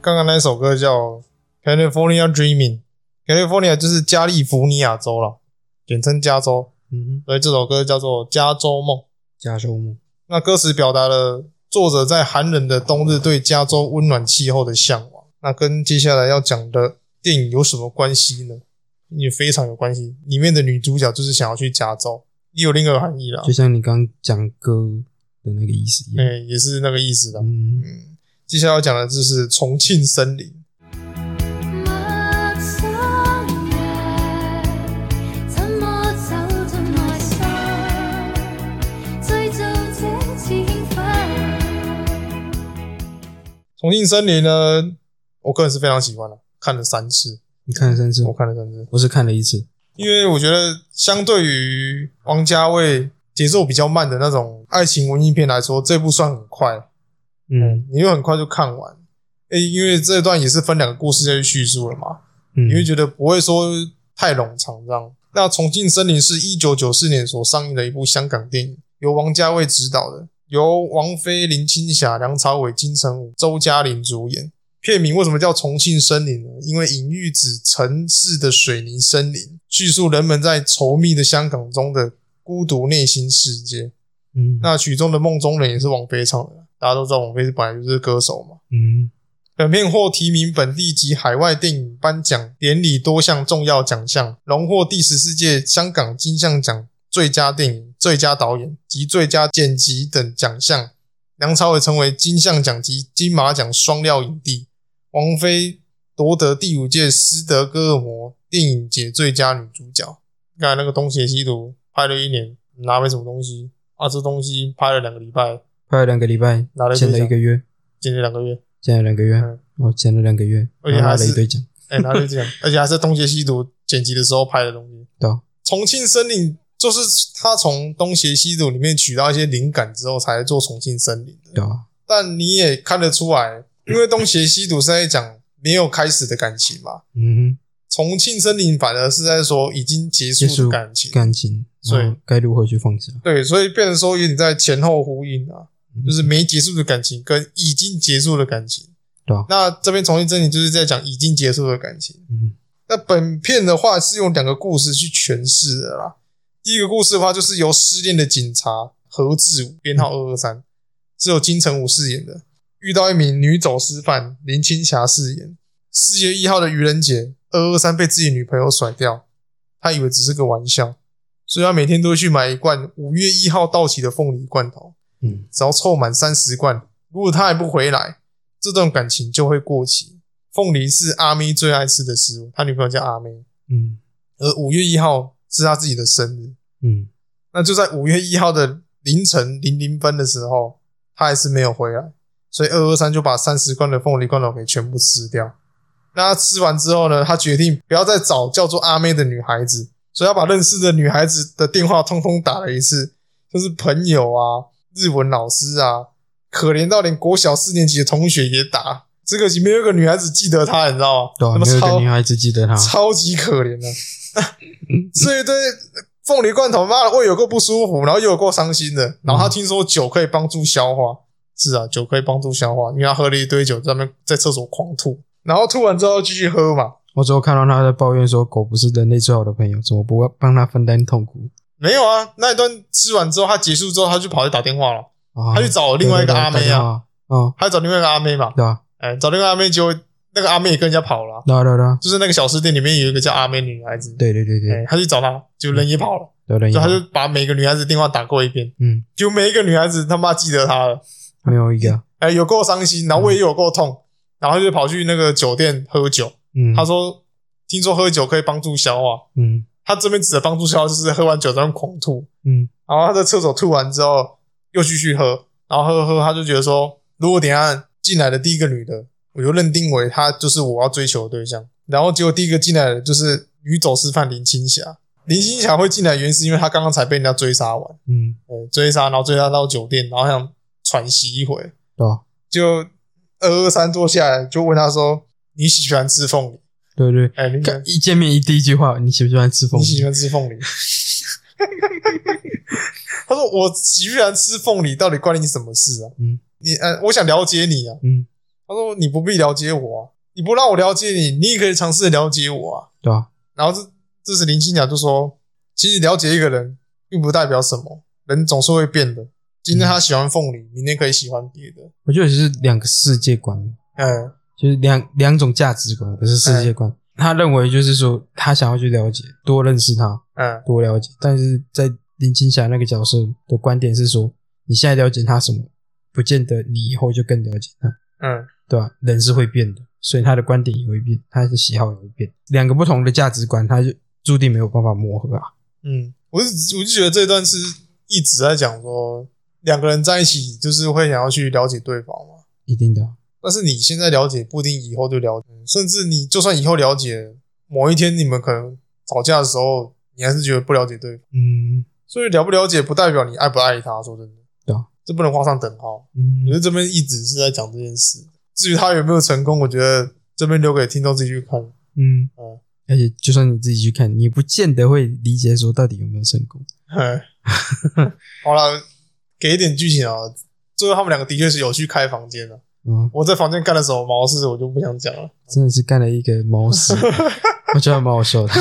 [SPEAKER 2] 刚刚那首歌叫《California Dreaming》，California 就是加利福尼亚州了，简称加州，
[SPEAKER 3] 嗯哼，
[SPEAKER 2] 所以这首歌叫做《加州梦》。
[SPEAKER 3] 加州梦，
[SPEAKER 2] 那歌词表达了作者在寒冷的冬日对加州温暖气候的向往。那跟接下来要讲的电影有什么关系呢？也非常有关系。里面的女主角就是想要去加州，也有另一个含义啦
[SPEAKER 3] 就。像你刚刚讲歌的那个意思一
[SPEAKER 2] 哎、
[SPEAKER 3] 样。
[SPEAKER 2] 也是那个意思的。
[SPEAKER 3] 嗯，
[SPEAKER 2] 嗯，接下来要讲的就是重庆森林。
[SPEAKER 7] 陌生人，怎么走进內心？製造這氣氛。
[SPEAKER 2] 重庆森林呢，我个人是非常喜欢的，看了三次，
[SPEAKER 3] 你看了三次，
[SPEAKER 2] 我看了三次，
[SPEAKER 3] 我是看了一次。
[SPEAKER 2] 因为我觉得相对于王家卫节奏比较慢的那种爱情文艺片来说，这部算很快，
[SPEAKER 3] 嗯
[SPEAKER 2] 你又很快就看完。诶、因为这段也是分两个故事再去叙述了嘛，
[SPEAKER 3] 嗯，
[SPEAKER 2] 你会觉得不会说太冗长这样。那《重庆森林》是一九九四年所上映的一部香港电影，由王家卫执导的，由王菲、林青霞、梁朝伟、金城武、周嘉玲主演。片名为什么叫《重庆森林》呢？因为隐喻指城市的水泥森林，叙述人们在稠密的香港中的孤独内心世界。
[SPEAKER 3] 嗯
[SPEAKER 2] 那曲中的《梦中人》也是王菲唱的，大家都知道王菲本来就是歌手嘛。
[SPEAKER 3] 嗯
[SPEAKER 2] 本片获提名本地及海外电影颁奖典礼多项重要奖项，荣获第十四届香港金像奖最佳电影、最佳导演及最佳剪辑等奖项。梁朝伟成为金像奖及金马奖双料影帝，王菲夺得第五届斯德哥尔摩电影节最佳女主角。刚才那个《东邪西毒》拍了一年，拿没什么东西啊，这东西拍了两个礼拜，
[SPEAKER 3] 拍了两个礼拜
[SPEAKER 2] 拿了，一堆
[SPEAKER 3] 剪了一个月，
[SPEAKER 2] 剪了两个月，
[SPEAKER 3] 剪了两个月
[SPEAKER 2] 嗯，
[SPEAKER 3] 我剪了两个月，
[SPEAKER 2] 而且
[SPEAKER 3] 然后拿
[SPEAKER 2] 还
[SPEAKER 3] 了
[SPEAKER 2] 是
[SPEAKER 3] 一堆奖。
[SPEAKER 2] 哎、然后就这样，而且还是东邪西毒剪辑的时候拍的东西。
[SPEAKER 3] 对啊
[SPEAKER 2] 重庆森林就是他从东邪西毒里面取到一些灵感之后，才做重庆森林的。
[SPEAKER 3] 对啊，
[SPEAKER 2] 但你也看得出来，因为东邪西毒是在讲没有开始的感情嘛，
[SPEAKER 3] 嗯
[SPEAKER 2] 重庆森林反而是在说已经结束
[SPEAKER 3] 结束
[SPEAKER 2] 的感情
[SPEAKER 3] 哼，。感情，
[SPEAKER 2] 所以
[SPEAKER 3] 然后该如何去放下？
[SPEAKER 2] 对，所以变成说有点在前后呼应啊，
[SPEAKER 3] 嗯
[SPEAKER 2] 就是没结束的感情跟已经结束的感情。
[SPEAKER 3] 对啊
[SPEAKER 2] 那这边重庆森林就是在讲已经结束的感情。
[SPEAKER 3] 嗯
[SPEAKER 2] 那本片的话是用两个故事去诠释的啦。第一个故事的话，就是由失恋的警察何志武编号二二三，是由金城武饰演的，遇到一名女走私犯林青霞饰演。四月一号的愚人节，二二三被自己女朋友甩掉，他以为只是个玩笑，所以他每天都会去买一罐五月一号到期的凤梨罐头，
[SPEAKER 3] 嗯
[SPEAKER 2] 只要凑满三十罐，如果他还不回来，这段感情就会过期。凤梨是阿咪最爱吃的食物，他女朋友叫阿妹，
[SPEAKER 3] 嗯
[SPEAKER 2] 而五月一号是他自己的生日。
[SPEAKER 3] 嗯，
[SPEAKER 2] 那就在五月一号的凌晨零零分的时候，他还是没有回来，所以二二三就把三十罐的凤梨罐头给全部吃掉。那他吃完之后呢，他决定不要再找叫做阿妹的女孩子，所以他把认识的女孩子的电话通通打了一次，就是朋友啊、日文老师啊，可怜到连国小四年级的同学也打。只可惜没有一个女孩子记得他，你知道吗？
[SPEAKER 3] 对啊，
[SPEAKER 2] 他妈
[SPEAKER 3] 没有一
[SPEAKER 2] 超
[SPEAKER 3] 个女孩子记得他。
[SPEAKER 2] 超级可怜啊 的、这一堆凤梨罐头，妈的胃有够不舒服，然后又有够伤心的。然后他听说酒可以帮助消化，是啊，酒可以帮助消化，因为他喝了一堆酒，在那边在厕所狂吐，然后吐完之后继续喝嘛。
[SPEAKER 3] 我只有看到他在抱怨说，狗不是人类最好的朋友，怎么不帮他分担痛苦
[SPEAKER 2] 没有啊，那一段吃完之后，他结束之后，他就跑去打电话了，
[SPEAKER 3] 啊？
[SPEAKER 2] 他去找另外一个阿妹啊，
[SPEAKER 3] 啊，哦，
[SPEAKER 2] 他找另外一个阿妹嘛，
[SPEAKER 3] 对啊，
[SPEAKER 2] 哎，找另外一个阿妹就那个阿妹也跟人家跑了啊、
[SPEAKER 3] 对啊，对啊对啊，
[SPEAKER 2] 就是那个小吃店里面有一个叫阿妹的女孩子，
[SPEAKER 3] 对对对
[SPEAKER 2] 哎
[SPEAKER 3] 对，，
[SPEAKER 2] 他去找她，就人也跑了，
[SPEAKER 3] 有人
[SPEAKER 2] 就
[SPEAKER 3] 有
[SPEAKER 2] 他，就把每个女孩子电话打过一遍。
[SPEAKER 3] 嗯，
[SPEAKER 2] 就每一个女孩子他妈记得他了，
[SPEAKER 3] 没有一个，
[SPEAKER 2] 哎、有够伤心，然后胃也有够痛，然后就跑去那个酒店喝酒。
[SPEAKER 3] 嗯，
[SPEAKER 2] 他，说，听说喝酒可以帮助消化，
[SPEAKER 3] 嗯
[SPEAKER 2] 他这边指的帮助消化就是喝完酒在那边狂吐，
[SPEAKER 3] 嗯
[SPEAKER 2] 然后他在厕所吐完之后又继续喝，然后喝喝喝，他就觉得说，如果等一下进来的第一个女的，我就认定为她就是我要追求的对象，然后结果第一个进来的就是女走私犯林青霞。林青霞会进来，原因是因为她刚刚才被人家追杀完，
[SPEAKER 3] 嗯，
[SPEAKER 2] 呃，追杀，然后追杀到酒店，然后想喘息一回，
[SPEAKER 3] 对啊，
[SPEAKER 2] 就二二三坐下来，就问他说：“你喜欢吃凤梨
[SPEAKER 3] 对对？”。
[SPEAKER 2] 哎、你喜
[SPEAKER 3] 看
[SPEAKER 2] 欢
[SPEAKER 3] 一见面一第一句话，你喜不喜欢吃凤
[SPEAKER 2] 你
[SPEAKER 3] 梨？
[SPEAKER 2] 喜欢吃凤梨？ 他说：“我喜欢吃凤梨，到底关你什么事啊？
[SPEAKER 3] 嗯
[SPEAKER 2] 你呃，我想了解你啊。
[SPEAKER 3] 嗯，
[SPEAKER 2] 他说你不必了解我、啊，你不让我了解你，你也可以尝试了解我啊。
[SPEAKER 3] 对吧？
[SPEAKER 2] 然后这这时林青霞就说，其实了解一个人并不代表什么，人总是会变的。今
[SPEAKER 3] 嗯
[SPEAKER 2] 天他喜欢凤梨，明天可以喜欢别的。
[SPEAKER 3] 我觉得就是两个世界观，
[SPEAKER 2] 嗯，
[SPEAKER 3] 就是两两种价值观，不是世界观。他认为就是说，他想要去了解，多认识他，
[SPEAKER 2] 嗯，
[SPEAKER 3] 多了解。但是在林青霞那个角色的观点是说，你现在了解他什么，不见得你以后就更了解他，
[SPEAKER 2] 嗯，
[SPEAKER 3] 对吧、人是会变的，所以他的观点也会变，他的喜好也会变。两个不同的价值观，他就注定没有办法磨合啊。
[SPEAKER 2] 嗯，我是我就觉得这段是一直在讲说两个人在一起就是会想要去了解对方嘛，
[SPEAKER 3] 一定的啊，
[SPEAKER 2] 但是你现在了解不一定以后就了解，甚至你就算以后了解，某一天你们可能吵架的时候，你还是觉得不了解对方，
[SPEAKER 3] 嗯
[SPEAKER 2] 所以了不了解不代表你爱不爱他，说真的，
[SPEAKER 3] 对啊，
[SPEAKER 2] 这不能画上等号。我觉
[SPEAKER 3] 嗯，
[SPEAKER 2] 得这边一直是在讲这件事，至于他有没有成功，我觉得这边留给听众自己去看。
[SPEAKER 3] 嗯
[SPEAKER 2] 哦，
[SPEAKER 3] 而且就算你自己去看，你不见得会理解说到底有没有成功。
[SPEAKER 2] 嘿哎好了，给一点剧情啊。最后他们两个的确是有去开房间的、
[SPEAKER 3] 嗯，
[SPEAKER 2] 我在房间干了什么毛事，我就不想讲了。
[SPEAKER 3] 真的是干了一个猫屎，我觉得还蛮好笑的。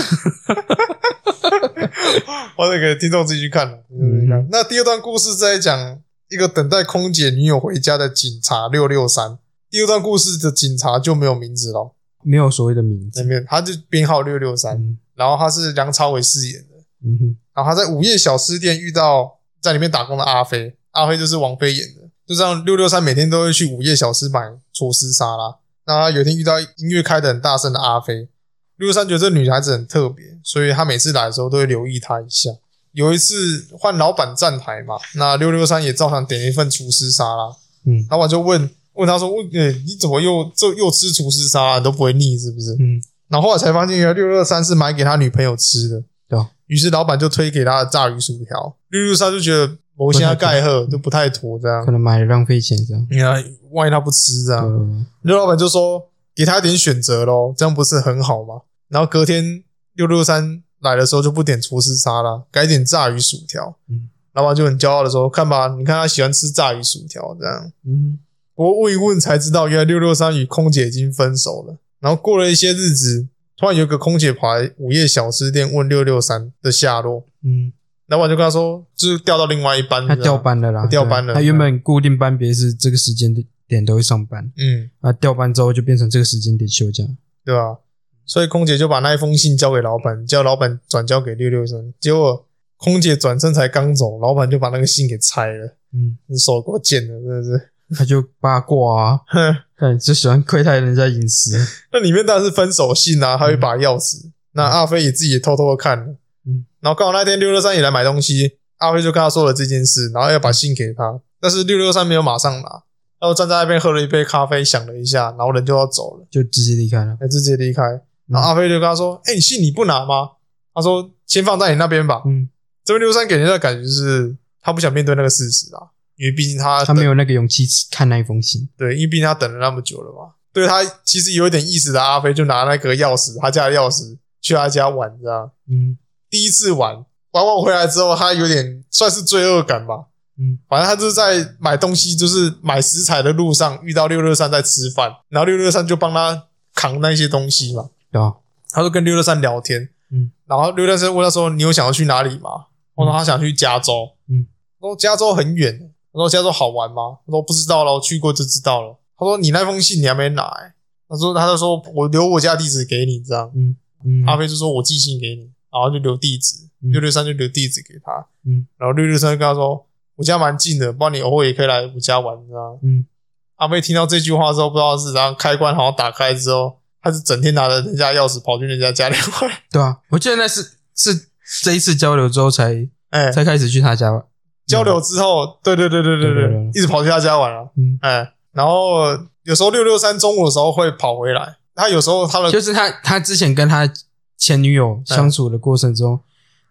[SPEAKER 2] 我得给听众自己去看了。
[SPEAKER 3] 嗯
[SPEAKER 2] 那第二段故事是在讲一个等待空姐女友回家的警察六六三。第二段故事的警察就没有名字了，
[SPEAKER 3] 没有所谓的名
[SPEAKER 2] 那
[SPEAKER 3] 字。
[SPEAKER 2] 边他就编号六六三，
[SPEAKER 3] 嗯
[SPEAKER 2] 然后他是梁朝伟饰演的。
[SPEAKER 3] 嗯哼，
[SPEAKER 2] 然后他在午夜小吃店遇到在里面打工的阿飞，阿飞就是王菲演的，就这样六六三每天都会去午夜小吃买厨师沙拉。那他有一天遇到音乐开的很大声的阿飞，六六三觉得这女孩子很特别，所以他每次来的时候都会留意她一下。有一次换老板站台嘛，那六六三也照常点了一份厨师沙拉，
[SPEAKER 3] 嗯
[SPEAKER 2] 老板就问问他说：“问、呃你怎么又这又吃厨师沙拉，你都不会腻是不是？”
[SPEAKER 3] 嗯
[SPEAKER 2] 然后后来才发现，原来六六三是买给他女朋友吃的。
[SPEAKER 3] 对啊
[SPEAKER 2] 于是老板就推给他的炸鱼薯条，六六三就觉得某些他盖赫就不太妥这样
[SPEAKER 3] 可。能买了浪费钱这样。
[SPEAKER 2] 你看，万一他不吃这
[SPEAKER 3] 对啊
[SPEAKER 2] 样，
[SPEAKER 3] 对对
[SPEAKER 2] 六老板就说给他一点选择咯，这样不是很好吗？然后隔天六六三来的时候就不点厨师沙拉，改点炸鱼薯条。
[SPEAKER 3] 嗯
[SPEAKER 2] 老板就很骄傲的说：“看吧，你看他喜欢吃炸鱼薯条这样。”
[SPEAKER 3] 嗯
[SPEAKER 2] 我问一问才知道，原来六六三与空姐已经分手了。然后过了一些日子，突然有个空姐跑来午夜小吃店问六六三的下落，
[SPEAKER 3] 嗯，
[SPEAKER 2] 老板就跟他说，就是调到另外一班，
[SPEAKER 3] 他
[SPEAKER 2] 你知道
[SPEAKER 3] 调
[SPEAKER 2] 吗，
[SPEAKER 3] 班了啦，
[SPEAKER 2] 他调班了
[SPEAKER 3] 对他原本固定班别是这个时间点都会上班，
[SPEAKER 2] 嗯，
[SPEAKER 3] 啊，调班之后就变成这个时间点休假。
[SPEAKER 2] 对吧？所以空姐就把那一封信交给老板，叫老板转交给六六三。结果空姐转身才刚走，老板就把那个信给拆了，
[SPEAKER 3] 嗯，
[SPEAKER 2] 你手给我剪了，真的是。
[SPEAKER 3] 他就八卦啊，
[SPEAKER 2] 哼
[SPEAKER 3] 对，就喜欢窥探人家隐私。
[SPEAKER 2] 那里面当然是分手信啊，还有一把钥匙。那阿飞也自己也偷偷的看了，
[SPEAKER 3] 嗯，
[SPEAKER 2] 然后刚好那天六六三也来买东西，阿飞就跟他说了这件事，然后要把信给他，但是六六三没有马上拿，然后站在那边喝了一杯咖啡，想了一下，然后人就要走了，
[SPEAKER 3] 就直接离开了。
[SPEAKER 2] 才直接离开。然后阿飞就跟他说：“哎、你信你不拿吗？”他说：“先放在你那边吧。
[SPEAKER 3] 嗯，”
[SPEAKER 2] 这边六六三给人家的感觉就是他不想面对那个事实啊，因为毕竟他
[SPEAKER 3] 他
[SPEAKER 2] 等
[SPEAKER 3] 没有那个勇气看那一封信。
[SPEAKER 2] 对，因为毕竟他等了那么久了嘛。对他其实有一点意思的阿飞就拿那个钥匙，他家的钥匙去他家玩，这样
[SPEAKER 3] 嗯
[SPEAKER 2] 第一次玩，玩完回来之后，他有点算是罪恶感吧。
[SPEAKER 3] 嗯，
[SPEAKER 2] 反正他就是在买东西，就是买食材的路上遇到六六三在吃饭，然后六六三就帮他扛那些东西嘛。
[SPEAKER 3] 对啊吧？
[SPEAKER 2] 他就跟六六三聊天，
[SPEAKER 3] 嗯，
[SPEAKER 2] 然后六六三问他说：“你有想要去哪里吗？”我说：“他想去加州。”
[SPEAKER 3] 嗯，
[SPEAKER 2] 他说：“加州很远。”他说：“加州好玩吗？”他说：“不知道了，去过就知道了。”他说：“你那封信你还没拿、欸？”他说：“他就说我留我家地址给你，这样。
[SPEAKER 3] 嗯，
[SPEAKER 2] 阿飞就说：“我寄信给你。”然后就留地址，
[SPEAKER 3] 嗯
[SPEAKER 2] 六六三就留地址给他。
[SPEAKER 3] 嗯，
[SPEAKER 2] 然后六六三就跟他说：“我家蛮近的，不然你偶尔也可以来我家玩，这样。”
[SPEAKER 3] 嗯，
[SPEAKER 2] 阿飞听到这句话之后，不知道是然后开关好像打开之后，他是整天拿着人家钥匙跑去人家家里玩。
[SPEAKER 3] 对啊，我记得那是是这一次交流之后才
[SPEAKER 2] 哎、
[SPEAKER 3] 才开始去他家。
[SPEAKER 2] 交流之后，对对对对对
[SPEAKER 3] 对
[SPEAKER 2] 对
[SPEAKER 3] 对对
[SPEAKER 2] 一直跑去他家玩了。
[SPEAKER 3] 嗯，
[SPEAKER 2] 哎、然后有时候六六三中午的时候会跑回来，他有时候他的
[SPEAKER 3] 就是他他之前跟他前女友
[SPEAKER 2] 嗯
[SPEAKER 3] 相处的过程中，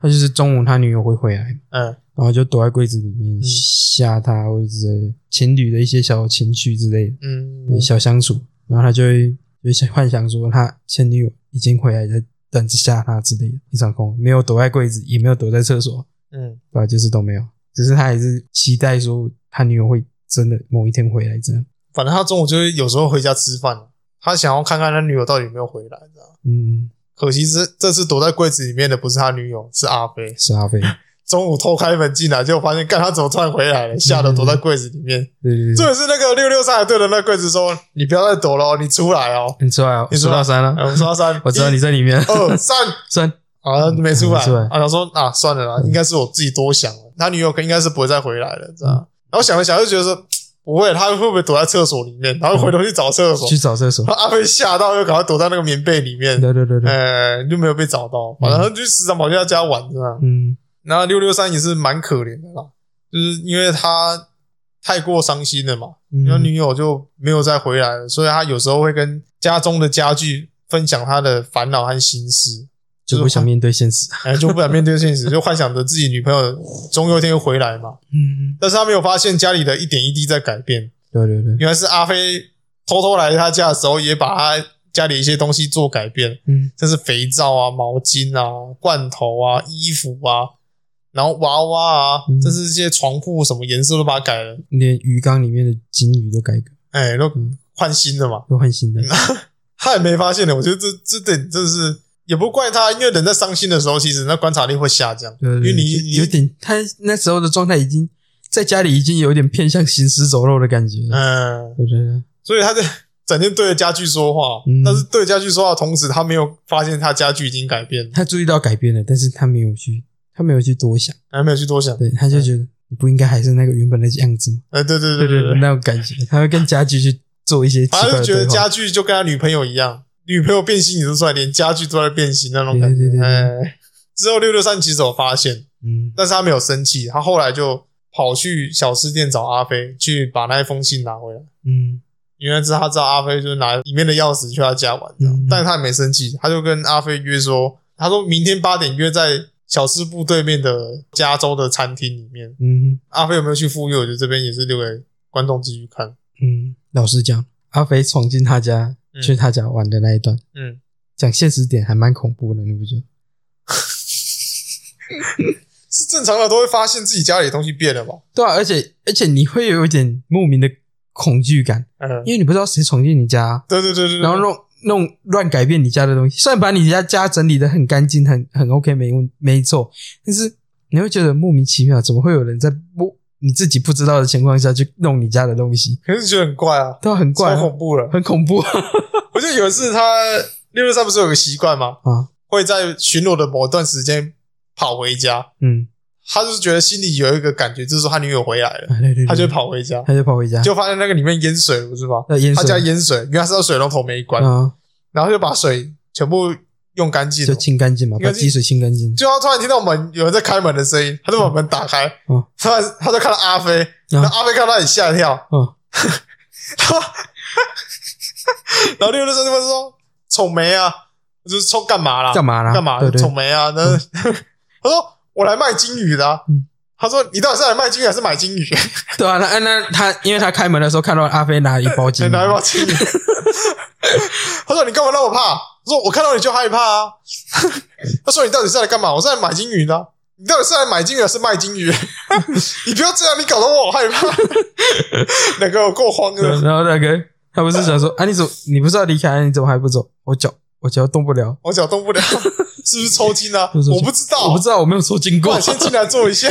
[SPEAKER 3] 他就是中午他女友会回来，
[SPEAKER 2] 嗯、
[SPEAKER 3] 然后就躲在柜子里面
[SPEAKER 2] 嗯
[SPEAKER 3] 吓他，或者是情侣的一些小情绪之类的、
[SPEAKER 2] 嗯，
[SPEAKER 3] 小相处，然后他就会就想幻想说他前女友已经回来在等着吓他之类的，一场空，没有躲在柜子，也没有躲在厕所，
[SPEAKER 2] 嗯，
[SPEAKER 3] 对吧？就是都没有，只是他还是期待说他女友会真的某一天回来这样。
[SPEAKER 2] 反正他中午就会有时候回家吃饭，他想要看看他女友到底有没有回来，这样。
[SPEAKER 3] 嗯，
[SPEAKER 2] 可惜是这次躲在柜子里面的不是他女友，是阿飞。
[SPEAKER 3] 是阿飞，
[SPEAKER 2] 中午偷开门进来，就发现干他怎么突然回来了，吓得躲在柜子里面。
[SPEAKER 3] 对对
[SPEAKER 2] 这
[SPEAKER 3] 对，
[SPEAKER 2] 也是那个六六三还对着那柜子说：“你不要再躲了哦，你出来哦。
[SPEAKER 3] 你出来哦，
[SPEAKER 2] 你出
[SPEAKER 3] 数
[SPEAKER 2] 来
[SPEAKER 3] 到三”
[SPEAKER 2] 哎我
[SPEAKER 3] 了，
[SPEAKER 2] 们说到哦三，
[SPEAKER 3] 我知道你在里面，
[SPEAKER 2] 一二三，
[SPEAKER 3] 三，
[SPEAKER 2] 啊，没出来。
[SPEAKER 3] 没出来
[SPEAKER 2] 啊，他说啊，算了啦，应该是我自己多想了。他女友应该是不会再回来了，这样。
[SPEAKER 3] 嗯
[SPEAKER 2] 然后想了想，就觉得说不会，他会不会躲在厕所里面？然后回头去找厕所
[SPEAKER 3] 去，找厕所
[SPEAKER 2] 然，后阿飞吓到，又赶快躲在那个棉被里面。
[SPEAKER 3] 对对对对，
[SPEAKER 2] 呃，就没有被找到，反正他就时常跑去他家玩，这样。
[SPEAKER 3] 嗯
[SPEAKER 2] 然后六六三也是蛮可怜的啦，就是因为他太过伤心了嘛，
[SPEAKER 3] 嗯，
[SPEAKER 2] 然后女友就没有再回来了，所以他有时候会跟家中的家具分享他的烦恼和心事，
[SPEAKER 3] 就不想面对现实，
[SPEAKER 2] 哎，就不敢面对现实，就幻想着自己女朋友总有一天会回来嘛。
[SPEAKER 3] 嗯，
[SPEAKER 2] 但是他没有发现家里的一点一滴在改变，
[SPEAKER 3] 对对对，
[SPEAKER 2] 原来是阿飞偷偷来他家的时候，也把他家里一些东西做改变，
[SPEAKER 3] 嗯，
[SPEAKER 2] 像是肥皂啊、毛巾啊、罐头啊、衣服啊，然后娃娃啊，
[SPEAKER 3] 嗯
[SPEAKER 2] 甚至这些床铺什么颜色都把它改了，
[SPEAKER 3] 连鱼缸里面的金鱼都改革，
[SPEAKER 2] 哎，都换新的嘛。
[SPEAKER 3] 都换新的，
[SPEAKER 2] 嗯他也没发现的，我觉得这这点真的是也不怪他，因为人在伤心的时候，其实那观察力会下降，
[SPEAKER 3] 对对对
[SPEAKER 2] 因为你
[SPEAKER 3] 就
[SPEAKER 2] 你
[SPEAKER 3] 有点他那时候的状态已经在家里已经有点偏向行尸走肉的感觉了，
[SPEAKER 2] 嗯，
[SPEAKER 3] 对对对，
[SPEAKER 2] 所以他在整天对着家具说话，
[SPEAKER 3] 嗯
[SPEAKER 2] 但是对着家具说话的同时，他没有发现他家具已经改变了，
[SPEAKER 3] 他注意到改变了，但是他没有去，他没有去多想，
[SPEAKER 2] 还没有去多想。
[SPEAKER 3] 对，他就觉得你不应该还是那个原本的样子吗？
[SPEAKER 2] 哎，对嗯对对对对，
[SPEAKER 3] 那种感觉，他会跟家具去做一些奇怪
[SPEAKER 2] 他就
[SPEAKER 3] 的
[SPEAKER 2] 觉
[SPEAKER 3] 对
[SPEAKER 2] 得
[SPEAKER 3] 话。
[SPEAKER 2] 家具就跟他女朋友一样，女朋友变心你都出来，连家具都在变心那种感
[SPEAKER 3] 对对对
[SPEAKER 2] 觉。
[SPEAKER 3] 对
[SPEAKER 2] 哎，之后六六三其实有发现，
[SPEAKER 3] 嗯
[SPEAKER 2] 但是他没有生气，他后来就跑去小吃店找阿飞，去把那一封信拿回来。
[SPEAKER 3] 嗯
[SPEAKER 2] 因为是他知道阿飞就是拿里面的钥匙去他家玩这样，
[SPEAKER 3] 嗯
[SPEAKER 2] 但是他也没生气，他就跟阿飞约说，他说明天八点约在小吃部对面的加州的餐厅里面。
[SPEAKER 3] 嗯
[SPEAKER 2] 阿飞有没有去赴约？我觉得这边也是留给观众继续看。
[SPEAKER 3] 嗯，老实讲，阿飞闯进他家、
[SPEAKER 2] 嗯
[SPEAKER 3] 去他家玩的那一段，
[SPEAKER 2] 嗯，
[SPEAKER 3] 讲现实点还蛮恐怖的，你不觉得？
[SPEAKER 2] 是正常的都会发现自己家里的东西变了吧？
[SPEAKER 3] 对啊，而且而且你会有一点莫名的恐惧感，
[SPEAKER 2] 嗯，
[SPEAKER 3] 因为你不知道谁闯进你家啊、
[SPEAKER 2] 对对对对，对
[SPEAKER 3] 然后弄弄乱改变你家的东西。虽然把你家家整理的很干净，很很 OK，没问没错，但是你会觉得莫名其妙，怎么会有人在不你自己不知道的情况下去弄你家的东西？
[SPEAKER 2] 可是觉得很怪啊，
[SPEAKER 3] 都很怪啊、
[SPEAKER 2] 超恐怖了。
[SPEAKER 3] 很恐怖啊！
[SPEAKER 2] 我记得有一次他六六三不是有个习惯吗？
[SPEAKER 3] 啊
[SPEAKER 2] 会在巡逻的某段时间跑回家，
[SPEAKER 3] 嗯，
[SPEAKER 2] 他就是觉得心里有一个感觉，就是说他女友回来了。
[SPEAKER 3] 啊对对对，
[SPEAKER 2] 他就跑回家，
[SPEAKER 3] 他就跑回家，
[SPEAKER 2] 就发现那个里面淹水了，是吧？
[SPEAKER 3] 要淹
[SPEAKER 2] 他
[SPEAKER 3] 水，
[SPEAKER 2] 家淹水，原来是他水龙头没关，
[SPEAKER 3] 啊，
[SPEAKER 2] 然后就把水全部用干净
[SPEAKER 3] 就
[SPEAKER 2] 了。
[SPEAKER 3] 清干净嘛，
[SPEAKER 2] 应
[SPEAKER 3] 把
[SPEAKER 2] 该是
[SPEAKER 3] 积水清干净。
[SPEAKER 2] 就他突然听到门有人在开门的声音，他就把门打开
[SPEAKER 3] 嗯，
[SPEAKER 2] 突然他就看到阿飞，然后阿飞看到他也吓一跳，
[SPEAKER 3] 嗯，
[SPEAKER 2] 然后六六三就问说：“冲没啊？就是冲干嘛啦？
[SPEAKER 3] 干嘛啦？
[SPEAKER 2] 干嘛
[SPEAKER 3] 对对，
[SPEAKER 2] 冲没啊？”那 他说：“我来卖金鱼的啊。
[SPEAKER 3] 嗯”
[SPEAKER 2] 他说：“你到底是来卖金鱼还是买金鱼？
[SPEAKER 3] 对啊，那那他，因为他开门的时候看到阿飞拿一包 金，
[SPEAKER 2] 拿一包金鱼。”他说：“你干嘛让我怕？”我说：“我看到你就害怕啊。” 他说：“你到底是来干嘛？”我是来买金鱼的啊、你到底是来买金鱼还是卖金鱼？ 你不要这样，你搞得我好害怕。 两个有够慌
[SPEAKER 3] 对
[SPEAKER 2] 的，
[SPEAKER 3] 然后那个他不是想说啊，你怎么你不是要离开，你怎么还不走？我脚我脚动不了，
[SPEAKER 2] 我脚动不了，是不是抽筋啊？
[SPEAKER 3] 就是
[SPEAKER 2] 我不知道，
[SPEAKER 3] 我不知道我没有抽筋过
[SPEAKER 2] 我。先进来坐一 下，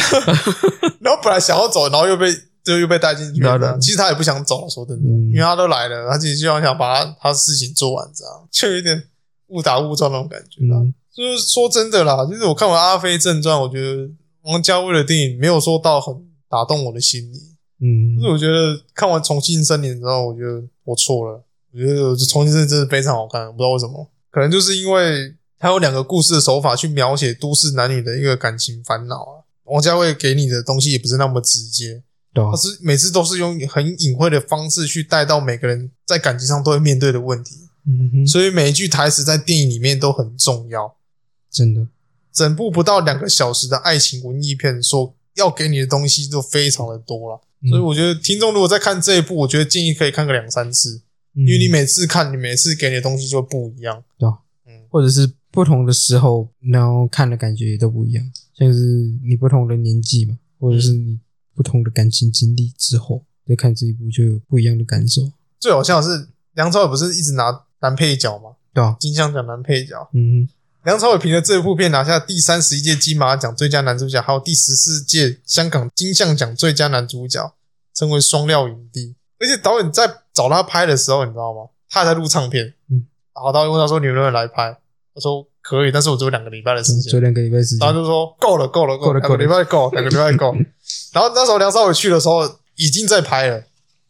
[SPEAKER 2] 然后本来想要走，然后又被就又被带进去
[SPEAKER 3] 对啊对啊
[SPEAKER 2] 了。其实他也不想走，说真的，
[SPEAKER 3] 嗯
[SPEAKER 2] 因为他都来了，他其实就想把他他事情做完，这样就有点误打误撞那种感觉啦。
[SPEAKER 3] 嗯
[SPEAKER 2] 就是说真的啦，就是我看完《阿飞正传》，我觉得王家卫的电影没有说到很打动我的心里。
[SPEAKER 3] 嗯
[SPEAKER 2] 就是我觉得看完《重庆森林》之后，我觉得我错了。我觉得《重庆森林》真的非常好看，我不知道为什么，可能就是因为它有两个故事的手法去描写都市男女的一个感情烦恼啊。王家卫给你的东西也不是那么直接，
[SPEAKER 3] 对啊
[SPEAKER 2] 他是每次都是用很隐晦的方式去带到每个人在感情上都会面对的问题，
[SPEAKER 3] 嗯哼，
[SPEAKER 2] 所以每一句台词在电影里面都很重要。
[SPEAKER 3] 真的，
[SPEAKER 2] 整部不到两个小时的爱情文艺片，所要给你的东西就非常的多了。
[SPEAKER 3] 嗯
[SPEAKER 2] 所以我觉得听众如果在看这一部，我觉得建议可以看个两三次，
[SPEAKER 3] 因
[SPEAKER 2] 因为你每次看，你每次给你的东西就不一样。
[SPEAKER 3] 啊
[SPEAKER 2] 嗯
[SPEAKER 3] 或者是不同的时候，然后看的感觉也都不一样，像是你不同的年纪嘛，或者是你不同的感情经历之后，再看这一部就有不一样的感受，
[SPEAKER 2] 最好笑的是梁朝伟不是一直拿男配角吗？
[SPEAKER 3] 对啊吧？
[SPEAKER 2] 金像奖男配角，
[SPEAKER 3] 嗯
[SPEAKER 2] 梁朝伟凭着这部片拿下第三十一届金马奖最佳男主角，还有第十四届香港金像奖最佳男主角，成为双料影帝。而且导演在找他拍的时候，你知道吗？他还在录唱片，
[SPEAKER 3] 嗯，
[SPEAKER 2] 然后导演问他说：“你能不能来拍？”他说：“可以，但是我只有两个礼拜的时
[SPEAKER 3] 哼，
[SPEAKER 2] 间
[SPEAKER 3] 就。啊两个礼拜时”间
[SPEAKER 2] 然后，就说：“够了，够了，
[SPEAKER 3] 够了
[SPEAKER 2] 两个礼
[SPEAKER 3] 够
[SPEAKER 2] 拜 够，两个礼拜够。”然后那时候梁朝伟去的时候已经在拍了，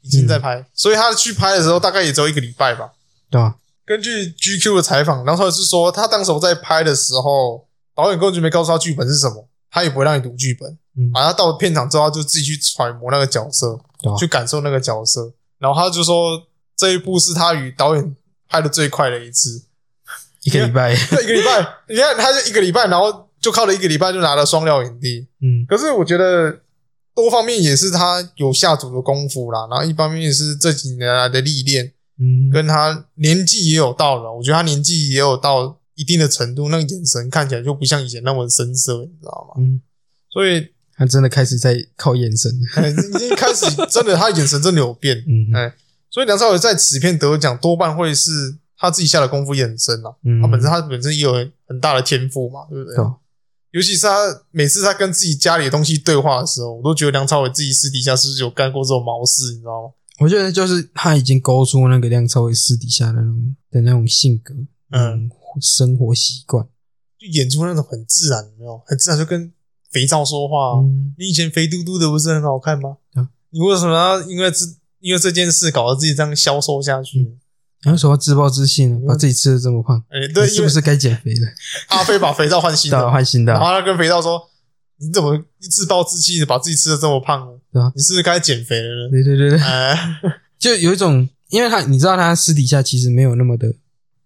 [SPEAKER 2] 已经在拍，所以他去拍的时候大概也只有一个礼拜吧。
[SPEAKER 3] 嗯对啊吧？
[SPEAKER 2] 根据 GQ 的采访，梁朝伟是说，他当时在拍的时候，导演根本就没告诉他剧本是什么，他也不会让你读剧本。
[SPEAKER 3] 嗯
[SPEAKER 2] 啊，他到片场之后，他就自己去揣摩那个角色，
[SPEAKER 3] 对啊
[SPEAKER 2] 去感受那个角色。然后他就说，这一部是他与导演拍的最快的一次，
[SPEAKER 3] 一个礼拜，
[SPEAKER 2] 一个礼拜，你看他就一个礼拜，然后就靠了一个礼拜就拿了双料影帝。
[SPEAKER 3] 嗯，
[SPEAKER 2] 可是我觉得多方面也是他有下足的功夫啦，然后一方面也是这几年来的历练，
[SPEAKER 3] 嗯，
[SPEAKER 2] 跟他年纪也有到了，我觉得他年纪也有到一定的程度，那个眼神看起来就不像以前那么深色，你知道吗？
[SPEAKER 3] 嗯，
[SPEAKER 2] 所以
[SPEAKER 3] 他真的开始在靠眼神，
[SPEAKER 2] 呃已经开始真的他眼神真的有变，
[SPEAKER 3] 嗯
[SPEAKER 2] 哎所以梁朝伟在此片得奖多半会是他自己下的功夫也很深啦，
[SPEAKER 3] 嗯
[SPEAKER 2] 他本身他本身也有很大的天赋嘛，对不对？
[SPEAKER 3] 对啊
[SPEAKER 2] 尤其是他每次他跟自己家里的东西对话的时候，我都觉得梁朝伟自己私底下是不是有干过这种毛事，你知道吗？
[SPEAKER 3] 我觉得就是他已经勾出那个梁朝伟私底下的那种的那种性格，
[SPEAKER 2] 嗯，
[SPEAKER 3] 生活习惯，
[SPEAKER 2] 就演出那种很自然，有没有？很自然就跟肥皂说话、啊，
[SPEAKER 3] 嗯，
[SPEAKER 2] 你以前肥嘟嘟的不是很好看吗？
[SPEAKER 3] 啊
[SPEAKER 2] 你为什么要因为这因为这件事搞得自己这样消瘦下
[SPEAKER 3] 嗯
[SPEAKER 2] 去？
[SPEAKER 3] 然后说要自暴自弃呢，把自己吃的这么胖，
[SPEAKER 2] 哎、对，
[SPEAKER 3] 是不是该减 肥了？
[SPEAKER 2] 因为阿飞把肥皂换新
[SPEAKER 3] 到
[SPEAKER 2] 的，
[SPEAKER 3] 换新的
[SPEAKER 2] 然后
[SPEAKER 3] 啊，
[SPEAKER 2] 他跟肥皂说：“你怎么自暴自弃的把自己吃的这么胖呢？
[SPEAKER 3] 对啊
[SPEAKER 2] 你是不是该减肥了呢
[SPEAKER 3] 对对对对？”，
[SPEAKER 2] 哎，
[SPEAKER 3] 就有一种，因为他你知道他私底下其实没有那么的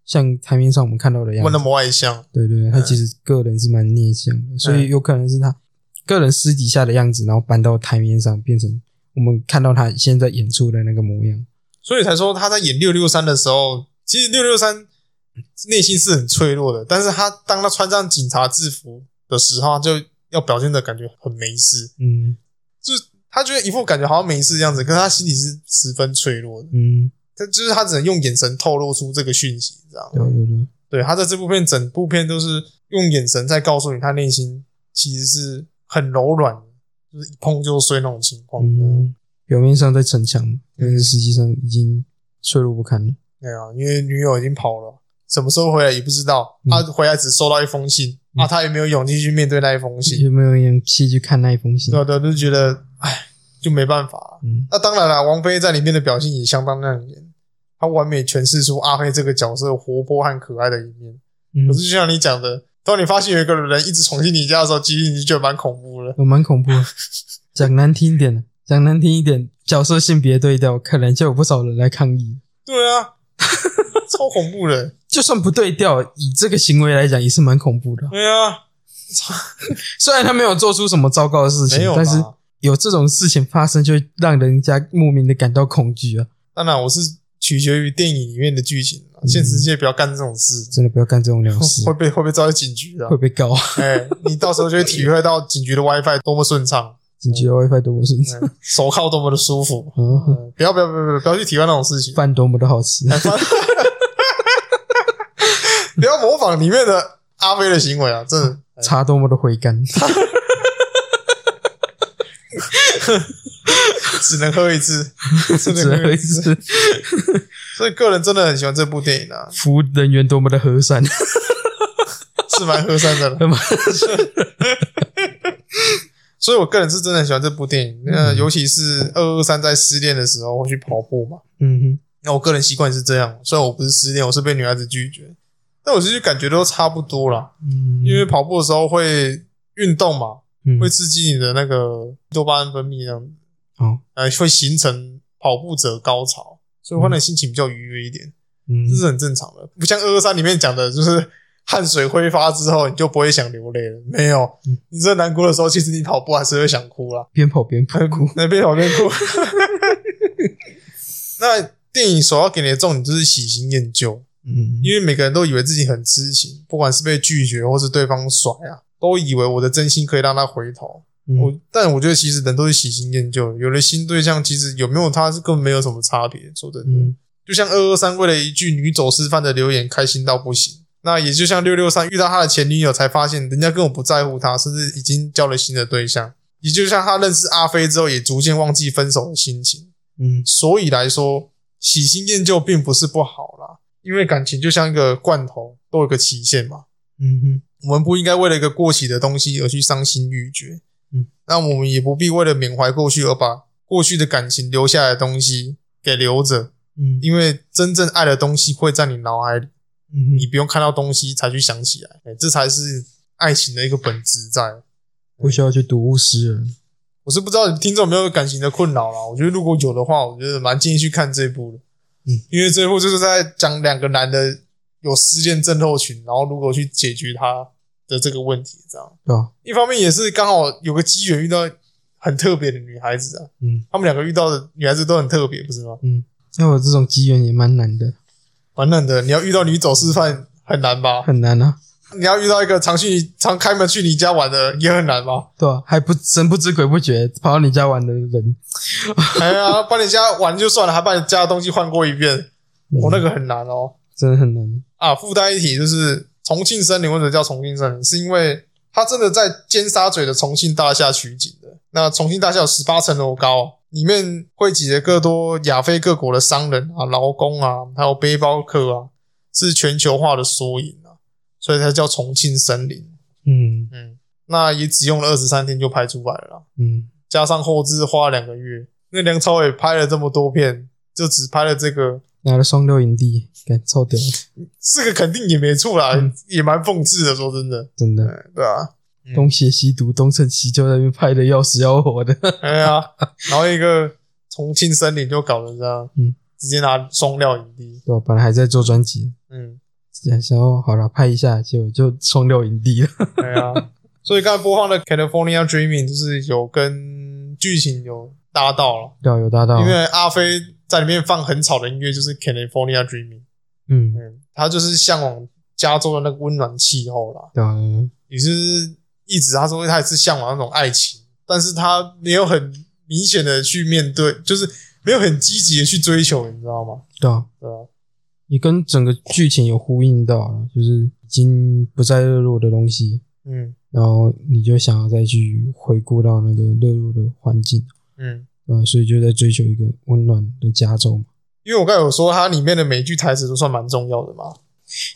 [SPEAKER 3] 像台面上我们看到的样
[SPEAKER 2] 问
[SPEAKER 3] 子
[SPEAKER 2] 那，么外向，
[SPEAKER 3] 对对对，
[SPEAKER 2] 嗯
[SPEAKER 3] 他其实个人是蛮内向的，所以有可能是他个人私底下的样子，然后搬到台面上变成我们看到他现在演出的那个模样。
[SPEAKER 2] 所以才说他在演六六三的时候，其实六六三内心是很脆弱的，但是他当他穿上警察制服的时候，他就要表现的感觉很没事，
[SPEAKER 3] 嗯
[SPEAKER 2] 就是他觉得一副感觉好像没事的样子，可是他心里是十分脆弱的。
[SPEAKER 3] 嗯，
[SPEAKER 2] 他就是他只能用眼神透露出这个讯息，这样。
[SPEAKER 3] 对对嗯对，
[SPEAKER 2] 对他在这部片整部片都是用眼神在告诉你，他内心其实是很柔软的，就是一碰就碎那种情况。
[SPEAKER 3] 嗯，表面上在逞强，但是实际上已经脆弱不堪了。
[SPEAKER 2] 对啊，因为女友已经跑了，什么时候回来也不知道。他回来只收到一封信，
[SPEAKER 3] 嗯
[SPEAKER 2] 啊，他也没有勇气去面对那一封信。
[SPEAKER 3] 有没有勇气去看那一封信
[SPEAKER 2] 嗯对？啊对啊，就觉得哎，就没办法了。
[SPEAKER 3] 嗯，
[SPEAKER 2] 那当然了，王菲在里面的表现也相当亮眼，她完美诠释出阿黑这个角色活泼和可爱的一面。
[SPEAKER 3] 嗯
[SPEAKER 2] 可是就像你讲的，当你发现有一个人一直闯进你家的时候，其实你就觉得蛮恐怖的。
[SPEAKER 3] 我哦蛮恐 怖的。讲难听一点，讲难听一点，角色性别对调，可能就有不少人来抗议。
[SPEAKER 2] 对啊， 超恐怖的。
[SPEAKER 3] 就算不对调，以这个行为来讲，也是蛮恐怖的啊。
[SPEAKER 2] 对啊，
[SPEAKER 3] 虽然他没有做出什么糟糕的事情
[SPEAKER 2] 没有，啦
[SPEAKER 3] 但是有这种事情发生，就会让人家莫名的感到恐惧啊！
[SPEAKER 2] 当然我是取决于电影里面的剧情啊，现实世界不要干这种事。
[SPEAKER 3] 真的不要干这种鸟事
[SPEAKER 2] 会，被会被招去警局的啊
[SPEAKER 3] 会。被告啊！
[SPEAKER 2] 哎，你到时候就会体会到警局的 WiFi 多么顺畅，
[SPEAKER 3] 警局的 WiFi 多么顺畅，
[SPEAKER 2] 哎手铐多么的舒服。
[SPEAKER 3] 啊
[SPEAKER 2] 嗯不要不要不要不要不要去体会那种事情，
[SPEAKER 3] 饭多么的好吃，
[SPEAKER 2] 哎反不要模仿里面的阿飞的行为啊！真的，哎
[SPEAKER 3] 茶多么的 回甘。
[SPEAKER 2] 只能喝一次，只
[SPEAKER 3] 只
[SPEAKER 2] 能喝
[SPEAKER 3] 有
[SPEAKER 2] 一
[SPEAKER 3] 一
[SPEAKER 2] 次。
[SPEAKER 3] 次，
[SPEAKER 2] 所以个人真的很喜欢这部电影啊，
[SPEAKER 3] 服务人员多么的和善，
[SPEAKER 2] 是 蛮合算的啦。所以我个人是真的很喜欢这部电影，那尤其是二二三在失恋的时候会去跑步嘛。
[SPEAKER 3] 嗯哼，
[SPEAKER 2] 那我个人习惯是这样，虽然我不是失恋，我是被女孩子拒绝，但我其实感觉都差不多啦。
[SPEAKER 3] 嗯
[SPEAKER 2] 因为跑步的时候会运动嘛，
[SPEAKER 3] 嗯
[SPEAKER 2] 会刺激你的那个多巴胺分泌，这样子
[SPEAKER 3] 哦，
[SPEAKER 2] 呃，会形成跑步者高潮，所以会让你心情比较愉悦一点，
[SPEAKER 3] 嗯
[SPEAKER 2] 这是很正常的。不像二二三里面讲的，就是 汗水挥发之后，你就不会想流泪了。没有
[SPEAKER 3] 嗯，
[SPEAKER 2] 你真的难过的时候，其实你跑步还是会想哭啦。
[SPEAKER 3] 边跑边哭，
[SPEAKER 2] 那边跑边 哭。那电影所要给你的重点就是喜新厌旧，
[SPEAKER 3] 嗯，
[SPEAKER 2] 因为每个人都以为自己很痴情，不管是被拒绝或是对方甩啊，都以为我的真心可以让他回头。
[SPEAKER 3] 嗯
[SPEAKER 2] 我但我觉得其实人都是喜新厌旧，有了新对象，其实有没有他是根本没有什么差别。说真的，
[SPEAKER 3] 嗯
[SPEAKER 2] 就像二二三为了一句女走私犯的留言开心到不行，那也就像六六三遇到他的前女友才发现人家根本不在乎他，甚至已经交了新的对象。也就像他认识阿飞之后，也逐渐忘记分手的心情。
[SPEAKER 3] 嗯
[SPEAKER 2] 所以来说，喜新厌旧并不是不好啦，因为感情就像一个罐头，都有个期限嘛。
[SPEAKER 3] 嗯哼
[SPEAKER 2] 我们不应该为了一个过期的东西而去伤心欲绝。
[SPEAKER 3] 嗯，
[SPEAKER 2] 那我们也不必为了缅怀过去而把过去的感情留下来的东西给留着，
[SPEAKER 3] 嗯
[SPEAKER 2] 因为真正爱的东西会在你脑海里，
[SPEAKER 3] 嗯
[SPEAKER 2] 你
[SPEAKER 3] 哼，
[SPEAKER 2] 不用看到东西才去想起来，哎这才是爱情的一个本质在。
[SPEAKER 3] 不需要去睹物思人。
[SPEAKER 2] 我是不知道听众有没有感情的困扰啦。我觉得如果有的话，我觉得蛮建议去看这部的，
[SPEAKER 3] 嗯，
[SPEAKER 2] 因为这部就是在讲两个男的有失恋症候群，然后如何去解决他的这个问题，这样。
[SPEAKER 3] 对啊吧？
[SPEAKER 2] 一方面也是刚好有个机缘遇到很特别的女孩子啊，
[SPEAKER 3] 嗯，
[SPEAKER 2] 他们两个遇到的女孩子都很特别，不是吗？
[SPEAKER 3] 要有这种机缘也蛮难的，
[SPEAKER 2] 蛮难的，你要遇到女走私犯很难吧？
[SPEAKER 3] 很难啊，
[SPEAKER 2] 你要遇到一个常去你常开门去你家玩的也很难 吧？
[SPEAKER 3] 对吧？还不神不知鬼不觉跑到你家玩的人，
[SPEAKER 2] 哎呀，把你家玩就算了，还把你家的东西换过一遍，我、那个很难哦。
[SPEAKER 3] 嗯真的很难。
[SPEAKER 2] 啊，附带一提就是重庆森林，为什么叫重庆森林？是因为它真的在尖沙咀的重庆大厦取景的。那重庆大厦有十八层楼高，里面汇集了各多亚非各国的商人啊、劳工啊，还有背包客啊，是全球化的缩影啊，所以才叫重庆森林。
[SPEAKER 3] 嗯
[SPEAKER 2] 嗯，那也只用了二十三天就拍出来了啦，
[SPEAKER 3] 嗯，
[SPEAKER 2] 加上后置花了两个月。那梁朝伟拍了这么多片，就只拍了这个，
[SPEAKER 3] 拿了双六影帝，感臭屌，
[SPEAKER 2] 这个肯定也没错啦，
[SPEAKER 3] 嗯
[SPEAKER 2] 也蛮讽刺的。说真的，
[SPEAKER 3] 真的。
[SPEAKER 2] 对啊，嗯
[SPEAKER 3] 东邪西毒，东成西就，在那边拍的要死要活的。
[SPEAKER 2] 哎呀，然后一个重庆森林就搞成这样，
[SPEAKER 3] 嗯，
[SPEAKER 2] 直接拿双料影帝，
[SPEAKER 3] 对吧？本来还在做专辑，
[SPEAKER 2] 嗯，
[SPEAKER 3] 想想要好了拍一下，结果就双六影帝了。
[SPEAKER 2] 哎 呀，所以刚才播放的《California Dreaming》就是有跟剧情有搭到了，
[SPEAKER 3] 对啊，有搭到，
[SPEAKER 2] 因为阿飞在里面放很吵的音乐，就是《California Dreaming》，
[SPEAKER 3] 嗯，
[SPEAKER 2] 嗯，他就是向往加州的那个温暖气候啦，
[SPEAKER 3] 对啊，对啊
[SPEAKER 2] 也就是一直他说他也是向往那种爱情，但是他没有很明显的去面对，就是没有很积极的去追求，你知道吗？
[SPEAKER 3] 对啊，
[SPEAKER 2] 对啊。
[SPEAKER 3] 也跟整个剧情有呼应到了，就是已经不再热络的东西，
[SPEAKER 2] 嗯
[SPEAKER 3] 然后你就想要再去回顾到那个热络的环境，
[SPEAKER 2] 嗯，
[SPEAKER 3] 啊，所以就在追求一个温暖的加州嘛，
[SPEAKER 2] 因为我刚才有说它里面的每一句台词都算蛮重要的嘛，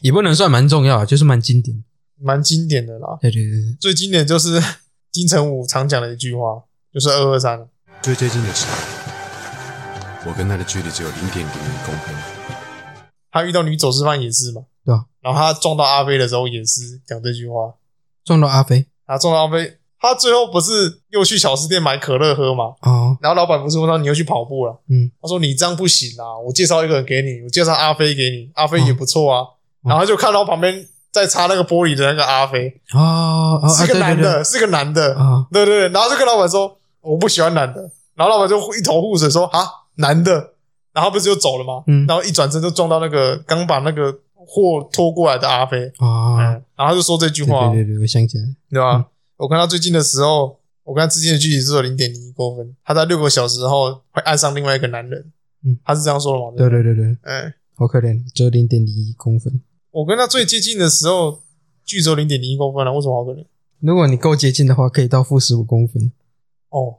[SPEAKER 3] 也不能算蛮重要啊，就是蛮经典。
[SPEAKER 2] 蛮经典的啦。
[SPEAKER 3] 对对对对，
[SPEAKER 2] 最经典就是 金城武常讲的一句话，就是二二三。
[SPEAKER 8] 最接近的是，我跟他的距离只有零点零一公分。
[SPEAKER 2] 他遇到女走私犯也是嘛，
[SPEAKER 3] 对啊。
[SPEAKER 2] 然后他撞到阿飞的时候也是讲这句话。
[SPEAKER 3] 撞到阿飞
[SPEAKER 2] 他撞到阿飞，他最后不是又去小吃店买可乐喝嘛？
[SPEAKER 3] 哦，
[SPEAKER 2] 然后老板不是问他你又去跑步了？
[SPEAKER 3] 嗯，
[SPEAKER 2] 他说你这样不行啊，我介绍一个人给你，我介绍阿飞给你，阿飞
[SPEAKER 3] 哦
[SPEAKER 2] 也不错啊。然后他就看到旁边在擦那个玻璃的那个阿飞，
[SPEAKER 3] 哦哦，啊
[SPEAKER 2] 是个
[SPEAKER 3] 对对
[SPEAKER 2] 男
[SPEAKER 3] 对
[SPEAKER 2] 的，是个男的。
[SPEAKER 3] 啊，
[SPEAKER 2] 对对对，然后就跟老板说我不喜欢男的，然后老板就一头雾水说啊男的，然后他不是就走了吗？
[SPEAKER 3] 嗯
[SPEAKER 2] 然后一转身就撞到那个刚把那个货拖过来的阿飞，
[SPEAKER 3] 啊，
[SPEAKER 2] 嗯，然后他就说这句
[SPEAKER 3] 对
[SPEAKER 2] 话，
[SPEAKER 3] 对对对，我想起来了，
[SPEAKER 2] 对吧？我跟他最近的时候，我跟他之间的距离只有零点零一公分，他在六个小时后会爱上另外一个男人，
[SPEAKER 3] 嗯，
[SPEAKER 2] 他是这样说的吗？
[SPEAKER 3] 对
[SPEAKER 2] 不，
[SPEAKER 3] 对对对，
[SPEAKER 2] 嗯，
[SPEAKER 3] 好可怜，只有零点零一公分。
[SPEAKER 2] 我跟他最接近的时候，距离只有零点零一公分了、为什么好可怜？
[SPEAKER 3] 如果你够接近的话，可以到负十五公分。
[SPEAKER 2] 哦，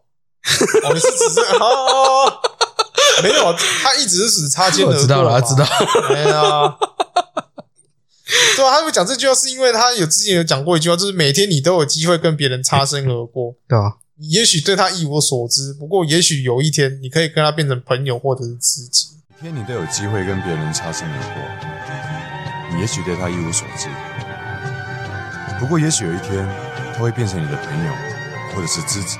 [SPEAKER 2] 哦，你是指这哦，没有，他一直是指擦肩而
[SPEAKER 3] 我
[SPEAKER 2] 过，
[SPEAKER 3] 知道了，知道。。
[SPEAKER 2] 哎呀，对啊，他会讲这句话，是因为他有之前有讲过一句话，就是每天你都有机会跟别人擦身而过，
[SPEAKER 3] 对吧？
[SPEAKER 2] 你也许对他一无所知，不过也许有一天你可以跟他变成朋友或者是知己。
[SPEAKER 8] 每天你都有机会跟别人擦身而过，你也许对他一无所知，不过也许有一天他会变成你的朋友或者是知己。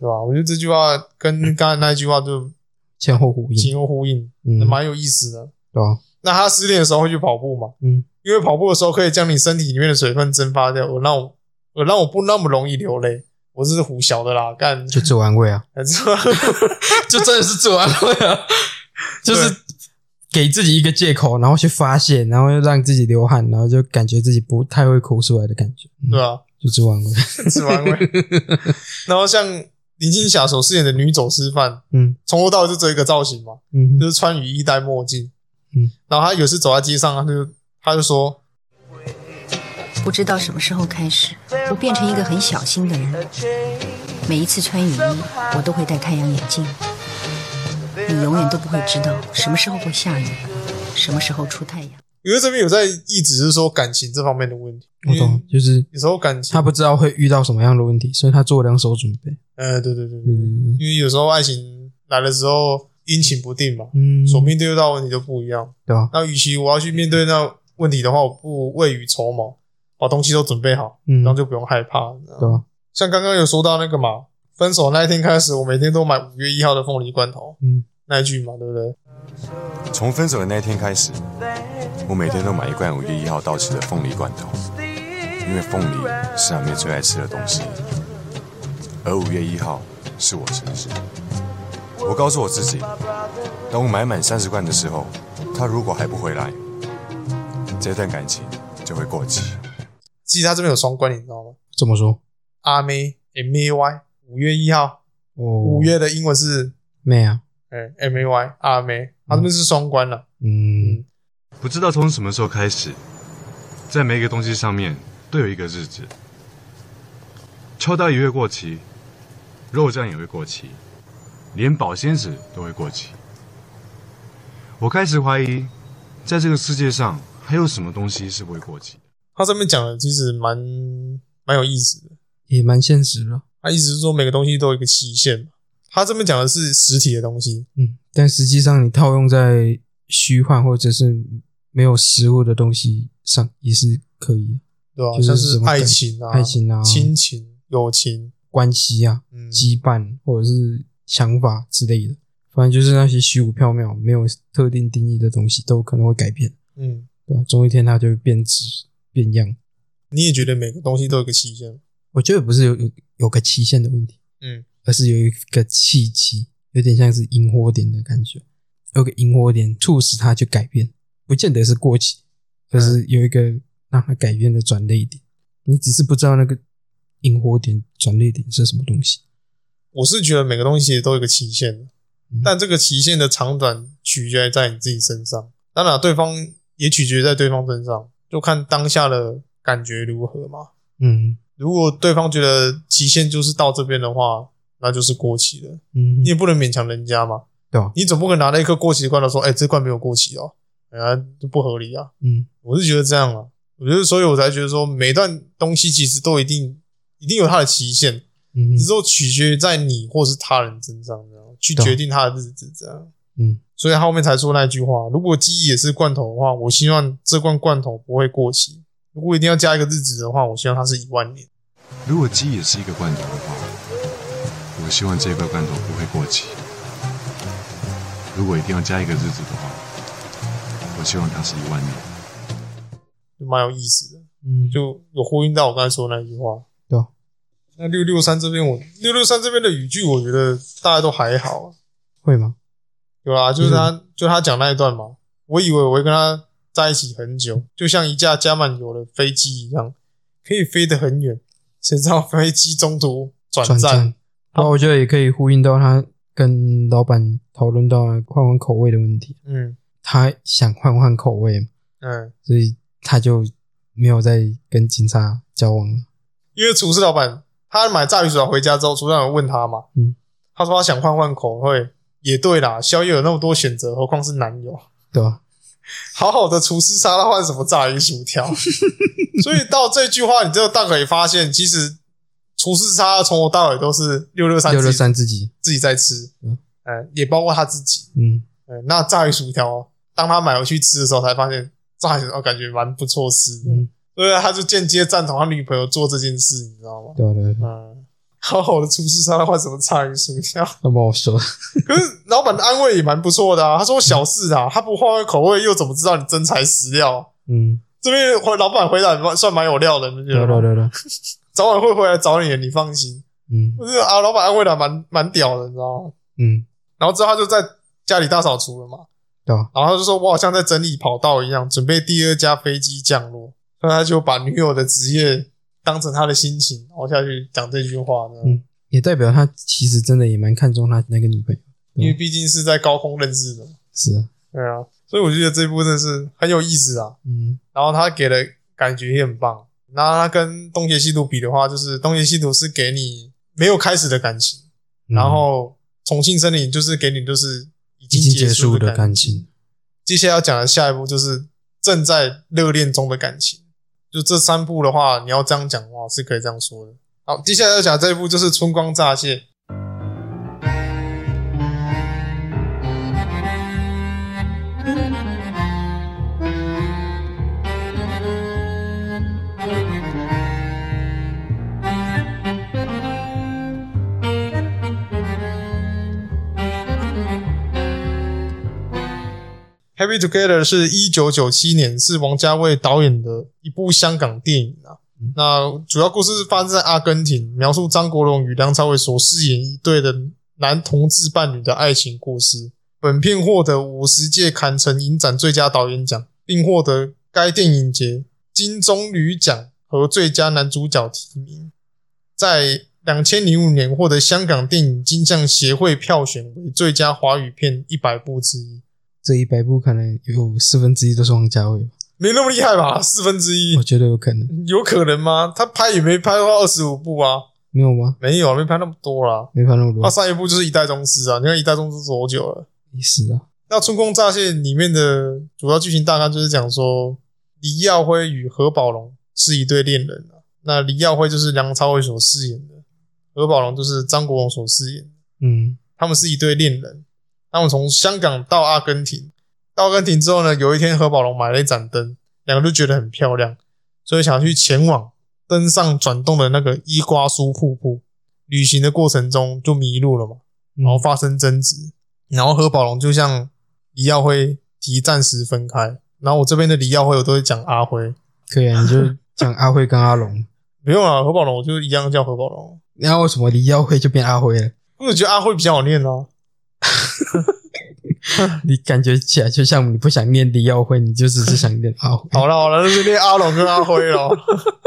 [SPEAKER 2] 对吧？我觉得这句话跟刚才那一句话就
[SPEAKER 3] 前后呼
[SPEAKER 2] 前
[SPEAKER 3] 应，
[SPEAKER 2] 后呼应，
[SPEAKER 3] 嗯，
[SPEAKER 2] 蛮有意思的。
[SPEAKER 3] 对啊吧？
[SPEAKER 2] 那他失恋的时候会去跑步吗？
[SPEAKER 3] 嗯，
[SPEAKER 2] 因为跑步的时候可以将你身体里面的水分蒸发掉，我让我我让我不那么容易流泪。我是胡小的啦，干，
[SPEAKER 3] 就 自我安慰啊，
[SPEAKER 2] 还是吧
[SPEAKER 3] 就真的是自我安慰啊，就是给自己一个借口，然后去发泄，然后又让自己流汗，然后就感觉自己不太会哭出来的感觉，嗯
[SPEAKER 2] 对啊吧？
[SPEAKER 3] 就这玩味。
[SPEAKER 2] 吃完 味。然后像林青霞所饰演的女走私犯，
[SPEAKER 3] 嗯
[SPEAKER 2] 从头到尾就只有一个造型嘛，
[SPEAKER 3] 嗯
[SPEAKER 2] 就是穿雨衣戴墨镜。
[SPEAKER 3] 嗯，
[SPEAKER 2] 然后她有时走在街上，她就她就说，
[SPEAKER 9] 不知道什么时候开始，我变成一个很小心的人。每一次穿雨衣，我都会戴太阳眼镜。你永远都不会知道什么时候会下雨，什么时候出太阳。
[SPEAKER 2] 因为这边有在一直是说感情这方面的问题。
[SPEAKER 3] 我懂，，就是
[SPEAKER 2] 有时候感情
[SPEAKER 3] 他，不知道会遇到什么样的问题，所以他做两手准备。
[SPEAKER 2] 呃，对对对，对
[SPEAKER 3] 嗯
[SPEAKER 2] 因为有时候爱情来的时候阴晴不定嘛，
[SPEAKER 3] 嗯，
[SPEAKER 2] 所面对到的问题就不一样。
[SPEAKER 3] 对啊吧？
[SPEAKER 2] 那与其我要去面对那问题的话，我不未雨绸缪，把东西都准备好，
[SPEAKER 3] 嗯
[SPEAKER 2] 然后就不用害怕。你知道吗
[SPEAKER 3] 对啊吧？
[SPEAKER 2] 像刚刚有说到那个嘛，分手那一天开始，我每天都买五月一号的凤梨罐头，
[SPEAKER 3] 嗯，
[SPEAKER 2] 那一句嘛，对不对？
[SPEAKER 8] 从分手的那一天开始，我每天都买一罐五月一号到期的凤梨罐头，因为凤梨是阿妹最爱吃的东西，而五月一号是我生日。我告诉我自己，当我买满三十罐的时候，他如果还不回来，这段感情就会过期。
[SPEAKER 2] 其实它这边有双关，你知道吗？
[SPEAKER 3] 怎么说？
[SPEAKER 2] 阿妹 M A Y，五月一号，
[SPEAKER 3] 哦，
[SPEAKER 2] 五月的英文是
[SPEAKER 3] 妹啊，
[SPEAKER 2] 哎 M A Y 阿妹，它这边是双关了、
[SPEAKER 3] 嗯，
[SPEAKER 8] 不知道从什么时候开始，在每一个东西上面都有一个日子。秋刀鱼会过期，肉酱也会过期，连保鲜纸都会过期。我开始怀疑，在这个世界上还有什么东西是不会过期的。
[SPEAKER 2] 它上面讲的其实蛮蛮有意思的。
[SPEAKER 3] 也蛮现实的。
[SPEAKER 2] 它意思是说每个东西都有一个期限嘛。它这边讲的是实体的东西，
[SPEAKER 3] 嗯，但实际上你套用在虚幻或者是没有实物的东西上也是可以的，
[SPEAKER 2] 对吧、
[SPEAKER 3] 就是
[SPEAKER 2] 像
[SPEAKER 3] 什
[SPEAKER 2] 是
[SPEAKER 3] 么
[SPEAKER 2] 爱
[SPEAKER 3] 感
[SPEAKER 2] 情啊、
[SPEAKER 3] 爱情啊
[SPEAKER 2] 亲情、友情，
[SPEAKER 3] 关系啊、
[SPEAKER 2] 嗯，
[SPEAKER 3] 羁绊或者是想法之类的，反正就是那些虚无缥缈、没有特定定义的东西都可能会改变，
[SPEAKER 2] 嗯，
[SPEAKER 3] 对吧？总有一天它就会变质变样。
[SPEAKER 2] 你也觉得每个东西都有一个期限吗？
[SPEAKER 3] 我觉得不是有有有个期限的问题，
[SPEAKER 2] 嗯，
[SPEAKER 3] 而是有一个契机，有点像是引火点的感觉，有个引火点促使它去改变，不见得是过期，而是有一个让它改变的转捩点。你只是不知道那个引火点、转捩点是什么东西。
[SPEAKER 2] 我是觉得每个东西其实都有一个期限的
[SPEAKER 3] 嗯，
[SPEAKER 2] 但这个期限的长短取决在你自己身上，当然对方也取决在对方身上，就看当下的感觉如何嘛。
[SPEAKER 3] 嗯
[SPEAKER 2] 如果对方觉得期限就是到这边的话，那就是过期了，
[SPEAKER 3] 嗯
[SPEAKER 2] 你，也不能勉强人家嘛。
[SPEAKER 3] 对啊吧？
[SPEAKER 2] 你总不可能拿了一颗过期的罐头说：“哎、这罐没有过期哦。”啊，就不合理啊！
[SPEAKER 3] 嗯
[SPEAKER 2] 我是觉得这样啊，我觉得，所以我才觉得说，每段东西其实都一定一定有它的期限，
[SPEAKER 3] 嗯
[SPEAKER 2] 只是说取决于在你或是他人身上，这样去决定他的日子，这样。
[SPEAKER 3] 啊嗯，
[SPEAKER 2] 所以他后面才说那句话：如果记忆也是罐头的话，我希望这罐罐头不会过期。如果一定要加一个日子的话，我希望它是一万年。
[SPEAKER 8] 如果鸡也是一个罐头的话，我希望这一块罐头不会过期。如果一定要加一个日子的话，我希望它是一万年。
[SPEAKER 2] 就蛮有意思的，
[SPEAKER 3] 嗯，
[SPEAKER 2] 就有呼应到我刚才说的那句话。
[SPEAKER 3] 对啊
[SPEAKER 2] 那六六三这边我，六六三这边的语句，我觉得大家都还好，啊
[SPEAKER 3] 会吗？
[SPEAKER 2] 有啊，就是他，就他讲那一段嘛。我以为我会跟他在一起很久，就像一架加满油的飞机一样，可以飞得很远。谁知道飞机中途转
[SPEAKER 3] 转
[SPEAKER 2] 站
[SPEAKER 3] 战，然后我觉得也可以呼应到他跟老板讨论到换换口味的问题，
[SPEAKER 2] 嗯
[SPEAKER 3] 他想换换口味嘛。
[SPEAKER 2] 嗯，
[SPEAKER 3] 所以他就没有再跟警察交往了。
[SPEAKER 2] 因为厨师老板他买炸鱼薯条回家之后，厨师老板问他嘛，
[SPEAKER 3] 嗯，
[SPEAKER 2] 他说他想换换口味，也对啦，宵夜有那么多选择，何况是男友。
[SPEAKER 3] 对吧？
[SPEAKER 2] 好好的厨师沙拉换什么炸鱼薯条？ 所以到这句话，你就大可以发现，其实厨师沙拉从头到尾都是六六三
[SPEAKER 3] 六六三自己，
[SPEAKER 2] 自己在吃，
[SPEAKER 3] 嗯
[SPEAKER 2] 呃，也包括他自己。
[SPEAKER 3] 嗯，
[SPEAKER 2] 呃，那炸鱼薯条，当他买回去吃的时候，才发现炸鱼薯条哦感觉蛮不错吃的，
[SPEAKER 3] 嗯
[SPEAKER 2] 所以他就间接赞同他女朋友做这件事，你知道吗？
[SPEAKER 3] 对吧？啊对吧？
[SPEAKER 2] 嗯，好好的厨师沙拉换什么炸鱼薯 条？
[SPEAKER 3] 那么我说，
[SPEAKER 2] 可是老板的安慰也蛮不错的啊，他说小事啊，他不换换口味，又怎么知道你真材实料？
[SPEAKER 3] 嗯，
[SPEAKER 2] 这边回老板回答蛮算蛮有料的，你觉
[SPEAKER 3] 对
[SPEAKER 2] 得
[SPEAKER 3] 啊对
[SPEAKER 2] 吗？
[SPEAKER 3] 对对，
[SPEAKER 2] 早晚会回来找你的，你放心。
[SPEAKER 3] 嗯
[SPEAKER 2] 不是啊，老板安慰的蛮蛮屌的，你知道吗？
[SPEAKER 3] 嗯
[SPEAKER 2] 然后之后他就在家里大扫除了嘛，
[SPEAKER 3] 对啊吧？
[SPEAKER 2] 然后他就说我好像在整理跑道一样，准备第二架飞机降落。那他就把女友的职业当成他的心情，然后下去讲这句话呢。
[SPEAKER 3] 嗯也代表他其实真的也蛮看重他那个女朋友。
[SPEAKER 2] 因为毕竟是在高空认识的嘛，
[SPEAKER 3] 是啊，
[SPEAKER 2] 对啊，所以我觉得这部真的是很有意思啊。
[SPEAKER 3] 嗯，
[SPEAKER 2] 然后他给的感觉也很棒。那他跟东邪西毒比的话，就是东邪西毒是给你没有开始的感情，
[SPEAKER 3] 嗯
[SPEAKER 2] 然后重庆森林就是给你就是已
[SPEAKER 3] 已
[SPEAKER 2] 经
[SPEAKER 3] 经结束
[SPEAKER 2] 的
[SPEAKER 3] 的
[SPEAKER 2] 感
[SPEAKER 3] 感
[SPEAKER 2] 情。
[SPEAKER 3] 情，
[SPEAKER 2] 接下来要讲的下一步就是正在热恋中的感情。就这三部的话，你要这样讲的话是可以这样说的。好，接下来要讲这一部就是《春光乍泄》。Happy Together 是一九九七年，是王家卫导演的一部香港电影啊。那主要故事是发生在阿根廷，描述张国荣与梁朝伟所饰演一对的男同志伴侣的爱情故事。本片获得五十届坎城影展最佳导演奖，并获得该电影节金棕榈奖和最佳男主角提名。在两千零五年获得香港电影金像协会票选为最佳华语片一百部之一。
[SPEAKER 3] 这一百部可能有四分之一都是王家卫吧，
[SPEAKER 2] 没那么厉害 吧？四分之一
[SPEAKER 3] 我觉得有可能
[SPEAKER 2] 有可能吗？他拍也没拍到二十五部啊，
[SPEAKER 3] 没有吗？
[SPEAKER 2] 没有啊，没拍那么多啦。
[SPEAKER 3] 没拍那么多
[SPEAKER 2] 他，上一部就是《一代宗师》啊，你看《一代宗师》多久了？
[SPEAKER 3] 也是啊，
[SPEAKER 2] 那《春光乍泄》里面的主要剧情大纲就是讲说，黎耀辉与何宝荣是一对恋人啊。那黎耀辉就是梁朝伟所饰演的，何宝荣就是张国荣所饰演的。
[SPEAKER 3] 嗯，
[SPEAKER 2] 他们是一对恋人，他们从香港到阿根廷，到阿根廷之后呢，有一天何宝荣买了一盏灯，两个就觉得很漂亮，所以想去前往登上转动的那个伊瓜苏瀑布。旅行的过程中就迷路了嘛，然后发生争执，然后何宝荣就向李耀辉提暂时分开。然后我这边的李耀辉，我都会讲阿辉，
[SPEAKER 3] 可以啊，你就讲阿辉跟阿龙，
[SPEAKER 2] 不用啊，何宝荣我就一样叫何宝荣，
[SPEAKER 3] 然后为什么李耀辉就变阿辉了？
[SPEAKER 2] 因为我觉得阿辉比较好念啊。
[SPEAKER 3] 你感觉起来就像你不想念李耀辉，你就只是想念阿辉。
[SPEAKER 2] 好了好了，那就练阿龙跟阿辉咯。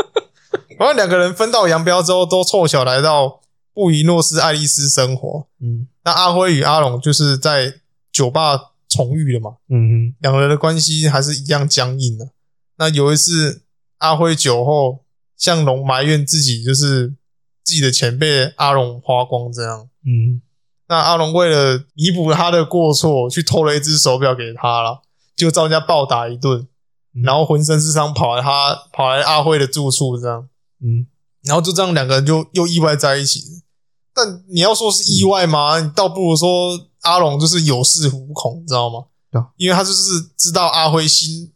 [SPEAKER 2] 然后两个人分道扬镳之后，都凑巧来到布宜诺斯艾利斯生活。
[SPEAKER 3] 嗯
[SPEAKER 2] 那阿辉与阿龙就是在酒吧重遇了嘛，
[SPEAKER 3] 嗯
[SPEAKER 2] 两个人的关系还是一样僵硬的、那有一次，阿辉酒后向龙埋怨自己就是自己的钱被阿龙花光这样。
[SPEAKER 3] 哼嗯，
[SPEAKER 2] 那阿龙为了弥补他的过错，去偷了一只手表给他了，就遭人家暴打一顿，
[SPEAKER 3] 嗯
[SPEAKER 2] 然后浑身是伤跑来他跑来阿辉的住处这样，
[SPEAKER 3] 嗯，
[SPEAKER 2] 然后就这样两个人就又意外在一起。但你要说是意外吗？你倒不如说阿龙就是有恃无恐，你知道吗
[SPEAKER 3] 对啊？
[SPEAKER 2] 因为他就是知道阿辉心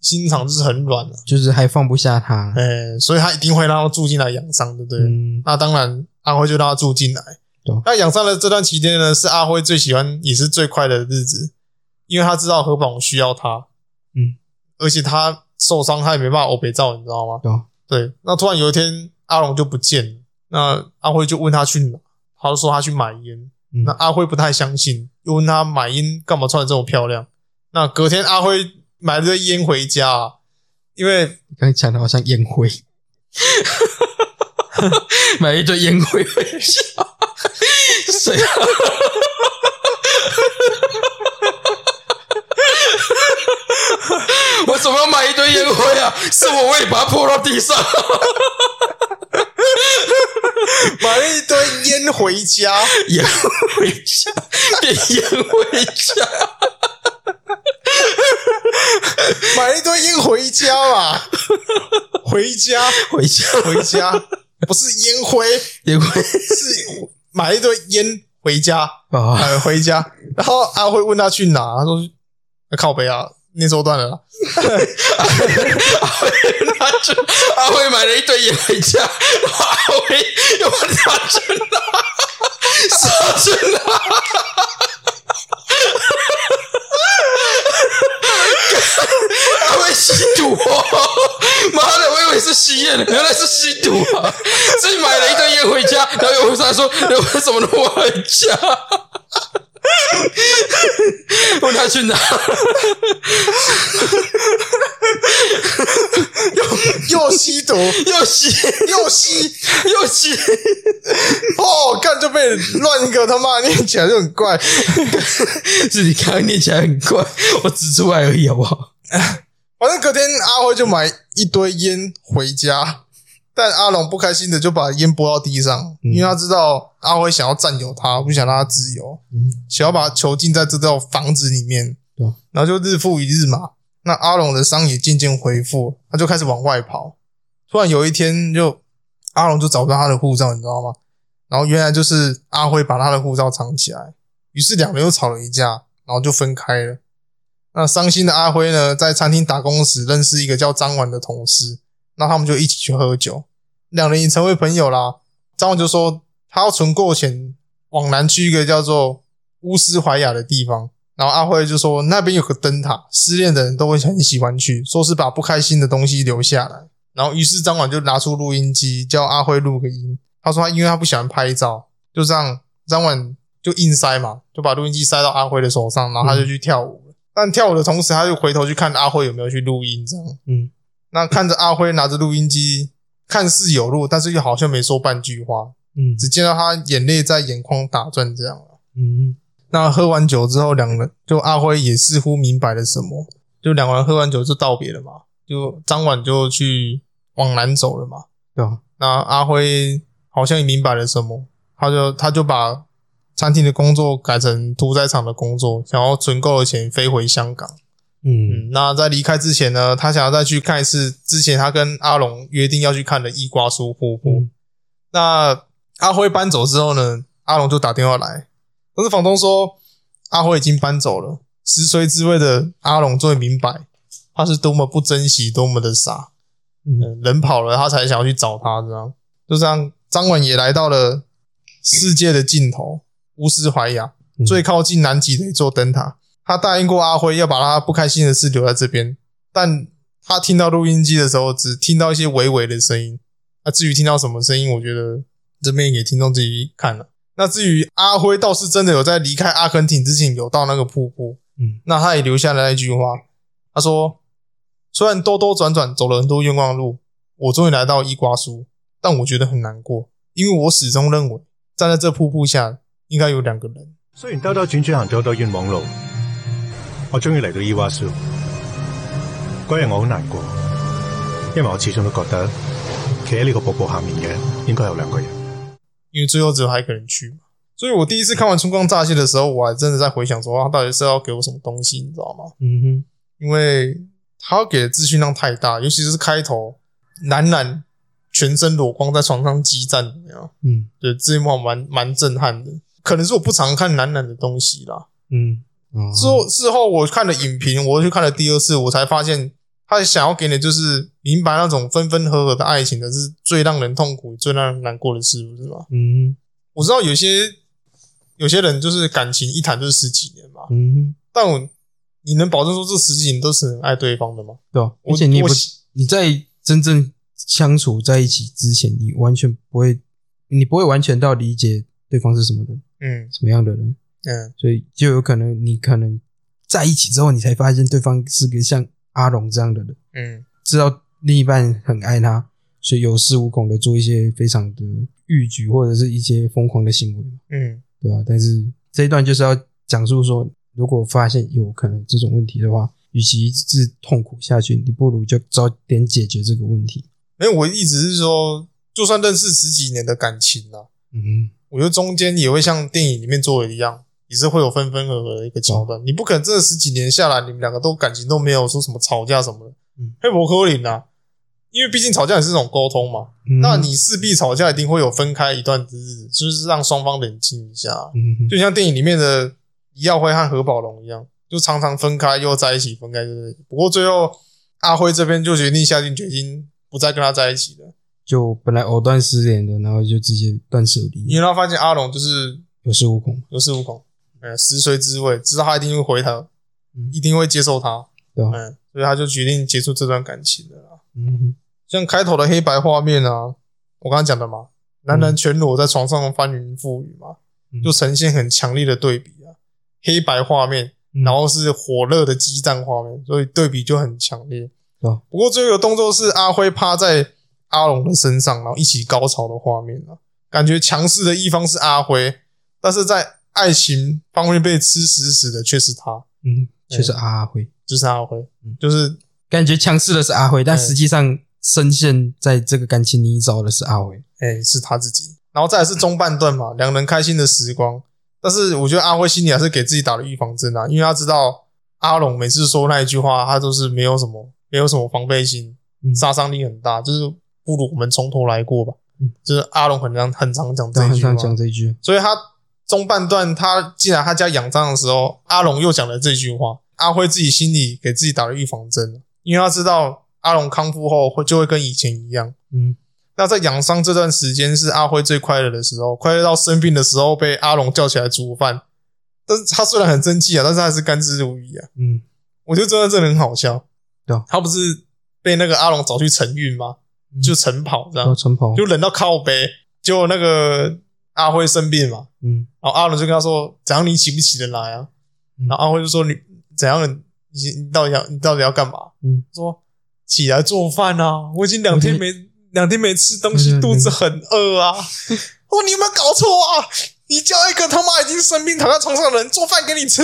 [SPEAKER 2] 心肠就是很软的、
[SPEAKER 3] 就是还放不下他。
[SPEAKER 2] 哎、所以他一定会让他住进来养伤，对不对？
[SPEAKER 3] 嗯，
[SPEAKER 2] 那当然，阿辉就让他住进来
[SPEAKER 3] 对。
[SPEAKER 2] 那养伤的这段期间呢，是阿辉最喜欢也是最快乐的日子，因为他知道何宝荣需要他，
[SPEAKER 3] 嗯，
[SPEAKER 2] 而且他受伤，他也没办法欧北照，你知道吗？
[SPEAKER 3] 对啊
[SPEAKER 2] 对。那突然有一天，阿龙就不见了，那阿辉就问他去哪，他就说他去买烟。
[SPEAKER 3] 嗯
[SPEAKER 2] 那阿辉不太相信，又问他买烟干嘛穿的这么漂亮。那隔天阿辉买了堆烟回家、啊，因为
[SPEAKER 3] 刚才讲的好像烟 灰，买一堆烟灰回家，谁啊？我怎么要买一堆烟灰啊？是我会把它泼到地上。
[SPEAKER 2] 买了一堆烟回家，
[SPEAKER 3] 烟回家，变烟回家，
[SPEAKER 2] 买了一堆烟回家 嘛，回家
[SPEAKER 3] 回家，
[SPEAKER 2] 回家，不是烟灰，
[SPEAKER 3] 烟 灰
[SPEAKER 2] 是买一堆烟回家，
[SPEAKER 3] 啊，
[SPEAKER 2] 呃，回家。然后阿辉问他去哪，他说呃靠北啊，那时候断了啦。
[SPEAKER 3] 拿着阿辉买了一堆烟回家，然后阿辉又把它拿去拿，拿去拿，阿辉吸毒哦！妈的，我以为是吸烟，原来是吸毒啊！自己买了一堆烟回家，然后又问他说：“你为什么都不回家？”问他去哪？
[SPEAKER 2] 又吸毒
[SPEAKER 3] 又吸
[SPEAKER 2] 又吸，
[SPEAKER 3] 又吸，
[SPEAKER 2] 哦，干就被乱一个他妈念起来就很怪。
[SPEAKER 3] 自己刚刚念起来很怪，我指出来而已，好不好？
[SPEAKER 2] 反正隔天阿辉就买一堆烟回家，但阿龙不开心的就把烟拨到地上，
[SPEAKER 3] 嗯
[SPEAKER 2] 因为他知道阿辉想要占有他，不想让他自由，
[SPEAKER 3] 嗯
[SPEAKER 2] 想要把他囚禁在这套房子里面。
[SPEAKER 3] 对啊
[SPEAKER 2] 然后就日复一日嘛。那阿龙的伤也渐渐恢复，他就开始往外跑。突然有一天就，阿龙就找不到他的护照，你知道吗？然后原来就是阿辉把他的护照藏起来，于是两人又吵了一架，然后就分开了。那伤心的阿辉呢，在餐厅打工时认识一个叫张婉的同事，那他们就一起去喝酒，两人已成为朋友啦。张婉就说他要存够钱，往南去一个叫做乌斯怀亚的地方。然后阿辉就说那边有个灯塔，失恋的人都会很喜欢去，说是把不开心的东西留下来。然后于是张婉就拿出录音机，叫阿辉录个音。他说他因为他不喜欢拍照，就这样张婉就硬塞嘛，就把录音机塞到阿辉的手上，然后他就去跳舞了。但跳舞的同时，他就回头去看阿辉有没有去录音，这样。
[SPEAKER 3] 嗯，
[SPEAKER 2] 那看着阿辉拿着录音机，看似有录，但是又好像没说半句话，
[SPEAKER 3] 嗯
[SPEAKER 2] 只见到他眼泪在眼眶打转，这样。
[SPEAKER 3] 嗯
[SPEAKER 2] 那喝完酒之后，两人就阿辉也似乎明白了什么，就两个人喝完酒就道别了嘛，就张婉就去往南走了嘛。
[SPEAKER 3] 对啊，
[SPEAKER 2] 那阿辉好像也明白了什么，他就他就把餐厅的工作改成屠宰场的工作，想要存够了钱飞回香港。
[SPEAKER 3] 嗯
[SPEAKER 2] 嗯，那在离开之前呢，他想要再去看一次之前他跟阿龙约定要去看的伊瓜苏瀑布。
[SPEAKER 3] 嗯
[SPEAKER 2] 那阿辉搬走之后呢，阿龙就打电话来，可是房东说阿辉已经搬走了。实锤之位的阿龙终于明白，他是多么不珍惜，多么的傻。
[SPEAKER 3] 嗯，
[SPEAKER 2] 嗯人跑了，他才想要去找他，这样就这样。张婉也来到了世界的尽头——乌斯怀亚，
[SPEAKER 3] 嗯
[SPEAKER 2] 最靠近南极的一座灯塔。他答应过阿辉要把他不开心的事留在这边，但他听到录音机的时候，只听到一些微微的声音。那至于听到什么声音，我觉得这边给听众自己看了。那至于阿辉，倒是真的有在离开阿根廷之前有到那个瀑布，
[SPEAKER 3] 嗯，
[SPEAKER 2] 那他也留下了那句话，他说：“虽然兜兜转转走了很多冤枉路，我终于来到伊瓜苏，但我觉得很难过，因为我始终认为站在这瀑布下应该有两个人。
[SPEAKER 5] 雖然兜兜轉轉行咗好多冤枉路，我終於嚟到伊娃蘇。嗰日我好難過，因為我始終都覺得企喺呢個瀑布下面嘅應該有兩個人。
[SPEAKER 2] 因为最后只有他一个人去嘛。所以我第一次看完《春光乍泄》的时候，我还真的在回想说，他啊到底是要给我什么东西，你知道吗？
[SPEAKER 3] 嗯哼，
[SPEAKER 2] 因为他要给的资讯量太大，尤其是开头男男全身裸光在床上激战，有没有？
[SPEAKER 3] 嗯
[SPEAKER 2] 对，这一幕蛮蛮震撼的。可能是我不常看男男的东西啦，
[SPEAKER 3] 嗯，
[SPEAKER 2] 之后事后我看了影评，我又去看了第二次，我才发现他想要给你的就是明白那种分分合合的爱情的是最让人痛苦、最让人难过的事，不是吗？
[SPEAKER 3] 嗯
[SPEAKER 2] 我知道有些有些人就是感情一谈就是十几年嘛，
[SPEAKER 3] 嗯哼，
[SPEAKER 2] 但我你能保证说这十几年都是很爱对方的吗？
[SPEAKER 3] 对啊，
[SPEAKER 2] 我
[SPEAKER 3] 而且你也不
[SPEAKER 2] 我
[SPEAKER 3] 你在真正相处在一起之前，你完全不会，你不会完全到理解对方是什么人，
[SPEAKER 2] 嗯
[SPEAKER 3] 什么样的人，
[SPEAKER 2] 嗯，
[SPEAKER 3] 所以就有可能你可能在一起之后，你才发现对方是个像阿龙这样的人，
[SPEAKER 2] 嗯，
[SPEAKER 3] 知道另一半很爱他，所以有恃无恐的做一些非常的欲举或者是一些疯狂的行为，
[SPEAKER 2] 嗯，
[SPEAKER 3] 对啊，但是这一段就是要讲述说，如果发现有可能这种问题的话，与其一直痛苦下去，你不如就早点解决这个问题。
[SPEAKER 2] 因为我一直是说，就算认识十几年的感情啊啦，
[SPEAKER 3] 嗯
[SPEAKER 2] 我觉得中间也会像电影里面做的一样，也是会有分分合合的一个桥段。你不可能真的十几年下来，你们两个都感情都没有说什么吵架什么的，
[SPEAKER 3] 嗯
[SPEAKER 2] 黑伯科林啊，因为毕竟吵架也是一种沟通嘛。
[SPEAKER 3] 哼，
[SPEAKER 2] 那你势必吵架一定会有分开一段之日，就是让双方冷静一下，
[SPEAKER 3] 嗯哼，
[SPEAKER 2] 就像电影里面的李耀辉和何宝龙一样，就常常分开又在一起，分开又在一起。不过最后阿辉这边就决定下定决心不再跟他在一起了，
[SPEAKER 3] 就本来藕断丝连的，然后就直接断舍离，
[SPEAKER 2] 因为他发现阿龙就是
[SPEAKER 3] 有恃无恐，
[SPEAKER 2] 有恃无恐，呃，食髓知味，知道他一定会回他，
[SPEAKER 3] 嗯
[SPEAKER 2] 一定会接受他，
[SPEAKER 3] 对啊吧、
[SPEAKER 2] 嗯，所以他就决定结束这段感情了啦。
[SPEAKER 3] 嗯哼，
[SPEAKER 2] 像开头的黑白画面啊，我刚刚讲的嘛，男人全裸在床上翻云覆雨嘛，
[SPEAKER 3] 嗯
[SPEAKER 2] 就呈现很强烈的对比啊。黑白画面，
[SPEAKER 3] 嗯
[SPEAKER 2] 然后是火热的激战画面，所以对比就很强烈。
[SPEAKER 3] 哦
[SPEAKER 2] 不过最后一个动作是阿辉趴在阿龙的身上，然后一起高潮的画面啊，感觉强势的一方是阿辉，但是在爱情方面被吃死死的却是他，
[SPEAKER 3] 嗯，确实阿辉，
[SPEAKER 2] 就是阿辉
[SPEAKER 3] 嗯，
[SPEAKER 2] 就是
[SPEAKER 3] 感觉强势的是阿辉，但
[SPEAKER 2] 嗯
[SPEAKER 3] 实际上深陷在这个感情泥沼的是阿辉。
[SPEAKER 2] 哎、是他自己。然后再来是中半段嘛，两人开心的时光。但是我觉得阿辉心里还是给自己打了预防针啊，因为他知道阿龙每次说那一句话，他都是没有什么没有什么防备心，
[SPEAKER 3] 嗯
[SPEAKER 2] 杀伤力很大，就是不如我们从头来过吧。
[SPEAKER 3] 嗯
[SPEAKER 2] 就是阿龙很常很常讲这
[SPEAKER 3] 我
[SPEAKER 2] 一
[SPEAKER 3] 很
[SPEAKER 2] 句
[SPEAKER 3] 想
[SPEAKER 2] 话，
[SPEAKER 3] 讲这一句，
[SPEAKER 2] 所以他中半段他进来他家养伤的时候，阿龙又讲了这句话，阿辉自己心里给自己打了预防针，因为他知道阿龙康复后会就会跟以前一样。
[SPEAKER 3] 嗯，
[SPEAKER 2] 那在养伤这段时间是阿辉最快乐的时候，快乐到生病的时候被阿龙叫起来煮饭。但是他虽然很生气啊，但是他还是甘之如饴啊。
[SPEAKER 3] 嗯，
[SPEAKER 2] 我觉得这段真的很好笑。
[SPEAKER 3] 对啊嗯
[SPEAKER 2] 他不是被那个阿龙找去晨运吗？就晨跑这
[SPEAKER 3] 高
[SPEAKER 2] 样，
[SPEAKER 3] 晨跑，
[SPEAKER 2] 啊就冷到靠背。结果那个阿辉生病嘛，
[SPEAKER 3] 嗯，
[SPEAKER 2] 然后阿龙就跟他说：“怎样你起不起得来啊？”
[SPEAKER 3] 嗯
[SPEAKER 2] 然后阿辉就说：“你怎样你你到底要你到底要干嘛？”
[SPEAKER 3] 嗯，
[SPEAKER 2] 说起来做饭啊，我已经两天 没两天没吃东西，
[SPEAKER 3] 对对对
[SPEAKER 2] 肚子很饿啊。 哦，你有没有搞错啊？你叫一个他妈已经生病躺在床上的人做饭给你吃，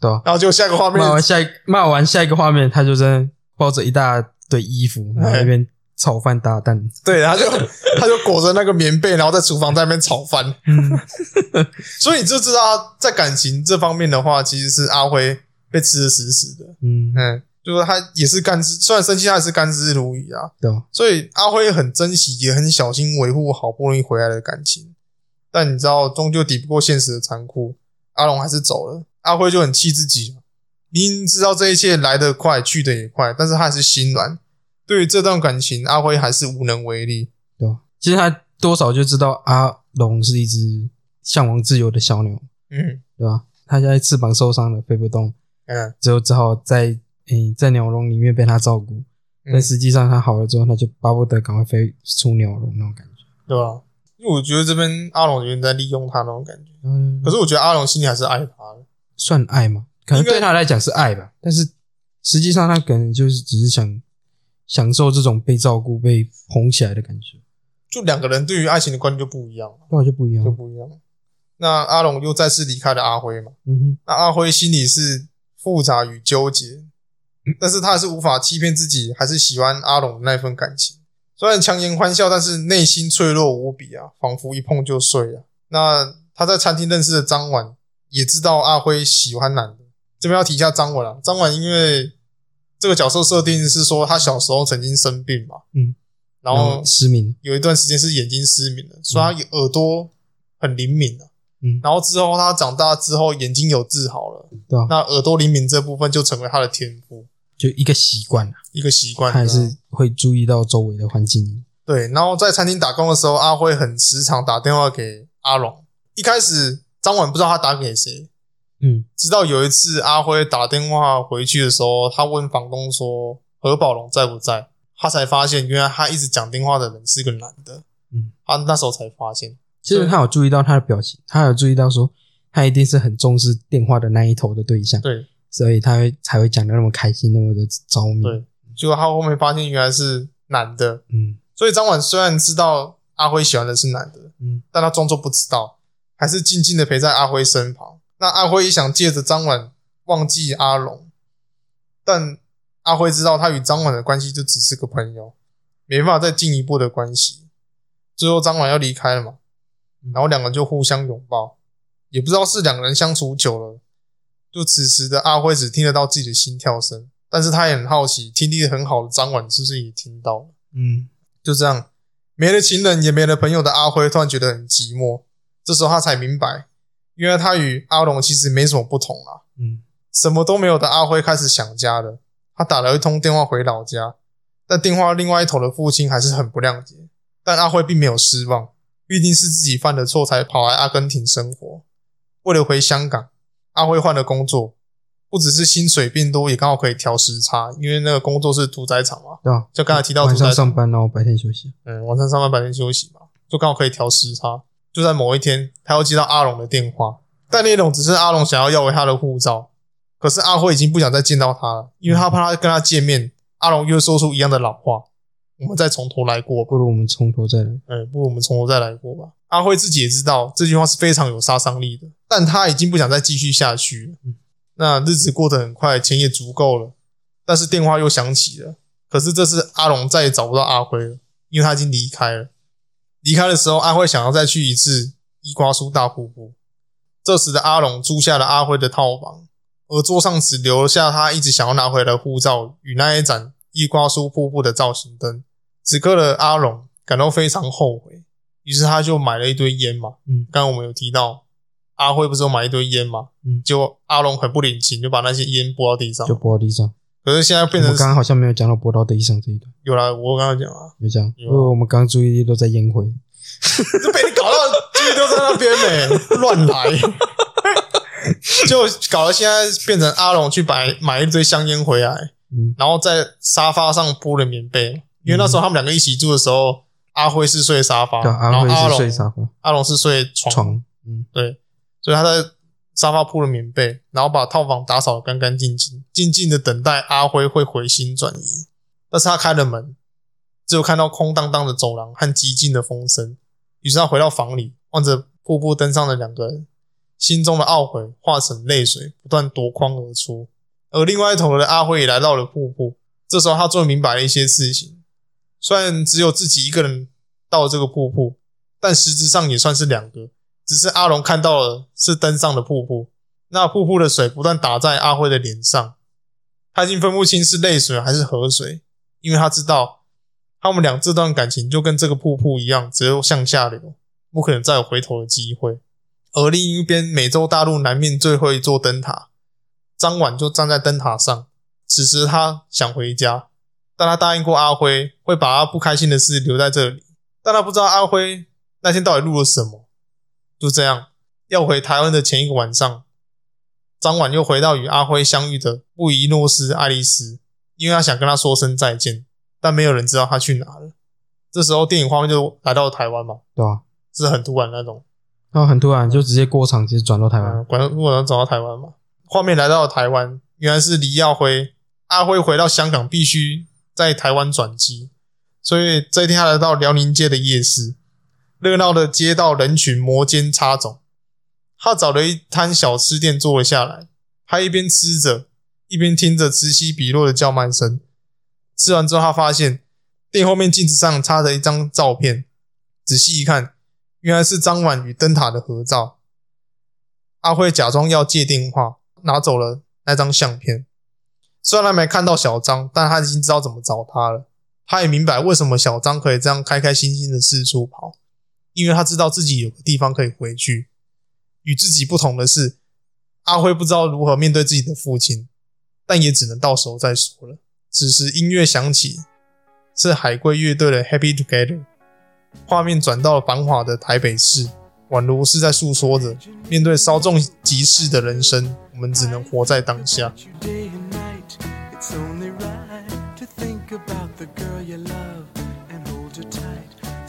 [SPEAKER 3] 对啊。
[SPEAKER 2] 然后就下一个画面
[SPEAKER 3] 骂，完下一骂完下一个画面，他就在抱着一大堆衣服，
[SPEAKER 2] 哎
[SPEAKER 3] 然后在那边炒饭 打蛋。
[SPEAKER 2] 对，他就他就裹着那个棉被，然后在厨房在那边炒饭。
[SPEAKER 3] 嗯
[SPEAKER 2] 所以你就知道，在感情这方面的话，其实是阿辉被吃的死死的。
[SPEAKER 3] 嗯，
[SPEAKER 2] 嗯，就是他也是甘之，虽然生气，他也是甘之如饴啊。
[SPEAKER 3] 对啊，
[SPEAKER 2] 所以阿辉很珍惜，也很小心维护好不容易回来的感情。但你知道，终究抵不过现实的残酷，阿龙还是走了。阿辉就很气自己，啊明明知道这一切来得快，去得也快，但是他还是心软。对于这段感情，阿辉还是无能为力。
[SPEAKER 3] 对啊。其实他多少就知道阿龙是一只向往自由的小鸟，
[SPEAKER 2] 嗯
[SPEAKER 3] 对吧？他现在翅膀受伤了，飞不动，
[SPEAKER 2] 嗯，
[SPEAKER 3] 之后只好在诶、在鸟笼里面被他照顾。
[SPEAKER 2] 嗯
[SPEAKER 3] 但实际上他好了之后，他就巴不得赶快飞出鸟笼那种感觉。
[SPEAKER 2] 对啊吧、因为我觉得这边阿龙有点在利用他那种感觉，
[SPEAKER 3] 嗯
[SPEAKER 2] 可，是我觉得阿龙心里还是爱他的。
[SPEAKER 3] 算爱吗？可能对他来讲是爱吧，但是实际上他可能就是只是想享受这种被照顾、被捧起来的感觉，
[SPEAKER 2] 就两个人对于爱情的观念就不一样，
[SPEAKER 3] 那就不一样
[SPEAKER 2] 就
[SPEAKER 3] 了。
[SPEAKER 2] 不一样。那阿龙又再次离开了阿辉嘛，
[SPEAKER 3] 嗯哼，
[SPEAKER 2] 那阿辉心里是复杂与纠结，
[SPEAKER 3] 嗯
[SPEAKER 2] 但是他还是无法欺骗自己，还是喜欢阿龙的那份感情。虽然强颜欢笑，但是内心脆弱无比啊，仿佛一碰就碎啊。那他在餐厅认识的张婉，也知道阿辉喜欢男的。这边要提一下张婉啊，张婉因为这个角色设定是说他小时候曾经生病嘛，
[SPEAKER 3] 嗯，
[SPEAKER 2] 然后
[SPEAKER 3] 失明，
[SPEAKER 2] 有一段时间是眼睛失明了，所以他耳朵很灵敏啊。
[SPEAKER 3] 嗯
[SPEAKER 2] 然后之后他长大之后眼睛有治好了，
[SPEAKER 3] 对吧、
[SPEAKER 2] 那耳朵灵敏这部分就成为他的天赋，
[SPEAKER 3] 就一个习惯啊，
[SPEAKER 2] 一个习惯。啊
[SPEAKER 3] 他也是会注意到周围的环境。
[SPEAKER 2] 对。然后在餐厅打工的时候，阿辉很时常打电话给阿龙。一开始张婉不知道他打给谁，
[SPEAKER 3] 嗯，
[SPEAKER 2] 直到有一次阿辉打电话回去的时候，他问房东说何宝龙在不在，他才发现原来他一直讲电话的人是个男的。
[SPEAKER 3] 嗯，
[SPEAKER 2] 他那时候才发现。
[SPEAKER 3] 其实他有注意到他的表情，他有注意到说他一定是很重视电话的那一头的对象，
[SPEAKER 2] 对，
[SPEAKER 3] 所以他会才会讲的那么开心，那么的着迷。
[SPEAKER 2] 对结果他后面发现原来是男的，
[SPEAKER 3] 嗯
[SPEAKER 2] 所以张婉虽然知道阿辉喜欢的是男的，
[SPEAKER 3] 嗯，
[SPEAKER 2] 但他装作不知道，还是静静的陪在阿辉身旁。那阿辉也想借着张婉忘记阿龙，但阿辉知道他与张婉的关系就只是个朋友，没办法再进一步的关系。最后张婉要离开了嘛，
[SPEAKER 3] 嗯
[SPEAKER 2] 然后两个人就互相拥抱，也不知道是两个人相处久了，就此时的阿辉只听得到自己的心跳声，但是他也很好奇，听力很好的张婉是不是也听到了？
[SPEAKER 3] 嗯，
[SPEAKER 2] 就这样，没了情人也没了朋友的阿辉，突然觉得很寂寞。这时候他才明白，原来他与阿龙其实没什么不同啊。
[SPEAKER 3] 嗯，
[SPEAKER 2] 什么都没有的阿辉开始想家了。他打了一通电话回老家，但电话另外一头的父亲还是很不谅解。但阿辉并没有失望，毕竟是自己犯的错才跑来阿根廷生活。为了回香港，阿辉换了工作，不只是薪水变多，也刚好可以调时差，因为那个工作是屠宰场嘛，
[SPEAKER 3] 对吧、
[SPEAKER 2] 就刚才提到
[SPEAKER 3] 晚
[SPEAKER 2] 屠宰
[SPEAKER 3] 上
[SPEAKER 2] 场。
[SPEAKER 3] 上班，然后白天休息。
[SPEAKER 2] 嗯，晚上上班白天休息嘛，就刚好可以调时差。就在某一天，他又接到阿龙的电话，但那种只是阿龙想要要回他的护照，可是阿辉已经不想再见到他了，因为他怕他跟他见面，阿龙又说出一样的老话，我们再从头来过吧。
[SPEAKER 3] 不如我们从头再来。
[SPEAKER 2] 哎，不如我们从头再来过吧。阿辉自己也知道这句话是非常有杀伤力的，但他已经不想再继续下去了。那日子过得很快，钱也足够了，但是电话又响起了。可是这次阿龙再也找不到阿辉了，因为他已经离开了。离开的时候，阿辉想要再去一次伊瓜苏大瀑布。这时的阿龙租下了阿辉的套房，而桌上只留下他一直想要拿回来的护照与那一盏伊瓜苏瀑布的造型灯。此刻的阿龙感到非常后悔，于是他就买了一堆烟嘛。
[SPEAKER 3] 嗯
[SPEAKER 2] 刚刚我们有提到阿辉不是有买一堆烟嘛，
[SPEAKER 3] 嗯，
[SPEAKER 2] 结果阿龙很不领情，就把那些烟拨到地上
[SPEAKER 3] 就。播到地上。
[SPEAKER 2] 可是现在变
[SPEAKER 3] 我
[SPEAKER 2] 成
[SPEAKER 3] 们刚刚好像没有讲到播到地上这一段，
[SPEAKER 2] 有了，我刚刚讲啊，
[SPEAKER 3] 没讲，
[SPEAKER 2] 有
[SPEAKER 3] 因
[SPEAKER 2] 啊
[SPEAKER 3] 为我们刚刚注意力都在烟灰。
[SPEAKER 2] 就被你搞到注意都在那边呢、 乱来，就搞得现在变成阿龙去买买一堆香烟回来，
[SPEAKER 3] 嗯，
[SPEAKER 2] 然后在沙发上铺了棉被，因为那时候他们两个一起住的时候，阿辉是睡沙发，
[SPEAKER 3] 对啊，
[SPEAKER 2] 然
[SPEAKER 3] 阿
[SPEAKER 2] 后阿
[SPEAKER 3] 辉是
[SPEAKER 2] 龙
[SPEAKER 3] 睡沙发
[SPEAKER 2] 阿龙是睡床，
[SPEAKER 3] 床，嗯，
[SPEAKER 2] 对，所以他在沙发铺了棉被，然后把套房打扫得干干净净，静静的等待阿辉会回心转意。但是他开了门，只有看到空荡荡的走廊和寂静的风声。于是他回到房里，望着瀑布登上的两个人，心中的懊悔化成泪水，不断夺眶而出。而另外一头的阿辉也来到了瀑布，这时候他终于明白了一些事情。虽然只有自己一个人到了这个瀑布，但实质上也算是两个，只是阿龙看到了是登上的瀑布，那瀑布的水不断打在阿辉的脸上，他已经分不清是泪水还是河水，因为他知道他们俩这段感情就跟这个瀑布一样，只有向下流，不可能再有回头的机会。而另一边，美洲大陆南面最后一座灯塔，张婉就站在灯塔上。此时他想回家，但他答应过阿辉会把他不开心的事留在这里，但他不知道阿辉那天到底录了什么。就这样，要回台湾的前一个晚上，张婉又回到与阿辉相遇的布宜诺斯艾利斯，因为他想跟他说声再见，但没有人知道他去哪了。这时候电影画面就来到台湾嘛，
[SPEAKER 3] 对啊，
[SPEAKER 2] 是很突然那种。
[SPEAKER 3] 然后很突然就直接过场，直接转到台湾。
[SPEAKER 2] 嗯，管如果能找到台湾嘛，画面来到了台湾，原来是黎耀辉，阿辉回到香港必须在台湾转机，所以这一天他来到辽宁街的夜市，热闹的街道人群摩肩擦踵，他找了一摊小吃店坐了下来，他一边吃着，一边听着此起彼落的叫卖声。吃完之后，他发现店后面镜子上插着一张照片，仔细一看，原来是张婉与灯塔的合照。阿辉假装要借电话，拿走了那张相片。虽然他没看到小张，但他已经知道怎么找他了。他也明白为什么小张可以这样开开心心的四处跑，因为他知道自己有个地方可以回去。与自己不同的是，阿辉不知道如何面对自己的父亲，但也只能到时候再说了。此时音乐响起，是海龟乐队的《Happy Together》。画面转到了繁华的台北市，宛如是在诉说着面对稍纵即逝的人生，我们只能活在当下。
[SPEAKER 5] Day and night, it's only right to think about the girl you love and hold her tight.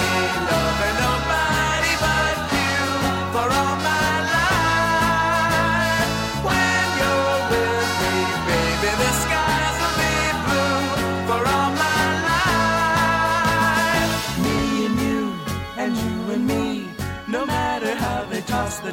[SPEAKER 5] me loving nobody but you for all my life. When you're with me, baby, the skies will be blue for all my life. Me and you, and you and me, no matter how they toss the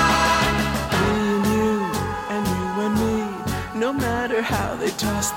[SPEAKER 5] Me and you and you and me. No matter how they tossed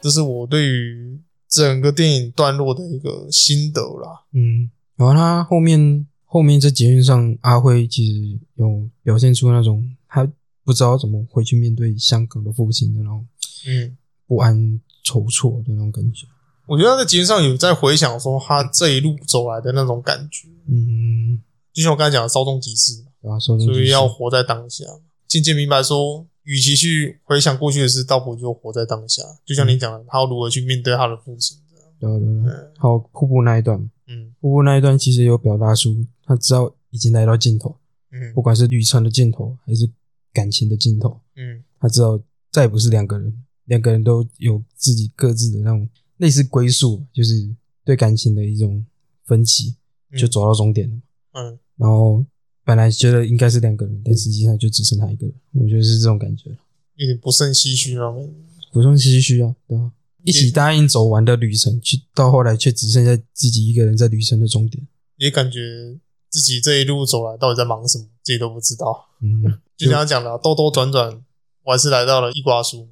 [SPEAKER 2] 这是我对于整个电影段落的一个心得啦。
[SPEAKER 3] 嗯，然后他后面后面在节目上，阿辉其实有表现出那种他不知道怎么回去面对香港的父亲的那种
[SPEAKER 2] 嗯，
[SPEAKER 3] 不安筹措的那种感觉。
[SPEAKER 2] 我觉得他在节目上有在回想说他这一路走来的那种感觉，
[SPEAKER 3] 嗯，
[SPEAKER 2] 就像我刚才讲的稍纵即逝嘛，
[SPEAKER 3] 对吧、啊受众
[SPEAKER 2] 所
[SPEAKER 3] 就是
[SPEAKER 2] 以要活在当下，渐渐明白说，与其去回想过去的事，倒不如就活在当下。就像你讲的，他要如何去面对他的父亲这样
[SPEAKER 3] 对啊对啊。还有瀑布那一段，
[SPEAKER 2] 嗯
[SPEAKER 3] 瀑布那一段其实有表达出他知道已经来到尽头，
[SPEAKER 2] 嗯
[SPEAKER 3] 不管是旅程的尽头还是感情的尽头，
[SPEAKER 2] 嗯
[SPEAKER 3] 他知道再也不是两个人，两个人都有自己各自的那种类似归宿吧，就是对感情的一种分歧，
[SPEAKER 2] 嗯
[SPEAKER 3] 就走到终点了嘛。
[SPEAKER 2] 嗯，
[SPEAKER 3] 然后本来觉得应该是两个人，但实际上就只剩他一个人，我觉得是这种感觉，
[SPEAKER 2] 有点不胜唏嘘那种感觉。
[SPEAKER 3] 不用唏嘘啊，对吧？一起答应走完的旅程，去到后来却只剩下自己一个人在旅程的终点。
[SPEAKER 2] 也感觉自己这一路走来到底在忙什么，自己都不知道。
[SPEAKER 3] 嗯，
[SPEAKER 2] 就像他讲的啊、兜兜转转，我还是来到了易瓜叔。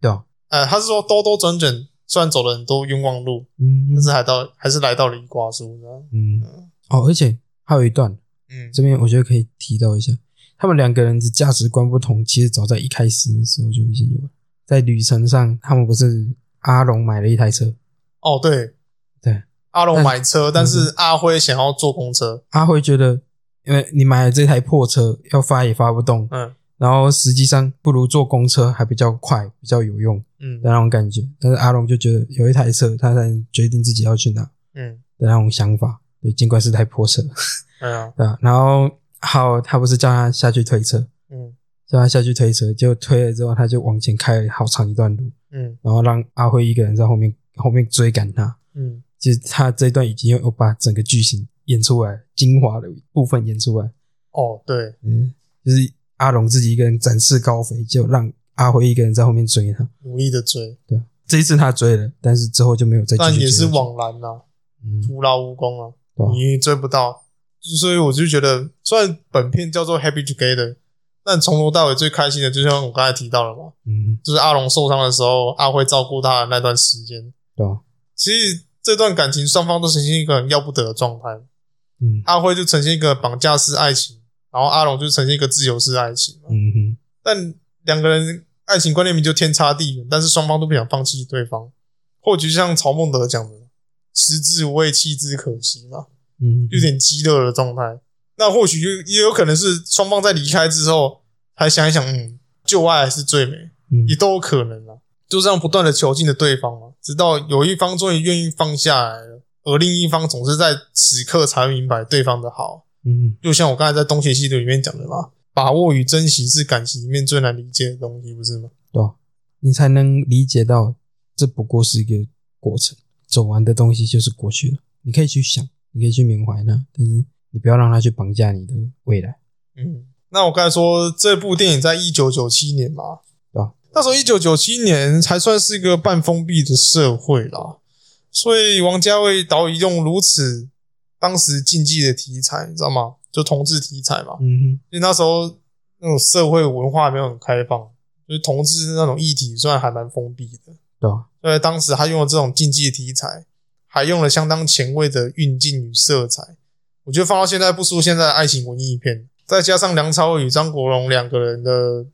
[SPEAKER 3] 对啊，
[SPEAKER 2] 呃，他是说兜兜转转，虽然走了很多冤枉路，
[SPEAKER 3] 嗯
[SPEAKER 2] 但是还到还是来到了易瓜叔。你知道吗
[SPEAKER 3] 嗯，哦，而且还有一段，
[SPEAKER 2] 嗯，
[SPEAKER 3] 这边我觉得可以提到一下，他们两个人的价值观不同，其实早在一开始的时候就已经有了。在旅程上，他们不是阿龙买了一台车，
[SPEAKER 2] 哦对
[SPEAKER 3] 对，嗯
[SPEAKER 2] 阿龙
[SPEAKER 3] 但
[SPEAKER 2] 买车，但是阿辉想要坐公车。
[SPEAKER 3] 阿辉觉得，因为你买了这台破车，要发也发不动，
[SPEAKER 2] 嗯
[SPEAKER 3] 然后实际上不如坐公车还比较快，比较有用
[SPEAKER 2] 嗯
[SPEAKER 3] 的那种感觉。但是阿龙就觉得有一台车，他才决定自己要去哪
[SPEAKER 2] 嗯，
[SPEAKER 3] 的那种想法。对，尽管是台破车，
[SPEAKER 2] 对啊，
[SPEAKER 3] 对吧？然后还有他不是叫他下去推车，
[SPEAKER 2] 嗯
[SPEAKER 3] 叫他下去推车，结果推了之后，他就往前开了好长一段路，
[SPEAKER 2] 嗯
[SPEAKER 3] 然后让阿辉一个人在后面后面追赶他。
[SPEAKER 2] 嗯
[SPEAKER 3] 就是他这一段已经有把整个剧情演出来，精华的部分演出来，
[SPEAKER 2] 哦对，
[SPEAKER 3] 嗯，就是阿龙自己一个人展翅高飞，就让阿辉一个人在后面追他。
[SPEAKER 2] 努力的追，
[SPEAKER 3] 这一次他追了，但是之后就没有再继续
[SPEAKER 2] 但
[SPEAKER 3] 追
[SPEAKER 2] 也是
[SPEAKER 3] 下去
[SPEAKER 2] 枉然啦、
[SPEAKER 3] 嗯，
[SPEAKER 2] 徒劳无功啊。
[SPEAKER 3] 对吧？
[SPEAKER 2] 你追不到，所以我就觉得，虽然本片叫做《Happy Together》，但从头到尾最开心的，就像我刚才提到了嘛，
[SPEAKER 3] 嗯，
[SPEAKER 2] 就是阿龙受伤的时候，阿辉照顾他的那段时间。
[SPEAKER 3] 对啊吧？
[SPEAKER 2] 其实这段感情双方都呈现一个很要不得的状态，
[SPEAKER 3] 嗯
[SPEAKER 2] 阿辉就呈现一个绑架式爱情，然后阿龙就呈现一个自由式爱情嘛。
[SPEAKER 3] 嗯哼，
[SPEAKER 2] 但两个人爱情观念明就天差地远，但是双方都不想放弃对方。或许像曹孟德讲的，“食之无味，弃之可惜”嘛。
[SPEAKER 3] 嗯，
[SPEAKER 2] 有点激烈的状态。那或许也也有可能是双方在离开之后，还想一想，嗯，旧爱还是最美，
[SPEAKER 3] 嗯
[SPEAKER 2] 也都有可能啦。就这样不断的囚禁着对方嘛，直到有一方终于愿意放下来了，而另一方总是在此刻才明白对方的好。
[SPEAKER 3] 嗯
[SPEAKER 2] 就像我刚才在《东邪西毒》里面讲的嘛，把握与珍惜是感情里面最难理解的东西，不是吗？
[SPEAKER 3] 对吧？你才能理解到，这不过是一个过程，走完的东西就是过去了。你可以去想，你可以去缅怀它，但是你不要让它去绑架你的未来。
[SPEAKER 2] 嗯，那我刚才说这部电影在一九九七年嘛，
[SPEAKER 3] 对啊，
[SPEAKER 2] 那时候一九九七年才算是一个半封闭的社会啦，所以王家卫导演用如此当时禁忌的题材，你知道吗？就同志题材嘛，
[SPEAKER 3] 嗯哼，
[SPEAKER 2] 因为那时候那种社会文化没有很开放，就是同志那种议题虽然还蛮封闭的，
[SPEAKER 3] 对啊吧？
[SPEAKER 2] 所以当时他用了这种竞技题材，还用了相当前卫的运镜与色彩，我觉得放到现在不输现在的爱情文艺片。再加上梁朝伟与张国荣两个人的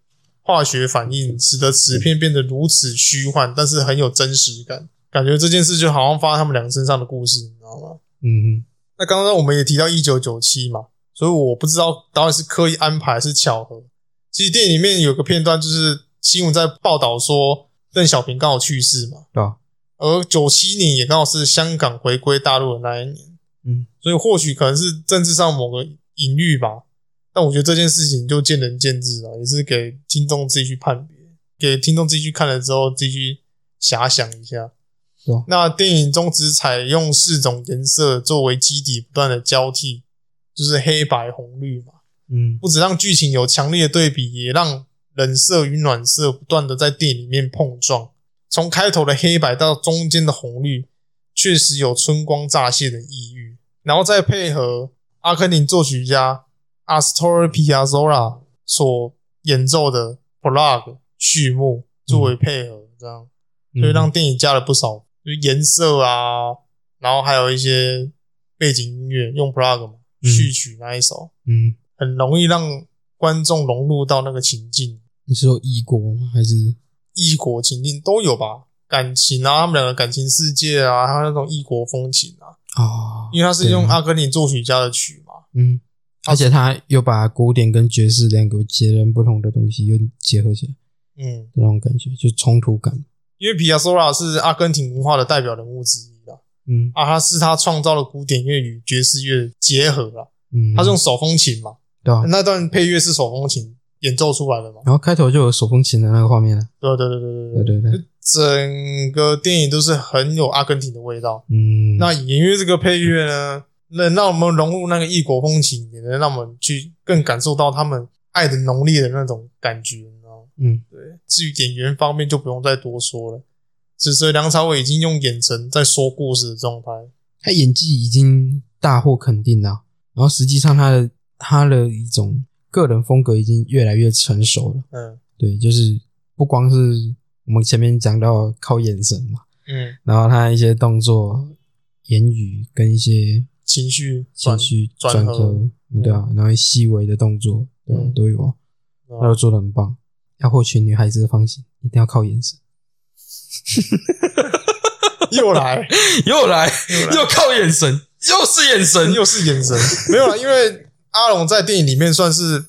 [SPEAKER 2] 化学反应，使得此片变得如此虚幻，但是很有真实感。感觉这件事就好像发生在他们两个身上的故事，你知道吗？
[SPEAKER 3] 嗯
[SPEAKER 2] 那刚刚我们也提到一九九七嘛，所以我不知道导演是刻意安排还是巧合。其实电影里面有个片段，就是新闻在报道说邓小平刚好去世嘛，
[SPEAKER 3] 对啊？
[SPEAKER 2] 而九七年也刚好是香港回归大陆的那一年，
[SPEAKER 3] 嗯，
[SPEAKER 2] 所以或许可能是政治上某个隐喻吧。但我觉得这件事情就见仁见智了，也是给听众自己去判别，给听众自己去看了之后自己去遐想一下。
[SPEAKER 3] 对啊
[SPEAKER 2] 那电影中只采用四种颜色作为基底，不断的交替，就是黑白红绿嘛。
[SPEAKER 3] 嗯
[SPEAKER 2] 不止让剧情有强烈的对比，也让冷色与暖色不断的在电影里面碰撞。从开头的黑白到中间的红绿，确实有春光乍泄的意蕴。然后再配合阿根廷作曲家 Astor Piazzolla 所演奏的 Prologue 序幕作为配合，这样
[SPEAKER 3] 嗯，
[SPEAKER 2] 所以让电影加了不少，就是颜色啊，然后还有一些背景音乐用 Prologue 嘛
[SPEAKER 3] 嗯
[SPEAKER 2] 序曲那一首，
[SPEAKER 3] 嗯，
[SPEAKER 2] 很容易让观众融入到那个情境，
[SPEAKER 3] 你是说异国吗？还是
[SPEAKER 2] 异国情境都有吧，感情啊，他们两个感情世界啊，还有那种异国风情啊，
[SPEAKER 3] 啊？
[SPEAKER 2] 因为他是用
[SPEAKER 3] 对
[SPEAKER 2] 阿根廷作曲家的曲嘛，
[SPEAKER 3] 嗯，而且他又把古典跟爵士两个截然不同的东西又结合起来，
[SPEAKER 2] 嗯，
[SPEAKER 3] 那种感觉就冲突感。
[SPEAKER 2] 因为皮亚索拉是阿根廷文化的代表人物之一啦，
[SPEAKER 3] 嗯
[SPEAKER 2] 啊，他是他创造了古典乐与爵士乐的结合啦，
[SPEAKER 3] 嗯，
[SPEAKER 2] 他是用手风琴嘛，
[SPEAKER 3] 对啊，
[SPEAKER 2] 那段配乐是手风琴演奏出来的嘛，
[SPEAKER 3] 然后开头就有手风琴的那个画面了。
[SPEAKER 2] 对对对对对
[SPEAKER 3] 对
[SPEAKER 2] 对，
[SPEAKER 3] 对对，
[SPEAKER 2] 整个电影都是很有阿根廷的味道。
[SPEAKER 3] 嗯，
[SPEAKER 2] 那隐约这个配乐呢，能让我们融入那个异国风情，也能让我们去更感受到他们爱的浓烈的那种感觉，你知道吗？
[SPEAKER 3] 嗯，
[SPEAKER 2] 对。至于演员方面，就不用再多说了。此时梁朝伟已经用眼神在说故事的状态，
[SPEAKER 3] 他演技已经大获肯定了，然后实际上他的他的一种个人风格已经越来越成熟了。
[SPEAKER 2] 嗯
[SPEAKER 3] 对，就是不光是我们前面讲到靠眼神嘛，
[SPEAKER 2] 嗯，
[SPEAKER 3] 然后他一些动作、言语跟一些
[SPEAKER 2] 情绪
[SPEAKER 3] 情绪
[SPEAKER 2] 转
[SPEAKER 3] 转
[SPEAKER 2] 转
[SPEAKER 3] 折
[SPEAKER 2] 合，
[SPEAKER 3] 嗯对啊，然后细微的动作，对啊
[SPEAKER 2] 嗯
[SPEAKER 3] 都有啊，
[SPEAKER 2] 转
[SPEAKER 3] 他都做的很棒。要获取女孩子的芳心，一定要靠眼神。
[SPEAKER 2] 又 来又
[SPEAKER 3] 又来，
[SPEAKER 2] 来
[SPEAKER 3] 又靠眼神，又是眼神
[SPEAKER 2] 又是眼神，没有啦，因为阿龙在电影里面算是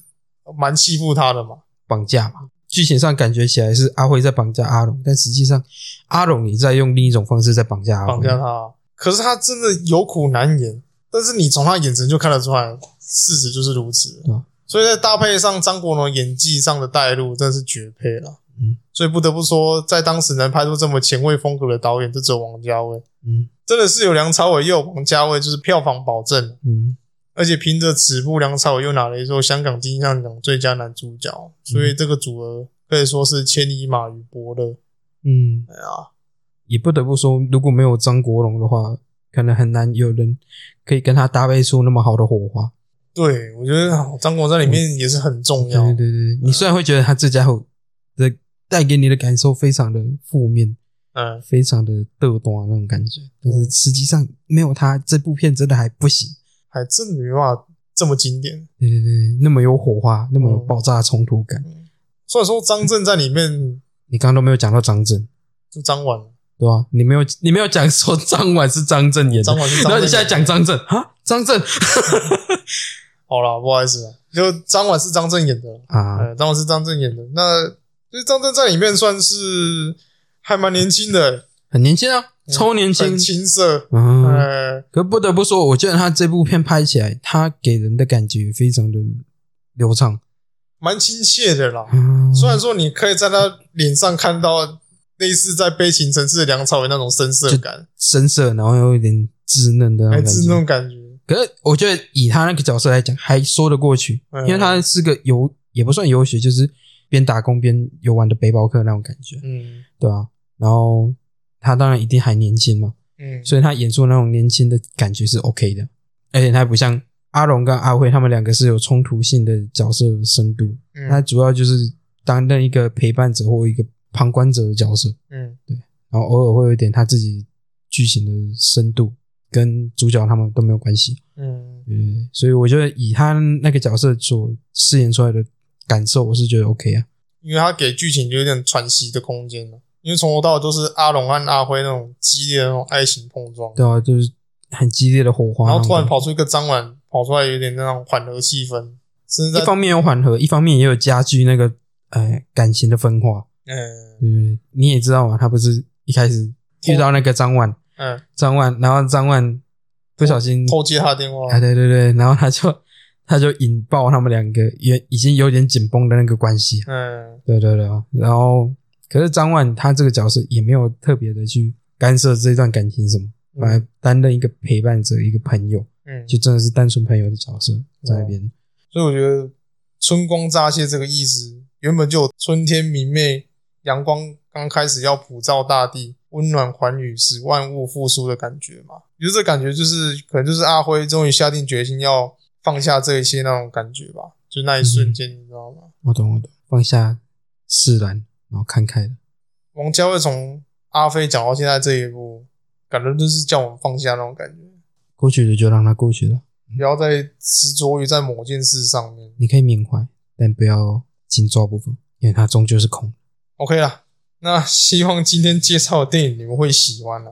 [SPEAKER 2] 蛮欺负他的嘛，
[SPEAKER 3] 绑架嘛。剧情上感觉起来是阿辉在绑架阿龙，但实际上阿龙也在用另一种方式在绑架阿辉。
[SPEAKER 2] 绑架他。可是他真的有苦难言，但是你从他眼神就看得出来，事实就是如此
[SPEAKER 3] 对啊。
[SPEAKER 2] 所以在搭配上张国荣演技上的带入，真的是绝配了。
[SPEAKER 3] 嗯，
[SPEAKER 2] 所以不得不说，在当时能拍出这么前卫风格的导演，就只有王家卫。
[SPEAKER 3] 嗯
[SPEAKER 2] 真的是有梁朝伟，又有王家卫，就是票房保证。
[SPEAKER 3] 嗯
[SPEAKER 2] 而且凭着此部，梁朝伟又拿了一座香港金像奖最佳男主角，所以这个组合可以说是千里马与伯乐。
[SPEAKER 3] 嗯，
[SPEAKER 2] 哎呀，
[SPEAKER 3] 也不得不说，如果没有张国荣的话，可能很难有人可以跟他搭配出那么好的火花。
[SPEAKER 2] 对我觉得哦张国荣在里面也是很重
[SPEAKER 3] 对
[SPEAKER 2] 要。
[SPEAKER 3] 对对对，你虽然会觉得他这家伙的带给你的感受非常的负面，
[SPEAKER 2] 嗯，
[SPEAKER 3] 非常的嘚端那种感觉，但是实际上没有他，这部片真的还不行。
[SPEAKER 2] 还真的没办法这么经典。
[SPEAKER 3] 对对对，那么有火花，那么
[SPEAKER 2] 嗯
[SPEAKER 3] 有爆炸冲突感。
[SPEAKER 2] 虽然说张震在里面
[SPEAKER 3] 你刚刚都没有讲到张震，
[SPEAKER 2] 就张婉，
[SPEAKER 3] 对吧、你没有你没有讲说张婉是张震演的，
[SPEAKER 2] 张婉是张震演的
[SPEAKER 3] 然后你现在讲张震啊，张震
[SPEAKER 2] 好啦，不好意思啊，就张婉是张震演的，
[SPEAKER 3] 啊，
[SPEAKER 2] 呃，张婉是张震演的。那就是张震在里面算是还蛮年轻的，
[SPEAKER 3] 很年轻啊，超年
[SPEAKER 2] 嗯
[SPEAKER 3] 轻
[SPEAKER 2] 很，青涩。
[SPEAKER 3] 嗯。
[SPEAKER 2] 呃，
[SPEAKER 3] 可不得不说，我觉得他这部片拍起来，他给人的感觉非常的流畅。
[SPEAKER 2] 蛮亲切的啦。
[SPEAKER 3] 嗯，
[SPEAKER 2] 虽然说你可以在他脸上看到类似在悲情城市的梁朝伟那种深色感，
[SPEAKER 3] 深色，然后又有点稚嫩的那
[SPEAKER 2] 还
[SPEAKER 3] 种感
[SPEAKER 2] 是那
[SPEAKER 3] 觉。
[SPEAKER 2] 种感觉。
[SPEAKER 3] 可是我觉得以他那个角色来讲，还说得过去，
[SPEAKER 2] 嗯
[SPEAKER 3] 因为他是个游，也不算游学，就是边打工边游玩的背包客那种感觉，
[SPEAKER 2] 嗯
[SPEAKER 3] 对啊。然后他当然一定还年轻嘛，
[SPEAKER 2] 嗯，
[SPEAKER 3] 所以他演出那种年轻的感觉是 OK 的，而且他不像阿龙跟阿辉他们两个是有冲突性的角色深度，
[SPEAKER 2] 嗯
[SPEAKER 3] 他主要就是担任一个陪伴者或一个旁观者的角色，
[SPEAKER 2] 嗯，
[SPEAKER 3] 然后偶尔会有一点他自己剧情的深度，跟主角他们都没有关系。
[SPEAKER 2] 嗯，
[SPEAKER 3] 对，所以我觉得以他那个角色所饰演出来的感受，我是觉得 OK 啊。
[SPEAKER 2] 因为他给剧情有点喘息的空间了。因为从头到尾都是阿龙和阿辉那种激烈的那种爱情碰撞，
[SPEAKER 3] 对啊，就是很激烈的火花
[SPEAKER 2] 然
[SPEAKER 3] 那种感觉，
[SPEAKER 2] 后突然跑出一个张婉，跑出来有点那种缓和气氛，甚至在
[SPEAKER 3] 一方面有缓和，一方面也有加剧那个呃感情的分化，
[SPEAKER 2] 嗯
[SPEAKER 3] 对不对？你也知道嘛，他不是一开始遇到那个张万，
[SPEAKER 2] 嗯
[SPEAKER 3] 张万，然后张万不小心
[SPEAKER 2] 偷接他的电话
[SPEAKER 3] 啊，，对对对，然后他就 他就引爆他们两个也已经有点紧绷的那个关系，
[SPEAKER 2] 嗯
[SPEAKER 3] 对对对啊，然后可是张万他这个角色也没有特别的去干涉这段感情什么，
[SPEAKER 2] 嗯
[SPEAKER 3] 反而担任一个陪伴者，一个朋友，
[SPEAKER 2] 嗯，
[SPEAKER 3] 就真的是单纯朋友的角色在那
[SPEAKER 2] 哦
[SPEAKER 3] 边。
[SPEAKER 2] 所以我觉得“春光乍泄”这个意思，原本就有春天明媚，阳光刚开始要普照大地，温暖寰宇，使万物复苏的感觉嘛。就是这感觉，就是可能就是阿辉终于下定决心要放下这一切那种感觉吧，就那一瞬间，你知道吗？
[SPEAKER 3] 我懂我懂，放下释然，然后看开了。
[SPEAKER 2] 王家卫从阿飞讲到现在这一步，感觉就是叫我们放下那种感觉，
[SPEAKER 3] 过去的就让它过去了，
[SPEAKER 2] 不要再执着于在某件事上面。
[SPEAKER 3] 你可以缅怀，但不要紧抓不放，因为它终究是空的。
[SPEAKER 2] OK 啦，那希望今天介绍的电影你们会喜欢啦。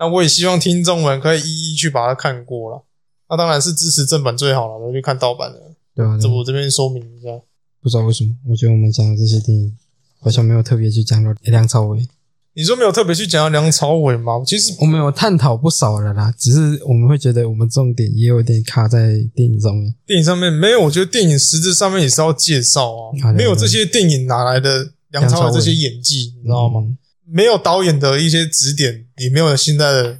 [SPEAKER 2] 那我也希望听众们可以一一去把它看过啦。那当然是支持正版最好了，不要去看盗版的。
[SPEAKER 3] 对啊，
[SPEAKER 2] 这
[SPEAKER 3] 对啊
[SPEAKER 2] 我这边说明一下，
[SPEAKER 3] 不知道为什么，我觉得我们讲的这些电影好像没有特别去讲到梁朝伟，
[SPEAKER 2] 你说没有特别去讲到梁朝伟吗？其实
[SPEAKER 3] 我们有探讨不少了啦，只是我们会觉得我们重点也有点卡在电影上面。
[SPEAKER 2] 电影上面没有，我觉得电影实质上面也是要介绍
[SPEAKER 3] 好
[SPEAKER 2] 啊，
[SPEAKER 3] 的
[SPEAKER 2] 没有这些电影哪来的梁朝伟这些演技，你知道吗？
[SPEAKER 3] 嗯？
[SPEAKER 2] 没有导演的一些指点，也没有现在的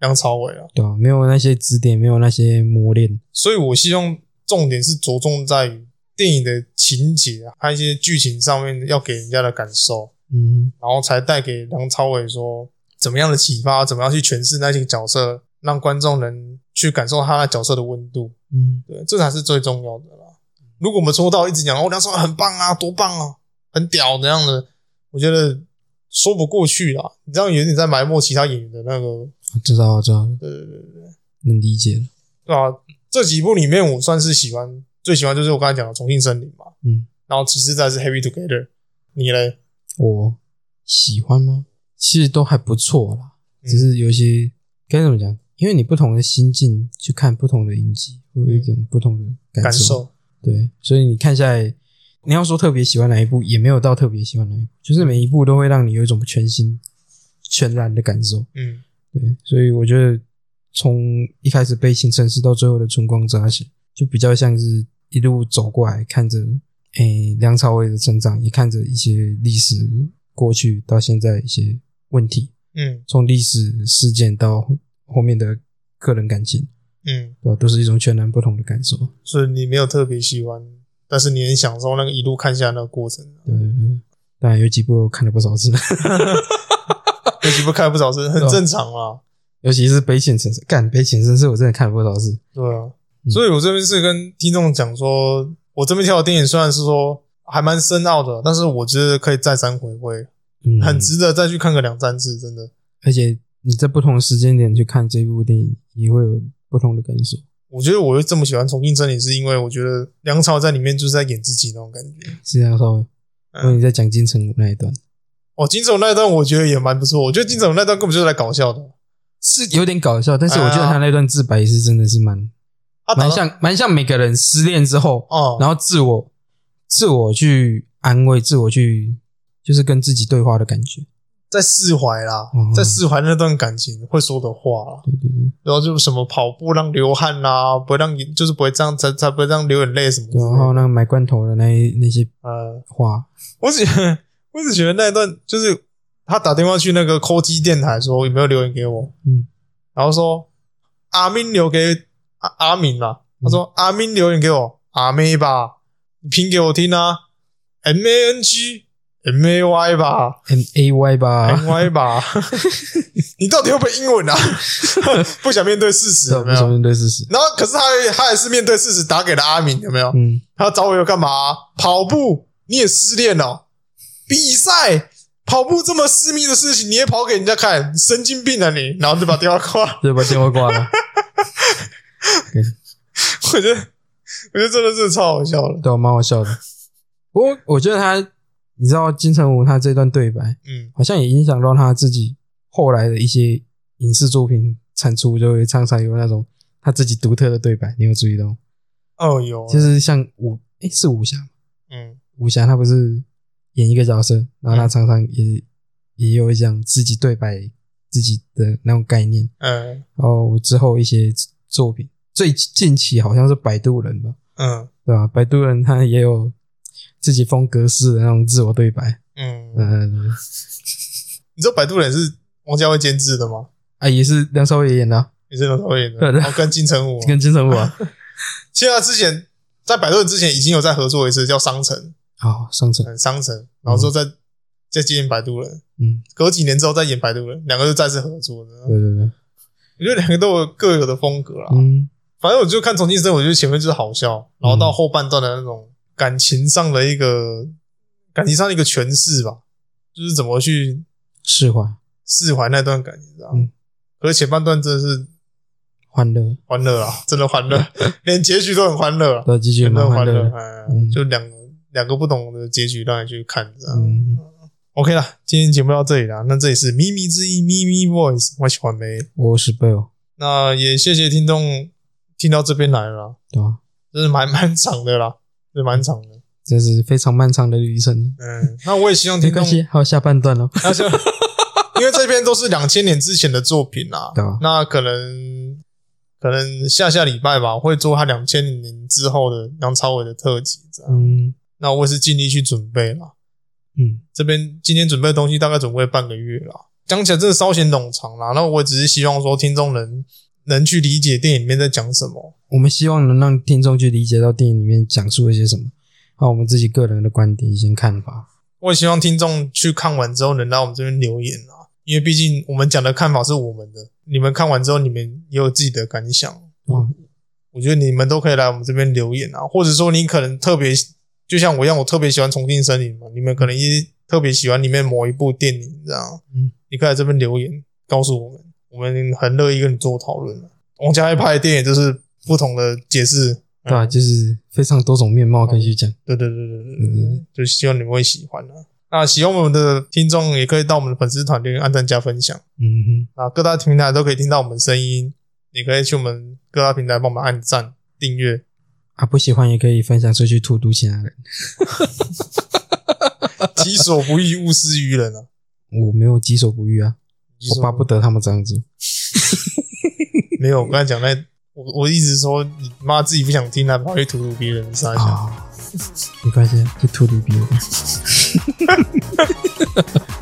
[SPEAKER 2] 梁朝伟啊。
[SPEAKER 3] 对啊，没有那些指点，没有那些磨练，
[SPEAKER 2] 所以我希望重点是着重在于电影的情节啊，还有一些剧情上面要给人家的感受，
[SPEAKER 3] 嗯，
[SPEAKER 2] 然后才带给梁朝伟说怎么样的启发，怎么样去诠释那些角色，让观众能去感受他的角色的温度。
[SPEAKER 3] 嗯，
[SPEAKER 2] 对，这才是最重要的啦。如果我们说到一直讲哦，梁朝伟很棒啊，多棒啊，很屌怎样的，我觉得说不过去啦。你这样有点在埋没其他演员的那个，
[SPEAKER 3] 我知道，我知道了，
[SPEAKER 2] 对对对对。
[SPEAKER 3] 能理解了。
[SPEAKER 2] 对啊，这几部里面我算是喜欢，最喜欢就是我刚才讲的《重庆森林》嘛，
[SPEAKER 3] 嗯，
[SPEAKER 2] 然后其次再是《Happy Together》，你嘞？
[SPEAKER 3] 我喜欢吗？其实都还不错啦，
[SPEAKER 2] 嗯
[SPEAKER 3] 只是有一些该怎么讲？因为你不同的心境去看不同的影集，会有一种不同的
[SPEAKER 2] 感
[SPEAKER 3] 感受。
[SPEAKER 2] 受，
[SPEAKER 3] 对，所以你看下来，你要说特别喜欢哪一部，也没有到特别喜欢哪一部，就是每一部都会让你有一种全新、全然的感受。
[SPEAKER 2] 嗯，
[SPEAKER 3] 对，所以我觉得从一开始被新城市到最后的春光乍泄，就比较像是一路走过来，看着诶、梁朝伟的成长，也看着一些历史过去到现在一些问题，
[SPEAKER 2] 嗯
[SPEAKER 3] 从历史事件到后面的个人感情，
[SPEAKER 2] 嗯，
[SPEAKER 3] 对吧？都是一种全然不同的感受。
[SPEAKER 2] 所以你没有特别喜欢，但是你很享受那个一路看下来那个过程、啊。
[SPEAKER 3] 对对对，当然有几部我看了不少次，
[SPEAKER 2] 这几部看了不少次，很
[SPEAKER 3] 对啊
[SPEAKER 2] 正常啦。
[SPEAKER 3] 尤其是《悲情城市》，干《悲情城市》我真的看了不少次。
[SPEAKER 2] 对啊，
[SPEAKER 3] 嗯
[SPEAKER 2] 所以我这边是跟听众讲说，我这边挑的电影虽然是说还蛮深奥的，但是我觉得可以再三回味，
[SPEAKER 3] 嗯，
[SPEAKER 2] 很值得再去看个两三次，真的。
[SPEAKER 3] 而且你在不同的时间点去看这部电影，也会有不同的感受。
[SPEAKER 2] 我觉得我会这么喜欢《重庆森林》，是因为我觉得梁朝在里面就是在演自己那种感觉。
[SPEAKER 3] 是这样说吗，
[SPEAKER 2] 嗯
[SPEAKER 3] 因为你在讲金城武那一段，
[SPEAKER 2] 哦，金城武那一段我觉得也蛮不错，我觉得金城武那段根本就是来搞笑的。
[SPEAKER 3] 是有点搞笑，但是我
[SPEAKER 2] 嗯
[SPEAKER 3] 觉得他那段自白是真的是蛮
[SPEAKER 2] 他打
[SPEAKER 3] 蛮
[SPEAKER 2] 到
[SPEAKER 3] 像蛮像每个人失恋之后，
[SPEAKER 2] 哦，
[SPEAKER 3] 然后自我自我去安慰，自我去就是跟自己对话的感觉。
[SPEAKER 2] 在释怀啦，
[SPEAKER 3] 嗯
[SPEAKER 2] 在释怀那段感情会说的话啦，
[SPEAKER 3] 对对对，
[SPEAKER 2] 然后就是什么跑步让流汗啦，不会让眼就是不会这样才才不会这样流眼泪什么之类
[SPEAKER 3] 对然后
[SPEAKER 2] 的。
[SPEAKER 3] 那个买罐头的那一那些
[SPEAKER 2] 呃，
[SPEAKER 3] 话，
[SPEAKER 2] 我只觉得我只觉得那一段就是他打电话去那个抠机电台说有没有留言给我，
[SPEAKER 3] 嗯，
[SPEAKER 2] 然后说阿明留给阿阿明啦，他说、阿明留言给我阿妹吧，你拼给我听啊，M A N G M A Y 吧
[SPEAKER 3] M A Y 吧，
[SPEAKER 2] ，M Y 吧，你到底会不会英文啊？不想面对事实有
[SPEAKER 3] 不
[SPEAKER 2] 没
[SPEAKER 3] 小
[SPEAKER 2] 有？
[SPEAKER 3] 心对事实，
[SPEAKER 2] 然后可是他他也是面对事实打给了阿明有没有？
[SPEAKER 3] 嗯，
[SPEAKER 2] 他找我又干嘛？跑步你也失恋了、比赛跑步这么私密的事情你也跑给人家看，神经病啊你！然后就把电话挂。
[SPEAKER 3] 对，把电话挂了。
[SPEAKER 2] 我觉得，我觉得真的是超好笑的。
[SPEAKER 3] 对，蛮好笑的。不过我觉得他，你知道金城武他这段对白，
[SPEAKER 2] 嗯，
[SPEAKER 3] 好像也影响到他自己后来的一些影视作品产出，就会常常有那种他自己独特的对白。你有注意到吗？
[SPEAKER 2] 哦有啊，
[SPEAKER 3] 就是像武，哎，是武侠吗
[SPEAKER 2] 嗯
[SPEAKER 3] 武侠他不是演一个角色，然后他
[SPEAKER 2] 嗯
[SPEAKER 3] 常常也、也有讲自己对白自己的那种概念，
[SPEAKER 2] 嗯
[SPEAKER 3] 然后之后一些作品，最近期好像是《摆渡人》吧，
[SPEAKER 2] 嗯
[SPEAKER 3] 对吧？《摆渡人》他也有自己风格式的那种自我对白，
[SPEAKER 2] 嗯，
[SPEAKER 3] 嗯、
[SPEAKER 2] 你知道《摆渡人》是王家卫监制的吗？
[SPEAKER 3] 啊，也是梁朝伟演的啊、
[SPEAKER 2] 也是梁朝伟演
[SPEAKER 3] 对
[SPEAKER 2] 的，
[SPEAKER 3] 对
[SPEAKER 2] 哦，跟金城武啊。
[SPEAKER 3] 跟金城武 啊，
[SPEAKER 2] 其实他之前在《摆渡人》之前已经有在合作一次，叫《商城
[SPEAKER 3] 好上》，层，
[SPEAKER 2] 嗯，《商城》，然后之后再再接演《摆渡人》，
[SPEAKER 3] 嗯，
[SPEAKER 2] 隔几年之后再演《摆渡人》，两个就再次合作的。
[SPEAKER 3] 对对对，
[SPEAKER 2] 我觉得两个都有各有的风格啦。
[SPEAKER 3] 嗯，
[SPEAKER 2] 反正我就看《重庆生》，我觉得前面就是好笑，然后到后半段的那种感情上的一个感情上的一个诠释吧，就是怎么去
[SPEAKER 3] 释怀、
[SPEAKER 2] 释怀那段感情，这样。
[SPEAKER 3] 嗯
[SPEAKER 2] 可是前半段真的是
[SPEAKER 3] 欢乐，
[SPEAKER 2] 欢乐啊， 真的 欢乐，连结局都很欢乐、啊，
[SPEAKER 3] 都继续
[SPEAKER 2] 全都
[SPEAKER 3] 蛮
[SPEAKER 2] 很
[SPEAKER 3] 欢乐
[SPEAKER 2] 乐，
[SPEAKER 3] 的，
[SPEAKER 2] 哎
[SPEAKER 3] 嗯
[SPEAKER 2] 就两个两个不同的结局让你去看，这样。
[SPEAKER 3] 嗯，
[SPEAKER 2] OK 啦，今天节目到这里啦，那这里是咪咪之音咪咪 Voice，我喜欢没？
[SPEAKER 3] 我是贝尔，
[SPEAKER 2] 那也谢谢听众听到这边来了啦，
[SPEAKER 3] 对吧、
[SPEAKER 2] 真是蛮 蛮长的啦，是蛮长的。
[SPEAKER 3] 这是非常漫长的旅程，
[SPEAKER 2] 嗯，那我也希望
[SPEAKER 3] 没
[SPEAKER 2] 听众
[SPEAKER 3] 关，系，还有下半段哦。
[SPEAKER 2] 那希望因为这边都是两千年之前的作品啦
[SPEAKER 3] 对啊，
[SPEAKER 2] 那可能可能下下礼拜吧，我会做他两千年之后的梁朝伟的特辑，这样。
[SPEAKER 3] 嗯
[SPEAKER 2] 那我也是尽力去准备啦。
[SPEAKER 3] 嗯，
[SPEAKER 2] 这边今天准备的东西大概准备半个月啦，讲起来真的稍显冗长啦。那我只是希望说听众能能去理解电影里面在讲什么。
[SPEAKER 3] 我们希望能让听众去理解到电影里面讲述了些什么，还有我们自己个人的观点、一些看法。
[SPEAKER 2] 我也希望听众去看完之后能来我们这边留言啊，因为毕竟我们讲的看法是我们的，你们看完之后你们也有自己的感想。
[SPEAKER 3] 哇，
[SPEAKER 2] 我觉得你们都可以来我们这边留言啊，或者说你可能特别，就像我一样，我特别喜欢《重庆森林》嘛，你们可能也特别喜欢里面某一部电影，这样，
[SPEAKER 3] 嗯，
[SPEAKER 2] 你可以来这边留言告诉我们，我们很乐意跟你做讨论啊。王家卫拍的电影就是不同的解释，
[SPEAKER 3] 对吧、就是非常多种面貌可以去讲。
[SPEAKER 2] 对对对对对对对
[SPEAKER 3] 嗯，
[SPEAKER 2] 就希望你们会喜欢啊。那喜欢我们的听众也可以到我们的粉丝团留言、按赞、加分享
[SPEAKER 3] 嗯哼，
[SPEAKER 2] 啊，各大平台都可以听到我们的声音，也可以去我们各大平台帮我们按赞、订 阅。
[SPEAKER 3] 啊，不喜欢也可以分享出去荼毒其他人。
[SPEAKER 2] 己所不欲，勿施于人啊！
[SPEAKER 3] 我没有己所不欲啊，
[SPEAKER 2] 己所
[SPEAKER 3] 我巴不得他们这样做。
[SPEAKER 2] 没有，我刚才讲那，我我一直说你妈自己不想听，还啊跑去荼毒别人，傻 笑。
[SPEAKER 3] 啊、没关系，就荼毒别人。